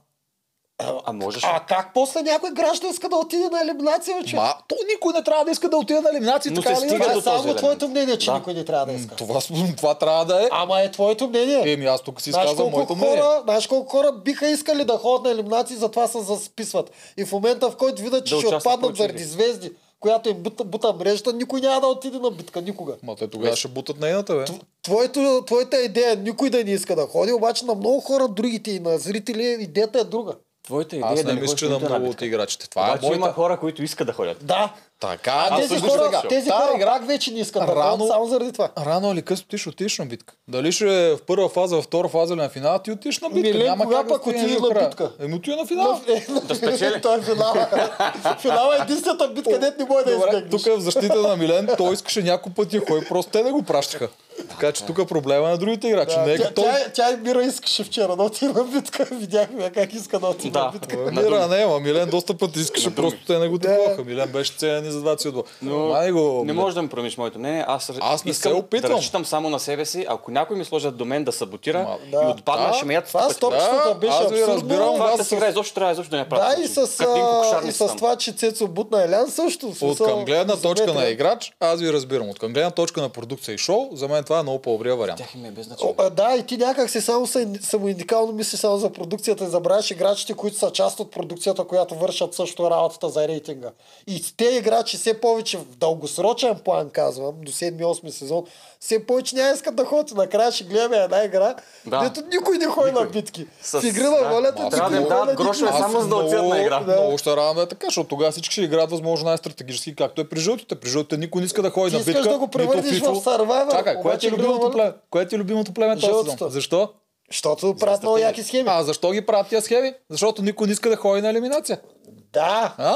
Speaker 3: А можеш.
Speaker 1: А как после някой граждан иска да отиде на елиминация, вече?
Speaker 2: Ма, то никой не трябва да иска да отиде на елиминация.
Speaker 3: Но
Speaker 2: така
Speaker 3: се
Speaker 2: ли?
Speaker 3: стига
Speaker 1: Това е
Speaker 3: до този
Speaker 1: само
Speaker 3: елемент.
Speaker 1: твоето мнение, че
Speaker 3: Да.
Speaker 1: никой не трябва да иска.
Speaker 2: Това, с- това трябва да е.
Speaker 1: Ама е твоето мнение.
Speaker 2: Еми, аз тук си
Speaker 1: Знаеш
Speaker 2: изказвам
Speaker 1: колко,
Speaker 2: моето мнение.
Speaker 1: хора, знаеш колко хора биха искали да ходят на елиминации, затова се засписват. И в момента, в който видят, че
Speaker 3: Да
Speaker 1: ще
Speaker 3: участват
Speaker 1: отпаднат
Speaker 3: повече
Speaker 1: заради
Speaker 3: игри.
Speaker 1: звезди, която им бута, бута мрежата, никой няма да отиде на битка, никога.
Speaker 2: Ма те тогава ще бутат нейната, бе.
Speaker 1: Твоето, твоята идея е никой да не иска да ходи, обаче на много хора, другите и на зрители, идеята е друга.
Speaker 3: Твоята идея
Speaker 2: Аз
Speaker 3: е да
Speaker 2: не мисля,
Speaker 3: ходиш
Speaker 2: че на
Speaker 3: нито една
Speaker 2: много от
Speaker 3: битка.
Speaker 2: играчите. Това е
Speaker 3: Обаче има
Speaker 2: моята.
Speaker 3: хора, които искат да ходят.
Speaker 1: Да.
Speaker 2: Така,
Speaker 1: А,
Speaker 2: не
Speaker 1: тези
Speaker 2: слушай
Speaker 1: хора,
Speaker 2: сега.
Speaker 1: тези
Speaker 2: Тая
Speaker 1: хора
Speaker 2: игра
Speaker 1: пак вече не искат да
Speaker 2: Рано-
Speaker 1: ходят само заради това.
Speaker 2: Рано или късно ти ще отидеш на битка. Дали ще е в първа фаза, във втора фаза или на финала, ти отиш на битка.
Speaker 1: Милен,
Speaker 2: Няма
Speaker 1: кога
Speaker 2: как да
Speaker 1: пък
Speaker 2: стигнеш
Speaker 1: Ами, отиде
Speaker 2: до
Speaker 1: на
Speaker 2: края.
Speaker 1: битка?
Speaker 2: Еми отиде на финала.
Speaker 1: да спечели. Той е финала. финала е единствената битка, дет не може да
Speaker 2: Добре,
Speaker 1: избегнеш.
Speaker 2: тук е в защита на Милен, той искаше няколко пъти да ходи, просто те не го пращаха. Така че тук проблема е на другите играчи. Не е
Speaker 1: тя,
Speaker 2: като той.
Speaker 1: тя, тя и Мира искаше вчера да отиде на битка. Видяхме я как иска да отиде на
Speaker 3: Да.
Speaker 1: битка.
Speaker 3: На
Speaker 2: Мира, не, ма Милен доста пъти искаше, просто те не го таковаха. Милен беше ценен и за 20 отбора. Май го,
Speaker 3: не
Speaker 2: Милен.
Speaker 3: можеш да ми промениш моето мнение. Аз,
Speaker 2: Аз не се
Speaker 3: искам
Speaker 2: опитвам.
Speaker 3: Да разчитам само на себе си. Ако някой ми сложат до мен да саботира
Speaker 2: Ма,
Speaker 3: и отпадна,
Speaker 2: да.
Speaker 3: ще ме яд
Speaker 1: Това
Speaker 3: сто
Speaker 1: с
Speaker 3: пъти.
Speaker 1: топчетата
Speaker 2: Да,
Speaker 1: беше
Speaker 2: аз ви
Speaker 1: абсурдно.
Speaker 2: разбирам,
Speaker 3: Това
Speaker 2: аз
Speaker 3: да си
Speaker 2: с-
Speaker 3: игра изобщо трябва изобщо да не е правя.
Speaker 1: Да, и
Speaker 3: нищо.
Speaker 1: с,
Speaker 3: Картинко
Speaker 1: а,
Speaker 3: кошарни
Speaker 1: и
Speaker 3: си
Speaker 1: с
Speaker 3: там.
Speaker 1: това, че Цецо бутна Елян също. в
Speaker 2: От
Speaker 1: смисъл,
Speaker 2: към гледна точка на
Speaker 1: заметен.
Speaker 2: играч, аз ви разбирам. От към гледна точка на продукция и шоу, за мен това е много по-добрия вариант.
Speaker 3: Тях им е без
Speaker 1: О,
Speaker 3: значение.
Speaker 1: а, да, и ти някак си само са- самоиндикално мислиш само за продукцията и забравяш играчите, които са част от продукцията, която вършат също работата за рейтинга. И те играчи все повече в дългосрочен план, казвам, до 7-8 сезон, все повече няма искат да ходят. Накрая ще гледаме една игра,
Speaker 3: Да.
Speaker 1: дето никой не ходи на битки.
Speaker 3: С-
Speaker 1: в игра на
Speaker 3: да.
Speaker 1: волята
Speaker 3: Трябва да
Speaker 1: никой
Speaker 3: им
Speaker 1: не
Speaker 3: дават
Speaker 1: ходи на
Speaker 3: грошове
Speaker 1: битки.
Speaker 3: само за да отидат на игра.
Speaker 2: Да. Много ще радвам да е така, защото тогава всички ще играят възможно най-стратегически, както е при жълтите. При жълтите никой не иска да ходи
Speaker 1: Ти
Speaker 2: на
Speaker 1: искаш
Speaker 2: битка.
Speaker 1: да го превърнеш
Speaker 2: нито
Speaker 1: в Survivor,
Speaker 2: Чакай,
Speaker 1: обаче
Speaker 2: което е любимото
Speaker 1: любима-
Speaker 2: племе? Кое ти е любимото племе този сезон?
Speaker 1: Жълтото.
Speaker 2: Защо?
Speaker 1: Защото правят много яки схеми.
Speaker 2: А защо ги правят тия схеми? Защото никой не иска да ходи на елиминация.
Speaker 1: Да.
Speaker 2: А,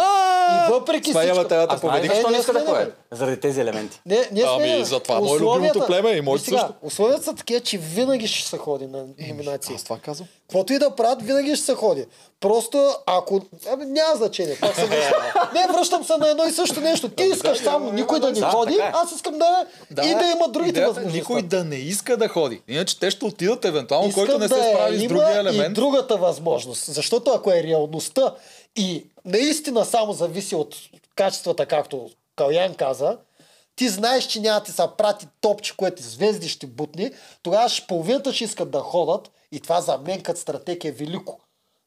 Speaker 1: И въпреки
Speaker 2: Смаява
Speaker 1: всичко-
Speaker 2: темата,
Speaker 3: А знаеш
Speaker 2: победих.
Speaker 3: защо не
Speaker 1: ние
Speaker 3: иска да
Speaker 1: сменяме.
Speaker 3: ходи? Заради тези елементи.
Speaker 1: Не, ние
Speaker 2: Ами,
Speaker 1: сме...
Speaker 2: затова мое любимото
Speaker 1: условията-
Speaker 2: племе и моето
Speaker 1: Виж сега,
Speaker 2: също.
Speaker 1: Условията са такива, че винаги ще се ходи на номинации.
Speaker 2: това казвам.
Speaker 1: Каквото и да правят, винаги ще се ходи. Просто ако... Абе, няма значение. Пак се връщам. Не, връщам се на едно и също нещо.
Speaker 2: Ами,
Speaker 1: Ти искаш само никой да ни
Speaker 3: да,
Speaker 1: ходи,
Speaker 3: така е.
Speaker 1: аз искам да... И да има другите
Speaker 2: идеята е
Speaker 1: възможности.
Speaker 2: Никой да не иска да ходи. Иначе те ще отидат евентуално,
Speaker 1: Искам
Speaker 2: е който не се
Speaker 1: да я
Speaker 2: справи с
Speaker 1: има
Speaker 2: другия
Speaker 1: И
Speaker 2: елемент.
Speaker 1: другата възможност. Защото ако е реалността и наистина само зависи от качествата, както Калян каза, ти знаеш, че няма ти са прати топче, което звезди ще бутни, тогава ще половината ще искат да ходат и това за мен като стратег е велико.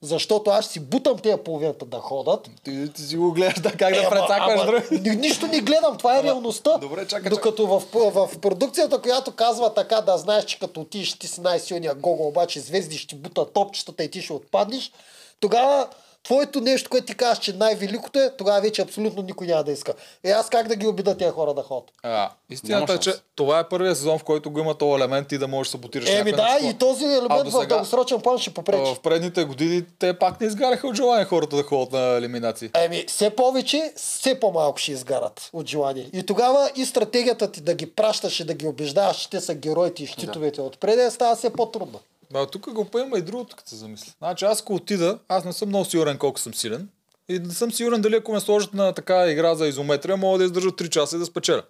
Speaker 1: Защото аз ще си бутам тези половината да ходат. Е,
Speaker 2: Ти, ти си го гледаш да как да
Speaker 1: Ама-
Speaker 2: прецакваш
Speaker 1: ама
Speaker 2: друг.
Speaker 1: ни- Нищо не гледам, това е реалността.
Speaker 2: добре, чакай,
Speaker 1: Докато в, в продукцията, която казва така, да знаеш, че като отидеш ти си най-силния гого, обаче звезди ще бута топчетата и ти ще отпаднеш, тогава твоето нещо, което ти казваш, че най-великото е, тогава вече абсолютно никой няма да иска. Е, аз как да ги обида тези хора да ходят?
Speaker 2: А, истината
Speaker 3: Няма
Speaker 2: е, че
Speaker 3: шанс.
Speaker 2: това е първият сезон, в който го има този елемент и да можеш да саботираш
Speaker 1: Еми
Speaker 2: някаква
Speaker 1: Е, да,
Speaker 2: нещо.
Speaker 1: и този елемент в
Speaker 2: досега-
Speaker 1: дългосрочен план ще попречи.
Speaker 2: А, В предните години те пак не изгаряха от желание хората да ходят на елиминации.
Speaker 1: Еми, Ами, все повече, все по-малко ще изгарат от желание. И тогава и стратегията ти да ги пращаш и да ги убеждаваш, че те са героите и щитовете да. отпред, е, става все по-трудно.
Speaker 2: Ма тук го поема и другото, като се замисля. Значи аз ако отида, аз не съм много сигурен колко съм силен. И не съм сигурен дали ако ме сложат на така игра за изометрия, мога да издържа 3 часа и да спечеля.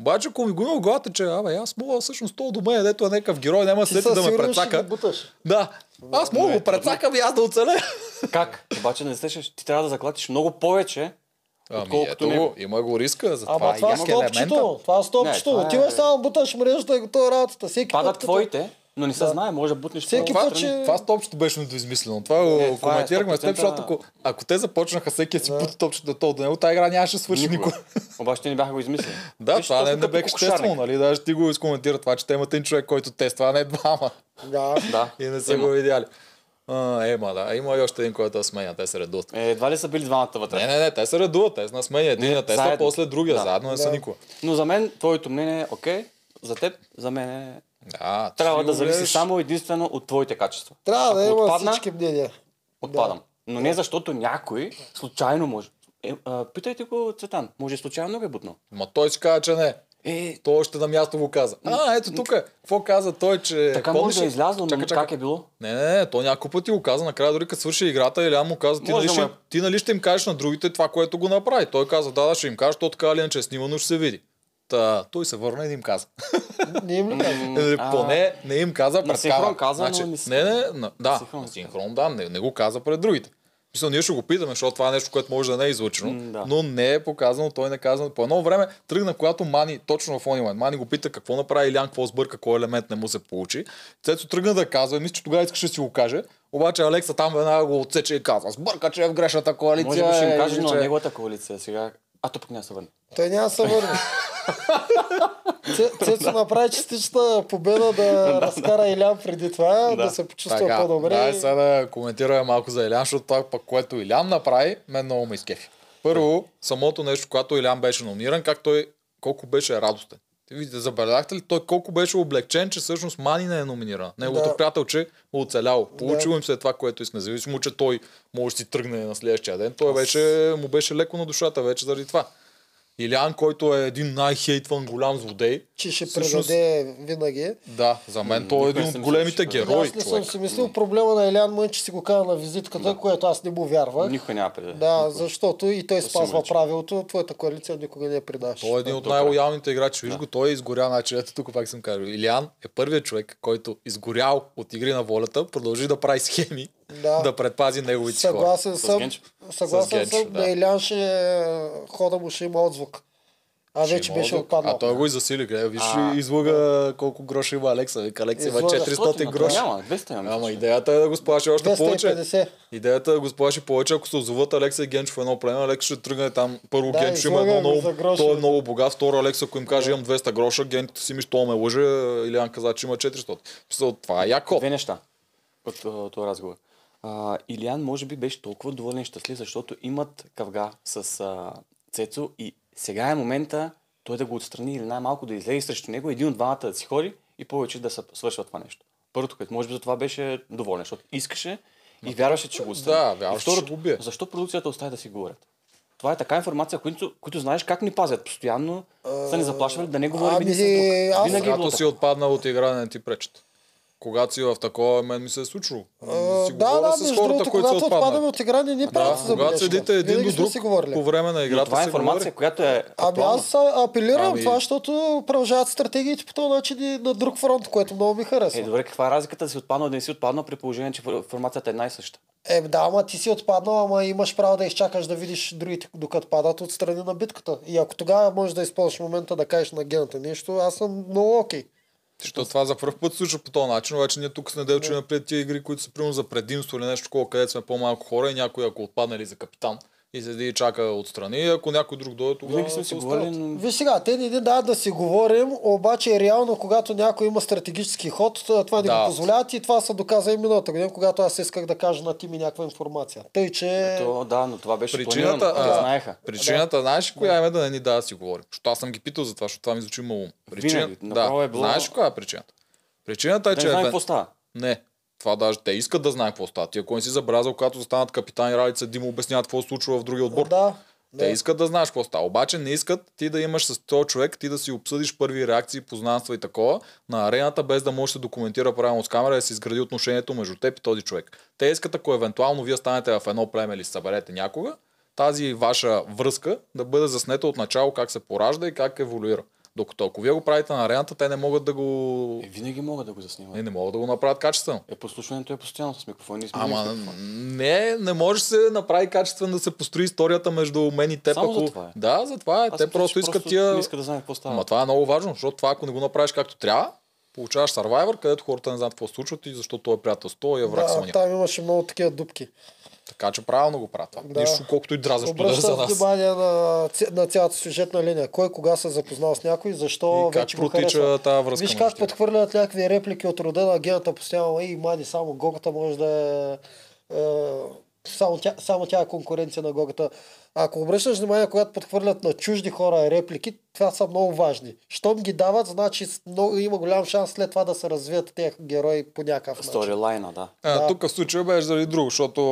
Speaker 2: Обаче, ако ми го има в главата, че абе, аз мога всъщност то до мен, дето е някакъв герой, няма
Speaker 1: Ти
Speaker 2: след
Speaker 1: със
Speaker 2: да ме
Speaker 1: сигурност ще ги
Speaker 2: прецака.
Speaker 1: буташ.
Speaker 2: Да, аз мога да го прецакам и аз да оцеля.
Speaker 3: Как? Обаче не слушаш, ти трябва да заклатиш много повече,
Speaker 2: Ами,
Speaker 3: Отколкото
Speaker 2: ето,
Speaker 3: него.
Speaker 2: има го риска, за това
Speaker 1: Ама това
Speaker 2: е
Speaker 1: е
Speaker 2: як елемента.
Speaker 1: стопчето. Това е стопчето.
Speaker 3: Не, това е-
Speaker 1: Отиваш само буташ мрежата и е готова работата. Всеки
Speaker 3: падат
Speaker 1: път, като-
Speaker 3: твоите, но не се
Speaker 1: Да.
Speaker 3: знае, може да бутнеш
Speaker 1: Всеки
Speaker 3: по-
Speaker 2: Това,
Speaker 1: път, че-
Speaker 2: това стопчето беше недоизмислено. Това
Speaker 3: това
Speaker 2: го
Speaker 3: е
Speaker 2: коментирахме с теб,
Speaker 3: 100%
Speaker 2: защото ако, ако те започнаха всеки да си пута топчето до до него, тази игра нямаше да свърши никога.
Speaker 3: Обаче те не бяха го измислили.
Speaker 2: Да,
Speaker 3: Виж,
Speaker 2: това
Speaker 3: точно
Speaker 2: не, не
Speaker 3: като
Speaker 2: беше
Speaker 3: кокошарник.
Speaker 2: естествено, нали? Даже ти го изкоментира това, че те имат един човек, който тества, а не е двама.
Speaker 1: Да.
Speaker 3: Да.
Speaker 2: И не са
Speaker 3: Има.
Speaker 2: го видяли. А, ема, да. Има и още един, който да сменя. Те се редуват.
Speaker 3: Е, едва ли са били двамата вътре.
Speaker 2: Не, не, не, те се редуват. Те са на сменя. Един на тества,
Speaker 3: заедно.
Speaker 2: после другия.
Speaker 3: Да.
Speaker 2: Заедно не са
Speaker 1: Да.
Speaker 2: никога.
Speaker 3: Но за мен, твоето мнение е окей, за теб, за мен е...
Speaker 2: Да, ти
Speaker 3: Трябва
Speaker 2: го
Speaker 3: да зависи
Speaker 2: гледаш.
Speaker 3: само единствено от твоите качества.
Speaker 1: Трябва да
Speaker 3: Ако
Speaker 1: има
Speaker 3: отпадна,
Speaker 1: всички мнения.
Speaker 3: Отпадам. Но не защото някой случайно може. Е, а, питайте го Цветан, може и случайно го е бутнал.
Speaker 2: Ма той си каза, че не.
Speaker 3: Е,
Speaker 2: Той още на място го каза. А, ето тук. е. Какво каза той, че.
Speaker 3: така
Speaker 2: помниш
Speaker 3: може да
Speaker 2: ли?
Speaker 3: е излязло, но
Speaker 2: Чакай, чакай.
Speaker 3: как е било?
Speaker 2: Не, не, не, то няколко пъти го каза, накрая дори като свърши играта, Илян му каза, ти нали,
Speaker 3: Може да
Speaker 2: ще,
Speaker 3: му е.
Speaker 2: ти нали ще им кажеш на другите това, което го направи. Той каза, да, да, ще им кажа, то така или иначе е снимано, ще се види. Та, той се върна и не им каза.
Speaker 1: Не им е. ли кажа?
Speaker 2: Или
Speaker 3: а,
Speaker 2: Е, нали, Поне не им каза пред
Speaker 3: синхрон
Speaker 2: камера.
Speaker 3: каза, но
Speaker 2: Значи,
Speaker 3: не си-
Speaker 2: Не, не, на, да,
Speaker 3: синхрон
Speaker 2: на
Speaker 3: каза.
Speaker 2: синхрон, да, не, не го каза пред другите. Мисля, ние ще го питаме, защото това е нещо, което може да не е излъчено,
Speaker 3: М, да.
Speaker 2: но не е показано, той не е казано. По едно време тръгна, когато Мани, точно в онлайн, Мани го пита какво направи Илян, какво сбърка, кой елемент не му се получи. Цецо тръгна да казва, и мисля, че тогава искаше да си го каже, обаче Алекса там веднага го отсече и казва, сбърка, че е в грешната коалиция.
Speaker 3: Може би ще
Speaker 2: е,
Speaker 3: им каже, но
Speaker 2: че е».
Speaker 3: неговата коалиция сега. А то пък няма да се върне.
Speaker 1: Той няма да се върне. Це- Цецо направи частична победа да разкара Илян преди това, да се почувства
Speaker 2: Така,
Speaker 1: по-добре.
Speaker 2: Дай
Speaker 1: и-
Speaker 2: сега да коментираме малко за Илян, защото това пък, което Илян направи, мен много ме изкефи. Първо, самото нещо, когато Илян беше номиниран, как той колко беше радостен. Ти видите, забелязахте ли той колко беше облегчен, че всъщност Мани не е номиниран. Неговото
Speaker 1: Да.
Speaker 2: приятелче е оцеляло. Получило им се това, което иска. Независимо, че той може да си тръгне на следващия ден, той вече, му беше леко на душата вече заради това. Илян, който е един най-хейтван голям злодей.
Speaker 1: че ще
Speaker 2: всъщност-
Speaker 1: предаде винаги.
Speaker 2: Да, за мен той е
Speaker 3: никой
Speaker 2: един
Speaker 3: не
Speaker 2: от
Speaker 3: съм
Speaker 2: големите
Speaker 3: мислил, че ще
Speaker 2: герои.
Speaker 1: аз не съм
Speaker 2: човек.
Speaker 1: си мислил проблема на Елян Мън, че си го каза на визитката, което аз не му вярвах.
Speaker 3: Никой няма предаде.
Speaker 1: Да, защото и той спазва
Speaker 3: мъчи.
Speaker 1: правилото, твоята коалиция никога не я предаш.
Speaker 2: Той е един от най-лоялните играчи. Виж го, той е изгорял. Значи, ето тук пак съм казал. Илиан е първият човек, който изгорял от игри на волята, продължи да прави схеми, да, е
Speaker 1: Да.
Speaker 2: предпази неговите си хора.
Speaker 1: Съгласен
Speaker 3: С
Speaker 1: съм.
Speaker 3: Генчо.
Speaker 1: Съгласен
Speaker 2: С Генчо,
Speaker 1: съм,
Speaker 2: да.
Speaker 1: на Елян ще хода му ще има отзвук. А
Speaker 2: Ще
Speaker 1: вече
Speaker 2: има
Speaker 1: беше
Speaker 2: отзвук.
Speaker 1: отпаднал.
Speaker 2: А той го и засили. Гледа, виж,
Speaker 3: А.
Speaker 2: излага колко гроша има Алекса. Вика, Алекса има
Speaker 1: Излага
Speaker 2: 400
Speaker 3: А то
Speaker 2: гроша.
Speaker 3: Няма, 200 имам.
Speaker 2: Ама идеята е да го сплаши още повече.
Speaker 1: 250.
Speaker 2: Идеята е да го сплаши повече, ако се озоват Алекса и Генчо в едно племе, Алекс ще тръгне там. Първо
Speaker 1: Да,
Speaker 2: да, Генчо има
Speaker 1: излага
Speaker 2: едно
Speaker 1: го за
Speaker 2: много,
Speaker 1: гроша.
Speaker 2: той е много богат. Второ Алекс, ако им каже имам 200 гроша, Генчо си ми, що ме лъже, Илиан каза, че има 400. Мисля, това е яко.
Speaker 3: Две неща от а, този разговор. А, Илиан може би беше толкова доволен и щастлив, защото имат кавга с а, Цецо и сега е момента той да го отстрани или най-малко да излезе срещу него, един от двамата да си ходи и повече да се свършва това нещо. Първото, което може би за това беше доволен, защото искаше и вярваше, че го отстрани.
Speaker 7: Да, вярваше,
Speaker 3: И второто,
Speaker 7: че го бие.
Speaker 3: Защо продукцията остави да си говорят? Това е така информация, които, които знаеш как ни пазят постоянно, са ни заплашвали да не говорим
Speaker 1: ами,
Speaker 3: един с друг.
Speaker 1: аз-
Speaker 3: Винаги е било
Speaker 2: Когато си
Speaker 3: така.
Speaker 2: отпаднал от игра, не ти пречат. Когато си в такова, мен ми се е случило.
Speaker 1: А,
Speaker 2: Си
Speaker 1: да,
Speaker 2: говоря
Speaker 1: да,
Speaker 2: с
Speaker 1: между
Speaker 2: хората,
Speaker 1: другото,
Speaker 2: които са
Speaker 1: когато
Speaker 2: отпаднали.
Speaker 1: отпадаме от игра, не ни правят
Speaker 2: Да, когато
Speaker 1: забележка.
Speaker 2: седите един
Speaker 1: Винаги
Speaker 2: до
Speaker 1: сме
Speaker 2: друг
Speaker 1: си говорили.
Speaker 2: по време на
Speaker 3: Но
Speaker 2: играта
Speaker 3: това е
Speaker 2: се
Speaker 3: информация,
Speaker 2: говори.
Speaker 3: която е
Speaker 1: Ами
Speaker 3: актуална.
Speaker 1: аз а, апелирам
Speaker 2: Ами-
Speaker 1: това, защото продължават стратегиите по този начин и на друг фронт, което много ми харесва.
Speaker 3: Е, добре, каква е разликата да си отпаднал, да не си отпаднал при положение, че информацията е една и съща?
Speaker 1: Е, да, ама ти си отпаднал, ама имаш право да изчакаш да видиш другите, докато падат от страни на битката. И ако тогава можеш да използваш момента да кажеш на гената нещо, аз съм много окей.
Speaker 2: Защото това за първ път се случва по този начин, обаче ние тук сме да учим пред тия игри, които са примерно за предимство или нещо такова, където сме по-малко хора и някой ако отпадне или за капитан и седи и чака отстрани, и ако някой друг дойде, тогава
Speaker 3: Винаги сме си
Speaker 2: се
Speaker 3: говорили,
Speaker 2: остават.
Speaker 3: но...
Speaker 1: Виж сега, те не ни дават да си говорим, обаче реално, когато някой има стратегически ход, това не
Speaker 2: Да.
Speaker 1: го позволяват и това се доказа и миналата година, когато аз исках да кажа на Тими някаква информация. Тъй, че...
Speaker 3: То, да, но това беше
Speaker 2: Причината,
Speaker 3: планирано,
Speaker 2: а,
Speaker 3: да. знаеха.
Speaker 2: Причината, знаеш ли коя е да не ни да си говорим? Защото аз съм ги питал за това, защото това ми звучи малко. Причина...
Speaker 3: Винаги, направо
Speaker 2: Да.
Speaker 3: е било-
Speaker 2: Знаеш ли коя е причината? Причината е,
Speaker 3: Да
Speaker 2: че
Speaker 3: не знаем
Speaker 2: евен-
Speaker 3: какво става.
Speaker 2: Не. Това даже те искат да знаят какво става. Ти ако не си забелязал, когато станат капитан и ралица, Димо обясняват какво се случва в другия отбор.
Speaker 1: Да,
Speaker 2: Те
Speaker 1: да.
Speaker 2: искат да знаеш какво става. Обаче не искат ти да имаш с този човек, ти да си обсъдиш първи реакции, познанства и такова на арената, без да можеш да документира правилно с камера и да си изгради отношението между теб и този човек. Те искат, ако евентуално вие станете в едно племе или се съберете някога, тази ваша връзка да бъде заснета от начало как се поражда и как еволюира. Докато ако вие го правите на арената, те не могат да го...
Speaker 3: Е, винаги могат да го
Speaker 2: Не,
Speaker 3: заснимат.
Speaker 2: не могат да го направят качествено.
Speaker 3: Е, послушването е постоянно с микрофон. Ние сме
Speaker 2: Ама
Speaker 3: винаги с микрофон.
Speaker 2: не, не може да се направи качествено да се построи историята между мен и теб.
Speaker 3: Само
Speaker 2: ако...
Speaker 3: за това е.
Speaker 2: Да, за това е.
Speaker 3: Аз
Speaker 2: Те
Speaker 3: мисля, че
Speaker 2: просто искат
Speaker 3: Не
Speaker 2: тия...
Speaker 3: иска да знае какво става.
Speaker 2: Ама това е много важно, защото това ако не го направиш както трябва, получаваш Survivor, където хората не знаят какво се случват и защо той е приятел с той и е враг с
Speaker 1: да,
Speaker 2: оня.
Speaker 1: там имаше много такива дупки.
Speaker 2: Така че правилно го правят това.
Speaker 1: Да.
Speaker 2: Нищо колкото и дразнещо да е за
Speaker 1: Обръщам
Speaker 2: нас.
Speaker 1: внимание на, ця- на цялата сюжетна линия. Кой кога се запознал с някой, защо
Speaker 2: И как
Speaker 1: вече го
Speaker 2: протича
Speaker 1: харесва.
Speaker 2: тази връзка
Speaker 1: Виж
Speaker 2: между
Speaker 1: как
Speaker 2: тях.
Speaker 1: подхвърлят някакви реплики от рода на гената постоянно. И мани, само Гогата може да е... е само, тя, само тя е конкуренция на Гогата. Ако обръщаш внимание, когато подхвърлят на чужди хора реплики, това са много важни. Щом ги дават, значи с- много, има голям шанс след това да се развият тези герои по някакъв начин.
Speaker 3: Сторилайна, да.
Speaker 2: А, да. Тук в случая беше заради друго, защото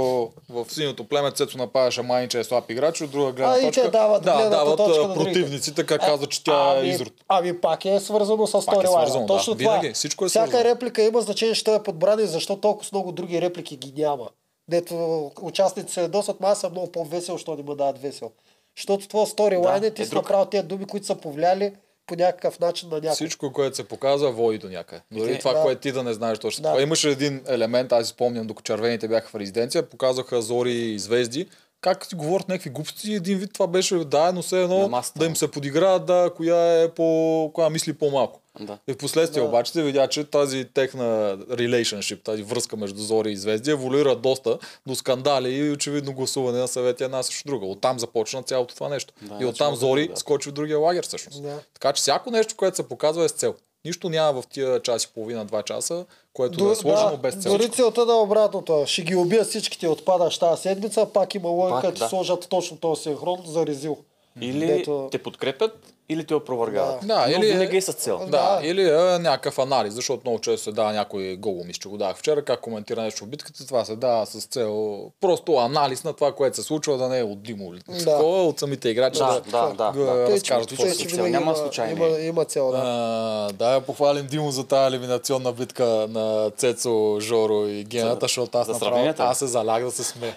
Speaker 2: в синьото племе Цецо нападаше май, че е слаб играч, от друга гледна
Speaker 1: А, и
Speaker 2: точка.
Speaker 1: те дават
Speaker 2: да,
Speaker 1: гледната
Speaker 2: дават
Speaker 1: точка
Speaker 2: а,
Speaker 1: на другите.
Speaker 2: противници, така казват, че тя е
Speaker 1: ами,
Speaker 2: изрод.
Speaker 1: Ами пак е свързано с
Speaker 2: Пак е
Speaker 1: сторилайна.
Speaker 2: свързано,
Speaker 1: Точно
Speaker 2: да.
Speaker 1: това
Speaker 2: Винаги, всичко е
Speaker 1: Всяка
Speaker 2: свързано.
Speaker 1: реплика има значение, що е подбран и защо толкова с много други реплики ги няма. Дето участниците се досат, аз съм много по-весел, що не бъдат весел. Защото това сторилайн
Speaker 3: Да,
Speaker 1: да,
Speaker 3: е
Speaker 1: ти си
Speaker 3: друг.
Speaker 1: направил тези думи, които са повлияли по някакъв начин на някой.
Speaker 2: Всичко, което се показва, води до някъде. Дори
Speaker 3: те-
Speaker 2: това,
Speaker 1: да.
Speaker 2: което ти да не знаеш точно.
Speaker 1: Да.
Speaker 2: Да. Имаше един елемент, аз си спомням, докато червените бяха в резиденция, показаха зори и звезди. Как си говорят някакви глупости, един вид това беше да, но все
Speaker 3: На
Speaker 2: едно
Speaker 3: масата.
Speaker 2: да им се подиграят, да, коя е по... коя мисли по-малко.
Speaker 3: Да.
Speaker 2: И в последствие обаче се видя, че тази техна relationship, тази връзка между Зори и Звезди еволюира доста до скандали и очевидно гласуване на съвети една срещу друга. Оттам започна цялото това нещо.
Speaker 3: Да,
Speaker 2: и
Speaker 3: значи
Speaker 2: оттам
Speaker 3: много
Speaker 2: Зори
Speaker 3: добре.
Speaker 2: скочи в другия лагер всъщност.
Speaker 1: Да.
Speaker 2: Така че всяко нещо, което се показва е с цел. Нищо няма в тия час и половина, два часа, което да е сложено без цел.
Speaker 1: Дори целта да е обратното. Ще ги убия всичките, отпадаш тази седмица, пак има логика,
Speaker 3: Пак,
Speaker 1: да.
Speaker 3: да.
Speaker 1: сложат точно този синхрон за резил.
Speaker 3: Или
Speaker 1: Дето-
Speaker 3: те подкрепят, или те опровъргават.
Speaker 2: Да,
Speaker 3: но
Speaker 2: или-
Speaker 3: винаги е с цел.
Speaker 2: Да,
Speaker 1: Да.
Speaker 2: или е някакъв анализ, защото много често се дава някой гол, мисля, че го дах вчера, как коментира нещо в битката, това се дава с цел просто анализ на това, което се случва, да не е от Димо или
Speaker 1: Да.
Speaker 2: такова, от самите играчи.
Speaker 3: Да,
Speaker 2: Да.
Speaker 3: да, да.
Speaker 2: да,
Speaker 3: да.
Speaker 2: да.
Speaker 1: Тъй, че-
Speaker 2: разкажат какво
Speaker 1: тъй,
Speaker 2: се е
Speaker 1: че
Speaker 3: случва.
Speaker 1: винаги
Speaker 3: Няма
Speaker 1: има-
Speaker 3: случайни.
Speaker 1: е Има, има цел, да.
Speaker 2: А, да, я похвалим Димо за тази елиминационна битка на Цецо, Жоро и Гената, защото аз,
Speaker 3: за
Speaker 2: направо,
Speaker 3: сравненията ли?
Speaker 2: аз се залях да се сме.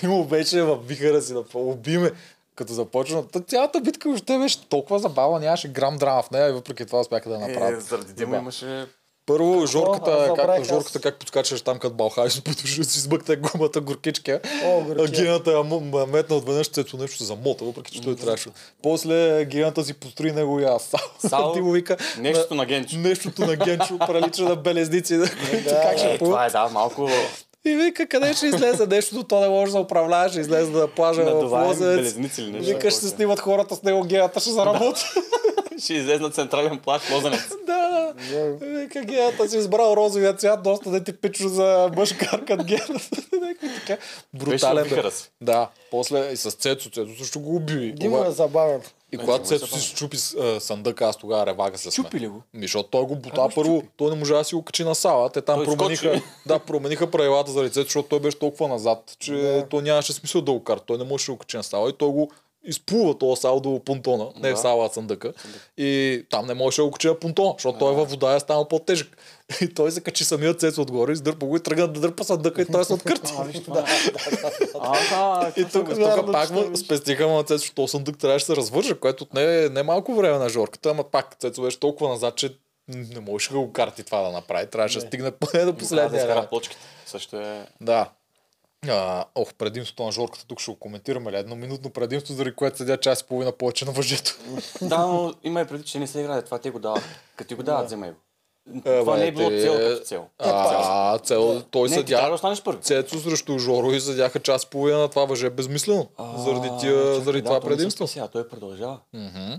Speaker 2: Димо беше в бихара си да обиме като започна. Та цялата битка още беше толкова забава, нямаше грам драма в нея и въпреки това успяха да я направят.
Speaker 3: заради
Speaker 2: Е, Дима
Speaker 3: имаше...
Speaker 2: Първо,
Speaker 1: Аз
Speaker 2: жорката,
Speaker 1: забравих,
Speaker 2: както,
Speaker 1: аз-
Speaker 2: жорката, как подскачаш там като Балхайс, потуши си сбъкта гумата горкичка.
Speaker 1: О, горкия.
Speaker 2: а гената я м- м- метна отведнъж, цето нещо замота, въпреки че той трябваше. После гената си построи него и аз.
Speaker 3: Сал,
Speaker 2: Ти му вика,
Speaker 3: нещото на Генчо.
Speaker 2: Нещото на Генчо пралича на белезници. които как ще
Speaker 3: Е, това
Speaker 2: плуват.
Speaker 3: е, да, малко...
Speaker 2: И вика, къде ще излезе нещото, то не може да управляваш, ще излезе на плажа
Speaker 3: На
Speaker 2: в
Speaker 3: това е
Speaker 2: Лозец.
Speaker 3: белезници или нещо. е?
Speaker 2: Вика, ще се снимат хората с него, гената ще заработи.
Speaker 3: Ще излезна централен плащ, лозенец.
Speaker 2: Да, вика гената си избрал розовия цвят, доста
Speaker 1: е
Speaker 2: да ти пичо за мъжкар като гената. Някакви така. Брутален.
Speaker 3: обихара
Speaker 2: бе.
Speaker 3: си.
Speaker 2: Да, после и с Цецо, Цецо също го уби.
Speaker 1: Дима е
Speaker 2: Ова-
Speaker 1: забавен.
Speaker 2: И
Speaker 7: Е,
Speaker 2: когато
Speaker 7: те му
Speaker 2: Цецо
Speaker 7: ли
Speaker 2: си
Speaker 7: са
Speaker 2: щупи с- а, съндъка, аз тогава ревага се
Speaker 3: Щупи ли го? Ами,
Speaker 2: Ми, защото той го бута
Speaker 3: го
Speaker 2: първо, той не можа да си го качи на сала. Те там
Speaker 3: Той
Speaker 2: промениха,
Speaker 3: скочи.
Speaker 2: да, промениха правилата за лицето, защото той беше толкова назад, че
Speaker 1: Да.
Speaker 2: то нямаше смисъл да го кара. Той не можеше да го качи на сала и той го изплува този сал до понтона, не
Speaker 3: Да.
Speaker 2: в сала, а съндъка. И там не можеше да го качи на понтона, защото той във вода е станал по-тежък. И той се качи самият цец отгоре, издърпа го и тръгна да дърпа съндъка и той се откърти.
Speaker 3: Аха,
Speaker 2: И тук, тук
Speaker 1: Вярно,
Speaker 2: пак
Speaker 1: че
Speaker 2: му
Speaker 1: той беше.
Speaker 2: спестиха му Цецо, защото съндък трябваше да се развържа, което не е не е малко време на жорката, ама пак Цецо беше толкова назад, че м, не можеше да го карти това да направи. Трябваше да стигне поне до
Speaker 3: Последния да
Speaker 2: последния
Speaker 3: изкара
Speaker 2: ред.
Speaker 3: плочките. Също е...
Speaker 2: Да. А, ох, предимството на жорката, тук ще го коментираме ли? Едно минутно предимство, заради което седя час и половина повече на въжето.
Speaker 3: Да, но има и преди, че не се играе. Това те го дават. Като ти го дават, вземай го.
Speaker 2: Е,
Speaker 3: Това
Speaker 2: бе,
Speaker 3: не е било
Speaker 2: те-
Speaker 3: цел като цел.
Speaker 2: А, цел, той
Speaker 3: Не, ти трябва да
Speaker 2: съдя.
Speaker 3: останеш първи.
Speaker 2: Цецо срещу Жоро и задяха час и половина на това въже безмислено. Заради,
Speaker 3: А,
Speaker 2: тия,
Speaker 3: чакай,
Speaker 2: заради
Speaker 3: да,
Speaker 2: това
Speaker 3: той не се
Speaker 2: предимство.
Speaker 3: спаси, а той продължава.
Speaker 2: Мгм.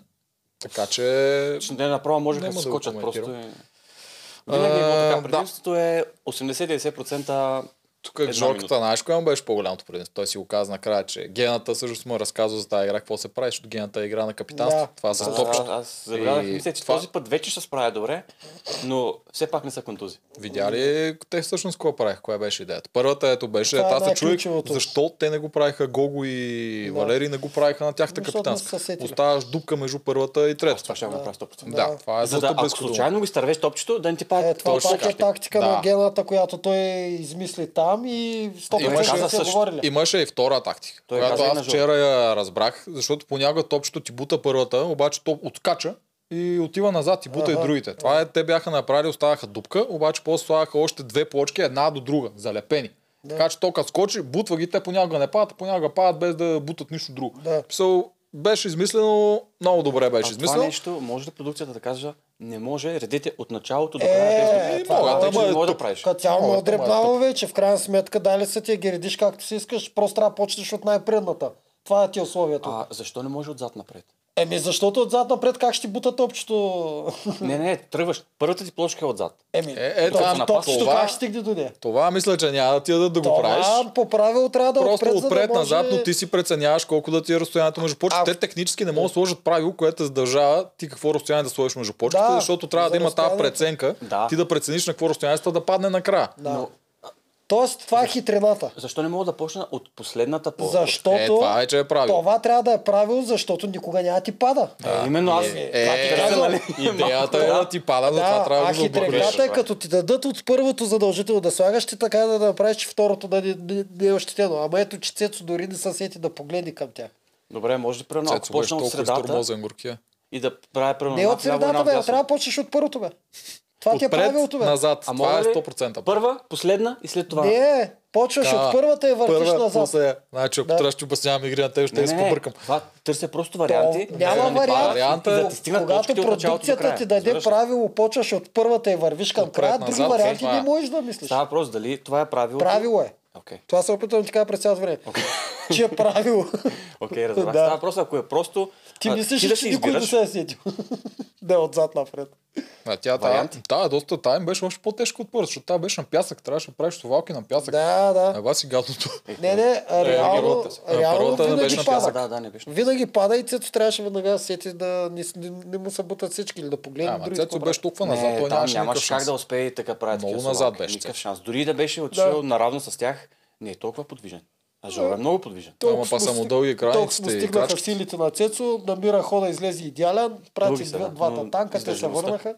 Speaker 2: Така че...
Speaker 3: Че не направо можеха
Speaker 2: Няма
Speaker 3: да
Speaker 2: да
Speaker 3: се
Speaker 2: го
Speaker 3: скочат.
Speaker 2: коментирам.
Speaker 3: Просто е... Винаги е било
Speaker 2: А,
Speaker 3: така.
Speaker 2: да.
Speaker 3: Предимството е 80-90%
Speaker 2: Тук е
Speaker 3: Една
Speaker 2: Жорката,
Speaker 3: минута.
Speaker 2: знаеш кое му беше по-голямото предимство? Той си го каза накрая, че гената също му разказва за тази игра, какво се прави, защото гената е игра на капитанство.
Speaker 1: Да.
Speaker 2: Това са
Speaker 3: Аз-
Speaker 2: топчета.
Speaker 3: Аз забелязах,
Speaker 2: И
Speaker 3: мисля, че
Speaker 2: това-
Speaker 3: този път вече ще се справя добре, но все пак не са контузи.
Speaker 2: Видя ли те всъщност какво правих? Коя беше идеята? Първата ето беше,
Speaker 1: Това е
Speaker 2: ето аз се чуех
Speaker 1: най-ключовото.
Speaker 2: защо те не го правиха Гого и
Speaker 1: Да.
Speaker 2: Валери не го правиха на тяхта
Speaker 1: Защото не са
Speaker 2: капитанска.
Speaker 1: сетили.
Speaker 2: Оставаш дупка между първата и
Speaker 3: Аз
Speaker 2: третата.
Speaker 3: това ще го направя 100%.
Speaker 2: Да, това е
Speaker 3: За да,
Speaker 2: доста
Speaker 3: ако
Speaker 2: близко до-
Speaker 3: случайно го изтървеш топчето, да не ти пада.
Speaker 1: Е, това
Speaker 2: Точно
Speaker 1: пак е
Speaker 2: така.
Speaker 1: тактика
Speaker 2: Да.
Speaker 1: на гената, която той измисли там и 100%
Speaker 3: каза
Speaker 1: сте
Speaker 3: също.
Speaker 1: говорили.
Speaker 2: Имаше и втора тактика,
Speaker 3: Той е
Speaker 2: която
Speaker 3: каза и на
Speaker 2: аз
Speaker 3: Жоро.
Speaker 2: вчера я разбрах, защото понякога топчето ти бута първата, обаче то откача и отива назад и бута и
Speaker 1: Ага.
Speaker 2: другите. Това е, те бяха направили, оставаха дупка, обаче после слагаха още две плочки, една до друга, залепени. Така че тока скочи, бутва ги, те понякога не падат, понякога падат без да бутат нищо друго.
Speaker 1: Да.
Speaker 2: Писал, беше измислено, много добре
Speaker 3: А
Speaker 2: беше
Speaker 3: това
Speaker 2: измислено.
Speaker 3: нещо може да продукцията да каже, не може, редете от началото до
Speaker 1: Е,
Speaker 3: края.
Speaker 1: е,
Speaker 3: Е,
Speaker 1: това
Speaker 3: това
Speaker 2: е
Speaker 3: вече не
Speaker 2: тук.
Speaker 3: може да правиш.
Speaker 1: Като цяло
Speaker 2: Ама,
Speaker 1: му
Speaker 2: ама, е
Speaker 1: отрепнава вече, в крайна сметка дали са ти я гередиш както си искаш, просто трябва да почнеш от най-предната. Това е ти условието.
Speaker 3: А защо не може отзад напред?
Speaker 1: Еми защото отзад напред как ще бута топчето?
Speaker 3: Не, не, тръгваш. Първата ти плочка е отзад.
Speaker 1: Еми,
Speaker 2: Е, е,
Speaker 1: то-
Speaker 2: това
Speaker 1: топчето
Speaker 2: напасва.
Speaker 1: как ще стигне до нея?
Speaker 2: Това мисля, че няма да ти дадат да го правиш.
Speaker 1: Това по правило трябва да е
Speaker 2: Просто
Speaker 1: отпред, за да
Speaker 2: отпред
Speaker 1: може...
Speaker 2: назад, но ти си преценяваш колко да ти е разстоянието между почките.
Speaker 1: А,
Speaker 2: Те технически не могат да сложат правило, което задължава ти какво разстояние да сложиш между почките,
Speaker 1: Да,
Speaker 2: защото трябва да
Speaker 1: за
Speaker 2: има тази
Speaker 1: разстоянието.
Speaker 2: преценка,
Speaker 3: Да.
Speaker 2: ти да прецениш на какво разстояние сте да падне накрая.
Speaker 1: Да.
Speaker 3: Но-
Speaker 1: Тоест, това е хитрината.
Speaker 3: Защо не мога да почна от последната плочка?
Speaker 1: Защото
Speaker 2: Е, това вече е правило.
Speaker 1: това трябва да е правило, защото никога няма ти пада.
Speaker 3: Да. Именно аз.
Speaker 2: Е,
Speaker 3: това ти
Speaker 2: е,
Speaker 3: казвам,
Speaker 2: е,
Speaker 3: нали?
Speaker 2: идеята е да ти пада, затова
Speaker 1: Да,
Speaker 2: трябва
Speaker 1: а
Speaker 2: да го обиколиш.
Speaker 1: хитринката е като ти дадат от първото задължително да слагаш, ти така да направиш, че второто да не, не, не е ощетено. Ама ето, че Цецо дори не се сети да погледне към тях.
Speaker 3: Добре, може да примерно, ако
Speaker 2: Цецо беше
Speaker 3: почна от
Speaker 2: толкова
Speaker 3: средата
Speaker 2: изтормозен горкия.
Speaker 3: и да правя примерно...
Speaker 1: Не е от
Speaker 3: наляво,
Speaker 1: средата,
Speaker 3: наляво,
Speaker 1: бе, а
Speaker 3: дясно.
Speaker 1: трябва да почнеш от първото, бе. Това ти е
Speaker 2: Отпред,
Speaker 1: правилото, бе.
Speaker 2: назад.
Speaker 3: А
Speaker 2: Това е
Speaker 3: мога ли
Speaker 2: 100%.
Speaker 3: Първа, последна и след нали това.
Speaker 1: Не, почваш
Speaker 2: Да.
Speaker 1: от първата и въртиш
Speaker 2: Първа,
Speaker 1: назад.
Speaker 2: после- Значи, ако
Speaker 1: Да.
Speaker 2: трябва да ти обяснявам игри на тебе, ще се побъркам.
Speaker 3: Това търся просто варианти.
Speaker 1: То няма
Speaker 3: да не
Speaker 1: вариант.
Speaker 3: падат
Speaker 2: Варианта
Speaker 3: и
Speaker 2: е-
Speaker 3: да ти стигнат
Speaker 1: Когато
Speaker 3: точките от началото до
Speaker 1: продукцията
Speaker 3: края.
Speaker 1: ти даде
Speaker 3: Разбираш ли?
Speaker 1: правило, почваш от първата и вървиш към
Speaker 2: Отпред,
Speaker 1: края, други
Speaker 2: назад,
Speaker 1: варианти
Speaker 2: това е.
Speaker 1: не можеш да мислиш.
Speaker 3: Става въпрос дали това е правило.
Speaker 1: Правило е.
Speaker 3: Окей.
Speaker 1: Това се опитвам да ти кажа през цялото време. Че е правило.
Speaker 3: Окей, разбрах.
Speaker 1: Да.
Speaker 3: Става въпрос, ако е просто...
Speaker 1: Ти
Speaker 3: а,
Speaker 1: мислиш,
Speaker 3: ти
Speaker 1: ли,
Speaker 3: да
Speaker 1: че
Speaker 3: се
Speaker 1: никой не
Speaker 3: избираш.
Speaker 1: се е сетил. Да, е отзад напред.
Speaker 2: А тя тая,
Speaker 3: Варианти?
Speaker 2: тая, доста тая им беше още по-тежка от първата, защото тя беше на пясък, трябваше да правиш совалки на пясък.
Speaker 1: Да, да.
Speaker 2: Ева си гадното.
Speaker 1: Не, не, реално,
Speaker 2: първата. Е,
Speaker 1: реално
Speaker 2: първата не
Speaker 1: винаги
Speaker 2: беше на
Speaker 1: пада.
Speaker 2: пясък.
Speaker 3: Да, да, не беше.
Speaker 1: Винаги пада и Цецо трябваше веднага да се сети да не, с- не, не му се бутат всички или да погледне
Speaker 2: Ама
Speaker 1: другите.
Speaker 2: Цецо
Speaker 1: какво
Speaker 2: беше
Speaker 1: правят.
Speaker 2: толкова назад, той
Speaker 3: там
Speaker 2: нямаше никакъв
Speaker 3: нямаше как
Speaker 2: шанс.
Speaker 3: да успее и така прави.
Speaker 2: Много
Speaker 3: такива
Speaker 2: назад
Speaker 3: совалки.
Speaker 2: беше
Speaker 3: Никакъв
Speaker 2: Цецо.
Speaker 3: шанс. Дори да беше отишъл
Speaker 1: Да.
Speaker 3: наравно с тях, не е толкова подвижен. А Жоро е много подвижен.
Speaker 2: Ама
Speaker 1: Толкова
Speaker 2: па
Speaker 1: сме
Speaker 2: само
Speaker 1: стиг-
Speaker 2: дълги
Speaker 1: Толкова му
Speaker 2: границите и
Speaker 1: стигнаха
Speaker 2: крачките.
Speaker 1: силите на Цецо, намира хода, излезе идеален, прати
Speaker 3: Други са,
Speaker 1: две-
Speaker 3: да.
Speaker 1: двата
Speaker 3: Но
Speaker 1: танка, те се
Speaker 3: издържливостта.
Speaker 1: върнаха.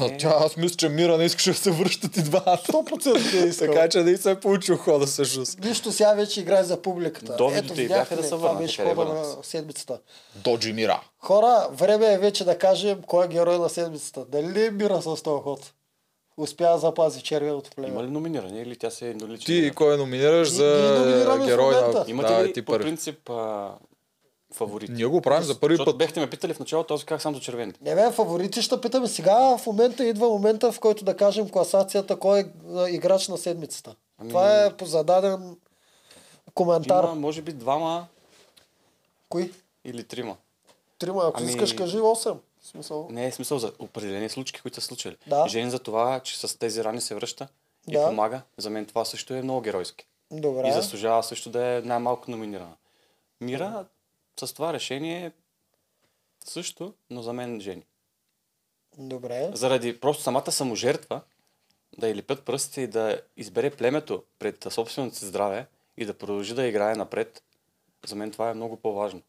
Speaker 2: А тя, аз мисля, че Мира не искаше да се връщат и двата.
Speaker 1: 100% не е искал.
Speaker 2: Така че не се е получил хода всъщност.
Speaker 1: Нищо сега вече играе за публиката.
Speaker 3: Довидите и
Speaker 1: видяхте
Speaker 3: бяха да
Speaker 1: ли,
Speaker 3: се е
Speaker 1: Това
Speaker 3: върнат,
Speaker 1: беше
Speaker 2: е
Speaker 3: къде
Speaker 1: хода
Speaker 3: върнат?
Speaker 1: на седмицата.
Speaker 2: Доджи Мира.
Speaker 1: Хора, време е вече да кажем кой е герой на седмицата. Дали ли е мира с този ход? Успя да запази червеното
Speaker 3: Има
Speaker 1: племе.
Speaker 3: ли номиниране Нали или тя се е еднолична?
Speaker 2: Ти кой номинираш
Speaker 1: Ние
Speaker 2: Е, за
Speaker 1: номинираме в
Speaker 2: герой на...
Speaker 1: момента.
Speaker 3: Имате
Speaker 2: Да, е
Speaker 3: ли
Speaker 2: ти
Speaker 3: по
Speaker 2: първи.
Speaker 3: принцип а, фаворит?
Speaker 2: Ние го правим за първи
Speaker 3: Защото
Speaker 2: път.
Speaker 3: бехте ме питали в началото, аз казах само за червените.
Speaker 1: Не бе, фаворити ще питаме. Сега в момента идва момента, в който да кажем класацията, кой е а, играч на седмицата. Това е по зададен коментар.
Speaker 3: Ами- Има, може би, двама
Speaker 1: Кои?
Speaker 3: или трима.
Speaker 1: Трима, ако
Speaker 3: Ами-
Speaker 1: искаш, кажи 8. В смисъл.
Speaker 3: Не е смисъл за определени случаи, които са случили.
Speaker 1: Да.
Speaker 3: Жени за това, че с тези рани се връща и
Speaker 1: Да.
Speaker 3: помага. За мен това също е много геройски.
Speaker 1: Добре.
Speaker 3: И заслужава също да е най-малко номинирана. Мира с това решение също, но за мен жени.
Speaker 1: Добре.
Speaker 3: Заради просто самата саможертва да й лепят пръстите и да избере племето пред собственото си здраве и да продължи да играе напред, за мен това е много по-важно.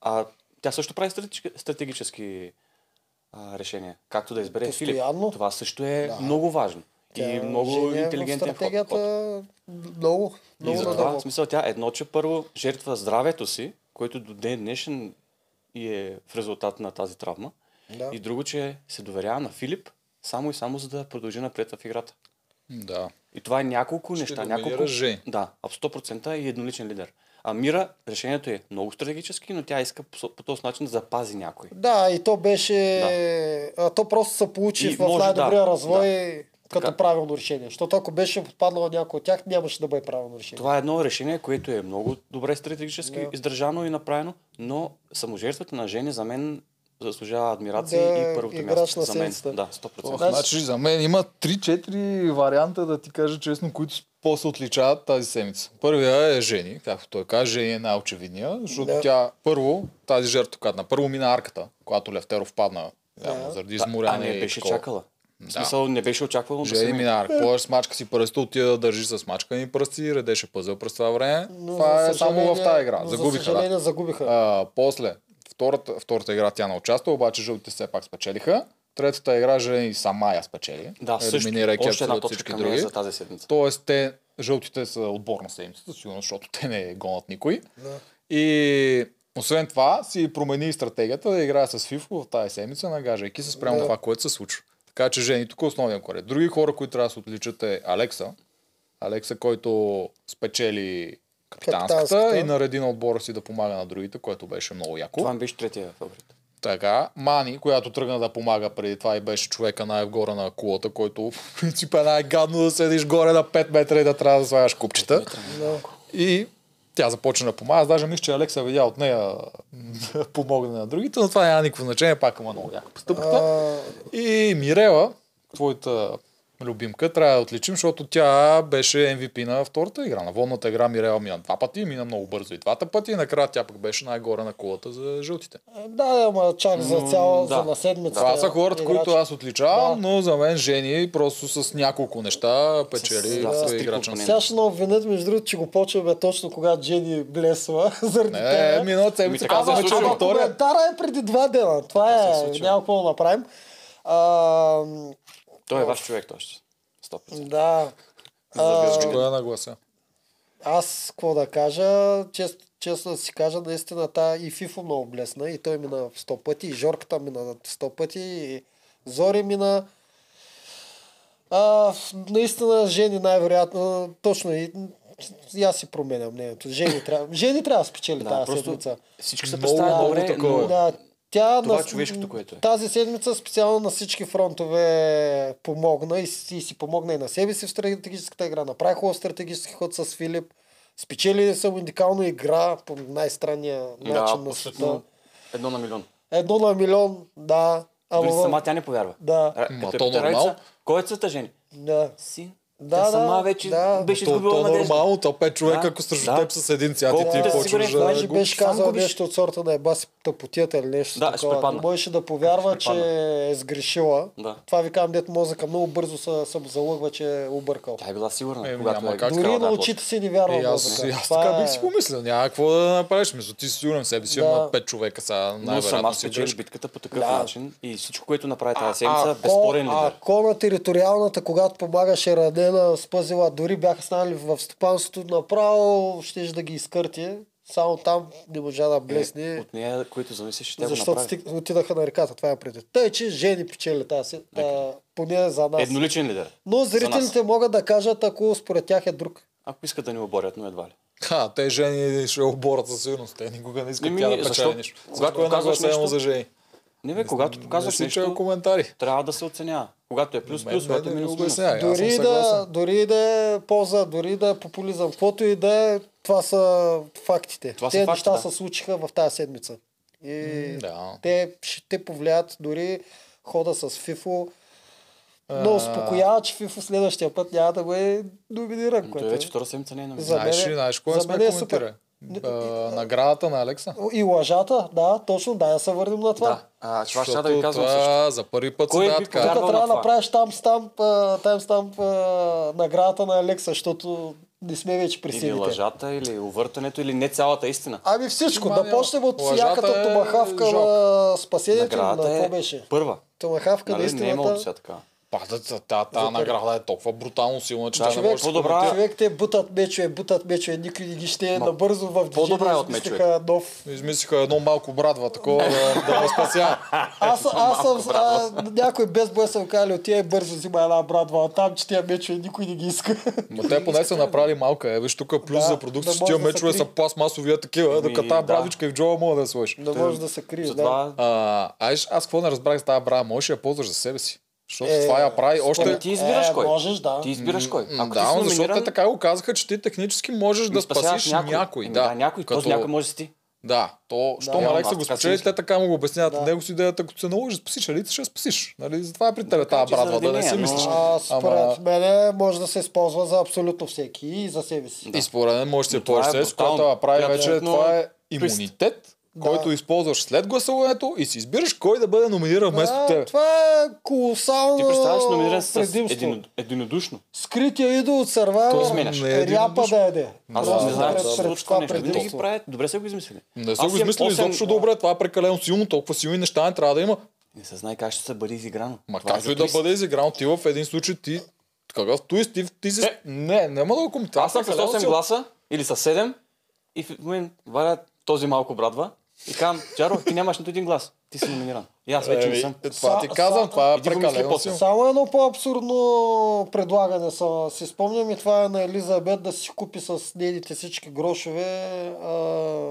Speaker 3: А тя също прави стратеги- стратегически а, решения. Както да избере
Speaker 1: Постоянно.
Speaker 3: Филип. Това също е да. много важно.
Speaker 1: Тя
Speaker 3: и
Speaker 1: е
Speaker 3: много
Speaker 1: жени в
Speaker 3: интелигентен ход.
Speaker 1: стратегията
Speaker 3: ход.
Speaker 1: Много,
Speaker 3: И
Speaker 1: много
Speaker 3: за това,
Speaker 1: надолу.
Speaker 3: в смисъл, тя едно, че първо жертва здравето си, което до ден днешен и е в резултат на тази травма.
Speaker 1: Да.
Speaker 3: И друго, че се доверява на Филип, само и само за да продължи напред в играта.
Speaker 2: Да.
Speaker 3: И това е няколко
Speaker 2: Ще
Speaker 3: неща.
Speaker 2: доминира
Speaker 3: Няколко...
Speaker 2: Жени.
Speaker 3: Да, аб 100% е едноличен лидер. А Мира, решението е много стратегически, но тя иска по, по този начин да запази някой.
Speaker 1: Да, и то беше... А, то просто се получи
Speaker 3: И
Speaker 1: в
Speaker 3: може,
Speaker 1: най-добрия
Speaker 3: да,
Speaker 1: развой като
Speaker 3: Така.
Speaker 1: правилно решение. Защото ако беше попаднало някой от тях, нямаше да бъде правилно решение.
Speaker 3: Това е едно решение, което е много добре стратегически
Speaker 1: Да.
Speaker 3: издържано и направено, но саможертвата на Жени за мен заслужава адмирация
Speaker 1: Да,
Speaker 3: и първото
Speaker 1: играч
Speaker 3: място.
Speaker 1: на
Speaker 3: За мен,
Speaker 1: седмицата.
Speaker 3: да, 100%.
Speaker 2: Ох, значи за мен има 3-4 варианта, да ти кажа честно, които по-се отличават тази седмица. Първия е Жени, както той каза, Жени е най-очевидния, защото
Speaker 1: Да.
Speaker 2: тя първо, тази жертва, която на първо мина арката, когато Левтеров падна, явно,
Speaker 1: Да.
Speaker 2: заради
Speaker 3: а
Speaker 2: изморяне
Speaker 3: не
Speaker 2: и
Speaker 3: беше
Speaker 2: такова.
Speaker 3: чакала. В смисъл не беше очаквало да
Speaker 2: Жени
Speaker 3: се мина.
Speaker 1: Е.
Speaker 2: Минар, поеш смачка си пръста, отида да държи с смачкани пръсти, редеше пъзъл през това време. това
Speaker 1: за
Speaker 2: е само в
Speaker 1: съжаление-
Speaker 2: тази игра.
Speaker 1: но За
Speaker 2: Загубиха.
Speaker 1: съжаление,
Speaker 2: Да.
Speaker 1: загубиха.
Speaker 2: А, после, втората, втората игра тя не участва, обаче жълтите все пак спечелиха. Третата игра Жени сама я спечели.
Speaker 3: Да, също.
Speaker 2: елиминирайки
Speaker 3: Още една
Speaker 2: абсолютно
Speaker 3: точка
Speaker 2: всички
Speaker 3: към нея
Speaker 2: други.
Speaker 3: за тази седмица.
Speaker 2: Тоест, те, жълтите са отбор на седмицата, сигурно, защото те не гонат никой.
Speaker 1: Да.
Speaker 2: И освен това, си промени стратегията да играе с Фифо в тази седмица, нагажайки се спрямо
Speaker 1: Да.
Speaker 2: това, което се случва. Така че жени, тук е основният корет. Други хора, които трябва да се отличат е Алекса. Алекса, който спечели капитанската,
Speaker 1: Капитанската.
Speaker 2: и нареди на отбора си да помага на другите, което беше много яко.
Speaker 3: Това ми беше третия фаворит.
Speaker 2: Така, Мани, която тръгна да помага преди това и беше човека най-горе на кулата, който в принцип е най-гадно да седиш горе на 5 метра и да трябва да слагаш купчета. И тя започна да помага. Аз даже мисля, че Алекса видя от нея да помогне на другите, но това няма никакво значение, пак има много яка постъпка.
Speaker 1: А,
Speaker 2: И Мирела, твоята любимка, трябва да я отличим, защото тя беше MVP на втората игра. На водната игра Мирела мина два пъти, мина много бързо и двата пъти и накрая тя пък беше най-горе на кулата за жълтите.
Speaker 1: да, ама чак за
Speaker 3: Но,
Speaker 1: цяла,
Speaker 3: да.
Speaker 1: за на седмица.
Speaker 2: Това са хората,
Speaker 1: играч.
Speaker 2: които аз отличавам,
Speaker 1: Да.
Speaker 2: но за мен Жени просто с няколко неща печели
Speaker 3: С- да,
Speaker 2: да,
Speaker 3: с три
Speaker 2: играч на
Speaker 3: компонента.
Speaker 1: Сега ще ме обвинят, между другото, че го почваме точно когато Джени блесва заради
Speaker 2: Не,
Speaker 1: тебе.
Speaker 2: миналата седмица
Speaker 3: Ами така
Speaker 2: казахме,
Speaker 3: се
Speaker 2: че
Speaker 3: случва.
Speaker 2: на втория.
Speaker 1: Коментара е преди два дена. Това
Speaker 3: Така се
Speaker 1: е,
Speaker 3: случва.
Speaker 1: няма какво да направим. А,
Speaker 3: Той е ваш човек още. 100%.
Speaker 1: да,
Speaker 2: Защо я наглася?
Speaker 1: аз какво да кажа, чест, честно да си кажа, наистина та и Фифо много блесна и той мина сто пъти, и Жорката мина сто пъти, и Зори мина. А, в- наистина Жени най-вероятно, точно и, и аз си променям мнението. Жени трябва, Жени трябва да спечели
Speaker 3: Да,
Speaker 1: тази
Speaker 3: просто
Speaker 1: седмица.
Speaker 3: Всички се
Speaker 2: Много,
Speaker 3: представят
Speaker 2: много
Speaker 3: добре,
Speaker 2: такова е.
Speaker 3: но
Speaker 1: Да, тя
Speaker 3: Това
Speaker 1: на,
Speaker 3: е човешкото, което е.
Speaker 1: Тази седмица специално на всички фронтове помогна и, си- и си помогна и на себе си в стратегическата игра. Направи хубав стратегически ход с Филип. Спечели съм уникална игра по най-странния
Speaker 3: да,
Speaker 1: начин на света.
Speaker 3: абсолютно едно на милион.
Speaker 1: Едно на милион, да.
Speaker 3: Дори
Speaker 1: Ама, в-
Speaker 3: сама тя не повярва.
Speaker 1: да,
Speaker 3: Ра-
Speaker 2: Ма
Speaker 3: Като
Speaker 2: то
Speaker 3: е пита
Speaker 2: нормално.
Speaker 3: Райца, кой е цвета жени?
Speaker 1: да.
Speaker 3: Син.
Speaker 1: Да,
Speaker 3: тя
Speaker 1: да,
Speaker 3: сама вече
Speaker 1: да.
Speaker 3: беше
Speaker 2: То,
Speaker 3: изгубила
Speaker 2: то е
Speaker 3: надежда.
Speaker 2: нормално, то пет човека,
Speaker 3: Да,
Speaker 2: ако срещу
Speaker 3: да.
Speaker 2: теб са с един цвят и
Speaker 3: Колкото
Speaker 1: е
Speaker 2: ти
Speaker 3: да си
Speaker 2: почваш
Speaker 3: сигурен,
Speaker 2: да
Speaker 1: Даже
Speaker 3: го-
Speaker 1: беше
Speaker 3: сам
Speaker 1: казал
Speaker 3: губиш.
Speaker 1: нещо от сорта на еба си тъпотията или нещо
Speaker 3: Да, ще
Speaker 1: такова.
Speaker 3: препадна.
Speaker 1: Не можеше да повярва,
Speaker 3: Ще
Speaker 1: че
Speaker 3: препадна.
Speaker 1: е сгрешила.
Speaker 3: Да.
Speaker 1: Това ви казвам, дет мозъка много бързо се- съм залъгва, че е объркал.
Speaker 3: Тя е била сигурна,
Speaker 2: Е,
Speaker 3: когато
Speaker 2: няма
Speaker 3: е
Speaker 2: как.
Speaker 3: искала
Speaker 1: Дори
Speaker 3: да
Speaker 1: на
Speaker 3: е
Speaker 1: очите си не вярвам
Speaker 2: Е, аз,
Speaker 1: мозъка.
Speaker 2: аз
Speaker 1: Това
Speaker 2: така
Speaker 1: е-
Speaker 2: бих си помислил, няма какво да направиш. Мисля, ти си сигурен в себе си,
Speaker 1: Да.
Speaker 2: има пет човека са
Speaker 3: лоша. Но сама
Speaker 2: най-вероятно си
Speaker 3: спечели
Speaker 2: играч.
Speaker 3: битката по такъв
Speaker 1: Да.
Speaker 3: начин и всичко, което направи тази седмица, е безспорен
Speaker 1: ако,
Speaker 3: лидер.
Speaker 1: ако на териториалната, когато помагаше Радена, спазила, дори бяха станали в стопанството направо, щеш да ги изкърти. Само там не можа да блесне,
Speaker 3: Е, От нея, които замислиш, ще тя го
Speaker 1: защото
Speaker 3: направи.
Speaker 1: стиг... отидаха на реката. Това е преди. Тъй, че жени печели тази, сет- а, поне за нас.
Speaker 3: Едноличен лидер.
Speaker 1: Но
Speaker 3: за нас.
Speaker 1: зрителите могат да кажат, ако според тях е друг.
Speaker 3: Ако искат да ни оборят, но едва ли.
Speaker 2: Ха, те жени ще оборат със сигурност. Те никога не искат
Speaker 3: Еми,
Speaker 2: тя да печели
Speaker 3: Ами, защо?
Speaker 2: нищо.
Speaker 3: Когато
Speaker 2: Ами, Когато е
Speaker 3: казваш
Speaker 2: нагласа само
Speaker 3: нещо,
Speaker 2: за жени.
Speaker 3: Не бе, когато показваш
Speaker 2: не си чел
Speaker 3: нещо,
Speaker 2: коментари.
Speaker 3: трябва да се оценява. Когато е плюс,
Speaker 2: Мен-
Speaker 3: плюс,
Speaker 2: мен
Speaker 3: когато е
Speaker 2: не ми
Speaker 3: минус, минус.
Speaker 2: обяснява. Аз съм
Speaker 1: Дори да,
Speaker 2: съгласен.
Speaker 1: дори да е полза, дори да е популизъм, каквото и да е, това са фактите.
Speaker 3: Това са
Speaker 1: те
Speaker 3: факти,
Speaker 1: неща
Speaker 3: да.
Speaker 1: се случиха в тази седмица. И
Speaker 2: Да.
Speaker 1: те ще те повлият дори хода с Фифо. Но успокоява, че Фифо следващия път няма да бъде доминиран.
Speaker 3: Той
Speaker 1: Което...
Speaker 3: вече
Speaker 1: е.
Speaker 3: втора седмица не е на
Speaker 1: За
Speaker 2: Знаеш
Speaker 1: мен е-
Speaker 2: ли, знаеш кое
Speaker 1: за
Speaker 2: сме
Speaker 1: мен е супер.
Speaker 2: коментирали? а, наградата на Алекса.
Speaker 1: И лъжата, да, точно, да, я се върнем на това.
Speaker 3: Да. А, това ще трябва да ви
Speaker 2: Защото
Speaker 3: казвам също.
Speaker 2: това за първи път
Speaker 3: Кой
Speaker 2: се дава
Speaker 3: би
Speaker 2: така.
Speaker 1: Тук
Speaker 3: Вярвам на
Speaker 1: трябва да
Speaker 3: това.
Speaker 1: направиш там стамп, там стамп наградата на Алекса, защото не сме вече при
Speaker 3: Или
Speaker 1: силите.
Speaker 3: лъжата, или увъртането, или не цялата истина.
Speaker 1: Ами всичко,
Speaker 2: Мания.
Speaker 1: да почнем от
Speaker 2: Лъжата
Speaker 1: яката
Speaker 2: е
Speaker 1: томахавка
Speaker 2: жалко.
Speaker 1: на спасението. На
Speaker 3: Наградата
Speaker 1: какво
Speaker 3: е
Speaker 1: беше?
Speaker 3: първа.
Speaker 1: Томахавка на
Speaker 3: Нали? Не е имало до
Speaker 1: истината.
Speaker 3: сега така.
Speaker 2: Пада, та, та, та
Speaker 1: За първи-
Speaker 2: награда е толкова брутално силна, че
Speaker 3: Да,
Speaker 2: да, не
Speaker 3: Значи човек,
Speaker 2: може да се
Speaker 3: по-добра-
Speaker 2: коментира.
Speaker 1: Човек те бутат мечове, бутат мечове, никой не ги ще е
Speaker 3: Ма,
Speaker 1: набързо в движение.
Speaker 3: по-добра е от
Speaker 1: измислиха нов.
Speaker 2: Измислиха едно малко братва, такова да, да ме спася.
Speaker 1: Аз, аз съм, а, някой без бой съм казали, отивай бързо, взима една брадва, а там, че тия мечове никой не ги иска.
Speaker 2: Ма те поне са направили малка. Е, виж тук плюс
Speaker 1: Да,
Speaker 2: за продукция,
Speaker 1: да
Speaker 2: че тия
Speaker 1: може да са
Speaker 2: мечове са
Speaker 1: три.
Speaker 2: пластмасови, такива, докато тази
Speaker 3: Ами, да.
Speaker 2: брадвичка и в джоба мога да я сложиш.
Speaker 1: да може да се криеш, да.
Speaker 3: Затова
Speaker 2: А, аз, аз какво не разбрах за тази брада? Можеш да я ползваш за себе си. Защото
Speaker 1: Е,
Speaker 2: това я прави още...
Speaker 3: Ами ти избираш
Speaker 1: Е,
Speaker 3: кой.
Speaker 1: можеш, да.
Speaker 3: Ти избираш кой.
Speaker 2: М,
Speaker 3: Ако ти
Speaker 2: да,
Speaker 3: си
Speaker 2: но защото
Speaker 3: номиниран,
Speaker 2: те така го казаха, че ти технически можеш да
Speaker 3: ми Ами, спасяваш
Speaker 2: спасиш някой.
Speaker 3: Еми
Speaker 2: да,
Speaker 3: да, някой. Този някой може да си ти.
Speaker 2: Да, то, щом
Speaker 3: Реално,
Speaker 2: Алекса
Speaker 3: аз
Speaker 2: го
Speaker 3: така си
Speaker 2: спечели,
Speaker 3: мисля.
Speaker 2: те така му го обясняват.
Speaker 1: Да.
Speaker 2: Него си идеята, ако се наложи, спасиш, али ще я спасиш. Нали, затова е при тебе
Speaker 3: Макар,
Speaker 2: тази
Speaker 3: че
Speaker 2: брадва,
Speaker 3: заради
Speaker 2: да не
Speaker 3: нея,
Speaker 2: си
Speaker 3: но-
Speaker 2: мислиш.
Speaker 1: А,
Speaker 2: Ама-
Speaker 1: според мене може да се използва за абсолютно всеки и за себе си.
Speaker 2: И според мен може да
Speaker 3: Но
Speaker 2: се
Speaker 3: това е
Speaker 2: плаща, с
Speaker 3: брутално.
Speaker 2: което я прави
Speaker 3: Приятно.
Speaker 2: вече. Това е
Speaker 3: Твист.
Speaker 2: имунитет,
Speaker 1: Да.
Speaker 2: който използваш след гласуването и си избираш кой да бъде номиниран вместо
Speaker 1: А,
Speaker 2: теб.
Speaker 1: това е колосално
Speaker 3: Ти представяш номиниран с
Speaker 1: предимство.
Speaker 3: един, единодушно.
Speaker 1: Скрития идол от
Speaker 2: То
Speaker 1: Сървайвър
Speaker 2: изменяш.
Speaker 1: е ряпа да яде.
Speaker 3: Аз
Speaker 1: Просто
Speaker 3: не знам,
Speaker 1: пред-
Speaker 3: че се
Speaker 1: пред
Speaker 3: случва
Speaker 1: това е
Speaker 3: това нещо. Винаги
Speaker 1: предимство.
Speaker 3: ги правят. Добре са го измислили.
Speaker 2: Не са
Speaker 3: Аз
Speaker 2: го
Speaker 3: имам
Speaker 2: измислили
Speaker 3: осем-
Speaker 2: изобщо добре, това е прекалено силно, толкова силни неща не трябва да има.
Speaker 3: Не се знае как ще се бъде изиграно.
Speaker 2: Ма
Speaker 3: Това е
Speaker 2: както
Speaker 3: за
Speaker 2: и да
Speaker 3: твист.
Speaker 2: бъде изиграно, ти в един случай ти какъв туист, ти, ти си...
Speaker 3: Е.
Speaker 2: Не, няма да го коментирам.
Speaker 3: Аз съм с 8 гласа или с 7 и в момент валя този малко брадва и казвам, Джаро, ти нямаш нито един глас. Ти си номиниран. И аз вече не
Speaker 2: Еми,
Speaker 3: съм.
Speaker 2: Това ти
Speaker 1: Са-
Speaker 2: казвам,
Speaker 1: са-
Speaker 2: това е
Speaker 3: Иди го мисли
Speaker 2: прекалено
Speaker 3: после.
Speaker 2: силно.
Speaker 1: Само едно по-абсурдно предлагане са, си спомням и това е на Елизабет да си купи с нейните всички грошове а,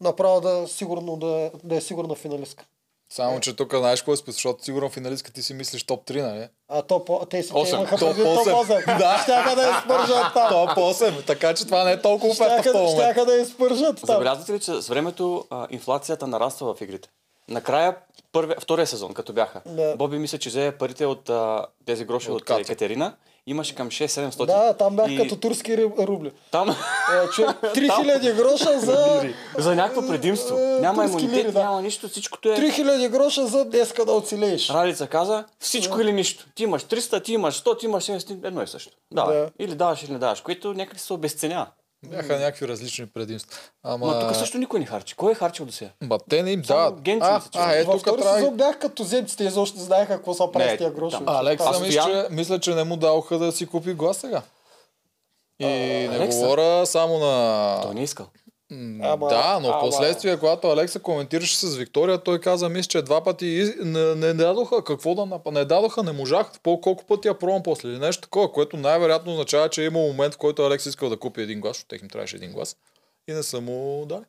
Speaker 1: направо да, сигурно, да, да е сигурна финалистка.
Speaker 2: Само, че тук знаеш какво е спец, защото сигурно финалистка ти си мислиш топ 3, нали?
Speaker 1: А то по, те си те
Speaker 3: Осем.
Speaker 1: имаха
Speaker 2: Топ
Speaker 1: предвид топ
Speaker 2: 8.
Speaker 1: 8.
Speaker 2: Да.
Speaker 1: Щяха да изпържат там.
Speaker 2: Топ 8, е така че това не е толкова оферта в
Speaker 1: Щяха,
Speaker 2: този момент.
Speaker 1: щяха да изпържат там.
Speaker 3: Забелязвате ли, че с времето а, инфлацията нараства в игрите? Накрая, първия, втория сезон, като бяха,
Speaker 1: Да.
Speaker 3: Боби мисля, че взе парите от а, тези гроши
Speaker 2: От
Speaker 3: от,
Speaker 2: Катя.
Speaker 3: от Екатерина. Имаше към 6-700.
Speaker 1: Да, там бях
Speaker 3: И
Speaker 1: като турски риб- рубли.
Speaker 3: Там
Speaker 1: Е, човек, 3000 гроша за...
Speaker 3: за някакво предимство.
Speaker 1: Е,
Speaker 3: Няма
Speaker 1: турски
Speaker 3: имунитет,
Speaker 1: лири, да.
Speaker 3: няма нищо, всичкото е...
Speaker 1: 3000 гроша за днеска да оцелееш.
Speaker 3: Ралица каза, всичко или нищо. Ти имаш 300, ти имаш 100, ти имаш 70, едно и също. Да.
Speaker 1: Да.
Speaker 3: Или даваш, или не даваш, което някак се обесценява.
Speaker 2: Бяха някакви различни предимства. Ама...
Speaker 3: Ма тук също никой не харчи. Кой е харчил до сега?
Speaker 2: Ба, те не им
Speaker 3: Само
Speaker 2: дават.
Speaker 3: Генчо
Speaker 2: А,
Speaker 3: мисля, че
Speaker 2: а, е,
Speaker 1: Във
Speaker 2: тук
Speaker 1: втори
Speaker 2: трябва...
Speaker 1: сезон бях като земци, те изобщо не знаеха какво са прави
Speaker 3: Не,
Speaker 1: с тия грошове.
Speaker 3: там.
Speaker 2: Алекса,
Speaker 3: Аз
Speaker 2: мисля,
Speaker 3: стоя-
Speaker 2: че, мисля, че не му даваха да си купи глас сега. И не
Speaker 3: Алекса?
Speaker 2: говоря само на...
Speaker 3: Той не е искал.
Speaker 2: М,
Speaker 1: Ама-
Speaker 2: да, но
Speaker 1: ама-
Speaker 2: последствие, когато Алекса коментираше с Виктория, той каза, мисля, че два пъти из- не, не дадоха, какво да нап... не дадоха, не можах, по колко пъти я пробвам после или нещо такова, което най-вероятно означава, че има момент, в който Алекс искал да купи един глас, защото тех им трябваше един глас и не са му дали.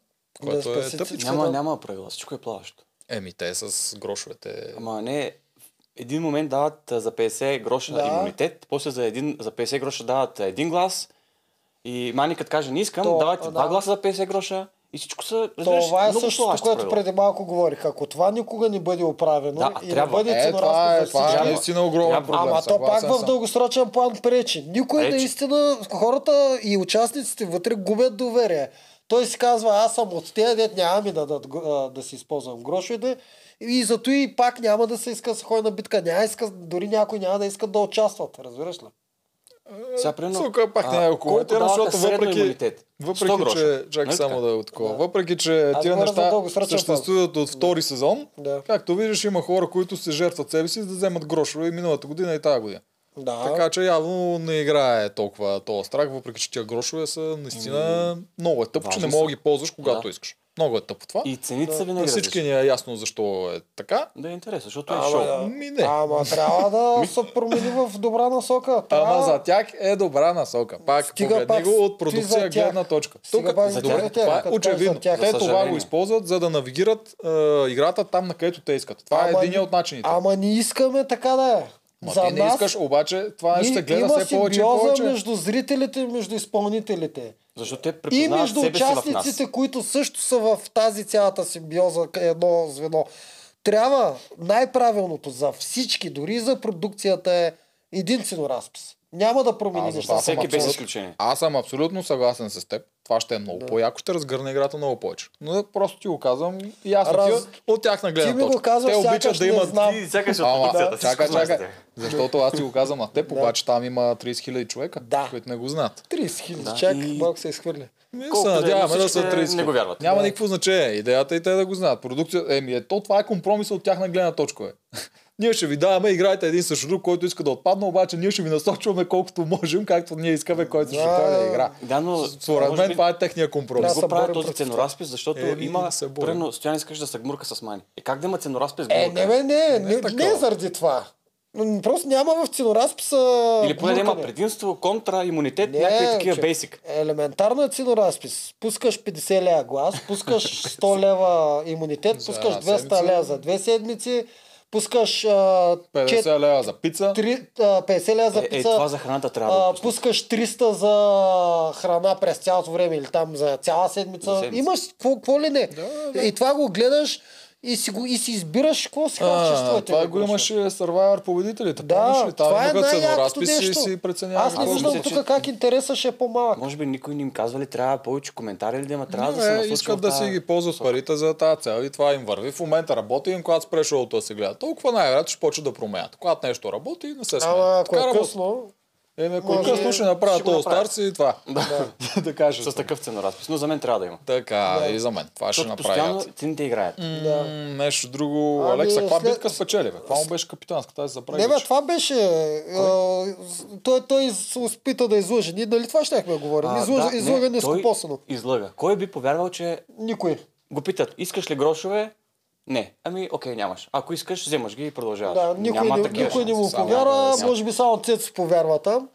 Speaker 2: Което е
Speaker 1: спаси
Speaker 2: тъпи.
Speaker 1: всички.
Speaker 3: Няма,
Speaker 1: да.
Speaker 3: няма правила, всичко е плаващо.
Speaker 2: Еми, те с грошовете.
Speaker 3: Ама не, в един момент дават а, за 50 гроша
Speaker 1: Да.
Speaker 3: имунитет, после за, един, за 50 гроша дават а, един глас и маникът каже не искам,
Speaker 1: То-
Speaker 3: дават ти два
Speaker 1: да.
Speaker 3: гласа за 50 гроша и всичко са, разбираш,
Speaker 1: Това е
Speaker 3: много
Speaker 1: същото,
Speaker 3: плаващи
Speaker 1: което
Speaker 3: правила.
Speaker 1: преди малко говорих. Ако това никога не бъде оправено
Speaker 3: Да, а
Speaker 1: и не
Speaker 3: трябва.
Speaker 1: бъде
Speaker 2: Е, това е,
Speaker 1: ценоразпит за
Speaker 2: това е
Speaker 1: всички,
Speaker 3: Трябва.
Speaker 2: наистина огромен
Speaker 3: Трябва.
Speaker 2: проблем.
Speaker 1: Ама то пак
Speaker 2: съгласен
Speaker 1: в
Speaker 2: съм.
Speaker 1: дългосрочен план пречи. Никой
Speaker 3: Пречи.
Speaker 1: наистина, хората и участниците вътре губят доверие. Той си казва, аз съм от тези, дет няма ми да, да, да си използвам грошовете. И зато и пак няма да се иска да се ходи на битка. Няма иска, дори някой няма да искат да участват. Разбираш ли?
Speaker 3: Сега, примерно,
Speaker 2: Сука, пак
Speaker 3: а,
Speaker 2: не е
Speaker 3: колко
Speaker 2: коментирам,
Speaker 3: даваха
Speaker 2: защото
Speaker 3: средно
Speaker 2: въпреки,
Speaker 3: имунитет? 100
Speaker 2: въпреки
Speaker 3: гроша.
Speaker 2: че, чакай
Speaker 3: Нали
Speaker 2: само
Speaker 3: така?
Speaker 2: да е такова, въпреки че
Speaker 1: Аз
Speaker 2: тия
Speaker 1: говоря за
Speaker 2: неща
Speaker 1: дългосрочен план.
Speaker 2: съществуват от втори сезон,
Speaker 1: Да.
Speaker 2: както виждаш има хора, които се жертват себе си за да вземат грошове и миналата година и тази година.
Speaker 1: Да.
Speaker 2: Е. Така че явно не играе толкова този страх, въпреки че тия грошове са наистина много е тъпо, че
Speaker 3: Важни
Speaker 2: не
Speaker 3: са.
Speaker 2: мога да ги ползваш когато
Speaker 3: Да.
Speaker 2: искаш. Много е тъпо това.
Speaker 3: И цените са
Speaker 2: На
Speaker 3: винаги
Speaker 2: всички
Speaker 3: различни.
Speaker 2: ни е ясно защо е така.
Speaker 3: Да е интересно, защото е
Speaker 1: Ама,
Speaker 3: шоу.
Speaker 1: да.
Speaker 2: Ми не.
Speaker 1: Ама трябва да се промени в добра насока. Това...
Speaker 2: Ама за тях е добра насока. Пак
Speaker 1: Стига
Speaker 2: погледни
Speaker 1: пак
Speaker 2: го от
Speaker 1: ти за
Speaker 2: продукция
Speaker 1: тях.
Speaker 2: гледна точка.
Speaker 1: Стига
Speaker 2: Тук
Speaker 1: пак
Speaker 2: за
Speaker 1: за
Speaker 2: добре,
Speaker 1: тях.
Speaker 2: това е
Speaker 1: Като
Speaker 2: очевидно.
Speaker 1: за тях.
Speaker 2: Те
Speaker 3: За
Speaker 2: това го
Speaker 3: съжаление.
Speaker 2: използват, за да навигират е, играта там, на където те искат. Това е
Speaker 1: Ама
Speaker 2: един
Speaker 1: ни-
Speaker 2: от начините.
Speaker 1: Ама не искаме така да е.
Speaker 2: Ма
Speaker 1: за
Speaker 2: ти не
Speaker 1: нас
Speaker 2: искаш, обаче това нещо
Speaker 1: и-
Speaker 2: се гледа
Speaker 1: има
Speaker 2: все повече и
Speaker 1: симбиоза
Speaker 2: повече.
Speaker 1: между зрителите и между изпълнителите.
Speaker 3: Защото те
Speaker 1: И
Speaker 3: препознават
Speaker 1: между
Speaker 3: себе си в нас.
Speaker 1: участниците, които също са в тази цялата симбиоза, к- едно звено. Трябва най-правилното за всички, дори и за продукцията е един ценоразпис. Няма да промени
Speaker 2: Аз,
Speaker 1: нещата.
Speaker 2: аз, съм
Speaker 3: Всеки без
Speaker 2: абсолютно,
Speaker 3: изключение.
Speaker 2: аз съм абсолютно съгласен с теб. Това ще е много
Speaker 1: Да.
Speaker 2: по-яко, ще разгърне играта много повече. Но просто ти го казвам и аз
Speaker 1: Раз-
Speaker 2: Раз... от тях на
Speaker 1: Ти
Speaker 2: гледна
Speaker 1: ми го
Speaker 2: точка.
Speaker 1: казваш,
Speaker 2: Те
Speaker 1: сякаш
Speaker 2: обичат да
Speaker 1: не
Speaker 2: имат
Speaker 1: знам.
Speaker 3: Ти сякаш от
Speaker 2: Ама,
Speaker 3: полицията.
Speaker 2: чакай,
Speaker 3: всичко знаеш
Speaker 2: чакай.
Speaker 3: те.
Speaker 2: Защото аз ти го казвам на теб,
Speaker 1: Да.
Speaker 2: обаче там има 30 000 човека,
Speaker 1: Да.
Speaker 2: които не го знаят.
Speaker 1: 30 хиляди,
Speaker 3: Да,
Speaker 1: чак,
Speaker 3: и-
Speaker 1: малко се е изхвърля.
Speaker 2: Ние се
Speaker 3: Колкото да е,
Speaker 2: надяваме да
Speaker 3: всички
Speaker 2: са 30
Speaker 3: не го
Speaker 2: 000.
Speaker 3: вярват.
Speaker 2: Няма никакво значение. Идеята е те да го знаят. Продукция, еми, е, то това е компромис от тяхна гледна точка. Бе. ние ще ви даваме, играйте един срещу друг, който иска да отпадне, обаче ние ще ви насочваме колкото можем, както ние искаме, който ще
Speaker 1: Да.
Speaker 2: да игра.
Speaker 3: Да, но
Speaker 2: Според
Speaker 3: може
Speaker 2: мен
Speaker 3: би-
Speaker 2: това е техния компромис.
Speaker 1: Да,
Speaker 3: не
Speaker 1: се
Speaker 3: го правят
Speaker 1: борим
Speaker 3: този
Speaker 1: против
Speaker 3: ценоразпис, защото
Speaker 2: Е, ми,
Speaker 3: има,
Speaker 2: да се борим.
Speaker 3: примерно, Стоян искаш да се гмурка с мани. Е, как да има ценоразпис с
Speaker 1: Е,
Speaker 3: гмурка?
Speaker 1: не, бе, не, не, не,
Speaker 2: такова.
Speaker 1: заради това. М, Просто няма в ценоразписа...
Speaker 3: Или поне да има
Speaker 1: бъркане.
Speaker 3: предимство, контра, имунитет,
Speaker 1: Не,
Speaker 3: някакви такива
Speaker 1: че-
Speaker 3: бейсик.
Speaker 1: Елементарно е ценоразпис. Пускаш 50 лева глас, пускаш 100 лева имунитет,
Speaker 2: За
Speaker 1: пускаш 200
Speaker 2: седмица. лева
Speaker 1: лева за две седмици, пускаш а,
Speaker 2: 50
Speaker 1: чет-
Speaker 2: лева за пица.
Speaker 1: три- а, 50 лева за
Speaker 3: Е,
Speaker 1: пица,
Speaker 3: е, това за храната трябва да
Speaker 1: а,
Speaker 3: го пуснат.
Speaker 1: пускаш 300 за храна през цялото време или там за цяла седмица.
Speaker 3: За седмица.
Speaker 1: Имаш какво какво ли не. И това го гледаш и си, го, и си избираш какво си харчиш
Speaker 2: А,
Speaker 1: твоите
Speaker 2: това го
Speaker 1: грошове.
Speaker 2: имаше Survivor победителите.
Speaker 1: Да,
Speaker 2: помниш ли? Там
Speaker 1: това е
Speaker 2: имаха
Speaker 1: най-якото
Speaker 2: ценоразпис и
Speaker 1: нещо.
Speaker 2: си преценяваха
Speaker 1: Аз не
Speaker 2: какво
Speaker 3: Аз
Speaker 1: виждам
Speaker 3: мисля, че-
Speaker 1: тук как интересът ще е по-малък.
Speaker 3: Може би никой не им казва ли трябва повече коментари или да има трябва да
Speaker 2: Не,
Speaker 3: се
Speaker 2: е,
Speaker 3: насочва
Speaker 2: искат
Speaker 3: в
Speaker 2: да
Speaker 3: тая
Speaker 2: си ги ползват
Speaker 3: посока.
Speaker 2: парите за тази цел и това им върви. В момента работи им, когато спре шоуто да се гледа. Толкова най-вероятно ще почват да променят. Когато нещо работи, не се
Speaker 1: Ама
Speaker 2: сменят.
Speaker 1: ако
Speaker 2: Така
Speaker 1: е
Speaker 2: работи.
Speaker 1: късно,
Speaker 2: Еми, ако е
Speaker 1: може-
Speaker 2: късно ще направят
Speaker 3: ще го
Speaker 2: този
Speaker 3: направят.
Speaker 2: старци и това.
Speaker 3: Да.
Speaker 2: да кажа.
Speaker 3: С такъв ценоразпис. Но за мен трябва да има.
Speaker 2: Така, и за мен. Това ще
Speaker 3: Защото постоянно
Speaker 2: направят.
Speaker 3: цените играят.
Speaker 1: да.
Speaker 2: М, Нещо друго.
Speaker 1: Ами,
Speaker 2: Алекса, каква
Speaker 1: след-
Speaker 2: битка спечели? бе? Каква му беше капитанска? Тази забрави.
Speaker 1: Не, бе,
Speaker 2: вече.
Speaker 1: това беше. а, с- Той, той се опита да излъже. Ние нали това щяхме да говорим?
Speaker 3: А,
Speaker 1: Излъж,
Speaker 3: да,
Speaker 1: излъгане
Speaker 3: не, той
Speaker 1: скопосано.
Speaker 3: Излъга. Кой би повярвал, че
Speaker 1: Никой.
Speaker 3: го питат, искаш ли грошове? Не. Ами, окей, нямаш. Ако искаш, вземаш ги и продължаваш.
Speaker 1: Да, никой,
Speaker 3: Няма
Speaker 1: не,
Speaker 3: такива
Speaker 1: никой не
Speaker 3: шанси.
Speaker 1: му
Speaker 2: само
Speaker 1: повярва.
Speaker 2: да-
Speaker 1: Може би само Цецо повярва там.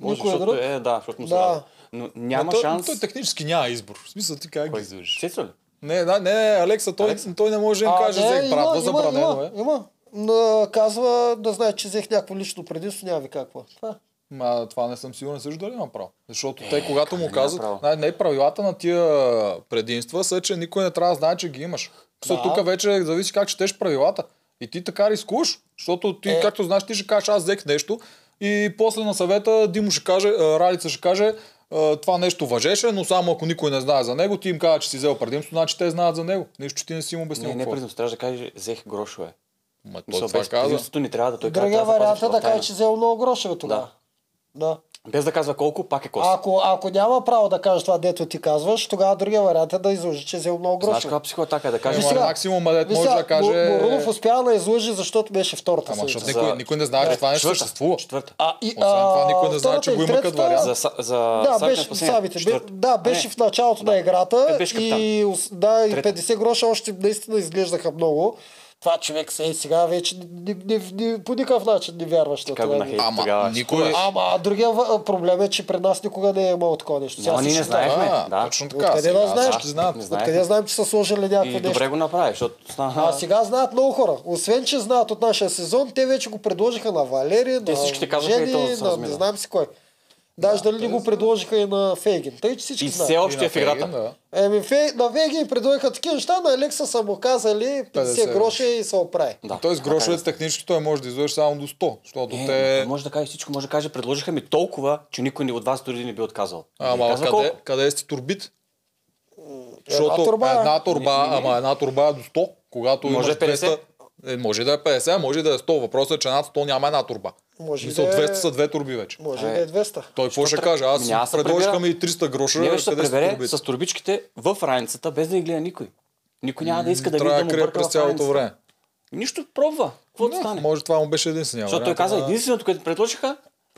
Speaker 3: Може,
Speaker 1: Никой
Speaker 3: защото
Speaker 1: друг.
Speaker 3: е, да, защото му се
Speaker 1: Да.
Speaker 3: радва. Но няма
Speaker 2: Ама той-
Speaker 3: шанс.
Speaker 2: Той технически няма избор. В смисъл ти как ги
Speaker 3: Кой?
Speaker 2: излъжеш?
Speaker 3: Цецо ли?
Speaker 2: Не, да, не, не, Алекса, той, той не може да им
Speaker 1: А,
Speaker 2: каже, взех правда, забранено
Speaker 1: има,
Speaker 2: е.
Speaker 1: има, има. Но, казва да знае, че взех някакво лично предимство, няма ви какво. Това. е.
Speaker 2: Ма, това не съм сигурен също дали има право. Защото те, когато му
Speaker 3: Е, няма
Speaker 2: казват,
Speaker 3: право?
Speaker 2: не, не, правилата на тия предимства са, че никой не трябва да знае, че ги имаш. Да.
Speaker 1: Да.
Speaker 2: Тук вече зависи как четеш правилата. И ти така рискуваш, защото ти, е.
Speaker 1: Е.
Speaker 2: както знаеш, ти ще кажеш, аз взех нещо и после на съвета Димо ще каже, а, Ралица ще каже, а, това нещо въжеше, но само ако никой не знае за него, ти им казва, че си взел предимство, значи те знаят за него. Нищо, че ти не си им обяснил.
Speaker 3: Не, не,
Speaker 2: какво е.
Speaker 3: предимно, трябваше да кажеш, взех грошове.
Speaker 2: Ма, той
Speaker 3: Мисъл,
Speaker 2: това
Speaker 3: без
Speaker 2: казва.
Speaker 3: предимството ни трябва да той трябва
Speaker 1: Другия
Speaker 3: да запазиш
Speaker 1: вариант е
Speaker 3: това
Speaker 1: да
Speaker 3: в тайна.
Speaker 1: каже, че взел много грошове тогава.
Speaker 3: Да.
Speaker 1: Да.
Speaker 3: Без да казва колко, пак е кост.
Speaker 1: Ако, ако няма право да каже това, дето ти казваш, тогава другия вариант е да излъжи, че взел много
Speaker 3: Знаеш
Speaker 1: грошове.
Speaker 3: каква психотака е да кажеш?
Speaker 1: Виж сега,
Speaker 2: максимум, дед може
Speaker 1: Мисля,
Speaker 2: да каже...
Speaker 1: Мо- Морунов успя да излъжи, защото беше втората
Speaker 2: Ама защото
Speaker 1: седмица.
Speaker 2: никой, никой не знае, че това нещо
Speaker 3: Е, четвърта,
Speaker 2: съществува.
Speaker 3: Четвърта.
Speaker 1: А, и,
Speaker 2: Освен това, никой не знае,
Speaker 1: втората
Speaker 2: че го
Speaker 1: и
Speaker 2: има като
Speaker 1: третата-
Speaker 2: вариант.
Speaker 3: За, са- за
Speaker 1: Да,
Speaker 3: Савите
Speaker 1: беше,
Speaker 3: на
Speaker 1: в
Speaker 3: последния,
Speaker 1: Савите. Бе,
Speaker 3: четвърта.
Speaker 1: да, беше
Speaker 3: Не,
Speaker 1: в началото на играта
Speaker 3: Е, беше капитан.
Speaker 1: и, ос- да, и
Speaker 3: Трета.
Speaker 1: 50 гроша още наистина изглеждаха много. Това човек се е сега вече ни, ни, ни, ни, по никакъв начин не вярваш на
Speaker 3: Така го
Speaker 1: това.
Speaker 3: нахейт.
Speaker 2: Ама
Speaker 3: Тогава ще
Speaker 2: никой...
Speaker 3: спориш.
Speaker 1: Ама а другия въ- проблем е, че при нас никога не е имало такова нещо. Сега
Speaker 3: Ама ние
Speaker 1: се
Speaker 3: не
Speaker 1: чудя.
Speaker 3: знаехме.
Speaker 2: А,
Speaker 3: Да.
Speaker 2: Точно така.
Speaker 1: Откъде
Speaker 2: сега
Speaker 1: да знаеш?
Speaker 2: Всички знаят.
Speaker 3: Не знаем.
Speaker 1: Откъде знаем, че са сложили някакво
Speaker 3: И
Speaker 1: нещо?
Speaker 3: добре го направи, защото
Speaker 1: А
Speaker 3: стана...
Speaker 1: сега знаят много хора. Освен, че знаят от нашия сезон, те вече го предложиха на Валери,
Speaker 3: Те
Speaker 1: на
Speaker 3: всичките казваха,
Speaker 1: Жени,
Speaker 3: и то се
Speaker 1: на не
Speaker 3: размина.
Speaker 1: знам си кой. Даже дали не го предложиха и на Фейгин. Тъй, че всички
Speaker 3: И
Speaker 1: знаят.
Speaker 3: все още е в
Speaker 2: И на
Speaker 3: играта.
Speaker 2: Фейгин, да.
Speaker 1: Еми, Фей... на Фейгин предложиха такива неща, на Алекса са му казали 50,
Speaker 2: 50
Speaker 1: гроша и се оправи.
Speaker 3: Да.
Speaker 2: Тоест е грошовете технически той може да излъжи само до 100, защото
Speaker 3: Е,
Speaker 2: те...
Speaker 3: Може да каже всичко, може да каже, предложиха ми толкова, че никой ни от вас дори не би отказал.
Speaker 2: Ама къде,
Speaker 3: Не казва колко.
Speaker 2: къде сте турбите?
Speaker 1: Една турба, е.
Speaker 2: една турба,
Speaker 3: Не, не, не.
Speaker 2: ама една турба е до 100, когато
Speaker 3: Може
Speaker 2: имаш
Speaker 3: 50.
Speaker 2: 200... Е, може да е 50, може да е 100. Въпросът е, че над 100 няма една турба.
Speaker 1: Може
Speaker 2: Мисъл,
Speaker 1: да е-
Speaker 2: 200 са две турби вече.
Speaker 1: Може
Speaker 3: Е.
Speaker 1: и да е 200.
Speaker 2: Той какво ще
Speaker 3: Що
Speaker 2: каже?
Speaker 3: пре-
Speaker 2: Аз
Speaker 3: Ми, аз се
Speaker 2: предложиха
Speaker 3: прибира.
Speaker 2: ми и 300 гроша.
Speaker 3: Не ще се
Speaker 2: къде са
Speaker 3: пребере
Speaker 2: турбите?
Speaker 3: с турбичките в раницата, без да ни гледа никой. Никой няма да иска да види
Speaker 2: Трябва
Speaker 3: да
Speaker 2: да
Speaker 3: му
Speaker 2: крие
Speaker 3: бърка
Speaker 2: през
Speaker 3: в
Speaker 2: цялото
Speaker 3: раницата.
Speaker 2: време.
Speaker 3: Нищо, пробва. Какво да
Speaker 2: Да,
Speaker 3: стане?
Speaker 2: Може това му беше един сигнал.
Speaker 3: Защото той
Speaker 2: Вариант,
Speaker 3: каза,
Speaker 2: ама-
Speaker 3: единственото, което предложиха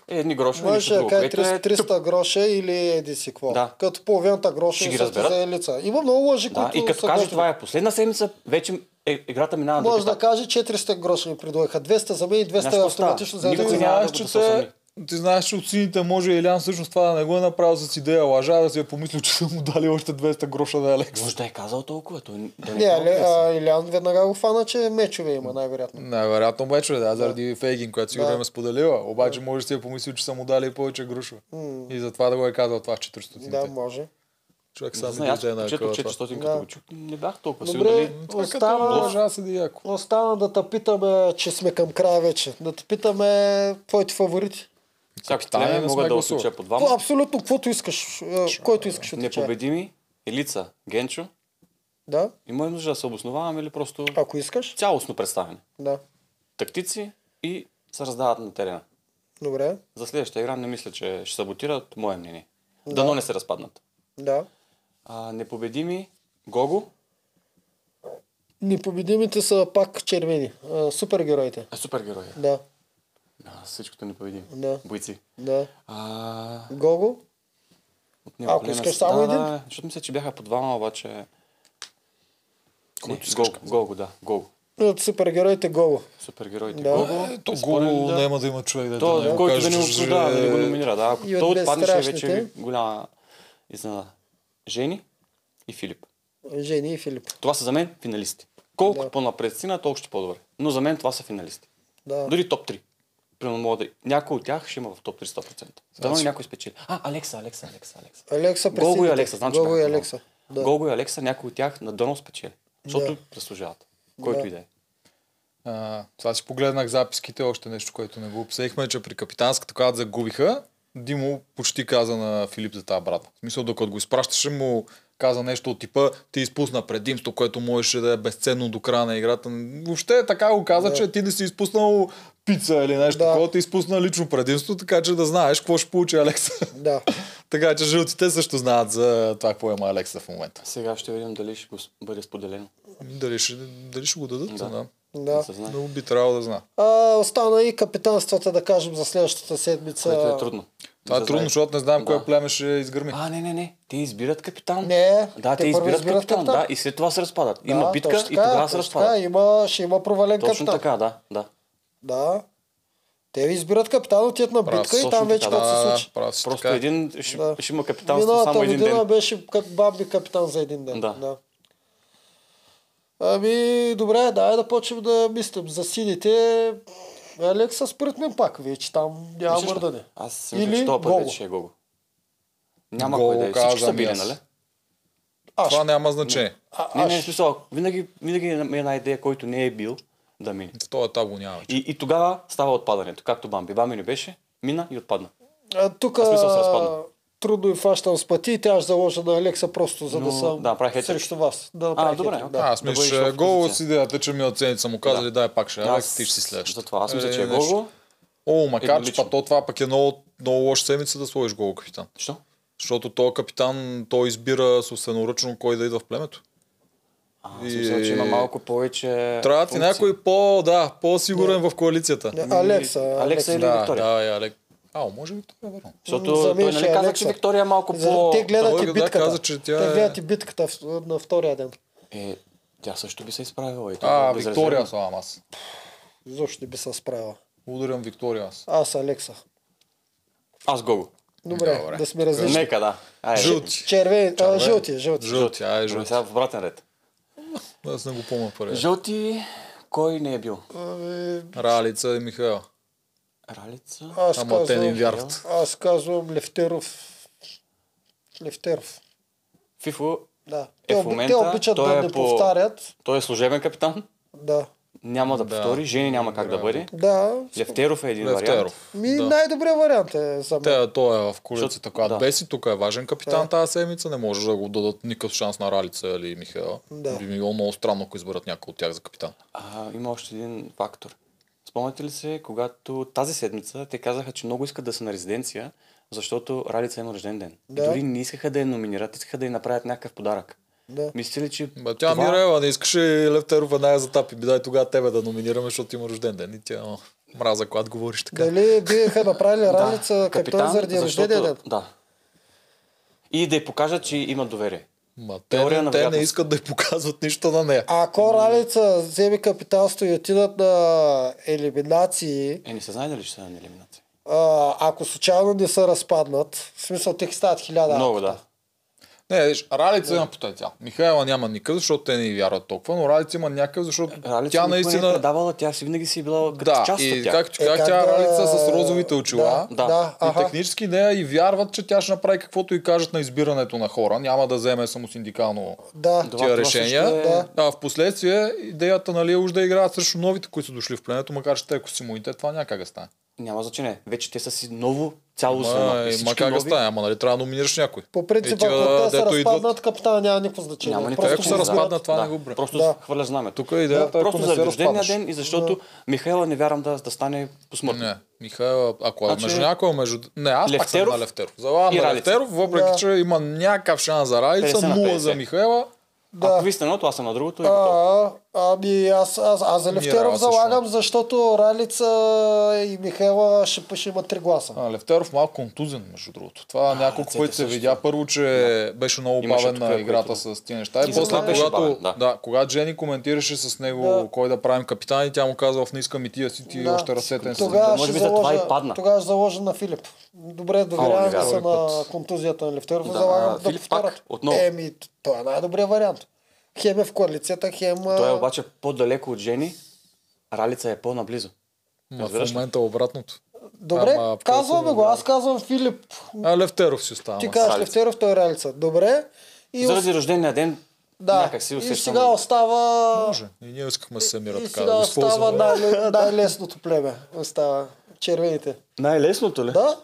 Speaker 3: е едни грошове, нищо
Speaker 1: Може да
Speaker 3: друго,
Speaker 1: каже
Speaker 3: което
Speaker 1: 300,
Speaker 3: е... тъп.
Speaker 1: 300 гроша или еди си какво.
Speaker 3: Да.
Speaker 1: Като половината гроша
Speaker 3: Ще ги
Speaker 1: са
Speaker 3: разберат.
Speaker 1: за лица. Има много лъжи,
Speaker 3: Да,
Speaker 1: които
Speaker 3: и като
Speaker 1: са
Speaker 3: каже
Speaker 1: готови.
Speaker 3: това е последна седмица, вече е, играта минава на
Speaker 1: Може
Speaker 3: друг
Speaker 1: да
Speaker 3: етап.
Speaker 1: каже 400 гроша ми предлагаха. 200 за мен и 200
Speaker 3: какво става?
Speaker 1: автоматично за
Speaker 3: Значи Никой
Speaker 2: Ти
Speaker 1: лица.
Speaker 3: не няма
Speaker 2: знаеш,
Speaker 3: да го
Speaker 2: че
Speaker 3: дососам
Speaker 2: те... Ти знаеш, че от сините може Елян всъщност това да не го е направил с идея лъжа, да си е помислил, че са му дали още 200 гроша на Алекс.
Speaker 3: Може да е казал толкова, той да не,
Speaker 1: Не,
Speaker 3: е
Speaker 1: Ле,
Speaker 3: толкова.
Speaker 1: а, Илян веднага го фана, че мечове има най-вероятно.
Speaker 2: Най-вероятно вече, да, заради Фейгин, която сигурно
Speaker 1: Да.
Speaker 2: им е споделила. Обаче може да си е помислил, че са му дали повече грошове. И затова да го е казал това в 400-те.
Speaker 1: Да, може.
Speaker 2: Човек
Speaker 3: Не
Speaker 2: сам
Speaker 3: знам, аз
Speaker 2: да е
Speaker 3: като
Speaker 2: на
Speaker 3: чето
Speaker 2: къва
Speaker 3: 400
Speaker 1: Да.
Speaker 3: като го чух, не бях толкова сигурен.
Speaker 1: Добре,
Speaker 3: дали-
Speaker 2: това. Остава...
Speaker 1: остана,
Speaker 2: Лъжа седи яко.
Speaker 1: остана да те питаме, че сме към края вече. Да те питаме твоите фаворити.
Speaker 2: Капитане не
Speaker 3: Капитане
Speaker 2: сме
Speaker 3: мога да
Speaker 2: гласували.
Speaker 3: отлуча по
Speaker 1: По-
Speaker 3: двама.
Speaker 1: Абсолютно, каквото искаш, е, който искаш от
Speaker 3: Непобедими, Елица, Генчо.
Speaker 1: Да,
Speaker 3: Има ли нужда да се обосноваваме или просто
Speaker 1: ако искаш,
Speaker 3: цялостно представяне?
Speaker 1: да.
Speaker 3: Тактици и се раздават на терена.
Speaker 1: Добре,
Speaker 3: За следващата игра не мисля, че ще саботират мое мнение. Дано не се разпаднат.
Speaker 1: да.
Speaker 3: А, непобедими, Гого,
Speaker 1: Непобедимите са пак червени. А, супергероите.
Speaker 3: е супергерой.
Speaker 1: Да,
Speaker 3: А, всичкото е непобедими.
Speaker 1: Да.
Speaker 3: Бойци.
Speaker 1: да.
Speaker 3: А,
Speaker 1: Гого?
Speaker 3: от няколко
Speaker 1: Ако
Speaker 3: дена-
Speaker 1: искаш само
Speaker 3: да,
Speaker 1: един?
Speaker 3: Да, защото мисля, че бяха по двама, обаче... Който Гого, Гого, да. Гого.
Speaker 1: От супергероите Гого.
Speaker 3: Супергероите.
Speaker 1: Да.
Speaker 3: Гого.
Speaker 2: Е, то
Speaker 3: според мен,
Speaker 2: гол
Speaker 3: да.
Speaker 2: няма да има човек да
Speaker 3: То,
Speaker 2: да му
Speaker 3: който
Speaker 2: каже,
Speaker 3: да не
Speaker 2: че
Speaker 3: обсуждава, да не го номинира. Да, ако
Speaker 1: И от
Speaker 3: той отпадне, ще е вече
Speaker 1: безстрашните.
Speaker 3: голяма изненада. Жени и Филип.
Speaker 1: Жени и Филип.
Speaker 3: Това са за мен финалисти. Колкото
Speaker 1: Да.
Speaker 3: по-напред си, на толкова ще по-добре. Но за мен това са финалисти.
Speaker 1: Да.
Speaker 3: Дори топ 3. Примерно мога да... Някой от тях ще има в топ 3 100%. Дано
Speaker 1: Значи,
Speaker 3: някой спечели. А, Алекса, Алекса, Алекса, Алекса.
Speaker 1: Алекса през
Speaker 3: Гого и
Speaker 1: сините.
Speaker 3: Алекса, знам, че
Speaker 1: Гого и
Speaker 3: бяха
Speaker 1: Алекса.
Speaker 3: Да.
Speaker 1: Да.
Speaker 3: Голго и Алекса, някой от тях на Донал спечели. Защото
Speaker 1: Да.
Speaker 3: заслужават. Който
Speaker 1: Да.
Speaker 3: и да е.
Speaker 2: А, сега си погледнах записките, още нещо, което не го обсехме, че при капитанската, когато загубиха, Димо почти каза на Филип за тази брат. В смисъл, докато го изпращаше, му каза нещо от типа, ти изпусна предимство, което можеше да е безценно до края на играта. Въобще така го каза,
Speaker 1: Да.
Speaker 2: че ти не си изпуснал пица или нещо
Speaker 1: Да.
Speaker 2: такова, ти изпусна лично предимство, така че да знаеш какво ще получи Алекса.
Speaker 1: Да.
Speaker 2: така че жълтите също знаят за това, какво има Алекса в момента.
Speaker 3: Сега ще видим дали ще го с- бъде споделено.
Speaker 2: Дали ще, дали ще го дадат?
Speaker 3: Да.
Speaker 2: Да.
Speaker 1: Да.
Speaker 3: Не се знае.
Speaker 2: Но би трябвало да знае.
Speaker 1: А, остана и капитанствата, да кажем, за следващата седмица.
Speaker 3: Което е трудно.
Speaker 2: Това
Speaker 3: Да
Speaker 2: е трудно,
Speaker 3: знаете.
Speaker 2: защото не знам
Speaker 3: Да.
Speaker 2: кое племе ще изгърми.
Speaker 3: А, не, не, не. Те избират капитан.
Speaker 1: Не,
Speaker 3: Да, те,
Speaker 1: първо
Speaker 3: избират, капитан, да, и след това се разпадат. Има
Speaker 1: Да,
Speaker 3: битка
Speaker 1: точно
Speaker 3: и
Speaker 1: така,
Speaker 3: тогава се
Speaker 1: точно така.
Speaker 3: разпадат.
Speaker 1: Има, ще има провален
Speaker 3: Точно
Speaker 1: капитан.
Speaker 3: така, да, да.
Speaker 1: Да. Те избират капитан, отиват на
Speaker 2: Прав,
Speaker 1: битка и
Speaker 3: точно
Speaker 1: там вече
Speaker 3: така,
Speaker 1: какво се случи.
Speaker 2: прав си,
Speaker 3: Просто
Speaker 2: така е.
Speaker 3: един ще,
Speaker 1: Да.
Speaker 3: ще има капитанство
Speaker 1: Миналата
Speaker 3: само един
Speaker 1: година
Speaker 3: ден.
Speaker 1: беше кап- бамби капитан за един ден.
Speaker 3: Да.
Speaker 1: Ами, добре, дай да почнем да мислим. За сините, Алекса според мен пак вече там няма
Speaker 3: Мислиш ли?
Speaker 1: мърдане.
Speaker 3: Аз си мисля,
Speaker 1: Или
Speaker 3: че този път
Speaker 1: Гого.
Speaker 3: вече ще е Гого. Няма
Speaker 2: Гого
Speaker 3: кой да е. Всички са
Speaker 2: казвам и
Speaker 3: били,
Speaker 2: аз.
Speaker 3: нали?
Speaker 1: Аз,
Speaker 2: Това няма значение.
Speaker 1: а,
Speaker 3: Не,
Speaker 1: аз,
Speaker 3: не, в смисъл, винаги, винаги е една идея, който не е бил, да мине.
Speaker 2: В този етап го няма. вече.
Speaker 3: И, и тогава става отпадането, както Бамби. Бамби не беше, мина и отпадна.
Speaker 1: а, тук
Speaker 3: аз мисля, се разпадна.
Speaker 1: трудно и фащам с пъти и тя ще заложа на Алекса просто за
Speaker 3: Но,
Speaker 1: да съм
Speaker 3: да, направи хетрик.
Speaker 1: срещу вас. Да направи
Speaker 3: добре,
Speaker 1: хетрик,
Speaker 3: окей.
Speaker 1: да.
Speaker 2: Аз
Speaker 3: да
Speaker 2: мисля,
Speaker 3: бъдеш
Speaker 2: че
Speaker 3: в
Speaker 2: гол с
Speaker 3: позиция.
Speaker 2: идеята, че ми оцените са му казали, дай пак ще, Алекс, ти ще си следваш.
Speaker 3: Затова аз мисля, че е Гого.
Speaker 2: О, макар че
Speaker 3: Еднолично.
Speaker 2: па то това пък е много, много лоша седмица да сложиш гол капитан.
Speaker 3: Що?
Speaker 2: Защото то капитан, той избира собственоръчно кой да идва в племето.
Speaker 3: А, и... мисля, че има малко повече
Speaker 2: Трябва ти е
Speaker 3: функции.
Speaker 2: някой по, да, по-сигурен в коалицията.
Speaker 1: Не, Алекса,
Speaker 3: Алекса или
Speaker 2: Да,
Speaker 3: Виктория.
Speaker 2: да, и Алек. Ао, може Виктория, верно.
Speaker 3: Защото
Speaker 1: За мен
Speaker 3: той
Speaker 1: ще
Speaker 3: нали
Speaker 1: е
Speaker 3: каза, че
Speaker 1: Алекса.
Speaker 3: Виктория е малко
Speaker 1: За-
Speaker 3: по...
Speaker 1: Те гледат
Speaker 2: Той
Speaker 1: и
Speaker 2: да,
Speaker 1: битката.
Speaker 2: каза, че тя
Speaker 1: те
Speaker 2: е-
Speaker 1: гледат и битката в- на втория ден.
Speaker 3: Е, тя също би се изправила. И това
Speaker 2: А,
Speaker 3: е безрезервно.
Speaker 2: Виктория славам аз.
Speaker 1: Защо не би се справила?
Speaker 2: Ударям Виктория аз.
Speaker 1: Аз Алекса.
Speaker 3: Аз Гого.
Speaker 1: Добре,
Speaker 2: Добре.
Speaker 1: да сме различни.
Speaker 3: Нека, да. Айде.
Speaker 2: Жълти.
Speaker 1: Червени, а, жълти, жълти.
Speaker 2: Жълти, ай,
Speaker 3: Добре,
Speaker 2: жълти.
Speaker 3: Сега в обратен ред.
Speaker 2: Аз не го помня първи.
Speaker 3: Жълти, кой не е бил?
Speaker 1: Ами,
Speaker 2: Ралица и Михаил.
Speaker 3: Ралица?
Speaker 1: аз
Speaker 2: Ама те не им
Speaker 1: казвам,
Speaker 2: вярват.
Speaker 1: аз казвам Левтеров. Левтеров,
Speaker 3: Фифо,
Speaker 1: да.
Speaker 3: Е,
Speaker 1: те,
Speaker 3: в
Speaker 1: оби-
Speaker 3: момента
Speaker 1: те обичат
Speaker 3: той
Speaker 1: да
Speaker 3: е
Speaker 1: не
Speaker 3: по-
Speaker 1: повтарят.
Speaker 3: той е служебен капитан.
Speaker 1: Да.
Speaker 3: Няма да
Speaker 2: Да.
Speaker 3: повтори. Жени няма как да бъде.
Speaker 1: Да.
Speaker 3: Левтеров е един вариант.
Speaker 2: Левтеров.
Speaker 1: Ми най-добрият вариант е за мен.
Speaker 2: Те, той е в колицата,
Speaker 3: Защото-
Speaker 2: която
Speaker 3: да.
Speaker 2: беси, тук е важен капитан
Speaker 1: Да.
Speaker 2: тази седмица, не може да го дадат никакъв шанс на Ралица или Михаила.
Speaker 1: Да.
Speaker 2: Би било много странно, ако изберат някой от тях за капитан.
Speaker 3: А, има още един фактор. Спомняте ли се, когато тази седмица те казаха, че много искат да са на резиденция, защото Ралица има рожден ден.
Speaker 1: Да.
Speaker 3: Дори не искаха да я номинират, искаха да й направят някакъв подарък.
Speaker 1: Да.
Speaker 3: Мислите ли, че
Speaker 2: Ба, тя
Speaker 3: това-
Speaker 2: Мирела не искаше и Левтеров веднага за тапи. Би дай тогава тебе да номинираме, защото има рожден ден. И тя о, мраза, когато говориш така.
Speaker 1: Дали биеха направили
Speaker 3: Да,
Speaker 1: раница капитан заради
Speaker 3: защото-
Speaker 1: рождения ден?
Speaker 3: Да. И да й покажат, че има доверие.
Speaker 2: Ма, те,
Speaker 3: Теория
Speaker 2: не,
Speaker 3: на
Speaker 2: те не
Speaker 3: вероятност.
Speaker 2: искат да й показват нищо на нея.
Speaker 1: Ако Ралица вземе капитанство и отидат на елиминации,
Speaker 3: Е, не се знае дали ще са на елиминация.
Speaker 1: а, ако случайно не се разпаднат, в смисъл те стават хиляда.
Speaker 3: Много, да.
Speaker 2: Не, виж, Ралица има потенциал. Михаела няма никакъв, защото те не й вярват толкова, но Ралица има някакъв, защото
Speaker 3: Ралица
Speaker 2: тя
Speaker 3: никога не е
Speaker 2: наистина...
Speaker 3: предавала, тя си винаги си е била като
Speaker 2: Да,
Speaker 3: част
Speaker 2: и
Speaker 3: от тях.
Speaker 2: както
Speaker 1: Е,
Speaker 2: казах,
Speaker 1: как
Speaker 2: тя
Speaker 1: да-
Speaker 2: Ралица с розовите очила.
Speaker 1: Да, да,
Speaker 2: И
Speaker 1: аха.
Speaker 2: технически нея и вярват, че тя ще направи каквото и кажат на избирането на хора. Няма да вземе само синдикално
Speaker 1: Да,
Speaker 3: Това-
Speaker 2: тия
Speaker 3: това
Speaker 2: решения.
Speaker 3: също е- Да.
Speaker 2: А в последствие идеята нали, е уж да играят срещу новите, които са дошли в пленето, макар че те, ако си моите, това няма как да стане.
Speaker 3: Няма значение. Вече те са си ново цяло звено.
Speaker 2: Ма,
Speaker 3: И
Speaker 2: е,
Speaker 3: всички
Speaker 2: ма как да
Speaker 3: нови-
Speaker 2: стане, ама нали трябва да номинираш някой.
Speaker 1: По принцип,
Speaker 2: Е, тия,
Speaker 1: ако те се
Speaker 2: дето идват-
Speaker 1: разпаднат, капитана няма никакво значение.
Speaker 3: Няма никакво
Speaker 2: Просто
Speaker 1: Просто
Speaker 2: ако се
Speaker 1: го
Speaker 3: значение.
Speaker 2: разпаднат,
Speaker 1: избират.
Speaker 2: това
Speaker 3: Да,
Speaker 2: не го бре.
Speaker 3: Просто
Speaker 1: Да.
Speaker 3: хвърля знаме.
Speaker 2: Тук е идеята, ако
Speaker 3: Просто
Speaker 2: не се
Speaker 3: за рождения
Speaker 2: разпаднеш.
Speaker 3: ден и защото Михайла не вярвам да, да стане посмъртно.
Speaker 2: Не, Михайло, ако е
Speaker 3: Значи-
Speaker 2: между някой, между... Не, аз пак съм
Speaker 3: Лефтеров
Speaker 2: на Лефтеров. Залагам
Speaker 3: и
Speaker 2: на
Speaker 3: Радица.
Speaker 2: Лефтеров, въпреки
Speaker 1: Да.
Speaker 2: че има някакъв шанс за Радица,
Speaker 3: 50 на
Speaker 2: 0 за
Speaker 3: 50.
Speaker 2: Михайла.
Speaker 1: Да.
Speaker 3: Ако ви сте на едното, аз съм на другото и готово.
Speaker 1: А, ами аз, аз, аз за
Speaker 2: Ние
Speaker 1: Лефтеров
Speaker 2: Рала също.
Speaker 1: залагам, защото Ралица и Михайла ще, ще има три гласа.
Speaker 2: А, Лефтеров малко контузен, между другото. Това няколко
Speaker 3: ръцете
Speaker 2: пъти се
Speaker 3: също.
Speaker 2: видя. Първо, че беше много
Speaker 3: Имаше
Speaker 2: бавен
Speaker 3: такива,
Speaker 2: на играта
Speaker 3: които-
Speaker 2: с тия неща. И,
Speaker 3: И
Speaker 2: после,
Speaker 3: затова беше
Speaker 2: когато,
Speaker 3: бавен,
Speaker 2: да.
Speaker 3: да.
Speaker 2: когато Жени коментираше с него
Speaker 1: Да.
Speaker 2: кой да правим капитан, и тя му казва, в не искам и тия си, ти
Speaker 1: Да.
Speaker 2: още разсетен си.
Speaker 1: Тогава
Speaker 3: може
Speaker 1: ще,
Speaker 3: би за това
Speaker 1: заложа,
Speaker 3: и падна.
Speaker 1: тогава ще заложа на Филип. Добре, доверявам
Speaker 3: не
Speaker 1: да се
Speaker 2: вярвам.
Speaker 1: на контузията на Лефтеров.
Speaker 3: Да,
Speaker 1: залагам
Speaker 3: а,
Speaker 1: да
Speaker 3: Филип
Speaker 1: повторят.
Speaker 3: пак, отново.
Speaker 1: Еми, това е най-добрият вариант. Хем е в коалицията, хем...
Speaker 3: Той е обаче по-далеко от Жени, Ралица е по-наблизо.
Speaker 2: Ма, в
Speaker 3: Разбираш ли?
Speaker 2: момента е обратното.
Speaker 1: Добре,
Speaker 2: Ама,
Speaker 1: казваме го. Аз казвам Филип.
Speaker 2: А, Лефтеров си остава.
Speaker 1: Ти
Speaker 2: ама.
Speaker 1: казваш
Speaker 3: Ралица.
Speaker 1: Лефтеров, той е Ралица. Добре. И,
Speaker 3: Заради рождения ден
Speaker 1: да.
Speaker 3: някак си
Speaker 1: и
Speaker 3: усещам.
Speaker 1: сега остава...
Speaker 2: Може. И ние искахме да се мира
Speaker 1: И
Speaker 2: така.
Speaker 1: сега
Speaker 2: Да го
Speaker 1: остава
Speaker 2: използваме.
Speaker 1: най- най-лесното племе. Остава червените.
Speaker 3: Най-лесното ли?
Speaker 1: Да,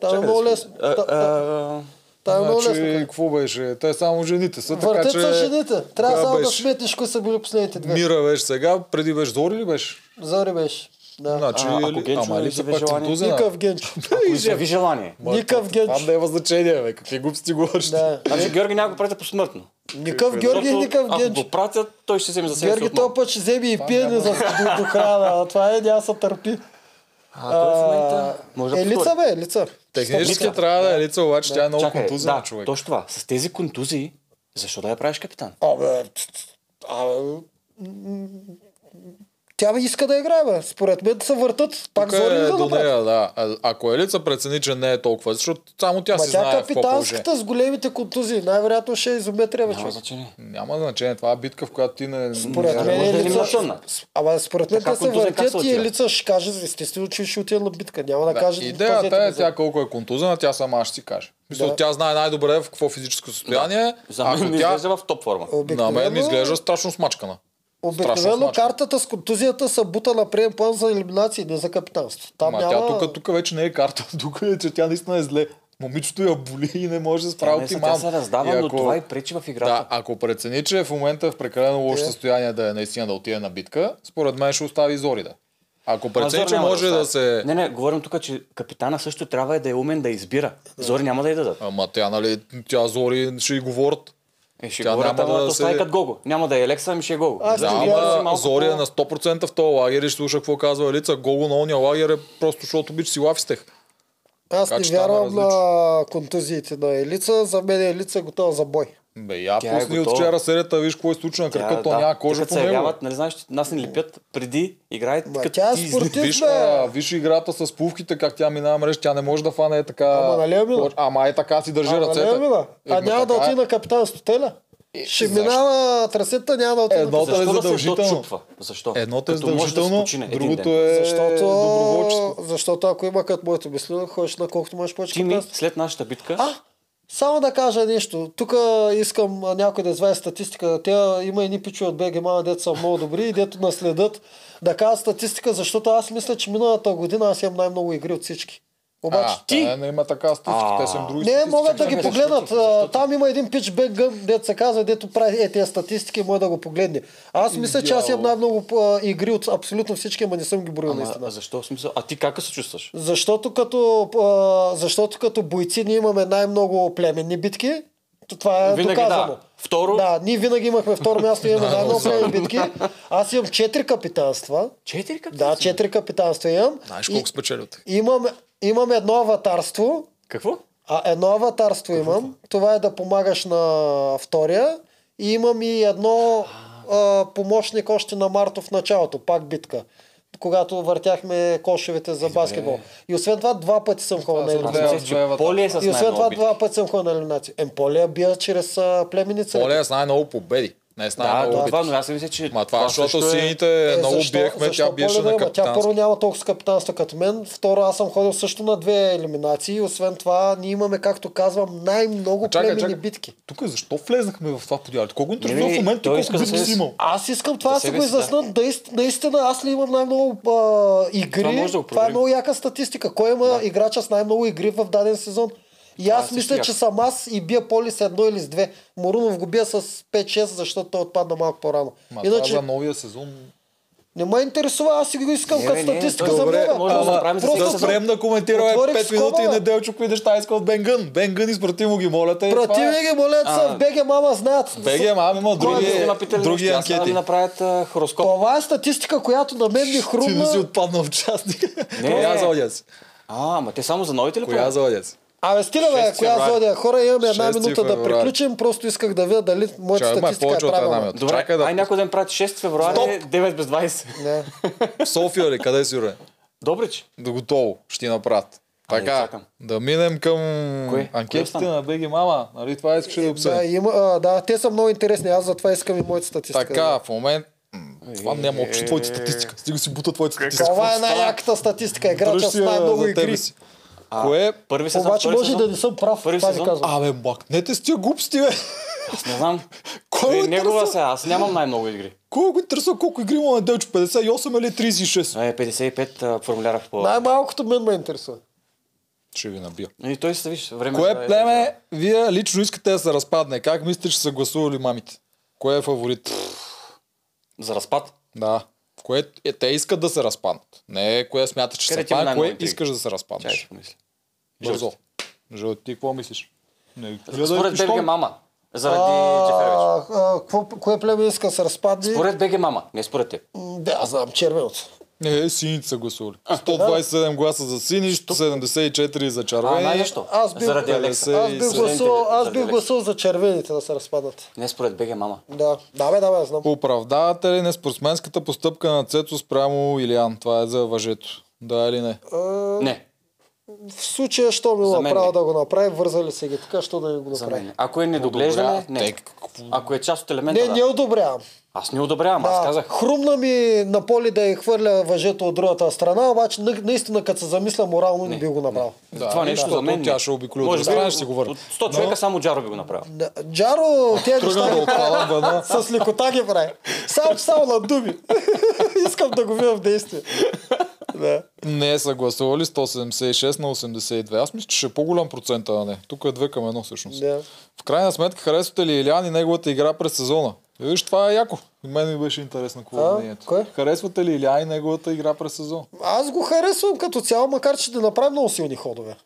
Speaker 1: там е
Speaker 3: Чакай да
Speaker 1: много
Speaker 3: си-
Speaker 1: лесно.
Speaker 3: А,
Speaker 1: Та- та-
Speaker 3: а,
Speaker 1: Там е много
Speaker 2: Значи,
Speaker 1: лесно.
Speaker 2: какво беше? Те само жените са, така
Speaker 1: Въртят
Speaker 2: че...
Speaker 1: са жените. Трябва
Speaker 2: Да,
Speaker 1: само да
Speaker 2: беше.
Speaker 1: сметнеш кои са били последните две.
Speaker 2: Мира беше сега, преди беше Зори ли беше?
Speaker 1: Зори беше. Да.
Speaker 2: Значи,
Speaker 3: А, ако
Speaker 2: ли-
Speaker 3: Генчо
Speaker 2: ама
Speaker 3: не
Speaker 2: ли са
Speaker 3: изяви
Speaker 2: пак
Speaker 3: желание?
Speaker 2: контузена?
Speaker 1: Никакъв генчо.
Speaker 3: ако изяви желание.
Speaker 2: Ма,
Speaker 1: Никакъв
Speaker 2: това- Това
Speaker 1: генч.
Speaker 2: не е значение, бе. Какви глупости говориш?
Speaker 1: Да.
Speaker 3: Значи Георги няма го пратя посмъртно.
Speaker 1: Никакъв Георги и
Speaker 3: Защото
Speaker 1: никакъв
Speaker 3: Ако
Speaker 1: генчо.
Speaker 3: го пратят, той ще вземе за себе си
Speaker 1: Георги този
Speaker 3: отново.
Speaker 1: път ще вземе и пиене за до, до храна. Това е, няма се търпи.
Speaker 3: А, той е в момента... Може да
Speaker 1: е, лица,
Speaker 3: повтори.
Speaker 1: бе, лица.
Speaker 2: Технически
Speaker 3: Стоп,
Speaker 2: трябва да е лица, обаче тя е много
Speaker 3: Чакай,
Speaker 2: контузена
Speaker 3: да,
Speaker 2: човек.
Speaker 3: точно това. С тези контузии, защо да я правиш капитан?
Speaker 1: Абе, т- т- абе, м- тя бе иска да играе, бе. Според мен да се въртат. Пак
Speaker 2: Тук
Speaker 1: Зори
Speaker 2: е
Speaker 1: да
Speaker 2: до
Speaker 1: направи.
Speaker 2: нея, да. А- Ако Елица прецени, че не е толкова, защото само тя
Speaker 1: Ма
Speaker 2: си
Speaker 1: тя е
Speaker 2: знае в какво положение.
Speaker 1: капитанската с големите контузии. Най-вероятно ще е изометрия, бе,
Speaker 3: Няма
Speaker 1: човек.
Speaker 3: значение.
Speaker 2: Няма значение, това е битка, в която ти не...
Speaker 1: Според
Speaker 3: Не,
Speaker 1: мен
Speaker 3: може да е
Speaker 1: лица...
Speaker 3: елиминационна.
Speaker 1: Ама според мен
Speaker 3: Така
Speaker 1: те се
Speaker 3: контузен как се
Speaker 1: въртят и
Speaker 3: отива?
Speaker 1: е лица ще каже, естествено, че ще отиде на битка. Няма да,
Speaker 2: Да,
Speaker 1: каже.
Speaker 2: Идеята
Speaker 1: пазете
Speaker 2: е
Speaker 1: го за-
Speaker 2: тя колко е контузена, тя сама ще си каже. Мисля,
Speaker 1: Да.
Speaker 2: Тя знае най-добре в какво физическо състояние. е.
Speaker 3: За
Speaker 2: ако
Speaker 3: мен не
Speaker 2: тя...
Speaker 3: излезе в топ форма.
Speaker 2: На
Speaker 1: Обикновено-
Speaker 2: мен ми изглежда страшно смачкана. страшно
Speaker 1: Обикновено
Speaker 2: смачка.
Speaker 1: картата с контузията са бута на прием план за елиминации, не за капитанство. Там
Speaker 2: Ма
Speaker 1: няма...
Speaker 2: тя тук, тук вече не е карта, тук е, че тя наистина е зле. Момичето я боли и не може да се
Speaker 3: Тя
Speaker 2: справи
Speaker 3: не се-
Speaker 2: оптимално.
Speaker 3: Тя се раздава,
Speaker 2: И
Speaker 3: но това и пречи в
Speaker 2: Да,
Speaker 3: играта.
Speaker 2: ако прецени, че в момента е в прекалено лошо
Speaker 1: Е.
Speaker 2: състояние да е наистина да отиде на битка, според мен ще остави Зори да. Ако прецени,
Speaker 3: Зор
Speaker 2: че
Speaker 3: няма
Speaker 2: може да,
Speaker 3: остави.
Speaker 2: се...
Speaker 3: Не, не, говорим тук, че капитана също трябва е да е умен да избира. Зори няма да й дадат.
Speaker 2: Ама тя, нали, тя Зори ще и говорят.
Speaker 3: Е, ще
Speaker 2: Тя
Speaker 3: говорят,
Speaker 2: няма
Speaker 3: ама
Speaker 2: да
Speaker 3: да
Speaker 2: се-
Speaker 3: се... като Гого. Няма да е Елекса, ами ще е Гого.
Speaker 1: Аз
Speaker 2: Да,
Speaker 1: ще
Speaker 3: Зори
Speaker 1: ги
Speaker 3: търси
Speaker 2: ама
Speaker 3: малко
Speaker 2: Зори е
Speaker 3: по-
Speaker 2: на 100% в този лагер и ще слуша какво казва Елица. Гого на ония лагер е просто защото обича си лафистех.
Speaker 1: Аз не
Speaker 2: Как ще стане
Speaker 1: вярвам
Speaker 2: различно?
Speaker 1: на контузиите на Елица. За мен Елица е готова за бой.
Speaker 2: Бе, я
Speaker 3: Тя е
Speaker 2: пусни от
Speaker 3: готова.
Speaker 2: вчера серията, виж какво е случва на
Speaker 3: Тя,
Speaker 2: кръка, то
Speaker 3: да.
Speaker 2: няма
Speaker 3: Те
Speaker 2: кожа
Speaker 3: като
Speaker 2: по
Speaker 3: се
Speaker 2: него.
Speaker 3: явяват, нали знаеш, нас ни лепят преди играят.
Speaker 1: Ма,
Speaker 3: като
Speaker 1: тя е
Speaker 3: ти излизаш.
Speaker 1: спортист,
Speaker 2: Виж,
Speaker 1: бе.
Speaker 2: а, виж играта с пувките, как тя минава мреж, тя не може да фане е така.
Speaker 1: Ама нали е била?
Speaker 2: Ама е така си държи
Speaker 1: Ама
Speaker 2: ръцете.
Speaker 1: не, бе, бе.
Speaker 2: Е,
Speaker 1: а
Speaker 2: ма
Speaker 1: няма
Speaker 2: така
Speaker 1: да
Speaker 2: е.
Speaker 1: отиде на капитанството, теля? Ще
Speaker 2: защо?
Speaker 1: минава трасета, няма да отиде. на
Speaker 2: Едното е
Speaker 3: Защо да се
Speaker 2: задължително.
Speaker 3: дочупва? Защо?
Speaker 2: Едното е
Speaker 3: Като може да се
Speaker 2: задължително,
Speaker 3: почине един
Speaker 2: другото
Speaker 3: ден.
Speaker 2: е
Speaker 1: Защото,
Speaker 2: доброволческо.
Speaker 1: защото ако има като моето мислено, ходиш на колкото можеш повече
Speaker 3: Ти ми,
Speaker 1: капитанство.
Speaker 3: след нашата битка,
Speaker 1: А, само да кажа нещо. Тук искам а, някой да извади статистика. Тя има едни пичове от БГ Мама, дето са много добри и дето наследат да кажа статистика, защото аз мисля, че миналата година аз имам най-много игри от всички. Обаче
Speaker 2: а,
Speaker 1: ти...
Speaker 2: Не, не има така статистика,
Speaker 3: А.
Speaker 2: те са им други
Speaker 1: Не,
Speaker 2: статистики.
Speaker 1: могат да
Speaker 3: чакай,
Speaker 1: ги
Speaker 3: защо
Speaker 1: погледнат.
Speaker 3: ти? Защо
Speaker 1: А, Там има един пич Гъм, дето се казва, дето прави е, тези статистики, може да го погледне. Аз мисля, че аз имам най-много а, игри от абсолютно всички, ама не съм ги броил
Speaker 3: ама,
Speaker 1: наистина.
Speaker 3: а защо в смисъл? А ти как се чувстваш?
Speaker 1: Защото като, а, защото като бойци ние имаме най-много племенни битки. Т- Това е
Speaker 3: Винаги
Speaker 1: доказано.
Speaker 3: да. Второ?
Speaker 1: Да, ние винаги имахме второ място, имаме най-много племенни битки. Аз имам 4 капитанства.
Speaker 3: Четири капитана?
Speaker 1: Да, 4 капитанства имам.
Speaker 2: Знаеш
Speaker 1: И
Speaker 2: колко спечели от тях?
Speaker 1: имам, имам едно аватарство.
Speaker 3: Какво?
Speaker 1: А едно аватарство имам. Това е да помагаш на втория. И имам и едно а, помощник още на Марто в началото, пак битка. Когато въртяхме кошовете за баскетбол. И освен това, два пъти
Speaker 3: Е,
Speaker 1: съм ходил на
Speaker 2: Аз не
Speaker 3: Аз
Speaker 1: елиминация.
Speaker 2: съм
Speaker 3: мисля,
Speaker 2: две
Speaker 3: че
Speaker 2: аватара.
Speaker 3: Поли е с
Speaker 1: И освен
Speaker 3: най-много
Speaker 1: това,
Speaker 3: битки.
Speaker 1: два пъти съм ходил на елиминация. Ем, Полия бия чрез а, племеница.
Speaker 2: Поле е с най-много победи. Не стана
Speaker 3: Да,
Speaker 2: много
Speaker 3: да,
Speaker 2: опит.
Speaker 3: това, но аз мисля, че
Speaker 2: Ма това, защото
Speaker 3: също е-
Speaker 2: сините много
Speaker 1: защо-
Speaker 2: биехме, тя
Speaker 1: защо
Speaker 2: биеше
Speaker 1: Болева
Speaker 2: на
Speaker 1: има? Тя първо
Speaker 2: капитанство.
Speaker 1: няма толкова с капитанство като мен, второ аз съм ходил също на две елиминации, освен това ние имаме, както казвам, най-много
Speaker 2: Чакай,
Speaker 1: племени
Speaker 2: чакай.
Speaker 1: битки.
Speaker 2: Тук защо влезнахме в това подяване? Кого го
Speaker 3: Не,
Speaker 2: интересува в
Speaker 3: не,
Speaker 2: момента,
Speaker 3: той
Speaker 2: колко
Speaker 3: иска да
Speaker 2: битки
Speaker 3: се-
Speaker 2: си имал?
Speaker 1: Аз искам това
Speaker 3: За
Speaker 1: да се
Speaker 3: себе
Speaker 1: го
Speaker 3: си, да.
Speaker 1: изяснат. Да. наистина аз ли имам най-много а, игри?
Speaker 3: Това може да го
Speaker 1: това е
Speaker 3: проверим.
Speaker 1: много яка статистика. Кой има да. играча с най-много игри в даден сезон? И аз
Speaker 3: всички
Speaker 1: мисля, че
Speaker 3: ясно.
Speaker 1: съм аз и бия Поли с едно или с две. Морунов го бия с 5-6, защото той отпадна малко по-рано.
Speaker 2: Ма това
Speaker 1: Иначе
Speaker 2: за новия сезон...
Speaker 1: не ме интересува, аз си го искам
Speaker 3: Не,
Speaker 1: като
Speaker 3: бе, не,
Speaker 1: статистика
Speaker 3: той-
Speaker 1: за
Speaker 3: Добре,
Speaker 1: мен.
Speaker 3: може да го направим за
Speaker 1: просто
Speaker 2: Да
Speaker 3: всеки
Speaker 1: съм-
Speaker 2: спрем да коментираме
Speaker 1: Отворих
Speaker 2: 5 минути и
Speaker 1: скоба.
Speaker 2: неделчо, кои неща иска от Бен Гън. Бен Гън, изпрати му ги, моля те. и това е.
Speaker 1: Прати ми ги, моля,
Speaker 3: А. е,
Speaker 1: са в БГ мама знаят.
Speaker 2: БГ, мам, има
Speaker 3: Други,
Speaker 2: други, други
Speaker 3: Да
Speaker 2: анкети.
Speaker 3: направят а, хороскоп.
Speaker 1: Това е статистика, която на мен ми
Speaker 2: Ти не си
Speaker 1: хрумна. Е,
Speaker 2: отпаднал участник.
Speaker 3: Не.
Speaker 2: Коя зодия си?
Speaker 3: А, ама те само за новите ли
Speaker 2: Коя
Speaker 3: правят?
Speaker 2: зодия си?
Speaker 1: Абе, стига, бе,
Speaker 2: 6
Speaker 1: коя
Speaker 2: февруари.
Speaker 1: зодия. Хора, имаме една
Speaker 2: 6
Speaker 1: минута да
Speaker 2: февруари.
Speaker 1: приключим. Просто исках да видя дали моята
Speaker 2: Чакай, ма, е
Speaker 1: статистика
Speaker 2: повече
Speaker 1: е
Speaker 2: от една
Speaker 1: правилна.
Speaker 2: минута.
Speaker 3: Добре,
Speaker 2: Чакай да-
Speaker 3: ай някой ден правят 6 февруари,
Speaker 2: Стоп!
Speaker 3: 9 без 20.
Speaker 1: Не.
Speaker 2: В София ли? Къде си, Юре?
Speaker 3: Добрич.
Speaker 2: Да готово. Ще ти направят.
Speaker 3: Айде,
Speaker 2: Така,
Speaker 3: чакам.
Speaker 2: да минем към
Speaker 3: Кое? Кое е
Speaker 2: анкетите
Speaker 3: остана?
Speaker 2: на БГ Мама. Нали това искаш да
Speaker 1: Е, Да,
Speaker 2: обсъдим?
Speaker 1: има, а, да, те са много интересни. Аз затова искам и моята статистика.
Speaker 2: Така, в момент... М, Това няма общо с твоята статистика. Стига си бута твоята
Speaker 1: да.
Speaker 2: статистика.
Speaker 1: Това е най-яката статистика. Играча с
Speaker 2: Дръж си я
Speaker 1: най-много
Speaker 2: за тебе
Speaker 1: игри.
Speaker 2: си. Кое?
Speaker 3: Първи сезон,
Speaker 1: Обаче
Speaker 3: втори
Speaker 1: може
Speaker 3: сезон.
Speaker 1: да не съм прав.
Speaker 3: Първи
Speaker 1: Това ви
Speaker 3: сезон.
Speaker 1: казвам.
Speaker 2: Абе, махнете с тия глупости, бе.
Speaker 3: Аз не знам.
Speaker 2: Кой
Speaker 3: Е,
Speaker 2: го
Speaker 3: негова
Speaker 2: интересува?
Speaker 3: се, аз нямам най-много игри.
Speaker 2: Кой го интересува колко игри има на Делчо? 58 или 36?
Speaker 3: А, Е, 55 а, формуляра в пола.
Speaker 1: Най-малкото мен ме интересува.
Speaker 2: Ще ви набия.
Speaker 3: И той се виж, време. да
Speaker 2: Кое
Speaker 3: е-
Speaker 2: племе вие лично искате да се разпадне? Как мислите, че са гласували мамите? Кое е фаворит?
Speaker 3: За разпад.
Speaker 2: Да. Кое е, те искат да се разпаднат. Не кое смяташ, че
Speaker 3: Къде
Speaker 2: се
Speaker 3: ти има
Speaker 2: пада,
Speaker 3: най-много
Speaker 2: кое
Speaker 3: интриги?
Speaker 2: искаш да се
Speaker 3: Чай ще
Speaker 2: разпаднеш.
Speaker 3: помисля.
Speaker 2: Бързо. Жълт, ти какво мислиш? Не,
Speaker 3: Според
Speaker 2: ти,
Speaker 3: БГ
Speaker 2: що?
Speaker 3: мама. Заради Джеферович.
Speaker 1: А, а, какво- Кое племе иска да се разпадне?
Speaker 3: Според БГ мама, не според теб.
Speaker 1: М, Да, аз знам, червеното.
Speaker 2: Не, сините са гласували. 127 гласа за сини, 74 за
Speaker 3: А,
Speaker 2: червени.
Speaker 3: най защо?
Speaker 1: Аз бих-
Speaker 3: Заради
Speaker 2: Е,
Speaker 3: Алекса.
Speaker 1: Аз бих
Speaker 2: и
Speaker 1: гласувал,
Speaker 3: зелените-
Speaker 1: аз
Speaker 3: за
Speaker 1: бих
Speaker 3: белите.
Speaker 1: гласувал за червените да се разпаднат.
Speaker 3: Не според БГ мама.
Speaker 1: Да, да, бе, да, бе, знам.
Speaker 2: Оправдавате ли неспортсменската постъпка на Цецо спрямо Илиан? Това е за въжето. Да или не?
Speaker 3: Не,
Speaker 1: В случая, що ми
Speaker 3: За мен
Speaker 1: го направи
Speaker 3: не.
Speaker 1: да го направи, вързали се ги така, що да не го
Speaker 3: за
Speaker 1: направи.
Speaker 3: мен. Ако е недоглеждане,
Speaker 2: Подобря-
Speaker 3: не.
Speaker 2: Те какво-
Speaker 3: Ако е част от елемента,
Speaker 1: Не, не
Speaker 3: да.
Speaker 1: одобрявам.
Speaker 3: Аз не одобрявам, аз
Speaker 1: Да,
Speaker 3: казах.
Speaker 1: хрумна ми на поле да я хвърля въжето от другата страна, обаче на- наистина, като се замисля морално, не, би го направил.
Speaker 2: Да,
Speaker 3: това нещо
Speaker 2: защото
Speaker 3: за мен.
Speaker 2: Тя
Speaker 3: не.
Speaker 2: ще обиколи от
Speaker 3: Може би
Speaker 2: страна, ще си го
Speaker 3: от-
Speaker 2: върна.
Speaker 3: От 100 човека само Джаро би го направил.
Speaker 1: Да, Джаро, е тези
Speaker 2: Тръгна
Speaker 1: неща
Speaker 2: да
Speaker 1: ги
Speaker 2: опалам
Speaker 1: прави.
Speaker 2: въна.
Speaker 1: С лекота ги прави. Само, само на думи. Искам да го видя в действие. Да.
Speaker 2: Не са гласували 176 на 82. Аз мисля, че ще е по-голям процент, а не. Тук е 2 към 1 всъщност.
Speaker 1: Да.
Speaker 2: В крайна сметка харесвате ли Илян и неговата игра през сезона? И виж, това е яко. И мен ми беше интересно какво
Speaker 1: А,
Speaker 2: е мнението.
Speaker 1: кое?
Speaker 2: Харесвате ли Илян и неговата игра през сезон?
Speaker 1: Аз го харесвам като цяло, макар че да направи много силни ходове.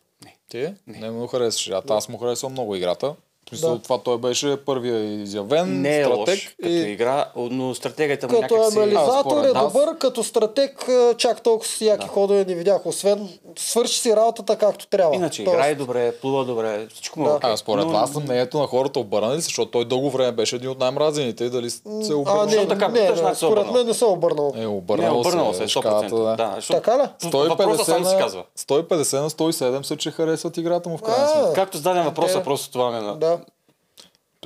Speaker 2: Ти? Не, не му харесваш. А, аз му харесвам много играта. В смисъл, това той беше първия изявен
Speaker 3: Не е
Speaker 2: стратег.
Speaker 3: лош като игра, но стратегията му
Speaker 1: Като
Speaker 3: някакси...
Speaker 1: анализатор
Speaker 2: според
Speaker 1: е
Speaker 2: нас-
Speaker 1: добър, като стратег е, чак толкова си яки ходове не видях, освен свърши си работата както трябва.
Speaker 3: Иначе
Speaker 1: Тоест,
Speaker 3: играе е добре, плува добре, всичко му е
Speaker 1: Да.
Speaker 3: окей.
Speaker 2: А, според
Speaker 3: Но-
Speaker 2: вас мнението на хората обърна ли, се, защото той дълго време беше един от най-мразените и дали се е
Speaker 1: А,
Speaker 2: обърна.
Speaker 1: не,
Speaker 3: Защото така,
Speaker 1: не,
Speaker 3: точно
Speaker 1: не,
Speaker 3: аз се е
Speaker 1: според
Speaker 3: обърнал.
Speaker 1: мен не се обърнал.
Speaker 2: Е,
Speaker 3: Не,
Speaker 2: обърнал
Speaker 3: обърнало се, 100%. Да, защото
Speaker 1: Така ли?
Speaker 3: Въпросът
Speaker 2: 150
Speaker 3: сам си
Speaker 2: на-
Speaker 3: казва.
Speaker 2: 150 на 107 са, че харесват играта му в крайна
Speaker 1: А,
Speaker 2: сметка.
Speaker 3: Както зададен въпроса,
Speaker 1: Те-
Speaker 3: просто това ме... на-
Speaker 1: Да.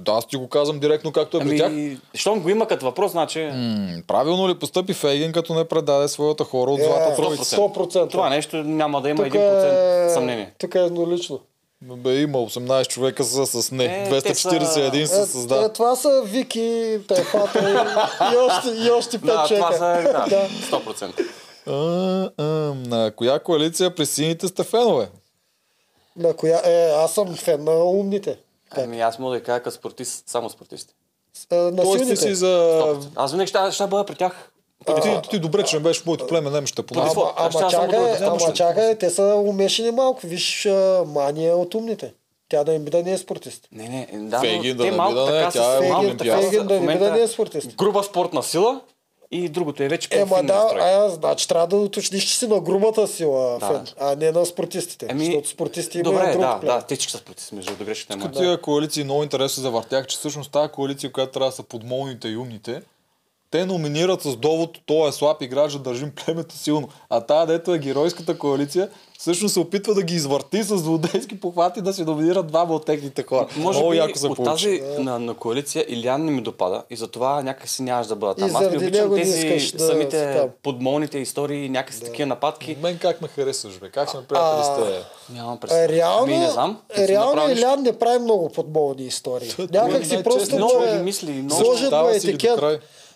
Speaker 2: Да, аз ти го казвам директно както е при тях.
Speaker 3: Ами, щом го има като въпрос, значи...
Speaker 2: М, Правилно ли постъпи Фейгин, като не предаде своята хора от
Speaker 1: Е,
Speaker 2: злата
Speaker 1: 100%.
Speaker 2: троица?
Speaker 1: 100%.
Speaker 3: Това нещо няма да има
Speaker 1: Тук
Speaker 3: 1% съмнение.
Speaker 1: Тук е еднолично.
Speaker 2: Бе, има 18 човека са с не,
Speaker 3: Е, те
Speaker 2: 241 са,
Speaker 1: Е,
Speaker 2: с
Speaker 1: е,
Speaker 2: да.
Speaker 1: това са Вики, е Тайфата и, и, още, и още пет
Speaker 3: Да,
Speaker 1: човека.
Speaker 3: това са...
Speaker 1: Да.
Speaker 3: Да, 100%.
Speaker 2: А, а, на коя коалиция при сините сте фенове?
Speaker 1: На коя... Е, аз съм фен на умните.
Speaker 3: Ами аз мога да кажа като спортист, само спортист.
Speaker 1: Е, на
Speaker 2: Той
Speaker 1: силните.
Speaker 2: си си за...
Speaker 3: Аз винаги ще, ще бъда при тях.
Speaker 2: Ти, ти добре, че не беше в моето племе, не ми ще
Speaker 3: Ама-
Speaker 2: понася.
Speaker 1: Ама,
Speaker 3: аз трябва
Speaker 1: ама
Speaker 3: само да
Speaker 1: чакай,
Speaker 3: обясня,
Speaker 1: ама
Speaker 3: защото-
Speaker 1: чакай, те са умешени малко. Виж, а, мания е от умните. Тя да им би да не е спортист.
Speaker 3: Не, не, да,
Speaker 2: Фейгин
Speaker 3: но
Speaker 2: да
Speaker 3: те
Speaker 2: не
Speaker 3: малко
Speaker 2: бида, не,
Speaker 3: така
Speaker 2: тя
Speaker 3: са-
Speaker 2: е
Speaker 3: малко
Speaker 2: Фейгин-
Speaker 3: така са
Speaker 1: Фейгин да
Speaker 3: в
Speaker 1: не бида,
Speaker 3: момента
Speaker 1: не е спортист.
Speaker 3: Груба спортна сила и другото е вече
Speaker 1: Ема
Speaker 3: по-фин
Speaker 1: да,
Speaker 3: настрой.
Speaker 1: а, значи трябва да уточниш, че си на грубата сила,
Speaker 3: Да.
Speaker 1: фен, а не на спортистите.
Speaker 3: Ами,
Speaker 1: защото спортисти има
Speaker 3: добре,
Speaker 1: и друг
Speaker 3: да,
Speaker 1: плен.
Speaker 3: да, те че са спортисти, между другото, грешите ма.
Speaker 2: Тия коалиции много интересно завъртях, че всъщност тази коалиция, която трябва да са подмолните и умните, те номинират с довод, той е слаб играч, да държим племето силно. А тая, дето е геройската коалиция, всъщност се опитва да ги извърти с злодейски похвати да се номинират двама от техните хора.
Speaker 3: Може
Speaker 2: Много
Speaker 3: би
Speaker 2: яко се
Speaker 3: от
Speaker 2: получи.
Speaker 3: тази на, на коалиция Илян не ми допада и затова някакси нямаш да бъда
Speaker 2: И
Speaker 3: там. Аз не
Speaker 2: заради
Speaker 3: обичам
Speaker 2: него не
Speaker 3: тези
Speaker 2: искаш да
Speaker 3: самите
Speaker 2: си там.
Speaker 3: подмолните истории и някакси такива нападки.
Speaker 2: Мен как ме харесваш, бе? Как ще направите
Speaker 1: А,
Speaker 3: Нямам
Speaker 1: Е,
Speaker 3: представа.
Speaker 1: реално,
Speaker 3: Ами не знам.
Speaker 1: е, реално
Speaker 3: направиш-
Speaker 1: Илян не прави много подболни истории. Някак си просто
Speaker 3: много
Speaker 1: му е
Speaker 3: ги мисли, и много
Speaker 1: сложен му е етикет.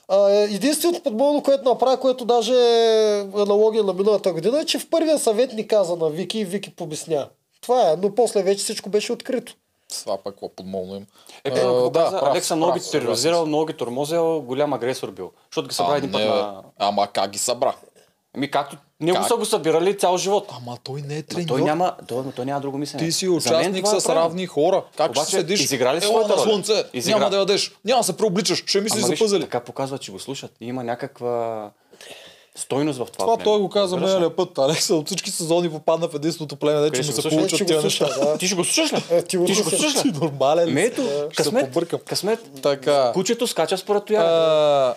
Speaker 1: А, е, единственото подболно, което направи, което даже е аналогия на миналата година, е, че в първия съвет ни каза на Вики и Вики побесня. Това е, но после вече всичко беше открито.
Speaker 2: Това пък какво подмолно им.
Speaker 3: Е,
Speaker 2: А,
Speaker 3: примерно, да, каза,
Speaker 2: прав,
Speaker 3: Алекса много ги
Speaker 2: прав,
Speaker 3: тероризирал, много ги тормозил, голям агресор бил. Защото ги събра
Speaker 2: А,
Speaker 3: един път
Speaker 2: не,
Speaker 3: на...
Speaker 2: Ама как ги събра?
Speaker 3: Ми Ами както... Него
Speaker 2: Как?
Speaker 3: са го събирали цял живот.
Speaker 2: Ама той не е
Speaker 3: Той няма, той, той няма друго мислене.
Speaker 2: Ти си
Speaker 3: За мен
Speaker 2: участник
Speaker 3: това е
Speaker 2: с
Speaker 3: правилно.
Speaker 2: равни хора. Как
Speaker 3: Обаче
Speaker 2: ще седиш?
Speaker 3: изиграли
Speaker 2: Ела
Speaker 3: своята
Speaker 2: на
Speaker 3: роля.
Speaker 2: слънце,
Speaker 3: Изигра.
Speaker 2: няма да ядеш, няма да се преобличаш, ще мислиш
Speaker 3: Ама
Speaker 2: за
Speaker 3: виж,
Speaker 2: пъзели.
Speaker 3: Така показва, че го слушат. И Има някаква стойност в това.
Speaker 2: Това
Speaker 3: племе.
Speaker 2: той го каза
Speaker 3: Разбираш ли?
Speaker 2: миналия път. Алекса от всички сезони попадна в единственото племе, де, Е, че
Speaker 3: Къде
Speaker 2: му
Speaker 3: ще го
Speaker 2: се
Speaker 3: слушаш?
Speaker 2: получат
Speaker 3: Ще го
Speaker 2: тия
Speaker 3: слушаш,
Speaker 2: неща.
Speaker 3: да. Ти ще го слушаш ли?
Speaker 1: Е, ти го
Speaker 3: Ти ще го
Speaker 1: слушаш.
Speaker 3: слушаш
Speaker 2: Ти
Speaker 3: ли?
Speaker 2: нормален ли
Speaker 3: Ме
Speaker 2: си?
Speaker 3: ето,
Speaker 2: Ще се
Speaker 3: късмет.
Speaker 2: побъркам.
Speaker 3: Късмет.
Speaker 2: Така.
Speaker 3: Кучето скача според тоя.
Speaker 2: А,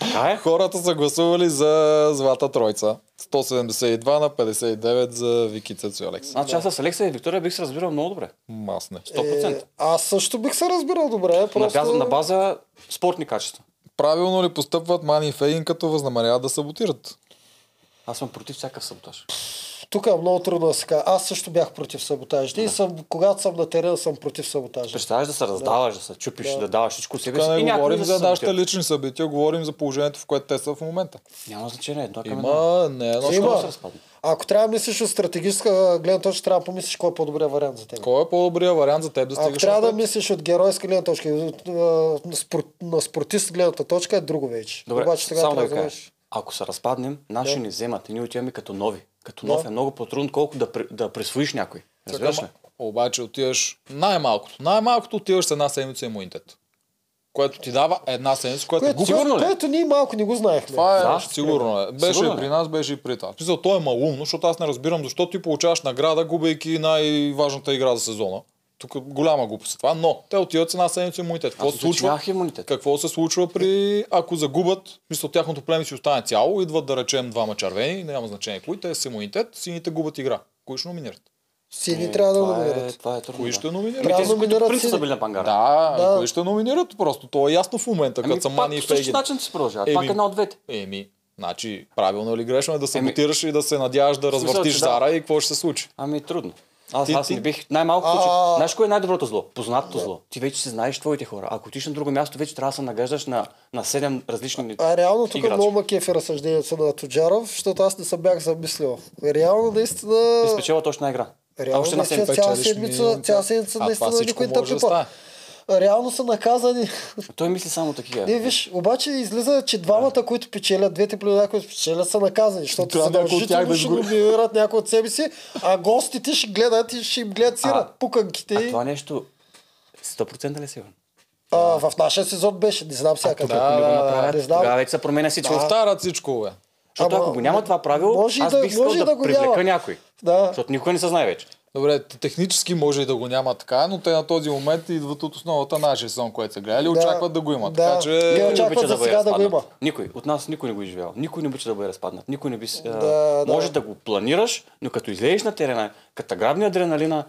Speaker 3: Така е.
Speaker 2: Хората са гласували за Злата Тройца. 172 на 59 за Вики Цецо и Алекс.
Speaker 3: Значи аз с Алекса и Виктория бих се разбирал много добре.
Speaker 2: Мас не.
Speaker 3: 100%.
Speaker 1: Е, аз също бих се разбирал добре.
Speaker 3: На
Speaker 1: Е, Просто...
Speaker 3: база, на база спортни качества.
Speaker 2: Правилно ли постъпват Мани и Фейгин, като възнамеряват да саботират?
Speaker 3: Аз съм против всякакъв саботаж.
Speaker 1: Тук е много трудно да се каже. Аз също бях против саботажите и съм, когато съм на терена, съм против саботажа.
Speaker 3: Представяш да се раздаваш, да се чупиш, да, даваш всичко от себе
Speaker 2: Тук
Speaker 3: си.
Speaker 2: не
Speaker 3: някой
Speaker 2: говорим
Speaker 3: да се
Speaker 2: за нашите
Speaker 3: саботира.
Speaker 2: лични събития, говорим за положението, в което те са в момента.
Speaker 3: Няма значение, едно към едно.
Speaker 2: Има, не е
Speaker 1: Има.
Speaker 2: едно.
Speaker 3: се разпадне.
Speaker 1: Ако трябва да мислиш от стратегическа гледна точка, трябва да помислиш кой е по-добрия вариант за теб.
Speaker 2: Кой е по-добрият вариант за теб да
Speaker 1: Ако
Speaker 2: стигаш?
Speaker 1: трябва да
Speaker 2: напред?
Speaker 1: мислиш от геройска гледна точка, и от, а, на спор- на спортист гледната точка е друго вече.
Speaker 3: Добре,
Speaker 1: Обаче сега
Speaker 3: само да ви
Speaker 1: трябва да
Speaker 3: кажа.
Speaker 1: знаеш.
Speaker 3: Ако се разпаднем, наши
Speaker 1: Да.
Speaker 3: ни вземат и ние отиваме като нови. Като нов
Speaker 1: Да.
Speaker 3: е много по-трудно, колко да, при- да присвоиш някой.
Speaker 2: Чакай,
Speaker 3: Разбираш ли?
Speaker 2: ама- Обаче отиваш най-малкото. Най-малкото отиваш с една седмица имунитет. Което ти дава една седмица, е което,
Speaker 1: Което,
Speaker 2: което
Speaker 3: сигурно ли?
Speaker 1: което ние малко не го знаехме.
Speaker 2: Това е да,
Speaker 3: Да,
Speaker 2: сигурно е. Беше
Speaker 3: Сигурно
Speaker 2: и
Speaker 3: е.
Speaker 2: при нас, беше и при тази. Смисъл, то е малумно, защото аз не разбирам защо ти получаваш награда, губейки най-важната игра за сезона. Тук е голяма глупост е това, но те отиват с една седмица имунитет. Какво
Speaker 3: Аз
Speaker 2: се случва?
Speaker 3: уточнявах имунитет.
Speaker 2: Какво се случва при ако загубят, мисля, тяхното племе си остане цяло, идват да речем двама червени, няма значение кои, те с имунитет, сините губят игра. Кои ще номинират?
Speaker 1: Сини
Speaker 3: Е,
Speaker 1: трябва да
Speaker 3: това е-
Speaker 1: номинират.
Speaker 3: Това е трудно.
Speaker 2: Кои
Speaker 3: да.
Speaker 2: ще номинират?
Speaker 1: Трябва
Speaker 3: Тези,
Speaker 1: да
Speaker 3: които
Speaker 1: номинират
Speaker 3: принцип са
Speaker 1: сини.
Speaker 3: били на пангара.
Speaker 2: Да,
Speaker 1: Да.
Speaker 2: да. кои ще номинират просто? То е ясно в момента, като са Мани и
Speaker 3: Ами По същия
Speaker 2: Фейгин.
Speaker 3: начин се продължават.
Speaker 2: Еми,
Speaker 3: Пак една от двете.
Speaker 2: Еми, значи, правилно или грешно е да саботираш и да се надяваш да
Speaker 3: смисъл,
Speaker 2: развъртиш
Speaker 3: че да.
Speaker 2: Зара и какво ще се случи.
Speaker 3: Ами трудно. Аз,
Speaker 2: Ти-
Speaker 3: аз
Speaker 2: ти-
Speaker 3: не бих най-малкото, че...
Speaker 1: А-
Speaker 3: Знаеш кое е най-доброто зло? Познатото зло. Ти вече си знаеш твоите хора. Ако отиш на друго място, вече трябва да се нагаждаш на, на 7 различни
Speaker 1: А реално тук е
Speaker 3: играчи.
Speaker 1: много ма кефи разсъждението на Тоджаров, защото аз не съм бях замислил. Реално наистина...
Speaker 3: Ти Е, спечела точно игра.
Speaker 1: Реално
Speaker 3: Още на
Speaker 1: наистина
Speaker 3: 7
Speaker 1: цяла
Speaker 2: печелиш
Speaker 1: седмица,
Speaker 2: минимум,
Speaker 1: цяла
Speaker 2: да.
Speaker 1: седмица
Speaker 2: А това
Speaker 1: наистина
Speaker 2: всичко
Speaker 1: никой не
Speaker 2: може да
Speaker 1: тъпипа. Реално са наказани.
Speaker 3: Той мисли само такива.
Speaker 1: Не, виж, обаче излиза, че двамата, които печелят, двете племена, които печелят, са наказани, защото
Speaker 2: Трябва някой от тях
Speaker 1: задължително
Speaker 2: да
Speaker 1: ще
Speaker 2: го-
Speaker 1: номинират някой от себе си, а гостите ще гледат и ще им гледат сират
Speaker 3: А-
Speaker 1: пуканките.
Speaker 3: А
Speaker 1: и-
Speaker 3: това нещо 100% ли е сигурно?
Speaker 1: А, в нашия сезон беше, не знам сега как.
Speaker 2: тук ако не го направят,
Speaker 1: Е, не
Speaker 3: Тогава
Speaker 1: знам.
Speaker 3: вече се променя всичко.
Speaker 2: Повтарят всичко, бе.
Speaker 3: Защото
Speaker 1: Ама,
Speaker 3: ако го няма това правило,
Speaker 1: може и
Speaker 3: аз
Speaker 1: да-
Speaker 3: бих искал
Speaker 1: може и
Speaker 3: да,
Speaker 1: да го няма.
Speaker 3: привлека някой.
Speaker 1: Да.
Speaker 3: Защото никой не се знае вече.
Speaker 2: Добре, т- технически може и да го няма така, но те на този момент идват от основата на нашия сезон, който са гледали,
Speaker 1: Да.
Speaker 2: Нали очакват да го имат.
Speaker 1: Да.
Speaker 2: Така че...
Speaker 1: Не
Speaker 3: Никой не
Speaker 1: очакват
Speaker 3: обича
Speaker 1: за сега да го
Speaker 3: разпаднат.
Speaker 1: има.
Speaker 3: Никой. От нас никой не го е изживял. Никой не обича да бъде разпаднат. Никой не би... с- а,
Speaker 1: Да, да.
Speaker 3: Може да го планираш, но като излезеш на терена, като грабни адреналина,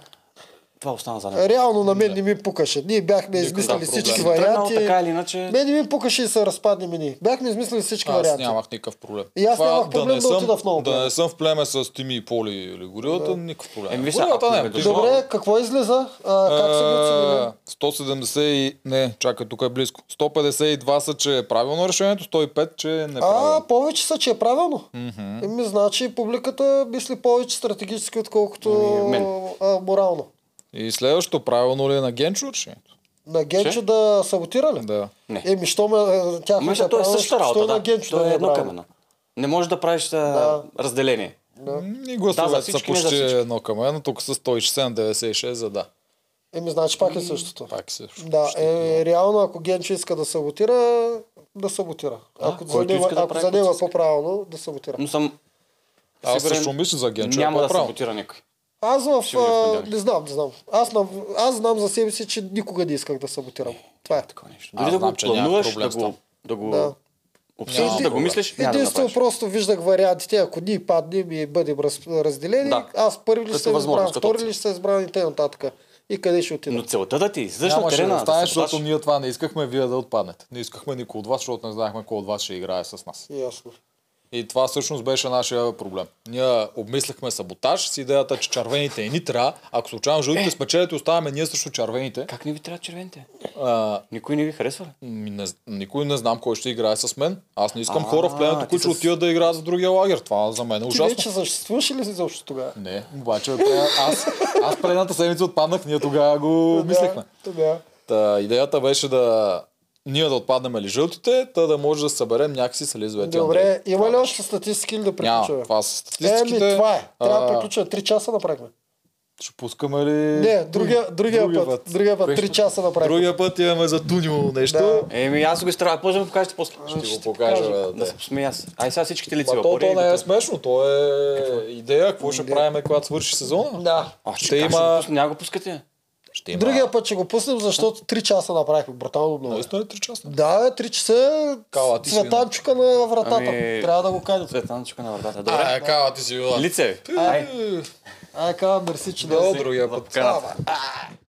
Speaker 3: това остана за него.
Speaker 1: Реално на мен не ми пукаше. Ние бяхме измислили
Speaker 2: да,
Speaker 1: всички
Speaker 2: проблем.
Speaker 3: Тръгнал
Speaker 1: варианти.
Speaker 3: така или иначе.
Speaker 1: Мен не ми пукаше и се разпадне мини. Бяхме измислили всички
Speaker 2: Аз
Speaker 1: варианти.
Speaker 2: нямах никакъв проблем.
Speaker 1: И аз
Speaker 2: Това
Speaker 1: нямах проблем да
Speaker 2: съм,
Speaker 1: отида в ново
Speaker 2: да
Speaker 1: племе.
Speaker 2: не съм в племе с Тими и Поли или Горилата, никакъв проблем.
Speaker 3: Еми, виж сега,
Speaker 2: Горилата
Speaker 3: ако
Speaker 2: не, е
Speaker 3: ме
Speaker 2: ти-
Speaker 3: доживя-
Speaker 1: Добре, какво излиза? А, как са нали? ги оценили?
Speaker 2: А, 170 и... Не, чакай, тук е близко. 152 са, че е правилно решението, 105, че е
Speaker 1: А,
Speaker 2: неправилно.
Speaker 1: повече са, че е правилно. Еми, значи публиката мисли повече стратегически, отколкото
Speaker 3: Ами, мен.
Speaker 1: а, морално.
Speaker 2: И следващото, правилно ли е на Генчо решението?
Speaker 1: На Генчо да саботира ли?
Speaker 2: Да.
Speaker 3: Не.
Speaker 1: Еми, що ме, тя
Speaker 3: Ама то е същата работа.
Speaker 1: Що на
Speaker 3: Да.
Speaker 1: Генчо
Speaker 3: То
Speaker 1: да
Speaker 3: е
Speaker 1: не
Speaker 3: едно
Speaker 1: прави?
Speaker 3: към едно. Не можеш да правиш а, разделение.
Speaker 2: Да. И
Speaker 3: Да, за
Speaker 2: гласовете са
Speaker 3: всички, не за
Speaker 2: почти
Speaker 3: всички.
Speaker 2: едно към едно, тук са 160 96 за да.
Speaker 1: Еми, значи пак е същото.
Speaker 2: Пак също.
Speaker 1: Да, е, реално, ако Генчо иска да саботира, да саботира. Ако за
Speaker 3: който
Speaker 1: него,
Speaker 3: иска да
Speaker 1: ако
Speaker 3: прави
Speaker 1: за него е
Speaker 3: каквото иска.
Speaker 1: по-правилно, да саботира.
Speaker 3: Но съм
Speaker 2: Аз
Speaker 3: сигурен,
Speaker 2: също мисля за Генчо.
Speaker 3: няма
Speaker 2: е
Speaker 3: да
Speaker 2: по-правилно.
Speaker 3: саботира никой.
Speaker 1: Аз в...
Speaker 3: Ще видим в
Speaker 1: А,
Speaker 3: понеделник.
Speaker 1: не знам, не знам. Аз, на, аз знам за себе си, че никога не исках да саботирам. Това е.
Speaker 3: Такова нещо.
Speaker 2: Аз
Speaker 3: Дори да
Speaker 2: знам,
Speaker 3: го
Speaker 2: че няма
Speaker 3: плануваш,
Speaker 2: проблем
Speaker 3: да
Speaker 2: с това.
Speaker 3: го да го
Speaker 1: Да.
Speaker 3: да. обсъждаш,
Speaker 1: Еди-
Speaker 3: да го мислиш. няма да
Speaker 1: Единствено
Speaker 3: направиш.
Speaker 1: просто виждах вариантите, ако ни падне и бъдем раз- разделени,
Speaker 3: Да.
Speaker 1: аз първи ли
Speaker 3: Като
Speaker 1: ще съм
Speaker 3: възможност,
Speaker 1: избран,
Speaker 3: като
Speaker 1: втори
Speaker 3: опция.
Speaker 1: ли ще съм избран и т.н. И къде ще отида?
Speaker 3: Но целта да ти също
Speaker 2: Нямаше
Speaker 3: терена,
Speaker 2: да останеш,
Speaker 3: създаш.
Speaker 2: защото ние това не искахме вие да отпаднете. Не искахме никой от вас, защото не знаехме кой от вас ще играе с нас.
Speaker 1: Ясно.
Speaker 2: И това всъщност беше нашия проблем. Ние обмисляхме саботаж с идеята, че червените и ни трябва. Ако случайно жълтите спечелят, и оставаме ние срещу червените.
Speaker 3: Е! Как не ви трябва червените?
Speaker 2: А,
Speaker 3: Никой не ви харесва ли?
Speaker 2: ми не, з- никой не знам кой ще играе с мен. Аз не искам
Speaker 3: А,
Speaker 2: хора в
Speaker 3: ти
Speaker 2: племето, които ще
Speaker 3: с-
Speaker 2: отидат да играят за другия лагер. Това за мен е
Speaker 1: Ти
Speaker 2: ужасно.
Speaker 1: вече съществуваш ли си изобщо тогава?
Speaker 2: Не, обаче трябва- аз, аз предната седмица отпаднах, ние тогава го мислехме.
Speaker 1: Тогава.
Speaker 2: Та, идеята беше да ние да отпаднем ли жълтите, та да може да съберем някакси с Елизавета. и Андрей.
Speaker 1: Добре, има ли още статистики или да
Speaker 2: Няма,
Speaker 1: приключваме?
Speaker 2: това са
Speaker 1: Еми,
Speaker 2: статистиките.
Speaker 1: това е. Трябва да
Speaker 2: А,
Speaker 1: приключваме. Три часа направихме.
Speaker 2: Ще пускаме ли...
Speaker 1: Не, другия, другия път. Другия път. Три часа направихме.
Speaker 2: Другия път имаме за Тунио нещо.
Speaker 1: Да.
Speaker 3: Еми, аз го изтравя. После да му покажете после.
Speaker 2: Ще го покажа. бе,
Speaker 3: Да
Speaker 2: Да.
Speaker 3: се посмея аз. Ай сега всичките лица. Ами,
Speaker 2: Ма то, то не е смешно, то е идея, какво ще правим, когато свърши сезона.
Speaker 1: Да.
Speaker 3: А, ще,
Speaker 2: Ще
Speaker 3: има...
Speaker 2: има-
Speaker 3: Няма го пускате.
Speaker 2: Ще има...
Speaker 1: Другия път ще го пуснем, защото три часа направихме. Брутално много.
Speaker 2: Наистина е 3 часа.
Speaker 1: Да, бе, три часа.
Speaker 2: Кала, ти си
Speaker 1: Цветанчука на вратата.
Speaker 3: Ами-
Speaker 1: Трябва да го кажем.
Speaker 3: Цветанчука на вратата. Добре.
Speaker 7: А, кава ти си била.
Speaker 3: Лице. ви. Ай.
Speaker 1: Ай, кава, мерси, че
Speaker 2: До другия път.
Speaker 3: Каната.